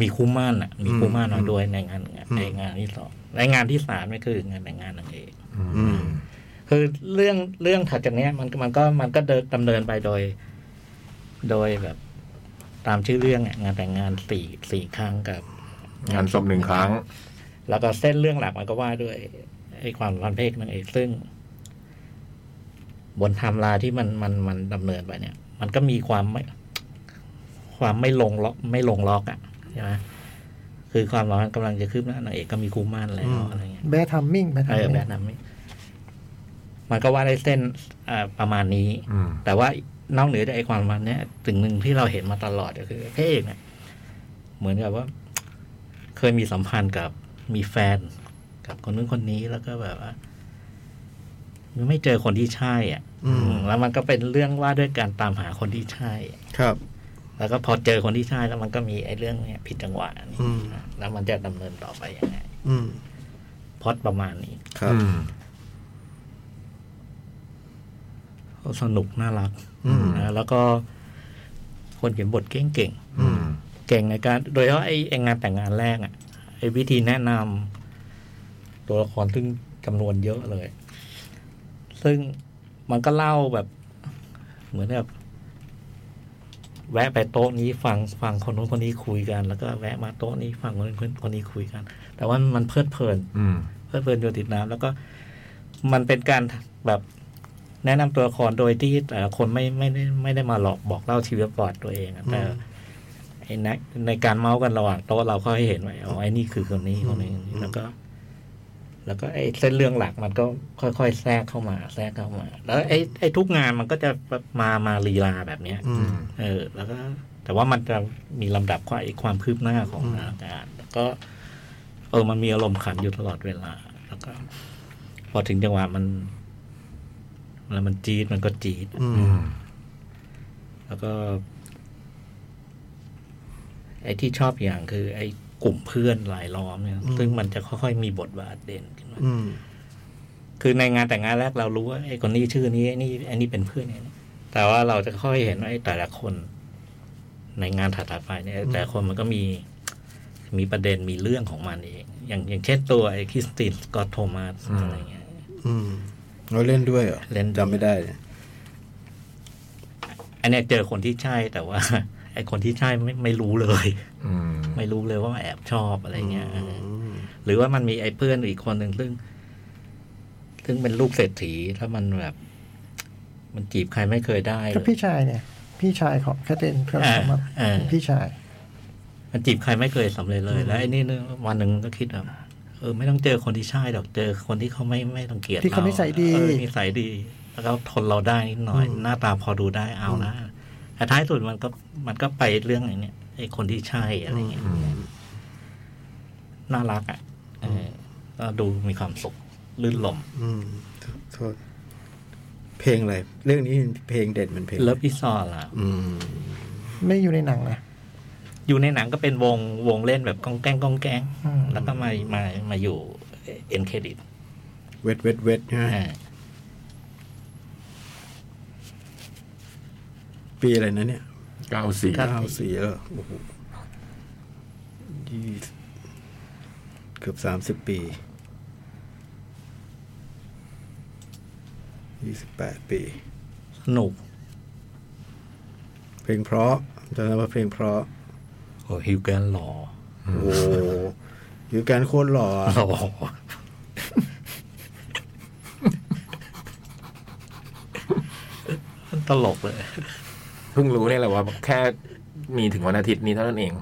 [SPEAKER 2] มีคู่หมั่นอ่ะ มีคู่หมั่น
[SPEAKER 6] อืม
[SPEAKER 2] มาด้วยในงาน
[SPEAKER 6] อืม
[SPEAKER 2] ในงานที่สองในงานที่สามนี่คืองานแต่งงานนางเอก
[SPEAKER 6] อืม
[SPEAKER 2] คือเรื่องเรื่องถัดจากเนี้ย มันมันก็มันก็เดินดำเนินไปโดย โดยแบบ ตามชื่อเรื่องอะงานแต่งงานสี่สี่ครั้งกับ
[SPEAKER 3] งานศพหนึ่งครั้ง
[SPEAKER 2] แล้วก็เส้นเรื่องหลักมันก็ว่าด้วยไอ้ความสัมพันธ์เพศนางเอกซึ่ง บนไทม์ไลน์ที่มันมันมันดำเนินไปเนี่ย มันก็มีความไม่ ความไม่ลงล็อกไม่ลงล็อกอะ่ะใช่ไหมคือความร้อนกำลังจะคืบหน้านางเอกก็มีคู่หมั่นแล้
[SPEAKER 6] อื
[SPEAKER 2] ว
[SPEAKER 6] ม
[SPEAKER 2] อะไรเงี้ย
[SPEAKER 4] แบทัมมิ่งแบทั
[SPEAKER 2] เออ
[SPEAKER 4] มมิ่
[SPEAKER 2] แบ
[SPEAKER 4] ง
[SPEAKER 2] บนั้นไหมมันก็ว่าได้เส้นอ่าประมาณนี้
[SPEAKER 3] อืม
[SPEAKER 2] แต่ว่านอกเหนือจากไอ้ความมันเนี้ยสิ่งหนึ่งที่เราเห็นมาตลอดก็คือพระเอกเนี่ยเหมือนกับว่า เคยมีสัมพันธ์กับมีแฟน กับคนนู้นคนนี้แล้วก็แบบว่าไม่เจอคนที่ใช่อ่ะ
[SPEAKER 6] อืม
[SPEAKER 2] แล้วมันก็เป็นเรื่องว่าด้วยการตามหาคนที่ใช่
[SPEAKER 6] ครับ
[SPEAKER 2] แล้วก็พอเจอคนที่ใช่แล้วมันก็มีไอ้เรื่องเนี้ยผิดจังหวะนี่
[SPEAKER 6] อืม
[SPEAKER 2] แล้วมันจะดำเนินต่อไปยังไง
[SPEAKER 6] อืม
[SPEAKER 2] พล็อดประมาณนี้
[SPEAKER 6] ครับ
[SPEAKER 3] อืม
[SPEAKER 2] ก็สนุกน่ารัก
[SPEAKER 6] อืม
[SPEAKER 2] นะแล้วก็คนเขียนบทเก่งๆ
[SPEAKER 3] อืม
[SPEAKER 2] เก่งในการ โดยเฉพาะไอ้ไอ้งานแต่งงานแรกอะไอ้วิธีแนะนำตัวละครซึ่งจำนวนเยอะเลย ซึ่งมันก็เล่าแบบ เหมือนแบบแวะไปโต๊ะนี้ฟังฟังคนนู้นคนนี้คุยกัน แล้วก็แวะมาโต๊ะนี้ฟังคนนู้นคนนี้คุยกัน แต่ว่ามันเพลิดเพลิน
[SPEAKER 3] อืม
[SPEAKER 2] เพลิดเพลินโยนติดน้ำแล้วก็มันเป็นการแบบแนะนำตัวละครโดยที่แต่ละคนไม่ไม่ได้ไม่ได้มาหลอกบอกเล่าชีวิตประวัติตัวเองอะแต่
[SPEAKER 6] อืม
[SPEAKER 2] ไอ้ในในการเมาส์กันระหว่างโต๊ะเราก็ให้เห็นว่าอ๋อไอ้นี่คือคนนี้คนนี้คนนี้แล้วก็ แล้วก็ไอ้เส้นเรื่องหลักมันก็ค่อยๆแทรกเข้ามา แทรกเข้ามา แล้วไอ้ไอ้ทุกงานมันก็จะมามาลีลาแบบเนี้ย
[SPEAKER 6] อืม
[SPEAKER 2] เออแล้วก็แต่ว่ามันจะมีลำดับความความคืบหน้าของ
[SPEAKER 6] อืม
[SPEAKER 2] อาการแล้วก็ เออมันมีอารมณ์ขันอยู่ตลอดเวลา แล้วก็ พอถึงจังหวะมัน แล้วมันจี๊ดมันก็จี๊ด
[SPEAKER 6] อื
[SPEAKER 3] อื
[SPEAKER 6] ม
[SPEAKER 3] ม
[SPEAKER 2] แล้วก็ ไอ้ที่ชอบอย่างคือ ไอ้กลุ่มเพื่อนหลายล้อมเนี่ย
[SPEAKER 6] อืม
[SPEAKER 2] ซึ่งมันจะค่อยๆมีบทบาทเด่นขึ้นมา
[SPEAKER 6] อืม
[SPEAKER 2] คือในงานแต่งงานแรกเรารู้ว่าไอ้คนนี้ชื่อนี้ไอ้นี่ไอ้นี่เป็นเพื่อนไอ้นี่แต่ว่าเราจะค่อยเห็นว่าไอ้แต่ละคน ในงานถัดๆไปเนี่ย
[SPEAKER 6] อืม
[SPEAKER 2] แต่ละคนมันก็มี มีประเด็นมีเรื่องของมันเอง อย่างอย่างเช่นตัวไอ้คริสตินสกอตโทมัส
[SPEAKER 3] อืม
[SPEAKER 2] อะไรเงี้ย
[SPEAKER 6] อืมเราเล่นด้วยเหรอ
[SPEAKER 2] เล่นด้วย
[SPEAKER 6] จำไม่ได้เลย
[SPEAKER 2] อันเนี้ยเจอคนที่ใช่แต่ว่า ไอ้คนที่ใช่ไม่ไม่รู้เลย
[SPEAKER 3] อืม
[SPEAKER 2] ไม่รู้เลยว่าแอบชอบอะไรเงี้ย
[SPEAKER 6] อืม
[SPEAKER 2] หรือว่ามันมีไอ้เพื่อนอีกคนหนึ่งซึ่ง ซึ่งเป็นลูกเศรษฐีถ้ามันแบบ มันจีบใครไม่เคยได้เล
[SPEAKER 4] ก็
[SPEAKER 2] ย
[SPEAKER 4] พี่ชายเนี่ย พี่ชายของแคทเธอรีนเพื่อนผมอะ
[SPEAKER 2] อ่าอ่า
[SPEAKER 4] พี่ชาย
[SPEAKER 2] มันจีบใครไม่เคยสำเร็จเลย แล้วไอ้นี่เนี่ยวันหนึ่งก็คิดแบบเออไม่ต้องเจอคนที่ใช่ดอกเจอคนที่เขาไม่ไม่ต้องเกลียด
[SPEAKER 4] ที่เขานิสัยดี
[SPEAKER 2] เออนิสัยดี แล้วก็ทนเราได้นิดหน่อย หน้าตาพอดูได้เอาละแต่ท้ายสุดมันก็มันก็ไปเรื่องอย่างเนี้ยไอ้คนที่ใช่อะไรเงี้ย
[SPEAKER 3] อืม
[SPEAKER 2] น่ารักอ่ะเออก็ดูมีความสุขลื่นลม
[SPEAKER 6] อืมโทษ เพลงอะไร เรื่องนี้เพลงเด็ดมันเพลง
[SPEAKER 2] เลิฟอีซอลล่ะ
[SPEAKER 6] อืม
[SPEAKER 4] ไม่อยู่ในหนังนะ
[SPEAKER 2] อยู่ในหนังก็เป็นวงวงเล่นแบบก้องแกล้งก้องแกล้ง
[SPEAKER 4] อืม
[SPEAKER 2] แล้วก็มามามาอยู่เอ็นเครดิต
[SPEAKER 6] เวทเวทเวทใช่ไหมปีอะไรนะเนี่ย
[SPEAKER 3] เก้าสี่
[SPEAKER 2] ครับ
[SPEAKER 6] เก้าสี่แล้วเหรอโอ้โหยี่สิบเกือบสามสิบปียี่สิบแปดปี
[SPEAKER 2] สนุก
[SPEAKER 6] เพลงเพราะจำได้ว่าเพลงเพราะ
[SPEAKER 2] โอ้ฮิวแกนหล่อ
[SPEAKER 6] โอ้โหอยู่การโคตรหล่อ อะ
[SPEAKER 2] หล่อมันตลกเลย
[SPEAKER 3] เพิ่งรู้เนี่ยแหละว่า แค่มีถึงวันอาทิตย์นี้เท่านั้นเอง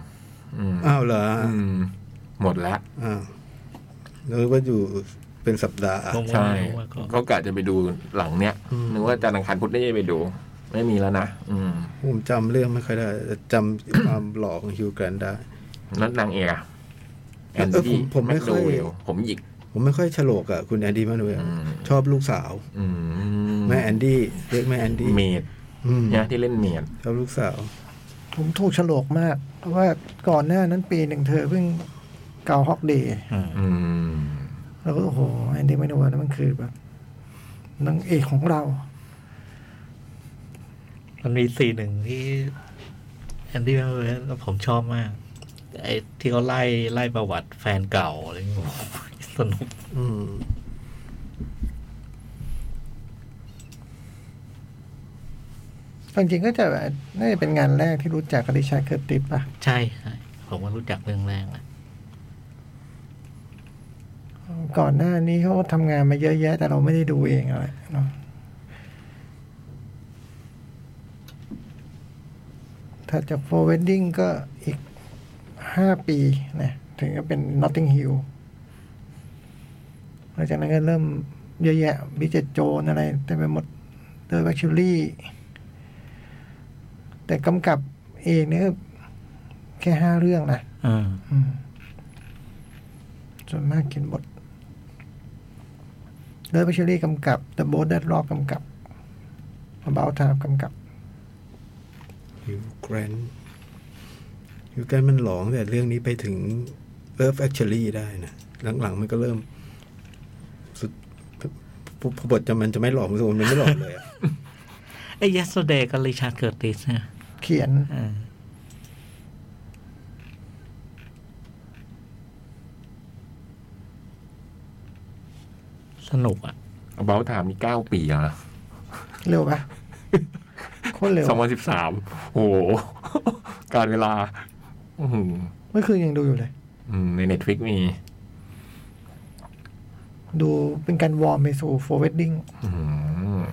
[SPEAKER 3] อืม
[SPEAKER 6] อ้าวเหรอ
[SPEAKER 3] อืมหมดละ
[SPEAKER 6] อ้าว นึกว่าอยู่เป็นสัปดาห์
[SPEAKER 2] ผมว่า
[SPEAKER 3] ใช่
[SPEAKER 2] ผมว่าก็
[SPEAKER 3] ก็กะจะไปดูหลังเนี้ย
[SPEAKER 6] อืม
[SPEAKER 3] นึกว่าจะนังคารพุธได้ไปดู ไม่มีแล้วนะอืม
[SPEAKER 6] ผมจำเรื่องไม่ค่อยได้แต่จำ ความหล่อของฮิวแกรนได้
[SPEAKER 3] แล้วนางเอกอะ
[SPEAKER 6] เออผมผมไม่ค่อย
[SPEAKER 3] แกโดเวลผมหยิก
[SPEAKER 6] ผมไม่ค่อยฉลกกับคุณแอนดี้มานูเอล
[SPEAKER 3] อืม
[SPEAKER 6] ชอบลูกสาว
[SPEAKER 3] อืม
[SPEAKER 6] แม่แอนดี้เรียกแม่แอนดี้
[SPEAKER 3] เมด
[SPEAKER 6] อืม
[SPEAKER 3] เนี่ยที่เล่นเมด
[SPEAKER 6] ชอบลูกสาว
[SPEAKER 4] ผมถูกโฉลกมาก เพราะว่าก่อนหน้านั้นปีหนึ่งเธอเพิ่งเกาฮอกเดย์
[SPEAKER 2] อ่า
[SPEAKER 3] อืม
[SPEAKER 4] แล้วก็โอ้โหแอนดี้ไม่นวลนั่นมันคือแบบนางเอกของเรา
[SPEAKER 2] มันมีซีนหนึ่งที่แอนดี้แมเวลผมชอบมาก ไอ้ที่เขาไล่ไล่ประวัติแฟนเก่าอะไรอย่างเงี้ยโอ้โหสนุก
[SPEAKER 6] อืม
[SPEAKER 4] จริงๆก็จะแบบน่าจะเป็นงานแรกที่รู้จักกับริชาร์ดเคอร์ติสป่ะ
[SPEAKER 2] ใช่ใช่ผมว่ารู้จักเรื่องแรกนะ
[SPEAKER 4] ก่อนหน้านี้เขาทำงานมาเยอะแยะ แต่เราไม่ได้ดูเองอะไรเนาะถ้าจากโฟเวนดิ้งก็อีกห้าปีนะถึงจะเป็นนอตติงฮิลหลังจากนั้นก็เริ่มเยอะแยะบิจเจโจนอะไรเต็มไปหมดเดอร์แบคชูรี่ แต่กำกับเองเนี่ยแค่ห้าเรื่องนะ
[SPEAKER 2] อ่า
[SPEAKER 4] อืมส่วนมากเขียนบทเลิฟเชอรี่กำกับ The Boat That Rock กำกับ About Time กำกับ
[SPEAKER 6] ฮิวแกรนฮิวแกรนมันหลองแต่เรื่องนี้ไปถึง Love Actually ได้นะ หลังๆมันก็เริ่ม สุดพพบทจะมันจะไม่หลอกส่วนมันไม่หลอกเลยอะ
[SPEAKER 2] ไอ้ yesterday กับริชาร์ดเกิร์ติสนะ
[SPEAKER 4] เขียน
[SPEAKER 2] อ่าสนุกอ่ะ
[SPEAKER 3] about time นี่เก้าปีแล้วนะ
[SPEAKER 4] เร็ว ปะโคตรเร็ว
[SPEAKER 3] สองพันสิบสามโอ้โห การเวลา อื้อหือ
[SPEAKER 4] เมื่อคืนยังดูอยู่เลย
[SPEAKER 3] อืมในเน็ตฟลิกมี
[SPEAKER 4] ดูเป็นการวอร์มไปสู่โฟเวดดิ้ง
[SPEAKER 3] อืม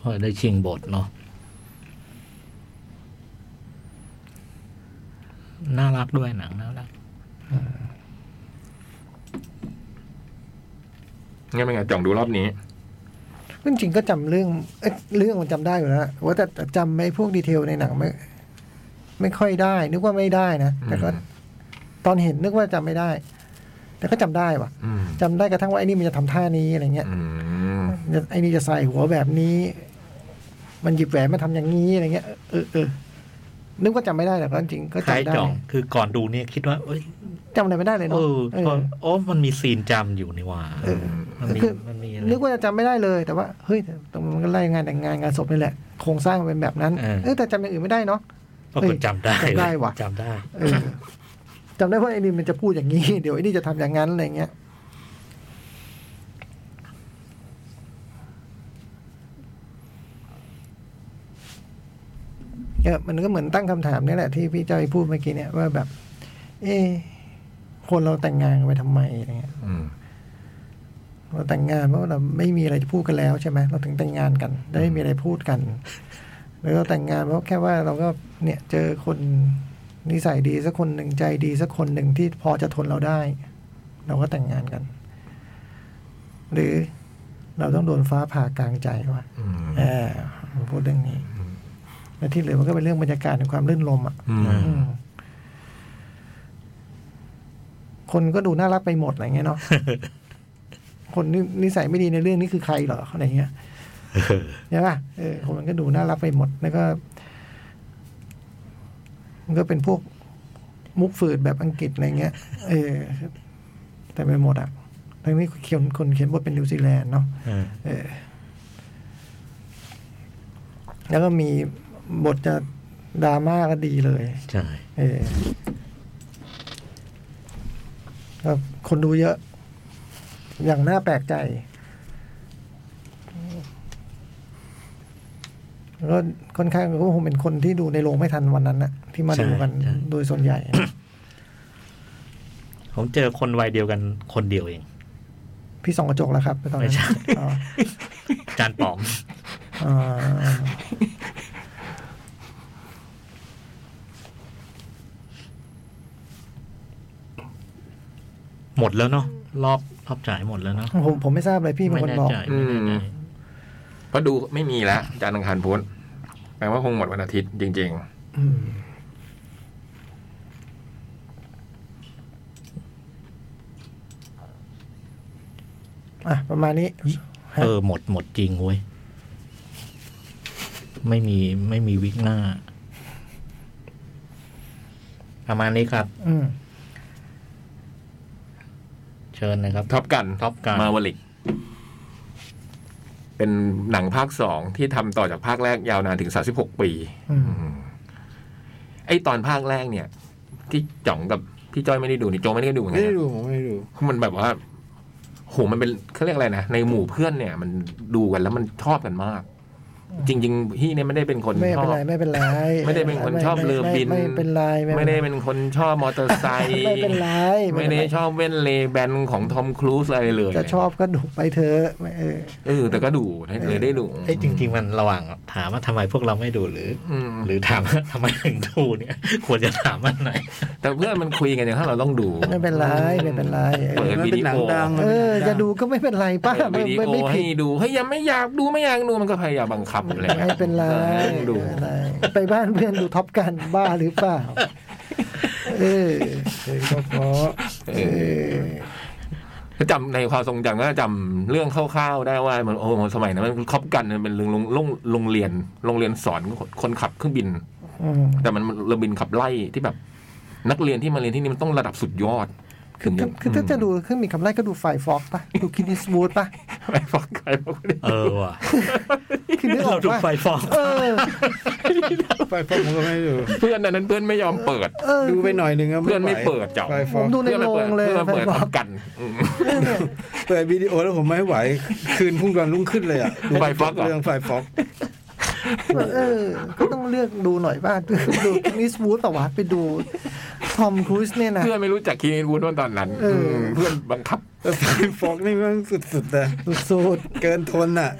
[SPEAKER 2] พอได้ชิงบทเนาะน่ารักด้วยหนังน่ารัก
[SPEAKER 3] งั้นเป็นไงจ่องดูรอบนี้
[SPEAKER 4] จริงๆก็จำเรื่องเอ้ยเรื่องมันจำได้อยู่แล้วนะว่าแต่จำไม่พวกดีเทลในหนังไม่ไม่ค่อยได้ นึกว่าไม่ได้นะ แต่ก็
[SPEAKER 3] อืม
[SPEAKER 4] ตอนเห็นนึกว่าจำไม่ได้ แต่ก็จำได้ว่ะ
[SPEAKER 3] อืม
[SPEAKER 4] จำได้กระทั่งว่าไอ้นี่มันจะทำท่านี้อะไรเงี้ย
[SPEAKER 3] อืม
[SPEAKER 4] ไอ้นี่จะใส่หัวแบบนี้ มันหยิบแหวนมาทำอย่างนี้อะไรเงี้ย เออเออนึกว่าจำไม่ได้แต่ก็จริงก็
[SPEAKER 2] คล้าย
[SPEAKER 4] จำได้
[SPEAKER 2] จ่อง คือก่อนดูเนี่ยคิดว่า เอ้ย
[SPEAKER 4] จำอะไรไม่ได้เลย
[SPEAKER 2] เอ
[SPEAKER 4] เนาะ
[SPEAKER 2] อ
[SPEAKER 4] เออ
[SPEAKER 2] พอโอ้มันมีซีนจำอยู่นี่หว่า
[SPEAKER 4] เออ
[SPEAKER 2] มันมี
[SPEAKER 4] คือ
[SPEAKER 2] มันมี
[SPEAKER 4] นึก
[SPEAKER 2] อะไร
[SPEAKER 4] ว่าจะจำไม่ได้เลยแต่ว่าเฮ้ยแต่ตรงมันก็ไล่งานแต่งงานงานศพนี่แหละโครงสร้างมันเป็นแบบนั้น
[SPEAKER 2] เออ
[SPEAKER 4] เออแต่จำอย่างอื่นไม่ได้เนาะ
[SPEAKER 2] ปรากฏจำได้
[SPEAKER 4] จำได้ว่ะ
[SPEAKER 2] จำได้
[SPEAKER 4] เออจำได้ว่าไอ้นี่มันจะพูดอย่างนี้ เดี๋ยวไอ้นี่จะทำอย่างนั้นอะไรเงี้ยเออมันก็เหมือนตั้งคำถามนี่แหละที่พี่จ้อยพูดเมื่อกี้เนี่ยว่าแบบ เอะคนเราแต่งงานกันไปทำไมอะไรเงี้ย
[SPEAKER 3] อืม
[SPEAKER 4] เราแต่งงานเพราะว่าเราไม่มีอะไรจะพูดกันแล้วใช่ไหมเราถึงแต่งงานกัน ได้ไม่มีอะไรพูดกัน หรือเราแต่งงานเพราะแค่ว่าเราก็เนี่ยเจอคนนิสัยดีสักคนหนึ่งใจดีสักคนหนึ่งที่พอจะทนเราได้ เราก็แต่งงานกัน หรือเราต้องโดนฟ้าผ่ากลางใจว่ะ
[SPEAKER 3] อืม
[SPEAKER 4] เออผมพูดเรื่องนี้และที่เหลือมันก็เป็นเรื่องบรรยากาศของความรื่นรมอ่ะ
[SPEAKER 3] อืม
[SPEAKER 4] อืมคนก็ดูน่ารักไปหมดอะไรเงี้ยเนาะ คนนินิสัยไม่ดีในเรื่องนี้คือใครเหรออะไร เงี้ยใช่ป่ะเออคนมันก็ดูน่ารักไปหมด แล้วก็ มันก็เป็นพวกมุกฝืดแบบอังกฤษอะไรเงี้ย เออแต่ไปหมดอ่ะทั้งนี้เขียนคนเขียนบทเป็นนิวซีแลนด์เนาะ
[SPEAKER 2] อ่า
[SPEAKER 4] เออแล้วก็มีบทจะดราม่าก็ดีเลย
[SPEAKER 2] ใช่
[SPEAKER 4] เออแล้วคนดูเยอะ อย่างน่าแปลกใจ แล้วก็ค่อนข้างก็คงเป็นคนที่ดูในโรงไม่ทันวันนั้นนะที่มาดูกัน
[SPEAKER 2] ใช่ใช่
[SPEAKER 4] โดยส่วนใหญ่
[SPEAKER 2] ผมเจอคนวัยเดียวกันคนเดียวเอง
[SPEAKER 4] พี่ส่องกระจกแล้วครับไปตอนนั้
[SPEAKER 2] ไม่
[SPEAKER 4] น
[SPEAKER 2] ใช่
[SPEAKER 4] อ๋อ
[SPEAKER 2] จานป๋อม
[SPEAKER 4] อ๋อ
[SPEAKER 2] หมดแล้วเนาะรอบรอบจ่ายหมดแล้วเนาะ
[SPEAKER 4] ผมผมไม่ทราบเลยพี่เป็
[SPEAKER 2] ไม่
[SPEAKER 4] นคน
[SPEAKER 2] แน่
[SPEAKER 4] บอก
[SPEAKER 2] ใจไม่แน่ใจ
[SPEAKER 3] เพราะดูไม่มีแล้วจานทร์อังคารพุธแปลว่าคงหมดวันอาทิตย์จริง
[SPEAKER 4] อืมอ่ะ ประมาณนี้ ฮะ
[SPEAKER 2] เออหมดหมดจริงเว้ย ไม่มีไม่มีวิกหน้า ประมาณนี้ครับ
[SPEAKER 4] อืม
[SPEAKER 2] เชิญนะครับ
[SPEAKER 3] ๆท็อปกัน
[SPEAKER 2] ท็อปการ
[SPEAKER 3] มาวลิก เป็นหนังภาคสองที่ทำต่อจากภาคแรกยาวนานถึง 36 ปี
[SPEAKER 4] อืม
[SPEAKER 3] ไอ้ตอนภาคแรกเนี่ย ที่จ่องกับพี่จ้อยไม่ได้ดูนี่โจไม่ได้ดูเหมือนกั
[SPEAKER 6] ไม่
[SPEAKER 3] น
[SPEAKER 6] ได้
[SPEAKER 3] นะ
[SPEAKER 6] ดูผมไม่ได้ดู
[SPEAKER 3] คือมันแบบว่าโหมันเป็นเขาเรียกอะไรนะ ในหมู่เพื่อนเนี่ย มันดูกันแล้วมันชอบกันมาก จริง ๆ พี่เนี่ยไม่ได้เป็นคน
[SPEAKER 4] ไม่
[SPEAKER 3] ช
[SPEAKER 4] เป็น
[SPEAKER 3] อบ
[SPEAKER 4] ไรไม่เป็นไร
[SPEAKER 3] ไม่ได้เป็นคนชอบเรือบิน
[SPEAKER 4] ไม่เป็นไร
[SPEAKER 3] ไม่ได้เป็นคนชอบมอเตอร์ไซค์
[SPEAKER 4] ไม่เป็นไร
[SPEAKER 3] ไม่ได้ชอบเว้นเลแบนของทอมครูซอะไรเลย
[SPEAKER 4] จะชอบก็ดูไปเถอะไม่เออ
[SPEAKER 3] เออแต่ก็ดูเลยได้ดู
[SPEAKER 2] เอ้ยจริง ๆ มันระหว่างถามว่าทำไมพวกเราไม่ดูหรือ
[SPEAKER 3] อืม
[SPEAKER 2] หรือถาม ว่าทำไมถึงดูเนี่ย ควรจะถามอันไหน
[SPEAKER 3] แต่เพื่อนมันคุยกันอย่างถ้าเราต้องดู
[SPEAKER 4] ไม่เป็นไรไม่เป็นไรเอ
[SPEAKER 3] เปิ
[SPEAKER 4] อ
[SPEAKER 3] ด
[SPEAKER 6] มันเป็นหนังดังมัน
[SPEAKER 4] เออ
[SPEAKER 6] เป็นหนังง
[SPEAKER 4] จะดูก็ไม่เป็นไรป้า
[SPEAKER 3] เปิด
[SPEAKER 4] ไม่
[SPEAKER 3] วิดี
[SPEAKER 4] ไม่
[SPEAKER 3] โอ
[SPEAKER 4] ไม่
[SPEAKER 3] ให้
[SPEAKER 4] ผิด
[SPEAKER 3] ดูเฮ้ยยังไม่อยากดูไม่อยากดูมันก็พยายามบังคับอะไรอย่างงี้ย
[SPEAKER 4] ไม่เป็นไร
[SPEAKER 3] ต้องดู
[SPEAKER 4] ไม่เป็นไรไปบ้านเพื่อนดูท็อปกันบ้าหรือเปล่าเออเออก็เพราะเออ
[SPEAKER 3] จำในความทรงจำก็จำเรื่องคร่าวๆได้ว่ามันโอ้โหสมัยนั้นมันคบกันมันเป็นโรงโรงโรงโรงเรียนโรงเรียนสอนคนขับเครื่องบิน
[SPEAKER 4] อืม
[SPEAKER 3] แต่มันเรือบินขับไล่ที่แบบ นักเรียนที่มาเรียนที่นี่มันต้องระดับสุดยอด
[SPEAKER 4] คือคือคือถ้าจะดูเครื่องมีคำไล่ก็ดูไฟฟอกป่ะดูคินิสบูด ป่ะ
[SPEAKER 3] ไฟังใครบอกไม่ได้
[SPEAKER 2] เออว่ะ
[SPEAKER 4] คือนึกออ
[SPEAKER 2] เรา
[SPEAKER 4] ก
[SPEAKER 2] ดู
[SPEAKER 4] ว่า
[SPEAKER 2] ไฟฟอง
[SPEAKER 4] เออ
[SPEAKER 6] ไปฟอกผมก็ไม่ได้ดู
[SPEAKER 3] เพื่อนอันนั้นเพื่อนไม่ยอมเปิด
[SPEAKER 4] เออ
[SPEAKER 6] ดูไปหน่อยหนึ่งก็
[SPEAKER 3] เพื่อนไม่
[SPEAKER 6] หว
[SPEAKER 3] เปิดเจ้า
[SPEAKER 6] ไฟฟ
[SPEAKER 4] ผ
[SPEAKER 6] อ
[SPEAKER 4] ม
[SPEAKER 6] ก
[SPEAKER 4] ดูใน
[SPEAKER 3] เพื่อนไม่
[SPEAKER 4] โร
[SPEAKER 3] เปิด
[SPEAKER 4] งเลย
[SPEAKER 3] เพื่อนไม่เปิด
[SPEAKER 4] ไฟฟ
[SPEAKER 3] ทั
[SPEAKER 4] อก
[SPEAKER 3] บกันอืม
[SPEAKER 6] เปิดวิดีโอแล้วผมไม่ไหว คืนพรุ่งก่อนรุ่งขึ้นเลยอ่ะ
[SPEAKER 3] ไฟฟอกเหรอ
[SPEAKER 6] เรื่องไฟฟอก
[SPEAKER 4] เออ ก็ต้องเลือกดูหน่อยบ้าง ดูคินิสบูดแต่ว่าไปดูทอมครูซเนี่ยนะ
[SPEAKER 3] เพื่อนไม่รู้จักคีนวูดว่าตอนนั้น
[SPEAKER 4] เอออื
[SPEAKER 3] มเพื่อนบังคับ
[SPEAKER 6] แต่ไฟฟอกนี่มันสุดๆนะ
[SPEAKER 4] สุด
[SPEAKER 6] เกินทนอ่ะ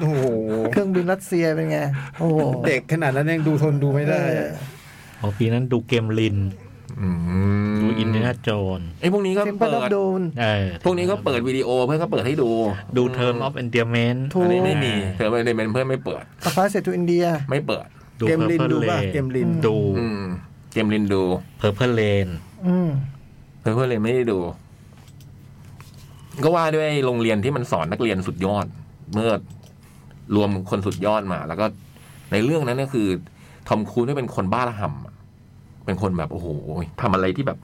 [SPEAKER 6] โอ้โห
[SPEAKER 4] ๆเครื่องบินรัสเซียเป็นไง โอ้โห
[SPEAKER 6] เด็กขนาดนั้นยังดูทนดูไม่ได้อะ
[SPEAKER 2] อ๋อปีนั้นดูเกมลิน
[SPEAKER 3] อืม
[SPEAKER 2] ดูอินเดียนาโจน
[SPEAKER 3] ไอ้พวกนี้ก็
[SPEAKER 4] เซมปา
[SPEAKER 3] เปิ
[SPEAKER 4] ดอบ
[SPEAKER 3] ด
[SPEAKER 4] โดน
[SPEAKER 2] เออ
[SPEAKER 3] พวกนี้ก็เปิดวิดีโอเพื่อนก็เปิดให้ดู
[SPEAKER 2] ดูเทอร์มออฟเอนเดียเมน
[SPEAKER 4] ถูก
[SPEAKER 3] อันนี้ไม่มีเธอไม่ได้เป็นเพื่อนไม่เปิด
[SPEAKER 4] ปะพาเสร็จทูอินเดีย
[SPEAKER 3] ไม่เปิด
[SPEAKER 2] ดู
[SPEAKER 6] เกม
[SPEAKER 2] เพอร์
[SPEAKER 6] ลิน
[SPEAKER 2] เพล
[SPEAKER 6] ดู
[SPEAKER 2] เล
[SPEAKER 6] ป่ะ เกมลิน
[SPEAKER 2] ดู
[SPEAKER 3] อืมเกมลินดู
[SPEAKER 2] เพอร์เพลเลน
[SPEAKER 4] อืม
[SPEAKER 3] เพื่อนเลยไม่ได้ดู ก็ว่าด้วยโรงเรียนที่มันสอนนักเรียนสุดยอด เมื่อรวมคนสุดยอดมา แล้วก็ในเรื่องนั้นก็คือ ทอมครูซนี่เป็นคนบ้าระห่ำอะเป็นคนแบบโอ้โหทำอะไรที่แบบ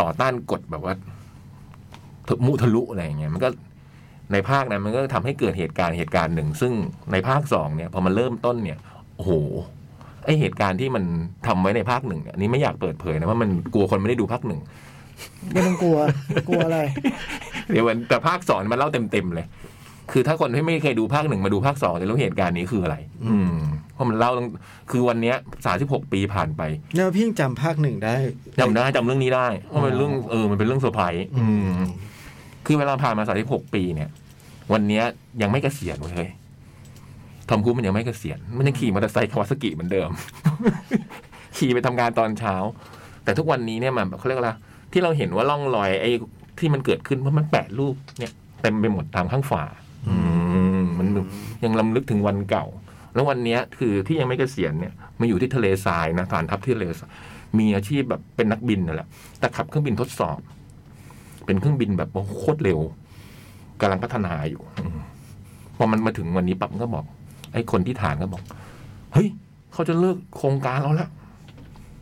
[SPEAKER 3] ต่อต้านกฎแบบว่าทะมุทะลุอะไรอย่างเงี้ยมันก็ในภาคนั้นมันก็ทำให้เกิดเหตุการณ์เหตุการณ์หนึ่ง ซึ่งในภาคสองเนี่ยพอมันเริ่มต้นเนี่ย โอ้โหไอเหตุการณ์ที่มันทำไว้ในภาคหนึ่งเนี่ยอันนี้ไม่อยากเปิดเผยนะว่าะมันกลัวคนไม่ได้ดูภาคหนึ่ง
[SPEAKER 4] ไม่ต้องกลัว กลัวอะไร
[SPEAKER 3] เดี๋ยวมันแต่ภาคสองมันเล่าเต็มๆเลย คือถ้าคนที่ไม่เคยดูภาคหนึ่งมาดูภาคสองจะรู้เหตุการณ์นี้คืออะไร อืมเพราะมันเล่าตั้งคือวันเนี้ยสาสิบหกปีผ่านไป
[SPEAKER 6] เนี่ยพี่ยังจำภาคหนึ่งได้
[SPEAKER 3] จำได้จำเรื่องนี้ได้ว่ามันเรื่องเออมันเป็นเรื่องเซอร์ไพรส์อืม คือเวลาผ่านมาสามสิบหกปีเนี่ย วันเนี้ยยังไม่เกษียณเว้ยเฮ้ยทอมครูซมันยังไม่เกษียณมันยังขี่มอเตอร์ไซค์คาวาซากิเหมือนเดิม ขี่ไปทำงานตอนเช้า แต่ทุกวันนี้เนี่ยมันเขาเรียกว่าอะไรที่เราเห็นว่าร่องรอยไอ้ที่มันเกิดขึ้นเพราะมันแปะรูปเนี่ยเต็มไปหมดตามข้างฝาอืมมันยังลำลึกถึงวันเก่า แล้ววันเนี้ยคือที่ยังไม่เกษียณเนี่ยมาอยู่ที่ทะเลทรายนะฐานทัพที่ทะเลทราย มีอาชีพแบบเป็นนักบินนั่นแหละ แต่ขับเครื่องบินทดสอบ เป็นเครื่องบินแบบโคตรเร็วกำลังพัฒนาอยู่อมพอมันมาถึงวันนี้ปั๊บมันก็บอก ไอ้คนที่ฐานก็บอก เฮ้ย เขาจะเลิกโครงการเราแล้ว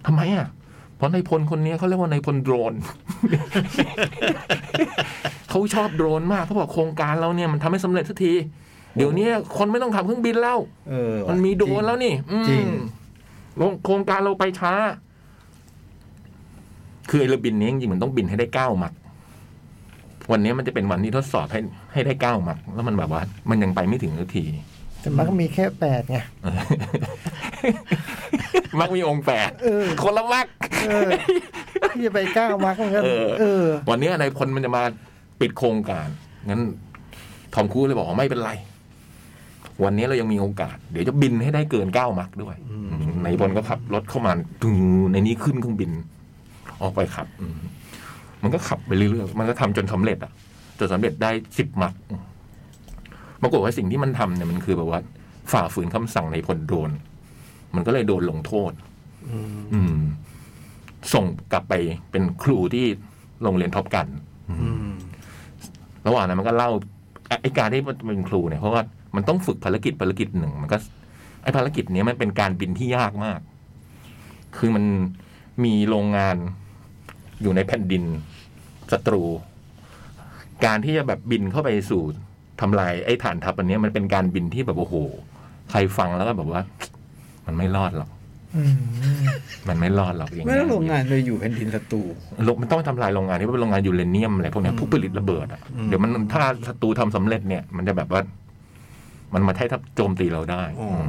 [SPEAKER 3] ทำไมอ่ะ เพราะนายพลคนนี้เขาเรียกว่านายพลโดรน เขาชอบโดรนมากเขาบอกโครงการเราเนี่ยมันทำให้สำเร็จสักที เดี๋ยวเนี้ยคนไม่ต้องขับเครื่องบินแล้ว
[SPEAKER 6] เออว่ะ
[SPEAKER 3] มันมีโดรนแล้วนี่ อืม
[SPEAKER 6] จริง
[SPEAKER 3] โรงโครงการเราไปช้า คือไอ้เรือบินนี้จริงๆมันต้องบินให้ได้เก้าหมัก วันนี้มันจะเป็นวันที่ทดสอบให้ให้ได้เก้าหมัก แล้วมันแบบว่า มันยังไปไม่ถึงสักที
[SPEAKER 4] แต่มันก็มีแค่แปดไง
[SPEAKER 3] มักมีองค์แปด
[SPEAKER 4] เออ
[SPEAKER 3] คนละมัก
[SPEAKER 4] เออที่จะไปก้าวมักมันก็
[SPEAKER 3] เออ
[SPEAKER 4] เออ
[SPEAKER 3] วันนี้นายพลมันจะมาปิดโครงการ งั้นทอมครูซเลยบอกว่าไม่เป็นไร วันนี้เรายังมีโอกาส เดี๋ยวจะบินให้ได้เกินเก้ามักด้วยนายพลก็ขับรถเข้ามาดูในนี้ขึ้นเครื่องบิน ออกไปขับอืม มันก็ขับไปเรื่อยๆ มันก็ทำจนสำเร็จอ่ะ จนสำเร็จได้สิบหมัดปรากฏว่าสิ่งที่มันทำเนี่ยมันคือแบบว่า ฝ่าฝืนคำสั่งในพลโดน มันก็เลยโดนลงโทษ อืม ส่งกลับไปเป็นครูที่โรงเรียนท็อปกัน ระหว่างนั้นมันก็เล่าไอ้ไอการที่มันเป็นครูเนี่ยเพราะว่ามันต้องฝึกภารกิจภารกิจหนึ่งมันก็ ไอภารกิจเนี้ยมันเป็นการบินที่ยากมาก คือมันมีโรงงานอยู่ในแผ่นดินศัตรู การที่จะแบบบินเข้าไปสู่ทำลายไอ้ฐานทัพอันเนี้ยมันเป็นการบินที่แบบโอ้โห ใครฟังแล้วก็แบบว่า มันไม่รอดหรอก
[SPEAKER 4] อืม
[SPEAKER 3] มันไม่รอดหรอกอย่าง
[SPEAKER 6] ไม่
[SPEAKER 3] เงี้ย
[SPEAKER 6] ต้องลงงานไปอยู่แผ่นดินศัตรู
[SPEAKER 3] โรงมันต้องไปทำลายโรงงานที่เป็นโรงงานยูเรเนียมอะไรพวกเนี้ยผู้ผลิตระเบิดอ่ะ
[SPEAKER 6] อืม
[SPEAKER 3] เดี๋ยวมันถ้าศัตรูทำสำเร็จเนี่ย มันจะแบบว่า มันมาใช้ทับโจมตีเราได้
[SPEAKER 6] อ๋อ
[SPEAKER 3] ม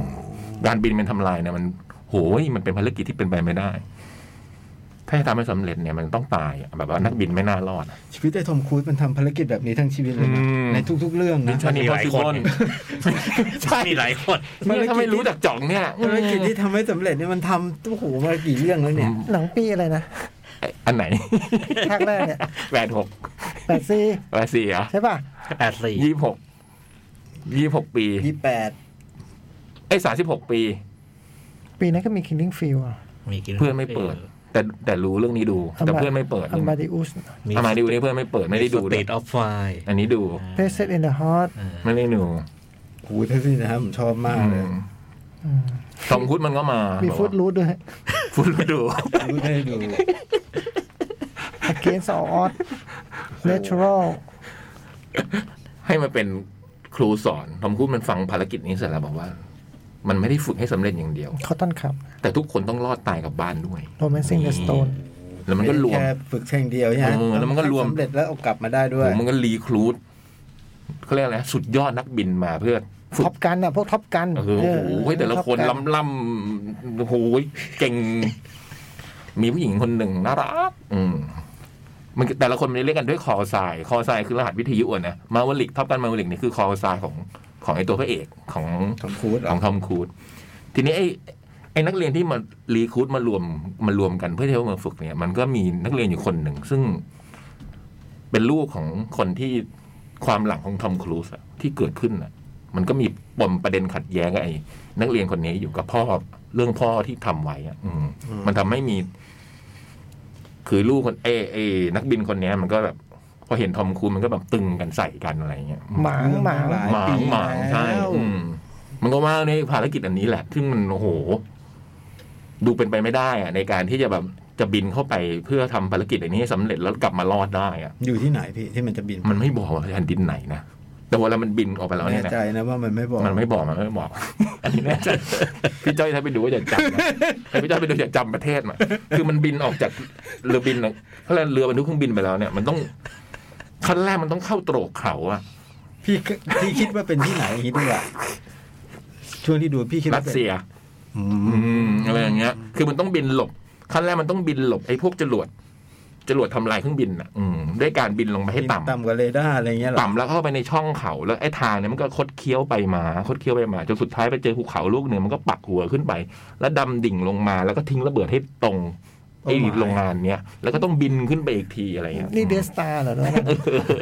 [SPEAKER 3] การบินเป็นทำลายเนี่ยมันโหยมันเป็นภารกิจที่เป็นไปไม่ได้ ถ้าจะทำให้สำเร็จเนี่ยมันต้องตายอะแบบว่านักบินไม่น่ารอดอะ
[SPEAKER 6] ชีวิตไอ้ทอมครูซมันทำภารกิจแบบนี้ทั้งชีวิตเลย
[SPEAKER 3] อื
[SPEAKER 6] นะ
[SPEAKER 3] ม
[SPEAKER 6] ในทุก ๆ เรื่องนะ
[SPEAKER 2] ใช่ มันมีหลายคน
[SPEAKER 3] ใช่
[SPEAKER 2] มีหลายคน
[SPEAKER 6] ภารกิจ
[SPEAKER 3] ถ้าไม่รู้จากจ่องเนี่ย
[SPEAKER 6] ภารกิจที่ทำให้สำเร็จเนี่ยมันทำโอ้โหมากี่เรื่องแล้วเนี่ย
[SPEAKER 4] หนังปีอะไรนะ
[SPEAKER 3] ไอ้อันไหน
[SPEAKER 4] ภาคแรกเนี่ย
[SPEAKER 3] แปดหก
[SPEAKER 4] แปดซี
[SPEAKER 3] แปดสี่เหรอ่ะ
[SPEAKER 4] ใช่ป่ะ
[SPEAKER 2] แปดสี่
[SPEAKER 3] ยี่หกยี่หกปี
[SPEAKER 6] ยี่แปด
[SPEAKER 3] ไอ้สามสิบหกปี
[SPEAKER 4] ปีนั้นก็มี Killing Field อ่ะ
[SPEAKER 2] มีกิน
[SPEAKER 3] เพื่อนไม่เปิด แต่แต่รู้เรื่องนี้ดู แต่เพื่อนไม่เปิด
[SPEAKER 4] อัมบาดิอุส
[SPEAKER 2] มี
[SPEAKER 3] อามาดูนี่เพื่อนไม่เปิดไม่ได้ดู
[SPEAKER 2] ส
[SPEAKER 3] เล
[SPEAKER 2] ตรี
[SPEAKER 3] ย
[SPEAKER 2] ทออฟไฟ
[SPEAKER 3] อันนี้ดู
[SPEAKER 4] p l a c e in the Heart
[SPEAKER 3] ไม่ได้ดู
[SPEAKER 6] โอ้ยท่านสินะครับผมชอบมากเลย
[SPEAKER 4] อืม
[SPEAKER 3] ทอมคุดมันก็มา
[SPEAKER 4] มี
[SPEAKER 3] แบบ
[SPEAKER 4] ฟุต
[SPEAKER 3] ว่า
[SPEAKER 4] รูทด้วย
[SPEAKER 3] ฟุตรูดู
[SPEAKER 6] รู้ได้ดู
[SPEAKER 4] Against All Odds Natural
[SPEAKER 3] ให้มาเป็นครูสอนทอมครูซมันฟังภารกิจนี้เสร็จแล้วบอกว่า มันไม่ได้ฝึกให้สำเร็จอย่างเดียว
[SPEAKER 4] Cotton Club
[SPEAKER 3] แต่ทุกคนต้องรอดตายกลับบ้านด้วย
[SPEAKER 4] Romancing the Stone
[SPEAKER 3] แล้วมันก็รวม
[SPEAKER 6] แค่ฝึกแข่งเดียวใช่ไหม
[SPEAKER 3] เออแล้วมันก็รวม
[SPEAKER 6] สำเร็จแล้วเอากลับมาได้ด้
[SPEAKER 3] โห
[SPEAKER 6] วย
[SPEAKER 3] มันก็รีครูดเขาเรียกอะไรนะสุดยอดนักบินมาเพื่อฝึ
[SPEAKER 4] ท็
[SPEAKER 3] ก
[SPEAKER 4] อปกันอ่ะ พวกท็อปกัน
[SPEAKER 3] เออโอ้โหแต่ละคนล้ำล้ำๆโอ้โหเก่ง มีผู้หญิงคนหนึ่งน่ารักอืมมันแต่ละคนมันจะเรียกกันด้วยคอทรายคอทรายคือรหัสวิทยุอ่ะนะมาวลิกท็อปกันมาวลิกนี่คือคอทรายของของไอตัวพระเอกของ
[SPEAKER 6] ทอมครูซเหร
[SPEAKER 3] ข
[SPEAKER 6] อ
[SPEAKER 3] องทอมครูซทีนี้ไอ้ไอ้นักเรียนที่มารีครูดมารวมมารวมกันเพื่อที่จะมาฝึกเนี่ย มันก็มีนักเรียนอยู่คนหนึ่ง ซึ่งเป็นลูกของคนที่ความหลังของทอมครูซอะที่เกิดขึ้นอะมันก็มีปมประเด็นขัดแย้งกับไอ้นักเรียนคนนี้อยู่กับพ่อเรื่องพ่อที่ทำไว้อะอืม มันทำให้มี คือลูกคนเอเอนักบินคนเนี้ย มันก็แบบพอเห็นทอมครูซมันก็แบบตึงกันใส่กันอะไรอย่างเงี้ย
[SPEAKER 4] หมางหมาง
[SPEAKER 6] หลาย
[SPEAKER 3] หมาง
[SPEAKER 6] ปี
[SPEAKER 3] หมางใช่
[SPEAKER 6] แล้ว
[SPEAKER 3] อืมมันก็ว่าในภารกิจอันนี้แหละ ซึ่งมันโอ้โห ดูเป็นไปไม่ได้อะในการที่จะแบบจะบินเข้าไปเพื่อทำภารกิจอันนี้ให้สำเร็จแล้วกลับมารอดได้อะ
[SPEAKER 6] อยู่ที่ไหนพี่ที่มันจะบิน
[SPEAKER 3] มันไม่บอกว่าแผ่นดินไหนนะแต่เวลามันบินออกไปแล้วเนี่ยนะ
[SPEAKER 6] แน่ใจนะว่ามันไม่บอก
[SPEAKER 3] มันไม่บอกมันไม่บอก อันนี้แน่ใจพี่จ้อยถ้าไปดูก็จะจำนะให้พี่จ้อยไปดูจะจำประเทศมาคือมันบินออกจากเรือบินอะเพราะเรือบรรทุกเครื่องบินไปแล้วเนี่ย มันต้องขั้นแรกมันต้องเข้าโตรกเขาอะ
[SPEAKER 6] พี่พี่คิดว่าเป็นที่ไหนอย่างนี้ดีกว่าช่วงที่ดูพี่คิด
[SPEAKER 3] รั
[SPEAKER 6] ว่า
[SPEAKER 3] ส
[SPEAKER 6] ป็น
[SPEAKER 3] เซีย
[SPEAKER 6] อื
[SPEAKER 3] อื
[SPEAKER 6] ม
[SPEAKER 3] มอะไรอย่างเงี้ย คือมันต้องบินหลบ ขั้นแรกมันต้องบินหลบไอ้พวกจรวด จรวดทำลายเครื่องบินอ่ะ อืมด้วยการบินลงไปให้
[SPEAKER 6] บิน
[SPEAKER 3] ต่ำ
[SPEAKER 6] ต่ำกว่าเรดาร์อะไรเงี้ยเหรอ
[SPEAKER 3] ต่ำแล้วเข้าไปในช่องเขาแล้วไอ้ทางเนี่ยมันก็คดเคี้ยวไปมาคดเคี้ยวไปมาจนสุดท้ายไปเจอภูเขาลูกหนึ่งมันก็ปักหัวขึ้นไป แล้วดำดิ่งลงมาแล้วก็ทิ้งระเบิดให้ตรงไอ้โรงงานเนี่ยแล้วก็ต้องบินขึ้นไปอีกทีอะไรเงี้ย
[SPEAKER 4] นี่เดสตา เหรอเนาะ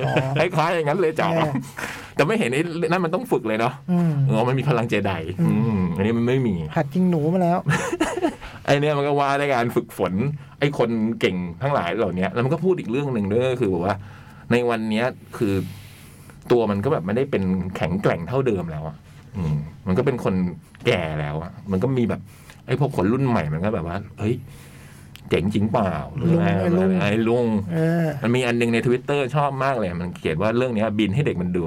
[SPEAKER 4] อ๋อ
[SPEAKER 3] คล้ายๆอย่างนั้นเลยจ๋าแต่ไม่เห็นไอ้นั่นมันต้องฝึกเลยเนาะ
[SPEAKER 4] อืม
[SPEAKER 3] เออมันมีพลังเจไดอืมอันนี้มันไม่มี
[SPEAKER 4] หัดยิงหนูมาแล้ว
[SPEAKER 3] ไอเนี่ยมันก็ว่าในการฝึกฝน ไอคนเก่งทั้งหลายเหล่าเนี้ยแล้วมันก็พูดอีกเรื่องหนึ่งด้วยก็คือแบบว่า ในวันเนี้ยคือตัวมันก็แบบไม่ได้เป็นแข็งแกร่งเท่าเดิมแล้วอ่ะอืมมันก็เป็นคนแก่แล้วอ่ะมันก็มีแบบ ไอพวกคนรุ่นใหม่มันก็แบบว่าเฮ้ยเจ๋งจริงเปล่าหรืออะไร
[SPEAKER 4] ลุง
[SPEAKER 3] ไอลุง
[SPEAKER 4] เออ
[SPEAKER 3] มันมีอันหนึงในทวิตเตอร์ชอบมากเลย มันเขียนว่าเรื่องเนี้ย บินให้เด็กมันดู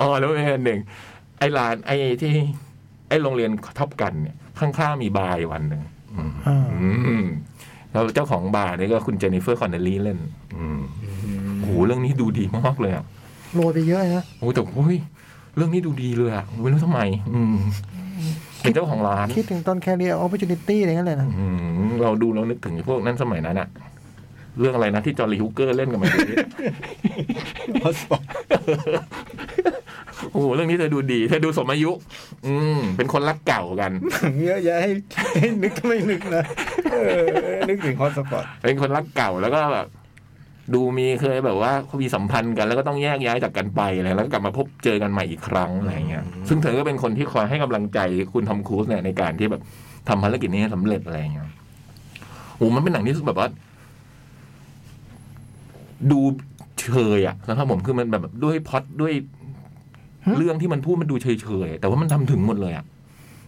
[SPEAKER 3] อ๋อแล้วมีอันหนึ่งไอ้ร้านไอ้ที่ ไอ้โรงเรียนท็อปกันเนี่ย ข้างๆมีบาร์อยู่วันหนึ่งอืม
[SPEAKER 4] อ่า
[SPEAKER 3] อืมแล้วเจ้าของบาร์เนี่ยก็คุณเจนนิเฟอร์คอนเนลลี่เล่น อืมโอ้โหเรื่องนี้ดูดีมากเลยอ่ะ
[SPEAKER 4] โรยไปเยอะนะ
[SPEAKER 3] โอ้โหแต่เฮ้ยเรื่องนี้ดูดีเลยอ่ะไม่รู้ทำไม อืมเป็นเจ้าของร้าน
[SPEAKER 4] คิดถึงตอนแคเรียโอกาสอะไรเงี้ยเลยนะ
[SPEAKER 3] อืมเราดูแล้วนึกถึงพวกนั้นสมัยนั้นอะเรื่องอะไรนะที่จอร์ลีฮุกเกอร์เล่นกับมันอยู่เนี่ย
[SPEAKER 6] พอสปอร์ต
[SPEAKER 3] โอ้โหเรื่องนี้เธอดูดีเธอดูสมอายุ อืมเป็นคนรักเก่ากัน
[SPEAKER 6] หนังเยอะแยะให้ให้นึกก็ไม่นึกนะเออนึกถึงฮอตสปอต
[SPEAKER 3] เป็นคนรักเก่าแล้วก็แบบดูมีเคยแบบว่ามีสัมพันธ์กันแล้วก็ต้องแยกย้ายจากกันไปอะไรแล้วก็กลับมาพบเจอกันใหม่อีกครั้งอะไรเงี้ยซึ่งเธอก็เป็นคนที่คอยให้กำลังใจคุณทอมครูซเนี่ยในการที่แบบทำภารกิจนี้ให้สำเร็จอะไรเงี้ยโอ้มันเป็นหนังที่แบบว่า ดูเฉยอะสำหรับผมคือมันแบบด้วยพล็อดด้วยเรื่องที่มันพูดมันดูเฉยเฉยๆแต่ว่ามันทำถึงหมดเลยอะ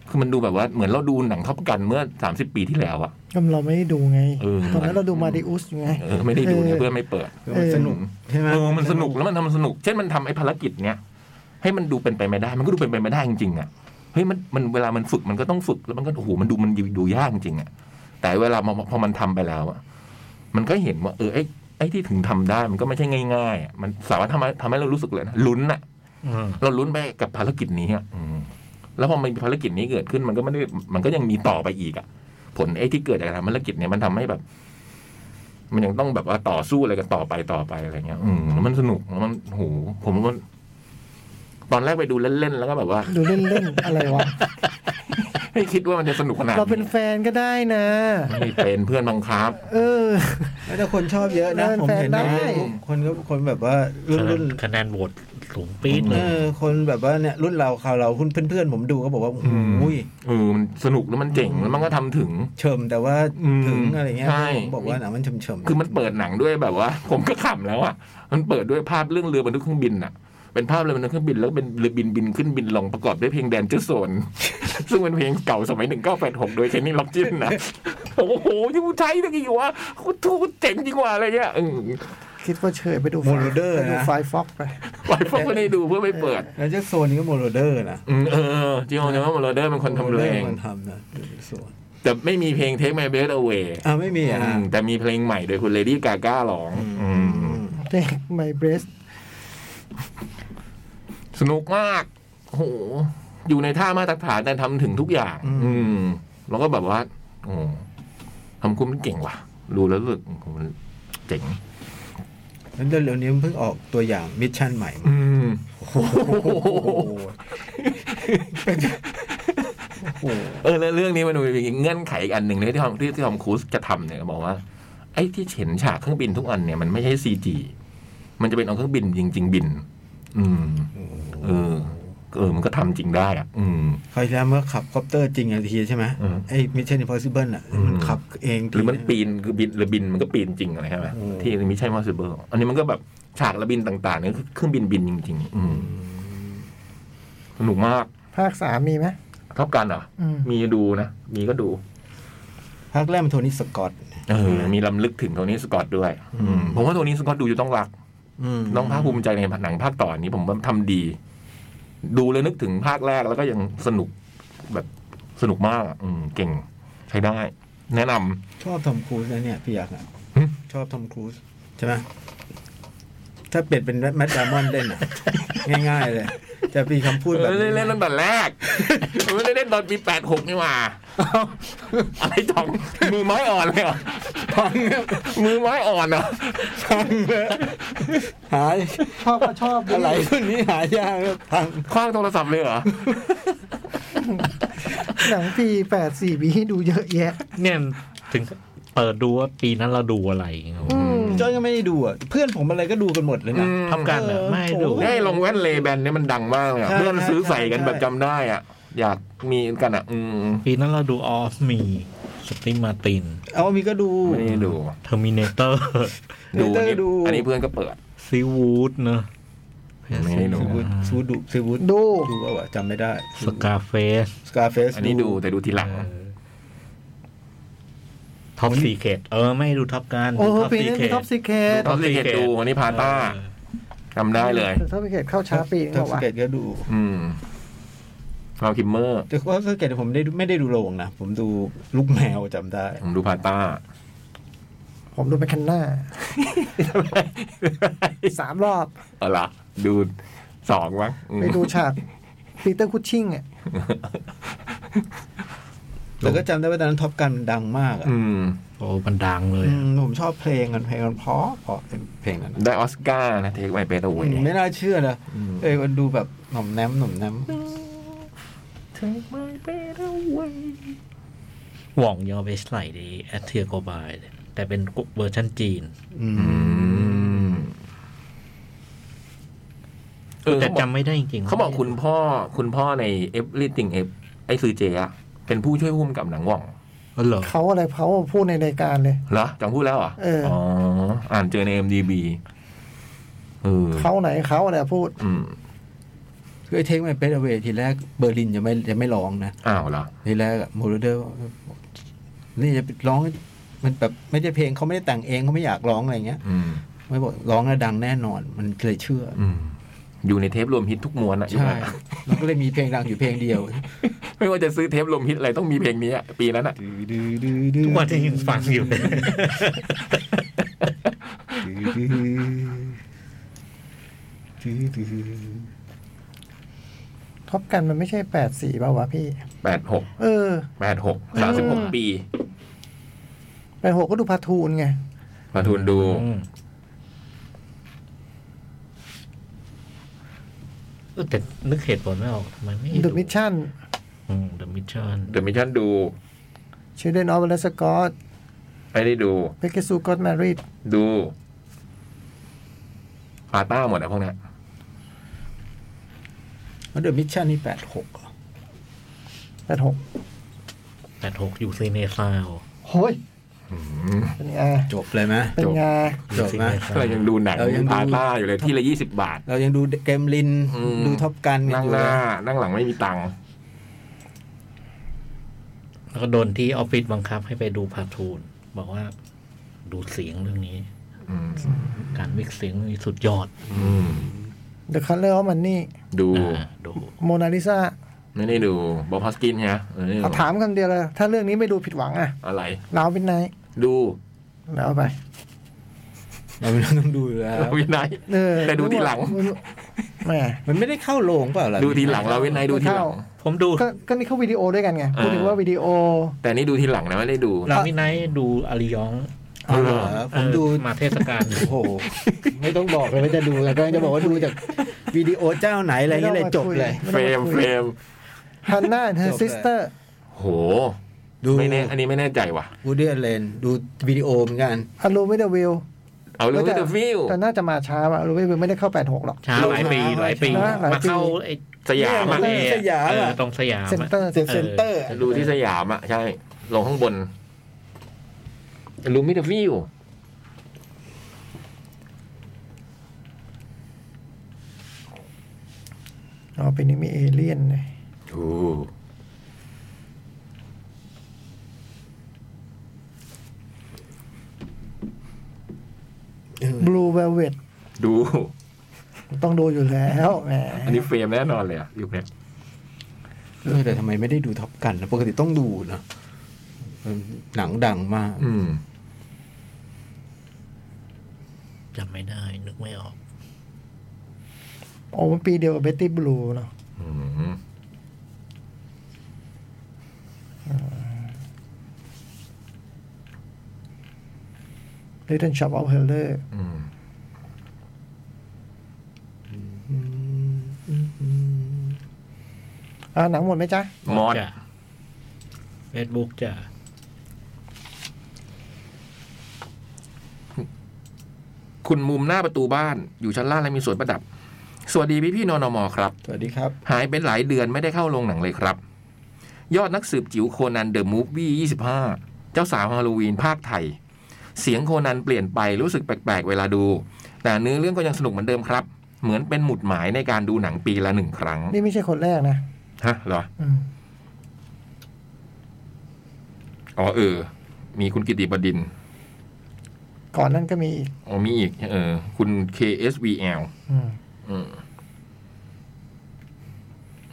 [SPEAKER 3] คือมันดูแบบว่าเหมือนเราดูหนังท็อปกันเมื่อสามสิบปีที่แล้วอะ
[SPEAKER 4] ก็เราไม่ได้ดูไง
[SPEAKER 3] เออ
[SPEAKER 4] ตอนนั้นเราดูมาดิอุสไง
[SPEAKER 3] เออไม่ได้ดูเนี่ย
[SPEAKER 4] เออ
[SPEAKER 3] เพื่อนไม่เปิด
[SPEAKER 6] มันสนุกใช่ไหม
[SPEAKER 3] เออมันสนุกแล้วมันทำมันสนุก เช่นมันทำไอ้ภารกิจเนี้ยให้มันดูเป็นไปไม่ได้ มันก็ดูเป็นไปไม่ได้จริงๆอ่ะเฮ้ยมันมันเวลามันฝึกมันก็ต้องฝึกแล้วมันก็โอ้โหมันดูมันดูดูยากจริงๆอ่ะแต่เวลามาพอมันทำไปแล้วอ่ะมันก็เห็นว่าเออไอ้ไอ้ที่ถึงทำได้มันก็ไม่ใช่ง่ายๆอ่ะมันสามารถทำให้ทำให้เรารู้สึกเลยนะลุ้นอ่ะ
[SPEAKER 2] อืม
[SPEAKER 3] เราลุ้นไปกับภารกิจนี้อ่ะอืมแล้วพอมันมีภารกิจนี้เกิดขึ้น มันก็ไม่ได้ มันก็ยังมีต่อไปอีกอ่ะ ผลไอ้ที่เกิดจากการทำภารกิจเนี่ยมันทำให้แบบ มันยังต้องแบบว่าต่อสู้อะไรกันต่อไปต่อไปอะไรเงี้ย อืมแล้วมันสนุกแล้วมันโหผมว่ามันตอนแรกไปดูเล่นๆแล้วก็แบบว่า
[SPEAKER 4] ดูเล่นๆ อะไรวะ
[SPEAKER 3] ไม่คิดว่ามันจะสนุกขนาด
[SPEAKER 4] เราเป็น
[SPEAKER 3] นี้
[SPEAKER 4] แฟนก็ได้นะ
[SPEAKER 3] ไม่เป็นเพื่อนบังคับ
[SPEAKER 4] เออ
[SPEAKER 6] แล้วถ้าคนชอบเยอะนะ
[SPEAKER 4] เออ
[SPEAKER 6] ผมเห็น
[SPEAKER 4] แฟนได้
[SPEAKER 6] นะคนก็คนแบบว่ารุ่นรุ่น
[SPEAKER 2] คะแนนโหวตสูงปี๊ดเล
[SPEAKER 6] เอย อคนแบบว่าเนี่ยรุ่นเราคราวเราคุณเพื่อนๆผมดูก็บอกว่าโอ้โห
[SPEAKER 3] เออมันสนุกแล้วมันเจ๋งแล้วมันก็ทำถึง
[SPEAKER 6] เฉิมแต่ว่า
[SPEAKER 3] อืม
[SPEAKER 6] ถึงอะไรเงี้ย
[SPEAKER 3] ใช่
[SPEAKER 6] ผมบอกว่าหนังมันเฉิมเฉิมๆ
[SPEAKER 3] คือมันเปิดหนังด้วยแบบว่า ผมก็ขำแล้วอ่ะ มันเปิดด้วยภาพเรื่องเรือบรรทุกเครื่องบินอ่ะ เป็นภาพเรือบรรทุกเครื่องบินแล้วเป็นเรือบินบินขึ้นบินลงประกอบด้วยเพลงแดนเจอร์โซน ซึ่งเป็นเพลงเก่าสมัยหนึ่งเก้าแปดหกโดยเคนนี่ล็อกจินนะโอ้โหยูใช้ตั้งกี่วะกูทูเจ๋งจริงว่ะอะไรเงี้ยอืม
[SPEAKER 4] คิดว่าเฉยไปดู
[SPEAKER 6] Moroder
[SPEAKER 4] ไปดู
[SPEAKER 6] นะ
[SPEAKER 4] ไฟฟ็อกไป
[SPEAKER 3] ไว้พวกคนให้ดูเพื่อไม่เปิด
[SPEAKER 6] แล้วเจ้าโซนนี้ก็โมโลเดอร์นะ
[SPEAKER 3] อืมเออจริงๆนะว่าโมโลเดอร์เป็นคนทำเพลง
[SPEAKER 6] คนทำนะเจ้าโซน
[SPEAKER 3] แต่ไม่มีเพลง Take My Breath Away
[SPEAKER 6] อ่าไม่มีอ่ะ
[SPEAKER 3] อืมแต่มีเพลงใหม่โดยคุณเลดี้กาก้าร้องอืม
[SPEAKER 4] Take my breath
[SPEAKER 3] สนุกมาก โห อยู่ในท่ามาตรฐานแต่ทำถึงทุกอย่าง
[SPEAKER 6] อืม
[SPEAKER 3] อืม แล้วก็แบบว่า โอ้ทำคุ้มเก่งว่ะ ดูแล้วรู้สึกโอ้โหเจ๋ง
[SPEAKER 6] แล้วเร็วๆนี้มันเพิ่งออกตัวอย่างมิชชั่นใหม่มา
[SPEAKER 3] อืม
[SPEAKER 6] โอ้โหโอ้โห
[SPEAKER 3] เออแล้วเรื่องนี้มันมีเงื่อนไขอีกอันหนึ่งที่ทอมที่ที่ทอมครูซจะทำเนี่ยบอกว่า ไอ้ที่เห็นฉากเครื่องบินทุกอันเนี่ยมันไม่ใช่ซีจีมันจะเป็นเอาเครื่องบินจริง ๆ บิน อืม เออ เออ มันก็ทำจริงได้อ่ะ อืม
[SPEAKER 6] คราวที่แล้วเมื่อขับคอปเตอร์จริงอะทีใช่ไหม
[SPEAKER 3] อืม
[SPEAKER 6] ไอ้ Mission Impossible อ่ะ
[SPEAKER 3] อืม
[SPEAKER 6] มันขับเอง
[SPEAKER 3] หรือมัน
[SPEAKER 6] ทีะ
[SPEAKER 3] ปีนคือบินหรือบินมันก็ปีนจริงอะไรใช่ไหม
[SPEAKER 6] อืม
[SPEAKER 3] ที่มิชชั่นมอสเบอร์อันนี้มันก็แบบฉากระบินต่างๆเนี่ยคือเครื่องบินบินจริง ๆ อืมสนุกมาก
[SPEAKER 4] ภาคสามมีไหม
[SPEAKER 3] ท็อปกันเหรอ
[SPEAKER 4] อืม
[SPEAKER 3] มีดูนะ มีก็ดู
[SPEAKER 6] ภาคแรกมันโทนี่สกอต
[SPEAKER 3] เออ มีลำลึกถึงโทนี่สกอตด้วย อืมผมว่าโทนี่สกอตดูจะต้องรัก ต้องภาคภูมิใจในหนังภาคต่อนนี้ผมว่าทำดี ดูเลยนึกถึงภาคแรกแล้วก็ยังสนุกแบบสนุกมากอะอืม เก่ง ใช้ได้ แนะนำ
[SPEAKER 6] ชอบทอมครูซนะเนี่ยพี่ยักษ์อะ
[SPEAKER 3] หึ
[SPEAKER 6] ชอบทอมครูซใช่ไหมถ้าเปลี่ยนเป็นแมดดามอนเล่นอะ ง่ายๆเลย จะมีคำพูดแบบ
[SPEAKER 3] เออเล่นเล่นตั้งแต่แรก มันไม่ได้เล่นตอนปีแปดหกนี่หว่าอะไรจ่องมือไม้อ่อนเลยเหรอ
[SPEAKER 6] พัง
[SPEAKER 3] มือไม้อ่อนเหรอ
[SPEAKER 6] พังเลยหาย
[SPEAKER 4] ชอบก็ชอบ
[SPEAKER 6] อะไรรุ่นนี้หายากเลยพัง
[SPEAKER 3] คว้างโทรศัพท์เลยเหรอ
[SPEAKER 4] หนังปีแปดสี่ปีให้ดูเยอะแยะ
[SPEAKER 2] เนี่ยถึงเปิดดูว่าปีนั้นเราดูอะไรอย่างเงี้ย
[SPEAKER 4] อืม
[SPEAKER 6] จอยก็ไม่ได้ดูอะเพื่อนผมอะไรก็ดูกันหมดเลยนะ
[SPEAKER 2] ท็อปกันเหรอไม่ดู
[SPEAKER 3] ได้ลงแว่นเลแบนเนี่ยมันดังมากเลยอะ
[SPEAKER 6] ใช่
[SPEAKER 3] เพื่อนซื้อใส่กัน
[SPEAKER 6] ใช่
[SPEAKER 3] แบบจำได้อ่ะ อยากมีกันอ่ะ อืม
[SPEAKER 2] ปีนั้นเราดูออฟมีสติมาติน
[SPEAKER 6] เอามีก็ดู
[SPEAKER 3] ไม่ได้ดู
[SPEAKER 2] เทอร์มินเตอ ร์
[SPEAKER 3] ดูอันนี้
[SPEAKER 6] ดู
[SPEAKER 3] อันนี้เพื่อนก็เปิด
[SPEAKER 2] ซีวูดเนอะ
[SPEAKER 3] ไม่ได้ดู
[SPEAKER 6] ซีวูดซีวูดดู
[SPEAKER 4] ดู
[SPEAKER 6] ซีวูดดูเอาอะจำไม่ได้
[SPEAKER 2] สกาเฟส
[SPEAKER 6] สกาเฟส
[SPEAKER 3] อันนี้ดูแต่ดูทีหลัง
[SPEAKER 2] ท็อปซีเคทเออ ไม่ดูท็อปกัน
[SPEAKER 4] โอ้โหปีนี้มีท็อปซีเคท
[SPEAKER 3] ตอนที่เห็นดูอันนี้พาต้าจำได้เลย
[SPEAKER 4] ท็อปซีเคทเข้าช้าปีนึง
[SPEAKER 6] ท็
[SPEAKER 4] บ
[SPEAKER 6] อ
[SPEAKER 4] อ
[SPEAKER 6] ป
[SPEAKER 4] ก
[SPEAKER 6] ส
[SPEAKER 4] ว่า
[SPEAKER 6] เกตก็ดู
[SPEAKER 3] อืมเราคิมเมอร์
[SPEAKER 6] แต่ว่าสเกตผมได้ไม่ได้ดูโรงนะ ผมดูลูกแมวจำได้
[SPEAKER 3] ผมดูพาต้า
[SPEAKER 4] ผมดูไปคันหน้าสามรอบ
[SPEAKER 3] เออละดูสองมั้งอืม
[SPEAKER 4] ไปดูฉากปีเตอร์คุชชิ่งอ่ะ
[SPEAKER 6] แต่ก็จำได้ว่าตอนนั้นท็อปกันดังมากอะ
[SPEAKER 3] อืม
[SPEAKER 6] ผ
[SPEAKER 2] อ้มันดังเลย
[SPEAKER 6] อื
[SPEAKER 2] อะ
[SPEAKER 6] มผมชอบเพลงกันเพลงกันเพราะเพราะเพลงนั้นอะ
[SPEAKER 3] ได้ออสการ์นะเทคไมเปตะเว
[SPEAKER 6] อืมไม่น่าเชื่อนะเอ้ยมันดูแบบหน่อมแนมหน่อมแนม
[SPEAKER 2] หว่องยังเอาไปใส่ในแอทเทียโกบายแต่เป็นเวอร์ชันจีน
[SPEAKER 6] อืม
[SPEAKER 3] เออ
[SPEAKER 2] แต่
[SPEAKER 3] เขาบอก
[SPEAKER 2] จำไม่ได้จริงๆ
[SPEAKER 3] เขาบอกคุณพ่อคุณพ่อใน everything F ไอซือเจอะเป็นผู้ช่วยผู้กำกับหนังหว่อง
[SPEAKER 2] อ๋อเหรอ
[SPEAKER 4] เขาอะไรเขาพูดในรายการเลย
[SPEAKER 3] เหรอจังพูดแล้วเหรอ่ะ
[SPEAKER 4] เอออ๋
[SPEAKER 3] อ๋อ อ่านเจอใน MDB เออ
[SPEAKER 4] เขาไหนเขาอะไรพูด
[SPEAKER 3] อืม
[SPEAKER 6] คือไอ้เทคไมเป a เวทีแรกเบอร์ลินยังไม่ยังไม่ร้องนะ
[SPEAKER 3] อ้าวเหรอ
[SPEAKER 6] ทีแรกอะโมโลเดอร์นี่จะร้องมันแบบไม่ใช่เพลงเขาไม่ได้แต่งเองเขาไม่อยากร้องอะไรเงี้ย
[SPEAKER 3] อืม
[SPEAKER 6] ไม่บอกร้องแล้วดังแน่นอน มันเลยเชื่อ
[SPEAKER 3] อืม อยู่ในเทปรวมฮิตทุกม้วน อะ
[SPEAKER 6] ใช่
[SPEAKER 3] ยุคนั้นอะ
[SPEAKER 6] แล้วก็เลยมีเพลงดังอยู่เพลงเดียว
[SPEAKER 3] ไม่ว่าจะซื้อเทปรวมฮิตอะไรต้องมีเพลงนี้อะปีนั้นอะ
[SPEAKER 2] ทุกวันที่ยังฟังอยู่
[SPEAKER 4] ท็อปกันมันไม่ใช่แปดสี่ป่าวะพี่
[SPEAKER 3] แปดหก
[SPEAKER 4] เออ
[SPEAKER 3] แปดหกสามสิบหกปี
[SPEAKER 4] แปดหกก็ดูพาทูนไง
[SPEAKER 3] มาทุนดู
[SPEAKER 2] อืมเออแต่นึกเหตุผลไม่ออกทำไมไม่
[SPEAKER 4] The Mission
[SPEAKER 2] เดอะมิชชั่น
[SPEAKER 3] เดอะมิชชั่นดู
[SPEAKER 4] Children of the Scott
[SPEAKER 3] ไม่ได้ดู
[SPEAKER 4] p e g a s u Got Married
[SPEAKER 3] ดูปาต้าหมดอะพวกเนี้ย
[SPEAKER 6] แล้วเดอะมิชชั่นนี่แปดหก
[SPEAKER 4] แปดหก
[SPEAKER 2] แปดหกอยู่ซีเนซาว
[SPEAKER 4] โฮ้ย เป็นไง
[SPEAKER 6] จบเลยไหม
[SPEAKER 4] เป็นไง
[SPEAKER 2] อ
[SPEAKER 6] จ
[SPEAKER 2] ยู่
[SPEAKER 6] บ
[SPEAKER 2] ซี
[SPEAKER 6] ไหม
[SPEAKER 2] เนซาว
[SPEAKER 3] เรายังดูหนัง
[SPEAKER 6] เรายังดู
[SPEAKER 3] ปาต้าอยู่เลยที่ละยี่สิบบาท
[SPEAKER 6] เรายังดูเกมลิน
[SPEAKER 3] อืม
[SPEAKER 6] ดูท็อปกันกั
[SPEAKER 3] นั่ง
[SPEAKER 6] นอยู่
[SPEAKER 3] ห
[SPEAKER 6] เล
[SPEAKER 3] น้าย นั่งหลังไม่มีตังค์
[SPEAKER 2] แล้วก็โดนที่ออฟฟิศบังคับให้ไปดูพาทูน บอกว่า ดูเสียงเรื่องนี้
[SPEAKER 3] อืม
[SPEAKER 2] การมิกซ์เสียงเรื่องนี้สุดยอด
[SPEAKER 3] อืม
[SPEAKER 4] เดอะคัลเลอร์มันนี่
[SPEAKER 3] ดู
[SPEAKER 2] อ่าดู
[SPEAKER 4] โมนาลิซา
[SPEAKER 3] ไม่ได้ดูบอบฮอสกินใช่ไหมเออไม่ได้ดู
[SPEAKER 4] เอาถามคำเดียวเลย ถ้าเรื่องนี้ไม่ดูผิดหวังอะ
[SPEAKER 3] อะไร
[SPEAKER 4] ลาววินไนท์
[SPEAKER 3] ดู
[SPEAKER 4] แล้วไป
[SPEAKER 6] เราไม่ต้องดูอยู่แล้ว
[SPEAKER 3] ลาวินไนท์
[SPEAKER 4] เออ
[SPEAKER 3] แต่ดูทีหลัง
[SPEAKER 4] แหม่
[SPEAKER 6] มันไม่ได้เข้าโรงเปล่าล่ะ
[SPEAKER 3] ดูทีหลังลาวินไนท์ดูทีหลัง
[SPEAKER 4] เข้า
[SPEAKER 2] ผมดู
[SPEAKER 4] ก็ก็นี่เขาวิดีโอด้วยกันไง
[SPEAKER 3] เออ
[SPEAKER 4] พูดถึงว่าวิดีโอ
[SPEAKER 3] แต่นี่ดูทีหลังนะไม่ได้ดู
[SPEAKER 2] เราไม่ไนท์ดูอาริยอง
[SPEAKER 6] เอาเหรอผมดู
[SPEAKER 2] เออมาเทศกาล
[SPEAKER 6] โอ้โห ไม่ต้องบอกเลยว่าจะดูอะไรก็จะบอกว่าดูจากวิดีโอเจ้าไหนอะไรเงี้ยเลยจบเลย
[SPEAKER 3] เฟรมเฟรม
[SPEAKER 4] ฮันน่าเธอ
[SPEAKER 6] จบเลย
[SPEAKER 4] ซิสเตอร์
[SPEAKER 3] โห
[SPEAKER 6] ดู
[SPEAKER 3] ไม่แน่อันนี้ไม่แน่ใจว่ะ
[SPEAKER 6] วูดดี้เลนดูวิดีโอเหมือนกัน
[SPEAKER 4] อลูมิเดวิล
[SPEAKER 3] เอาเรื่องเดอะฟิล
[SPEAKER 4] แต่น่าจะมาช้าว่ะอลูมิเดวิลไม่ได้เข้า 86 หรอก
[SPEAKER 2] ช้าหลายปีหลายปี
[SPEAKER 4] ช้าหลายปี
[SPEAKER 2] มาเข้าไอ้
[SPEAKER 3] สยามอะ
[SPEAKER 2] เอ
[SPEAKER 6] สยามอะ
[SPEAKER 2] เออตรงสยามะ
[SPEAKER 4] เซ็นเตอร์
[SPEAKER 6] เซ็นเตอร์
[SPEAKER 3] ดูที่สยามอ่ะ ใช่ ลงข้างบนรูมิเดอะฟิล
[SPEAKER 4] อ๋อปีนี้มีเอเลี่ยนเลย
[SPEAKER 3] โอ้
[SPEAKER 4] บลูเวลเวต
[SPEAKER 3] ดู
[SPEAKER 4] ต้องดูอยู่แล้วแหม
[SPEAKER 3] อันนี้เฟรมแน่นอนเลยอ่ะยุคเนี้ย
[SPEAKER 6] เออแต่ทำไมไม่ได้ดูท็อปกันนะปกติต้องดูนะเออหนังดังมาก
[SPEAKER 3] อืม
[SPEAKER 2] จำไม่ได้ นึกไม่ออก
[SPEAKER 4] โอ้มันปีเดียวกับเบตตี้บลูเนาะ
[SPEAKER 3] อืม
[SPEAKER 4] ลิตเติ้ลช็อปออฟเฮลเลอร์
[SPEAKER 3] อืม
[SPEAKER 4] อ่าหนังหมดไหมจ๊ะ
[SPEAKER 3] มอด
[SPEAKER 2] จ้ะเฟซบุ๊กจ้ะ
[SPEAKER 3] คุณมุมหน้าประตูบ้าน อยู่ชั้นล่างและมีสวนประดับ สวัสดีพี่พี่ๆนอนมครับ
[SPEAKER 6] สวัสดีครับ
[SPEAKER 3] หายเป็นหลายเดือนไม่ได้เข้าโรงหนังเลยครับ ยอดนักสืบจิ๋วโคนันเดอะมูฟวี่ 25 เจ้าสาวฮาโลวีนภาคไทย เสียงโคนันเปลี่ยนไปรู้สึกแปลกๆ เวลาดู แต่เนื้อเรื่องก็ยังสนุกเหมือนเดิมครับ เหมือนเป็นหมุดหมายในการดูหนังปีละหนึ่งครั้ง
[SPEAKER 4] นี่ไม่ใช่คนแรกนะ
[SPEAKER 3] ฮะเหรอ
[SPEAKER 4] อืม
[SPEAKER 3] อ๋อเออ มีคุณกิติบดินทร์
[SPEAKER 4] ก่อนนั้นก็มีอีก
[SPEAKER 3] อ๋อมีอีก เออ คุณ KSVL
[SPEAKER 4] อืม
[SPEAKER 3] อืม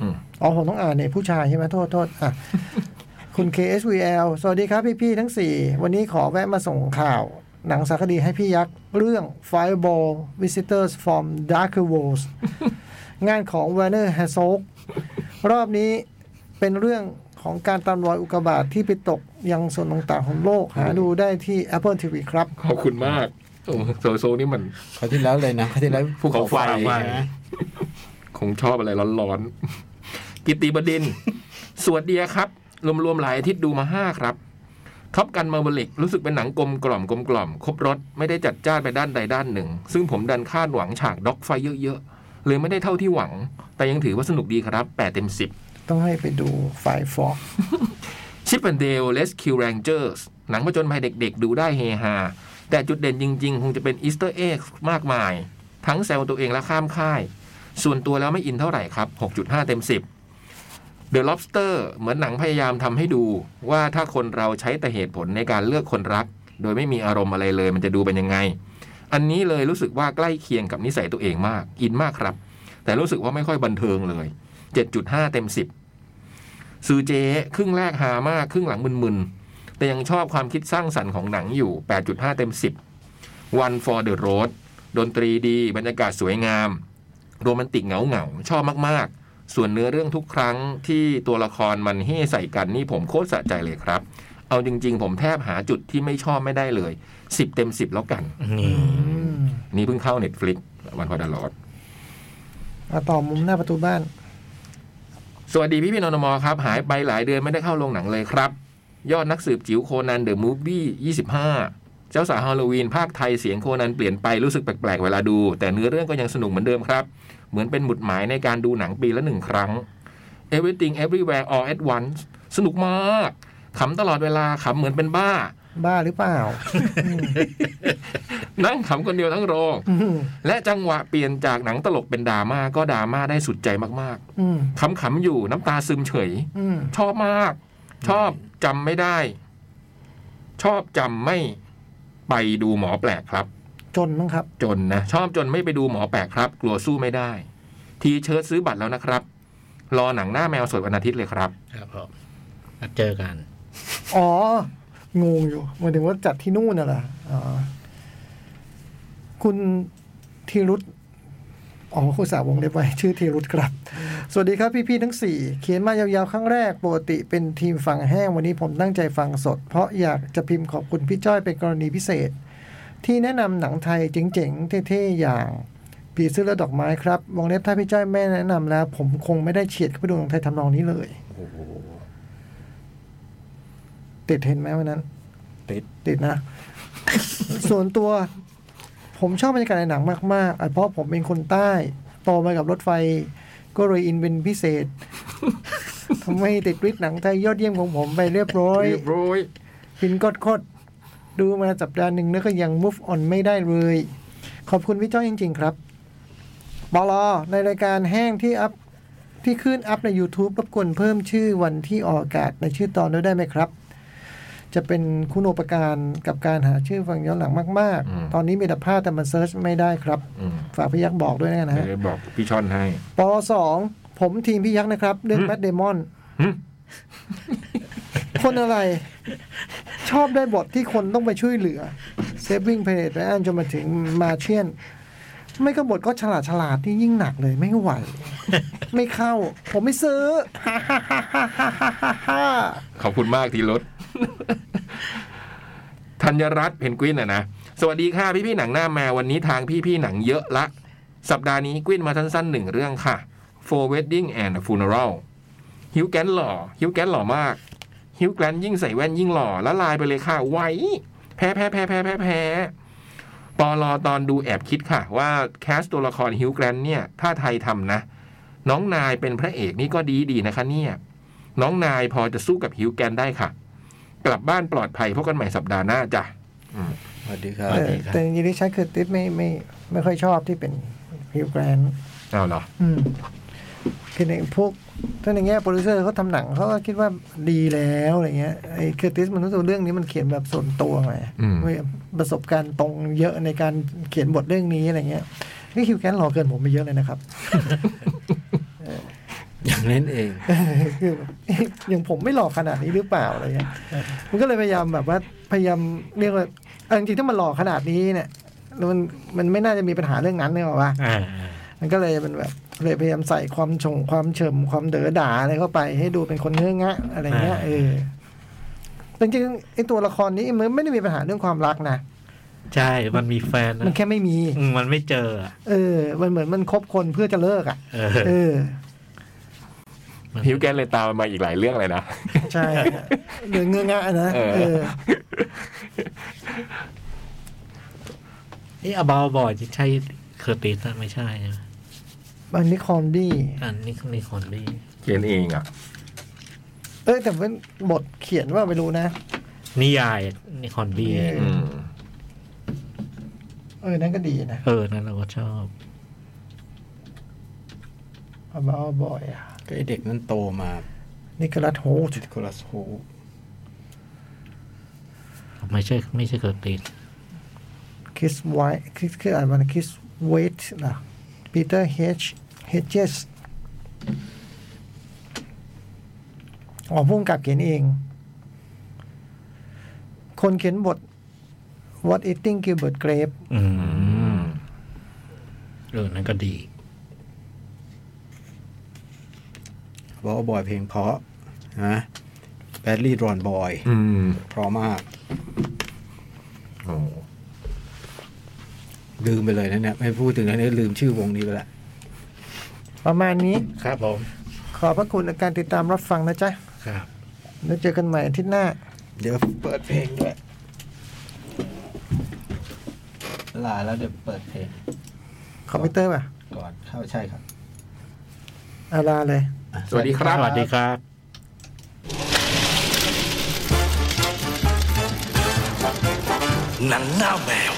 [SPEAKER 3] อืม
[SPEAKER 4] อ๋อผมต้องอ่านเนี่ยผู้ชายใช่ไหมโทษโทษอ่ะ คุณ KSVL สวัสดีครับพี่พี่ๆทั้ง 4 วันนี้ขอแวะมาส่งข่าว หนังสารคดีให้พี่ยักษ์ เรื่อง Fireball Visitors from Darker Worlds งานของ Werner Herzog รอบนี้เป็นเรื่องของการตามรอยอุกกาบาตที่ไปตก ยังส่วนต่างๆของโลก หาดูได้ที่ Apple TV ครับ
[SPEAKER 3] ขอบคุณมากโอ้โซโซนี่มัน
[SPEAKER 6] เขาวที่แล้วเลยนะเขาวที่แล้ว
[SPEAKER 3] ภูเขาไฟ
[SPEAKER 6] นะ
[SPEAKER 3] คงชอบอะไรร้อนๆ กิตติบดินทร์สวัสดีครับ รวมๆหลายอาทิตย์ดูมาห้าครับท็อปกันมาบลิกรู้สึกเป็นหนังกลมกล่อมกลมกล่อมครบรสไม่ได้จัดจ้านไปด้านใดด้านหนึ่ง ซึ่งผมดันคาดหวังฉากด็อกไฟเยอะๆ เลยไม่ได้เท่าที่หวัง แต่ยังถือว่าสนุกดีครับ 8 เต็ม 10
[SPEAKER 4] ต้องให้ไปดูไฟฟอก
[SPEAKER 3] ชิป a ปนเดล e s c u e Rangers หนังผจญภัยเด็กๆ ดูได้เฮฮา แต่จุดเด่นจริงๆ คงจะเป็นอีสเตอร์เอ็กมากมาย ทั้งแซวตัวเองและข้ามค่าย ส่วนตัวแล้วไม่อินเท่าไหร่ครับ 6.5 เต็ม 10 The Lobster เหมือนหนังพยายามทำให้ดู ว่าถ้าคนเราใช้แต่เหตุผลในการเลือกคนรัก โดยไม่มีอารมณ์อะไรเลยมันจะดูเป็นยังไง อันนี้เลยรู้สึกว่าใกล้เคียงกับนิสัยตัวเองมาก อินมากครับ แต่รู้สึกว่าไม่ค่อยบันเทิงเลย 7.5 เต็ม 10 ซื้อเจ๊ครึ่งแรกหามากครึ่งหลังมึนๆ แต่ยังชอบความคิดสร้างสรรค์ของหนังอยู่ 8.5 เต็ม 10 One for the road ดนตรีดี บรรยากาศสวยงาม โรแมนติกเหงาเหงาๆชอบมากๆ ส่วนเนื้อเรื่องทุกครั้งที่ตัวละครมันเฮ่ใส่กันนี่ผมโคตรสะใจเลยครับ เอาจริงๆ ผมแทบหาจุดที่ไม่ชอบไม่ได้เลย 10 เต็ม 10 แล้วกัน
[SPEAKER 2] นี่
[SPEAKER 3] นี่เพิ่งเข้า Netflix วันพอดลอด
[SPEAKER 4] มาต่อมุมหน้าประตูบ้าน
[SPEAKER 3] สวัสดีพี่พี่นนมครับ หายไปหลายเดือนไม่ได้เข้าโรงหนังเลยครับ ยอดนักสืบจิ๋วโคนันเดอะมูฟวี่25 เจ้าสาวฮาโลวีนภาคไทยเสียงโคนันเปลี่ยนไปรู้สึกแปลกๆเวลาดู แต่เนื้อเรื่องก็ยังสนุกเหมือนเดิมครับ เหมือนเป็นหมุดหมายในการดูหนังปีละหนึ่งครั้ง Everything Everywhere All at Once สนุกมากขำตลอดเวลาขำเหมือนเป็นบ้า
[SPEAKER 4] บ้าหรือเปล่า
[SPEAKER 3] นั่งขำคนเดียวทั้งโรง
[SPEAKER 4] อืม
[SPEAKER 3] และจังหวะเปลี่ยนจากหนังตลกเป็นดราม่าก็ดราม่าได้สุดใจมาก
[SPEAKER 4] อืม
[SPEAKER 3] ๆขำๆอยู่น้ำตาซึมเฉย
[SPEAKER 4] อืม
[SPEAKER 3] ชอบมาก ชอบจำไม่ได้ ชอบจำไม่ไปดูหมอแปลกครับ
[SPEAKER 4] จนมั้งครับ
[SPEAKER 3] จนนะชอบจนไม่ไปดูหมอแปลกครับ กลัวสู้ไม่ได้ ทีเชิร์ตซื้อบัตรแล้วนะครับ รอหนังหน้าแมวสดวันอาทิตย์เลยครับ
[SPEAKER 2] ครับผมนัดเจอกัน
[SPEAKER 4] อ๋อ งงอยู่หมายถึงว่าจัดที่นู่นน่ะเหรออ๋อคุณธีรุตอ๋อคุณสาววงเล็บไว้ ชื่อธีรุตครับ สวัสดีครับพี่ๆทั้งสี่เขียนมายาวๆครั้งแรก ปกติเป็นทีมฟังแห้งวันนี้ผมตั้งใจฟังสด เพราะอยากจะพิมพ์ขอบคุณพี่จ้อยเป็นกรณีพิเศษ ที่แนะนำหนังไทยเจ๋งๆ เท่ๆ อย่าง ผีเสื้อและดอกไม้ครับวงเล็บถ้าพี่จ้อยไม่แนะนำแล้ว ผมคงไม่ได้เฉียดเข้าไปดูหนังไทยทำนองนี้เลยติดเห็นไหมวันนั้น
[SPEAKER 6] ติด
[SPEAKER 4] ติดนะ ส่วนตัว ผมชอบบรรยากาศในหนังมากๆอ่ะเพราะผมเป็นคนใต้โตมากับรถไฟ ก็เลยอินเป็นพิเศษ ทำให้ติดวิทย์หนังไทยยอดเยี่ยมของผมไปเรียบร้อย
[SPEAKER 3] เรียบร้อย
[SPEAKER 4] ฟินกดคดดูมาสัปดาห์หนึ่งแล้วก็ยัง move on ไม่ได้เลย ขอบคุณพี่จ้อยจริง ๆ ครับบอลอในรายการแห้งที่อัพที่ขึ้นอัพใน YouTube รบกวนเพิ่มชื่อวันที่ออกอากาศในชื่อตอนด้วยได้ไหมครับ จะเป็นคุณอุปการกับการหาชื่อฟังย้อนหลังมาก ๆ ตอนนี้มีแต่ภาพแต่มันเซิร์ชไม่ได้ครับ
[SPEAKER 3] อืม
[SPEAKER 4] ฝากพี่ยักษ์บอกด้วยนะ
[SPEAKER 3] เดี๋ย
[SPEAKER 4] ฮะ
[SPEAKER 3] วจะบอกพี่ช่อนให้
[SPEAKER 4] ปอสองผมทีมพี่ยักษ์นะครับ เรื่องแบทเดมอน
[SPEAKER 3] หึ
[SPEAKER 4] คนอะไร ชอบได้บทที่คนต้องไปช่วยเหลือเซฟวิ่งเพลทและอันจนมาถึงมาเชียน ไม่ก็บทก็ฉลาดฉลาดที่ยิ่งหนักเลยไม่ไหว ไม่เข้า ผมไม่ซื้อ
[SPEAKER 3] ขอบคุณมากทีรถ ธัญรัตน์เพนกวินอ่ะนะ สวัสดีค่ะพี่พี่ๆหนังหน้าแมววันนี้ทางพี่พี่ๆหนังเยอะละ สัปดาห์นี้กวินมาสั้นๆหนึ่งเรื่องค่ะ For Wedding and a Funeral ฮิวแกนหล่อ ฮิวแกนหล่อมาก ฮิวแกนยิ่งใส่แว่นยิ่งหล่อละลายไปเลยค่ะ ไว้ แพ้แพ้แพ้แพ้แพ้แพ้ปอลอตอนดูแอบคิดค่ะ ว่าแคสตัวละครฮิวแกนเนี่ย ถ้าไทยทำนะ น้องนายเป็นพระเอกนี่ก็ดีดีๆนะคะเนี่ย น้องนายพอจะสู้กับฮิวแกนได้ค่ะ กลับบ้านปลอดภัยพบกันใหม่สัปดาห์หน้าจ้ะ
[SPEAKER 6] สวัสดีครับ
[SPEAKER 4] เออแต่จริงๆที่ใช้คือติดไม่ไม่ไม่ค่อยชอบที่เป็นฮิวแกรน
[SPEAKER 3] เอาเหรอ
[SPEAKER 4] อืมคือในพวกถ้าในแง่โปรดิวเซอร์เขาทำหนังเขาก็คิดว่าดีแล้วอะไรเงี้ยไอ้เคอร์ติสมันรู้สึกว่าเรื่องนี้มันเขียนแบบส่วนตัวไง
[SPEAKER 3] อืม
[SPEAKER 4] ไม่ประสบการณ์ตรงเยอะในการเขียนบทเรื่องนี้อะไรเงี้ยนี่คิวแกนหล่อเกินผมไปเยอะเลยนะครับ
[SPEAKER 6] อย่างเล่นเอง
[SPEAKER 4] คือแบบเอ๊ะอย่างผมไม่หล่อขนาดนี้หรือเปล่าอะไรเงี้ยมันก็เลยพยายามแบบว่าพยายามเรียกว่าเอาจริงๆถ้ามันหล่อขนาดนี้เนี่ยแล้วมันมันไม่น่าจะมีปัญหาเรื่องนั้นเลยหรอวะ
[SPEAKER 2] อ่า
[SPEAKER 4] มันก็เลยเป็นแบบเลยพยายามใส่ความชงความเฉิมความเด๋อด่าอะไรเข้าไป ให้ดูเป็นคนเนื้องะอะไรเงี้ยเออ แต่จริงๆไอ้ตัวละครนี้มันไม่ได้มีปัญหาเรื่องความรักนะ
[SPEAKER 2] ใช่มันมีแฟนนะ
[SPEAKER 4] มันแค่ไม่มี
[SPEAKER 2] อืมมันไม่เจออะ
[SPEAKER 4] เออ มันเหมือนมันคบคนเพื่อจะเลิกอ่ะ
[SPEAKER 2] เอ
[SPEAKER 4] เอ
[SPEAKER 2] อ
[SPEAKER 4] อ
[SPEAKER 2] มัน
[SPEAKER 3] ฮิวแกนเลยตามมาอีกหลายเรื่องเลยนะ
[SPEAKER 4] ใช่เดือเงื้องะนะ
[SPEAKER 3] เออ
[SPEAKER 4] เออ
[SPEAKER 2] นี่อบาวบอยใช่เคอร์ติสนะไม่ใช่ใช่ไหม
[SPEAKER 4] อันนี้คอมดี้
[SPEAKER 2] อันนี้นี่คอนดี้
[SPEAKER 3] เขียนเองอ่ะ
[SPEAKER 4] เอ้ยแต่ว่าบทเขียนว่าไม่รู้นะ
[SPEAKER 2] นิยายนี่คอนดี้
[SPEAKER 4] เออ
[SPEAKER 3] อืม
[SPEAKER 4] เออ นั่นก็ดีนะ
[SPEAKER 2] เออนั่นเราก็ชอบ
[SPEAKER 4] about boy อ่ะ
[SPEAKER 6] ก็ไอเด็กนั่นโตมา
[SPEAKER 4] นิโคลัสโฮล
[SPEAKER 6] นิโคลัสโฮป
[SPEAKER 2] ไม่ใช่ไม่ใช่เคอร์ติส
[SPEAKER 4] คิสไวคิสคืออ่านว่าคิสเวทนะปีเตอร์เฮชเฮเจสอ๋อพุ่งกับเขียนเอง คนเขียนบท What Eating Gilbert Grape
[SPEAKER 2] อื
[SPEAKER 3] อื
[SPEAKER 2] ม
[SPEAKER 3] ม
[SPEAKER 2] เออนั่นก็ดี
[SPEAKER 6] บอบอยเพลงเพราะนะแบดลี่ดรอนบอย
[SPEAKER 3] อืม
[SPEAKER 6] เพราะมาก
[SPEAKER 3] โอ้
[SPEAKER 6] ลืมไปเลยนะเนี่ยไม่พูดถึงแล้วเนี่ยลืมชื่อวงนี้ไปละ
[SPEAKER 4] ประมาณนี้
[SPEAKER 2] ครับผม
[SPEAKER 4] ขอบพระคุณในการติดตามรับฟังนะจ๊ะ
[SPEAKER 2] ครับ
[SPEAKER 4] แล้วเจอกันใหม่อาทิตย์หน้า
[SPEAKER 6] เดี๋ยวเปิดเพลงด้วย
[SPEAKER 5] ลาแล้วเดี๋ยวเปิดเพลง
[SPEAKER 4] คอมพิวเตอร์ป่ะ
[SPEAKER 5] ก่อนเข้าใช่ครับ
[SPEAKER 4] อาลาเลย
[SPEAKER 3] สวัสดีครับ
[SPEAKER 2] สวัสดีครับ
[SPEAKER 7] หนังหน้าแมว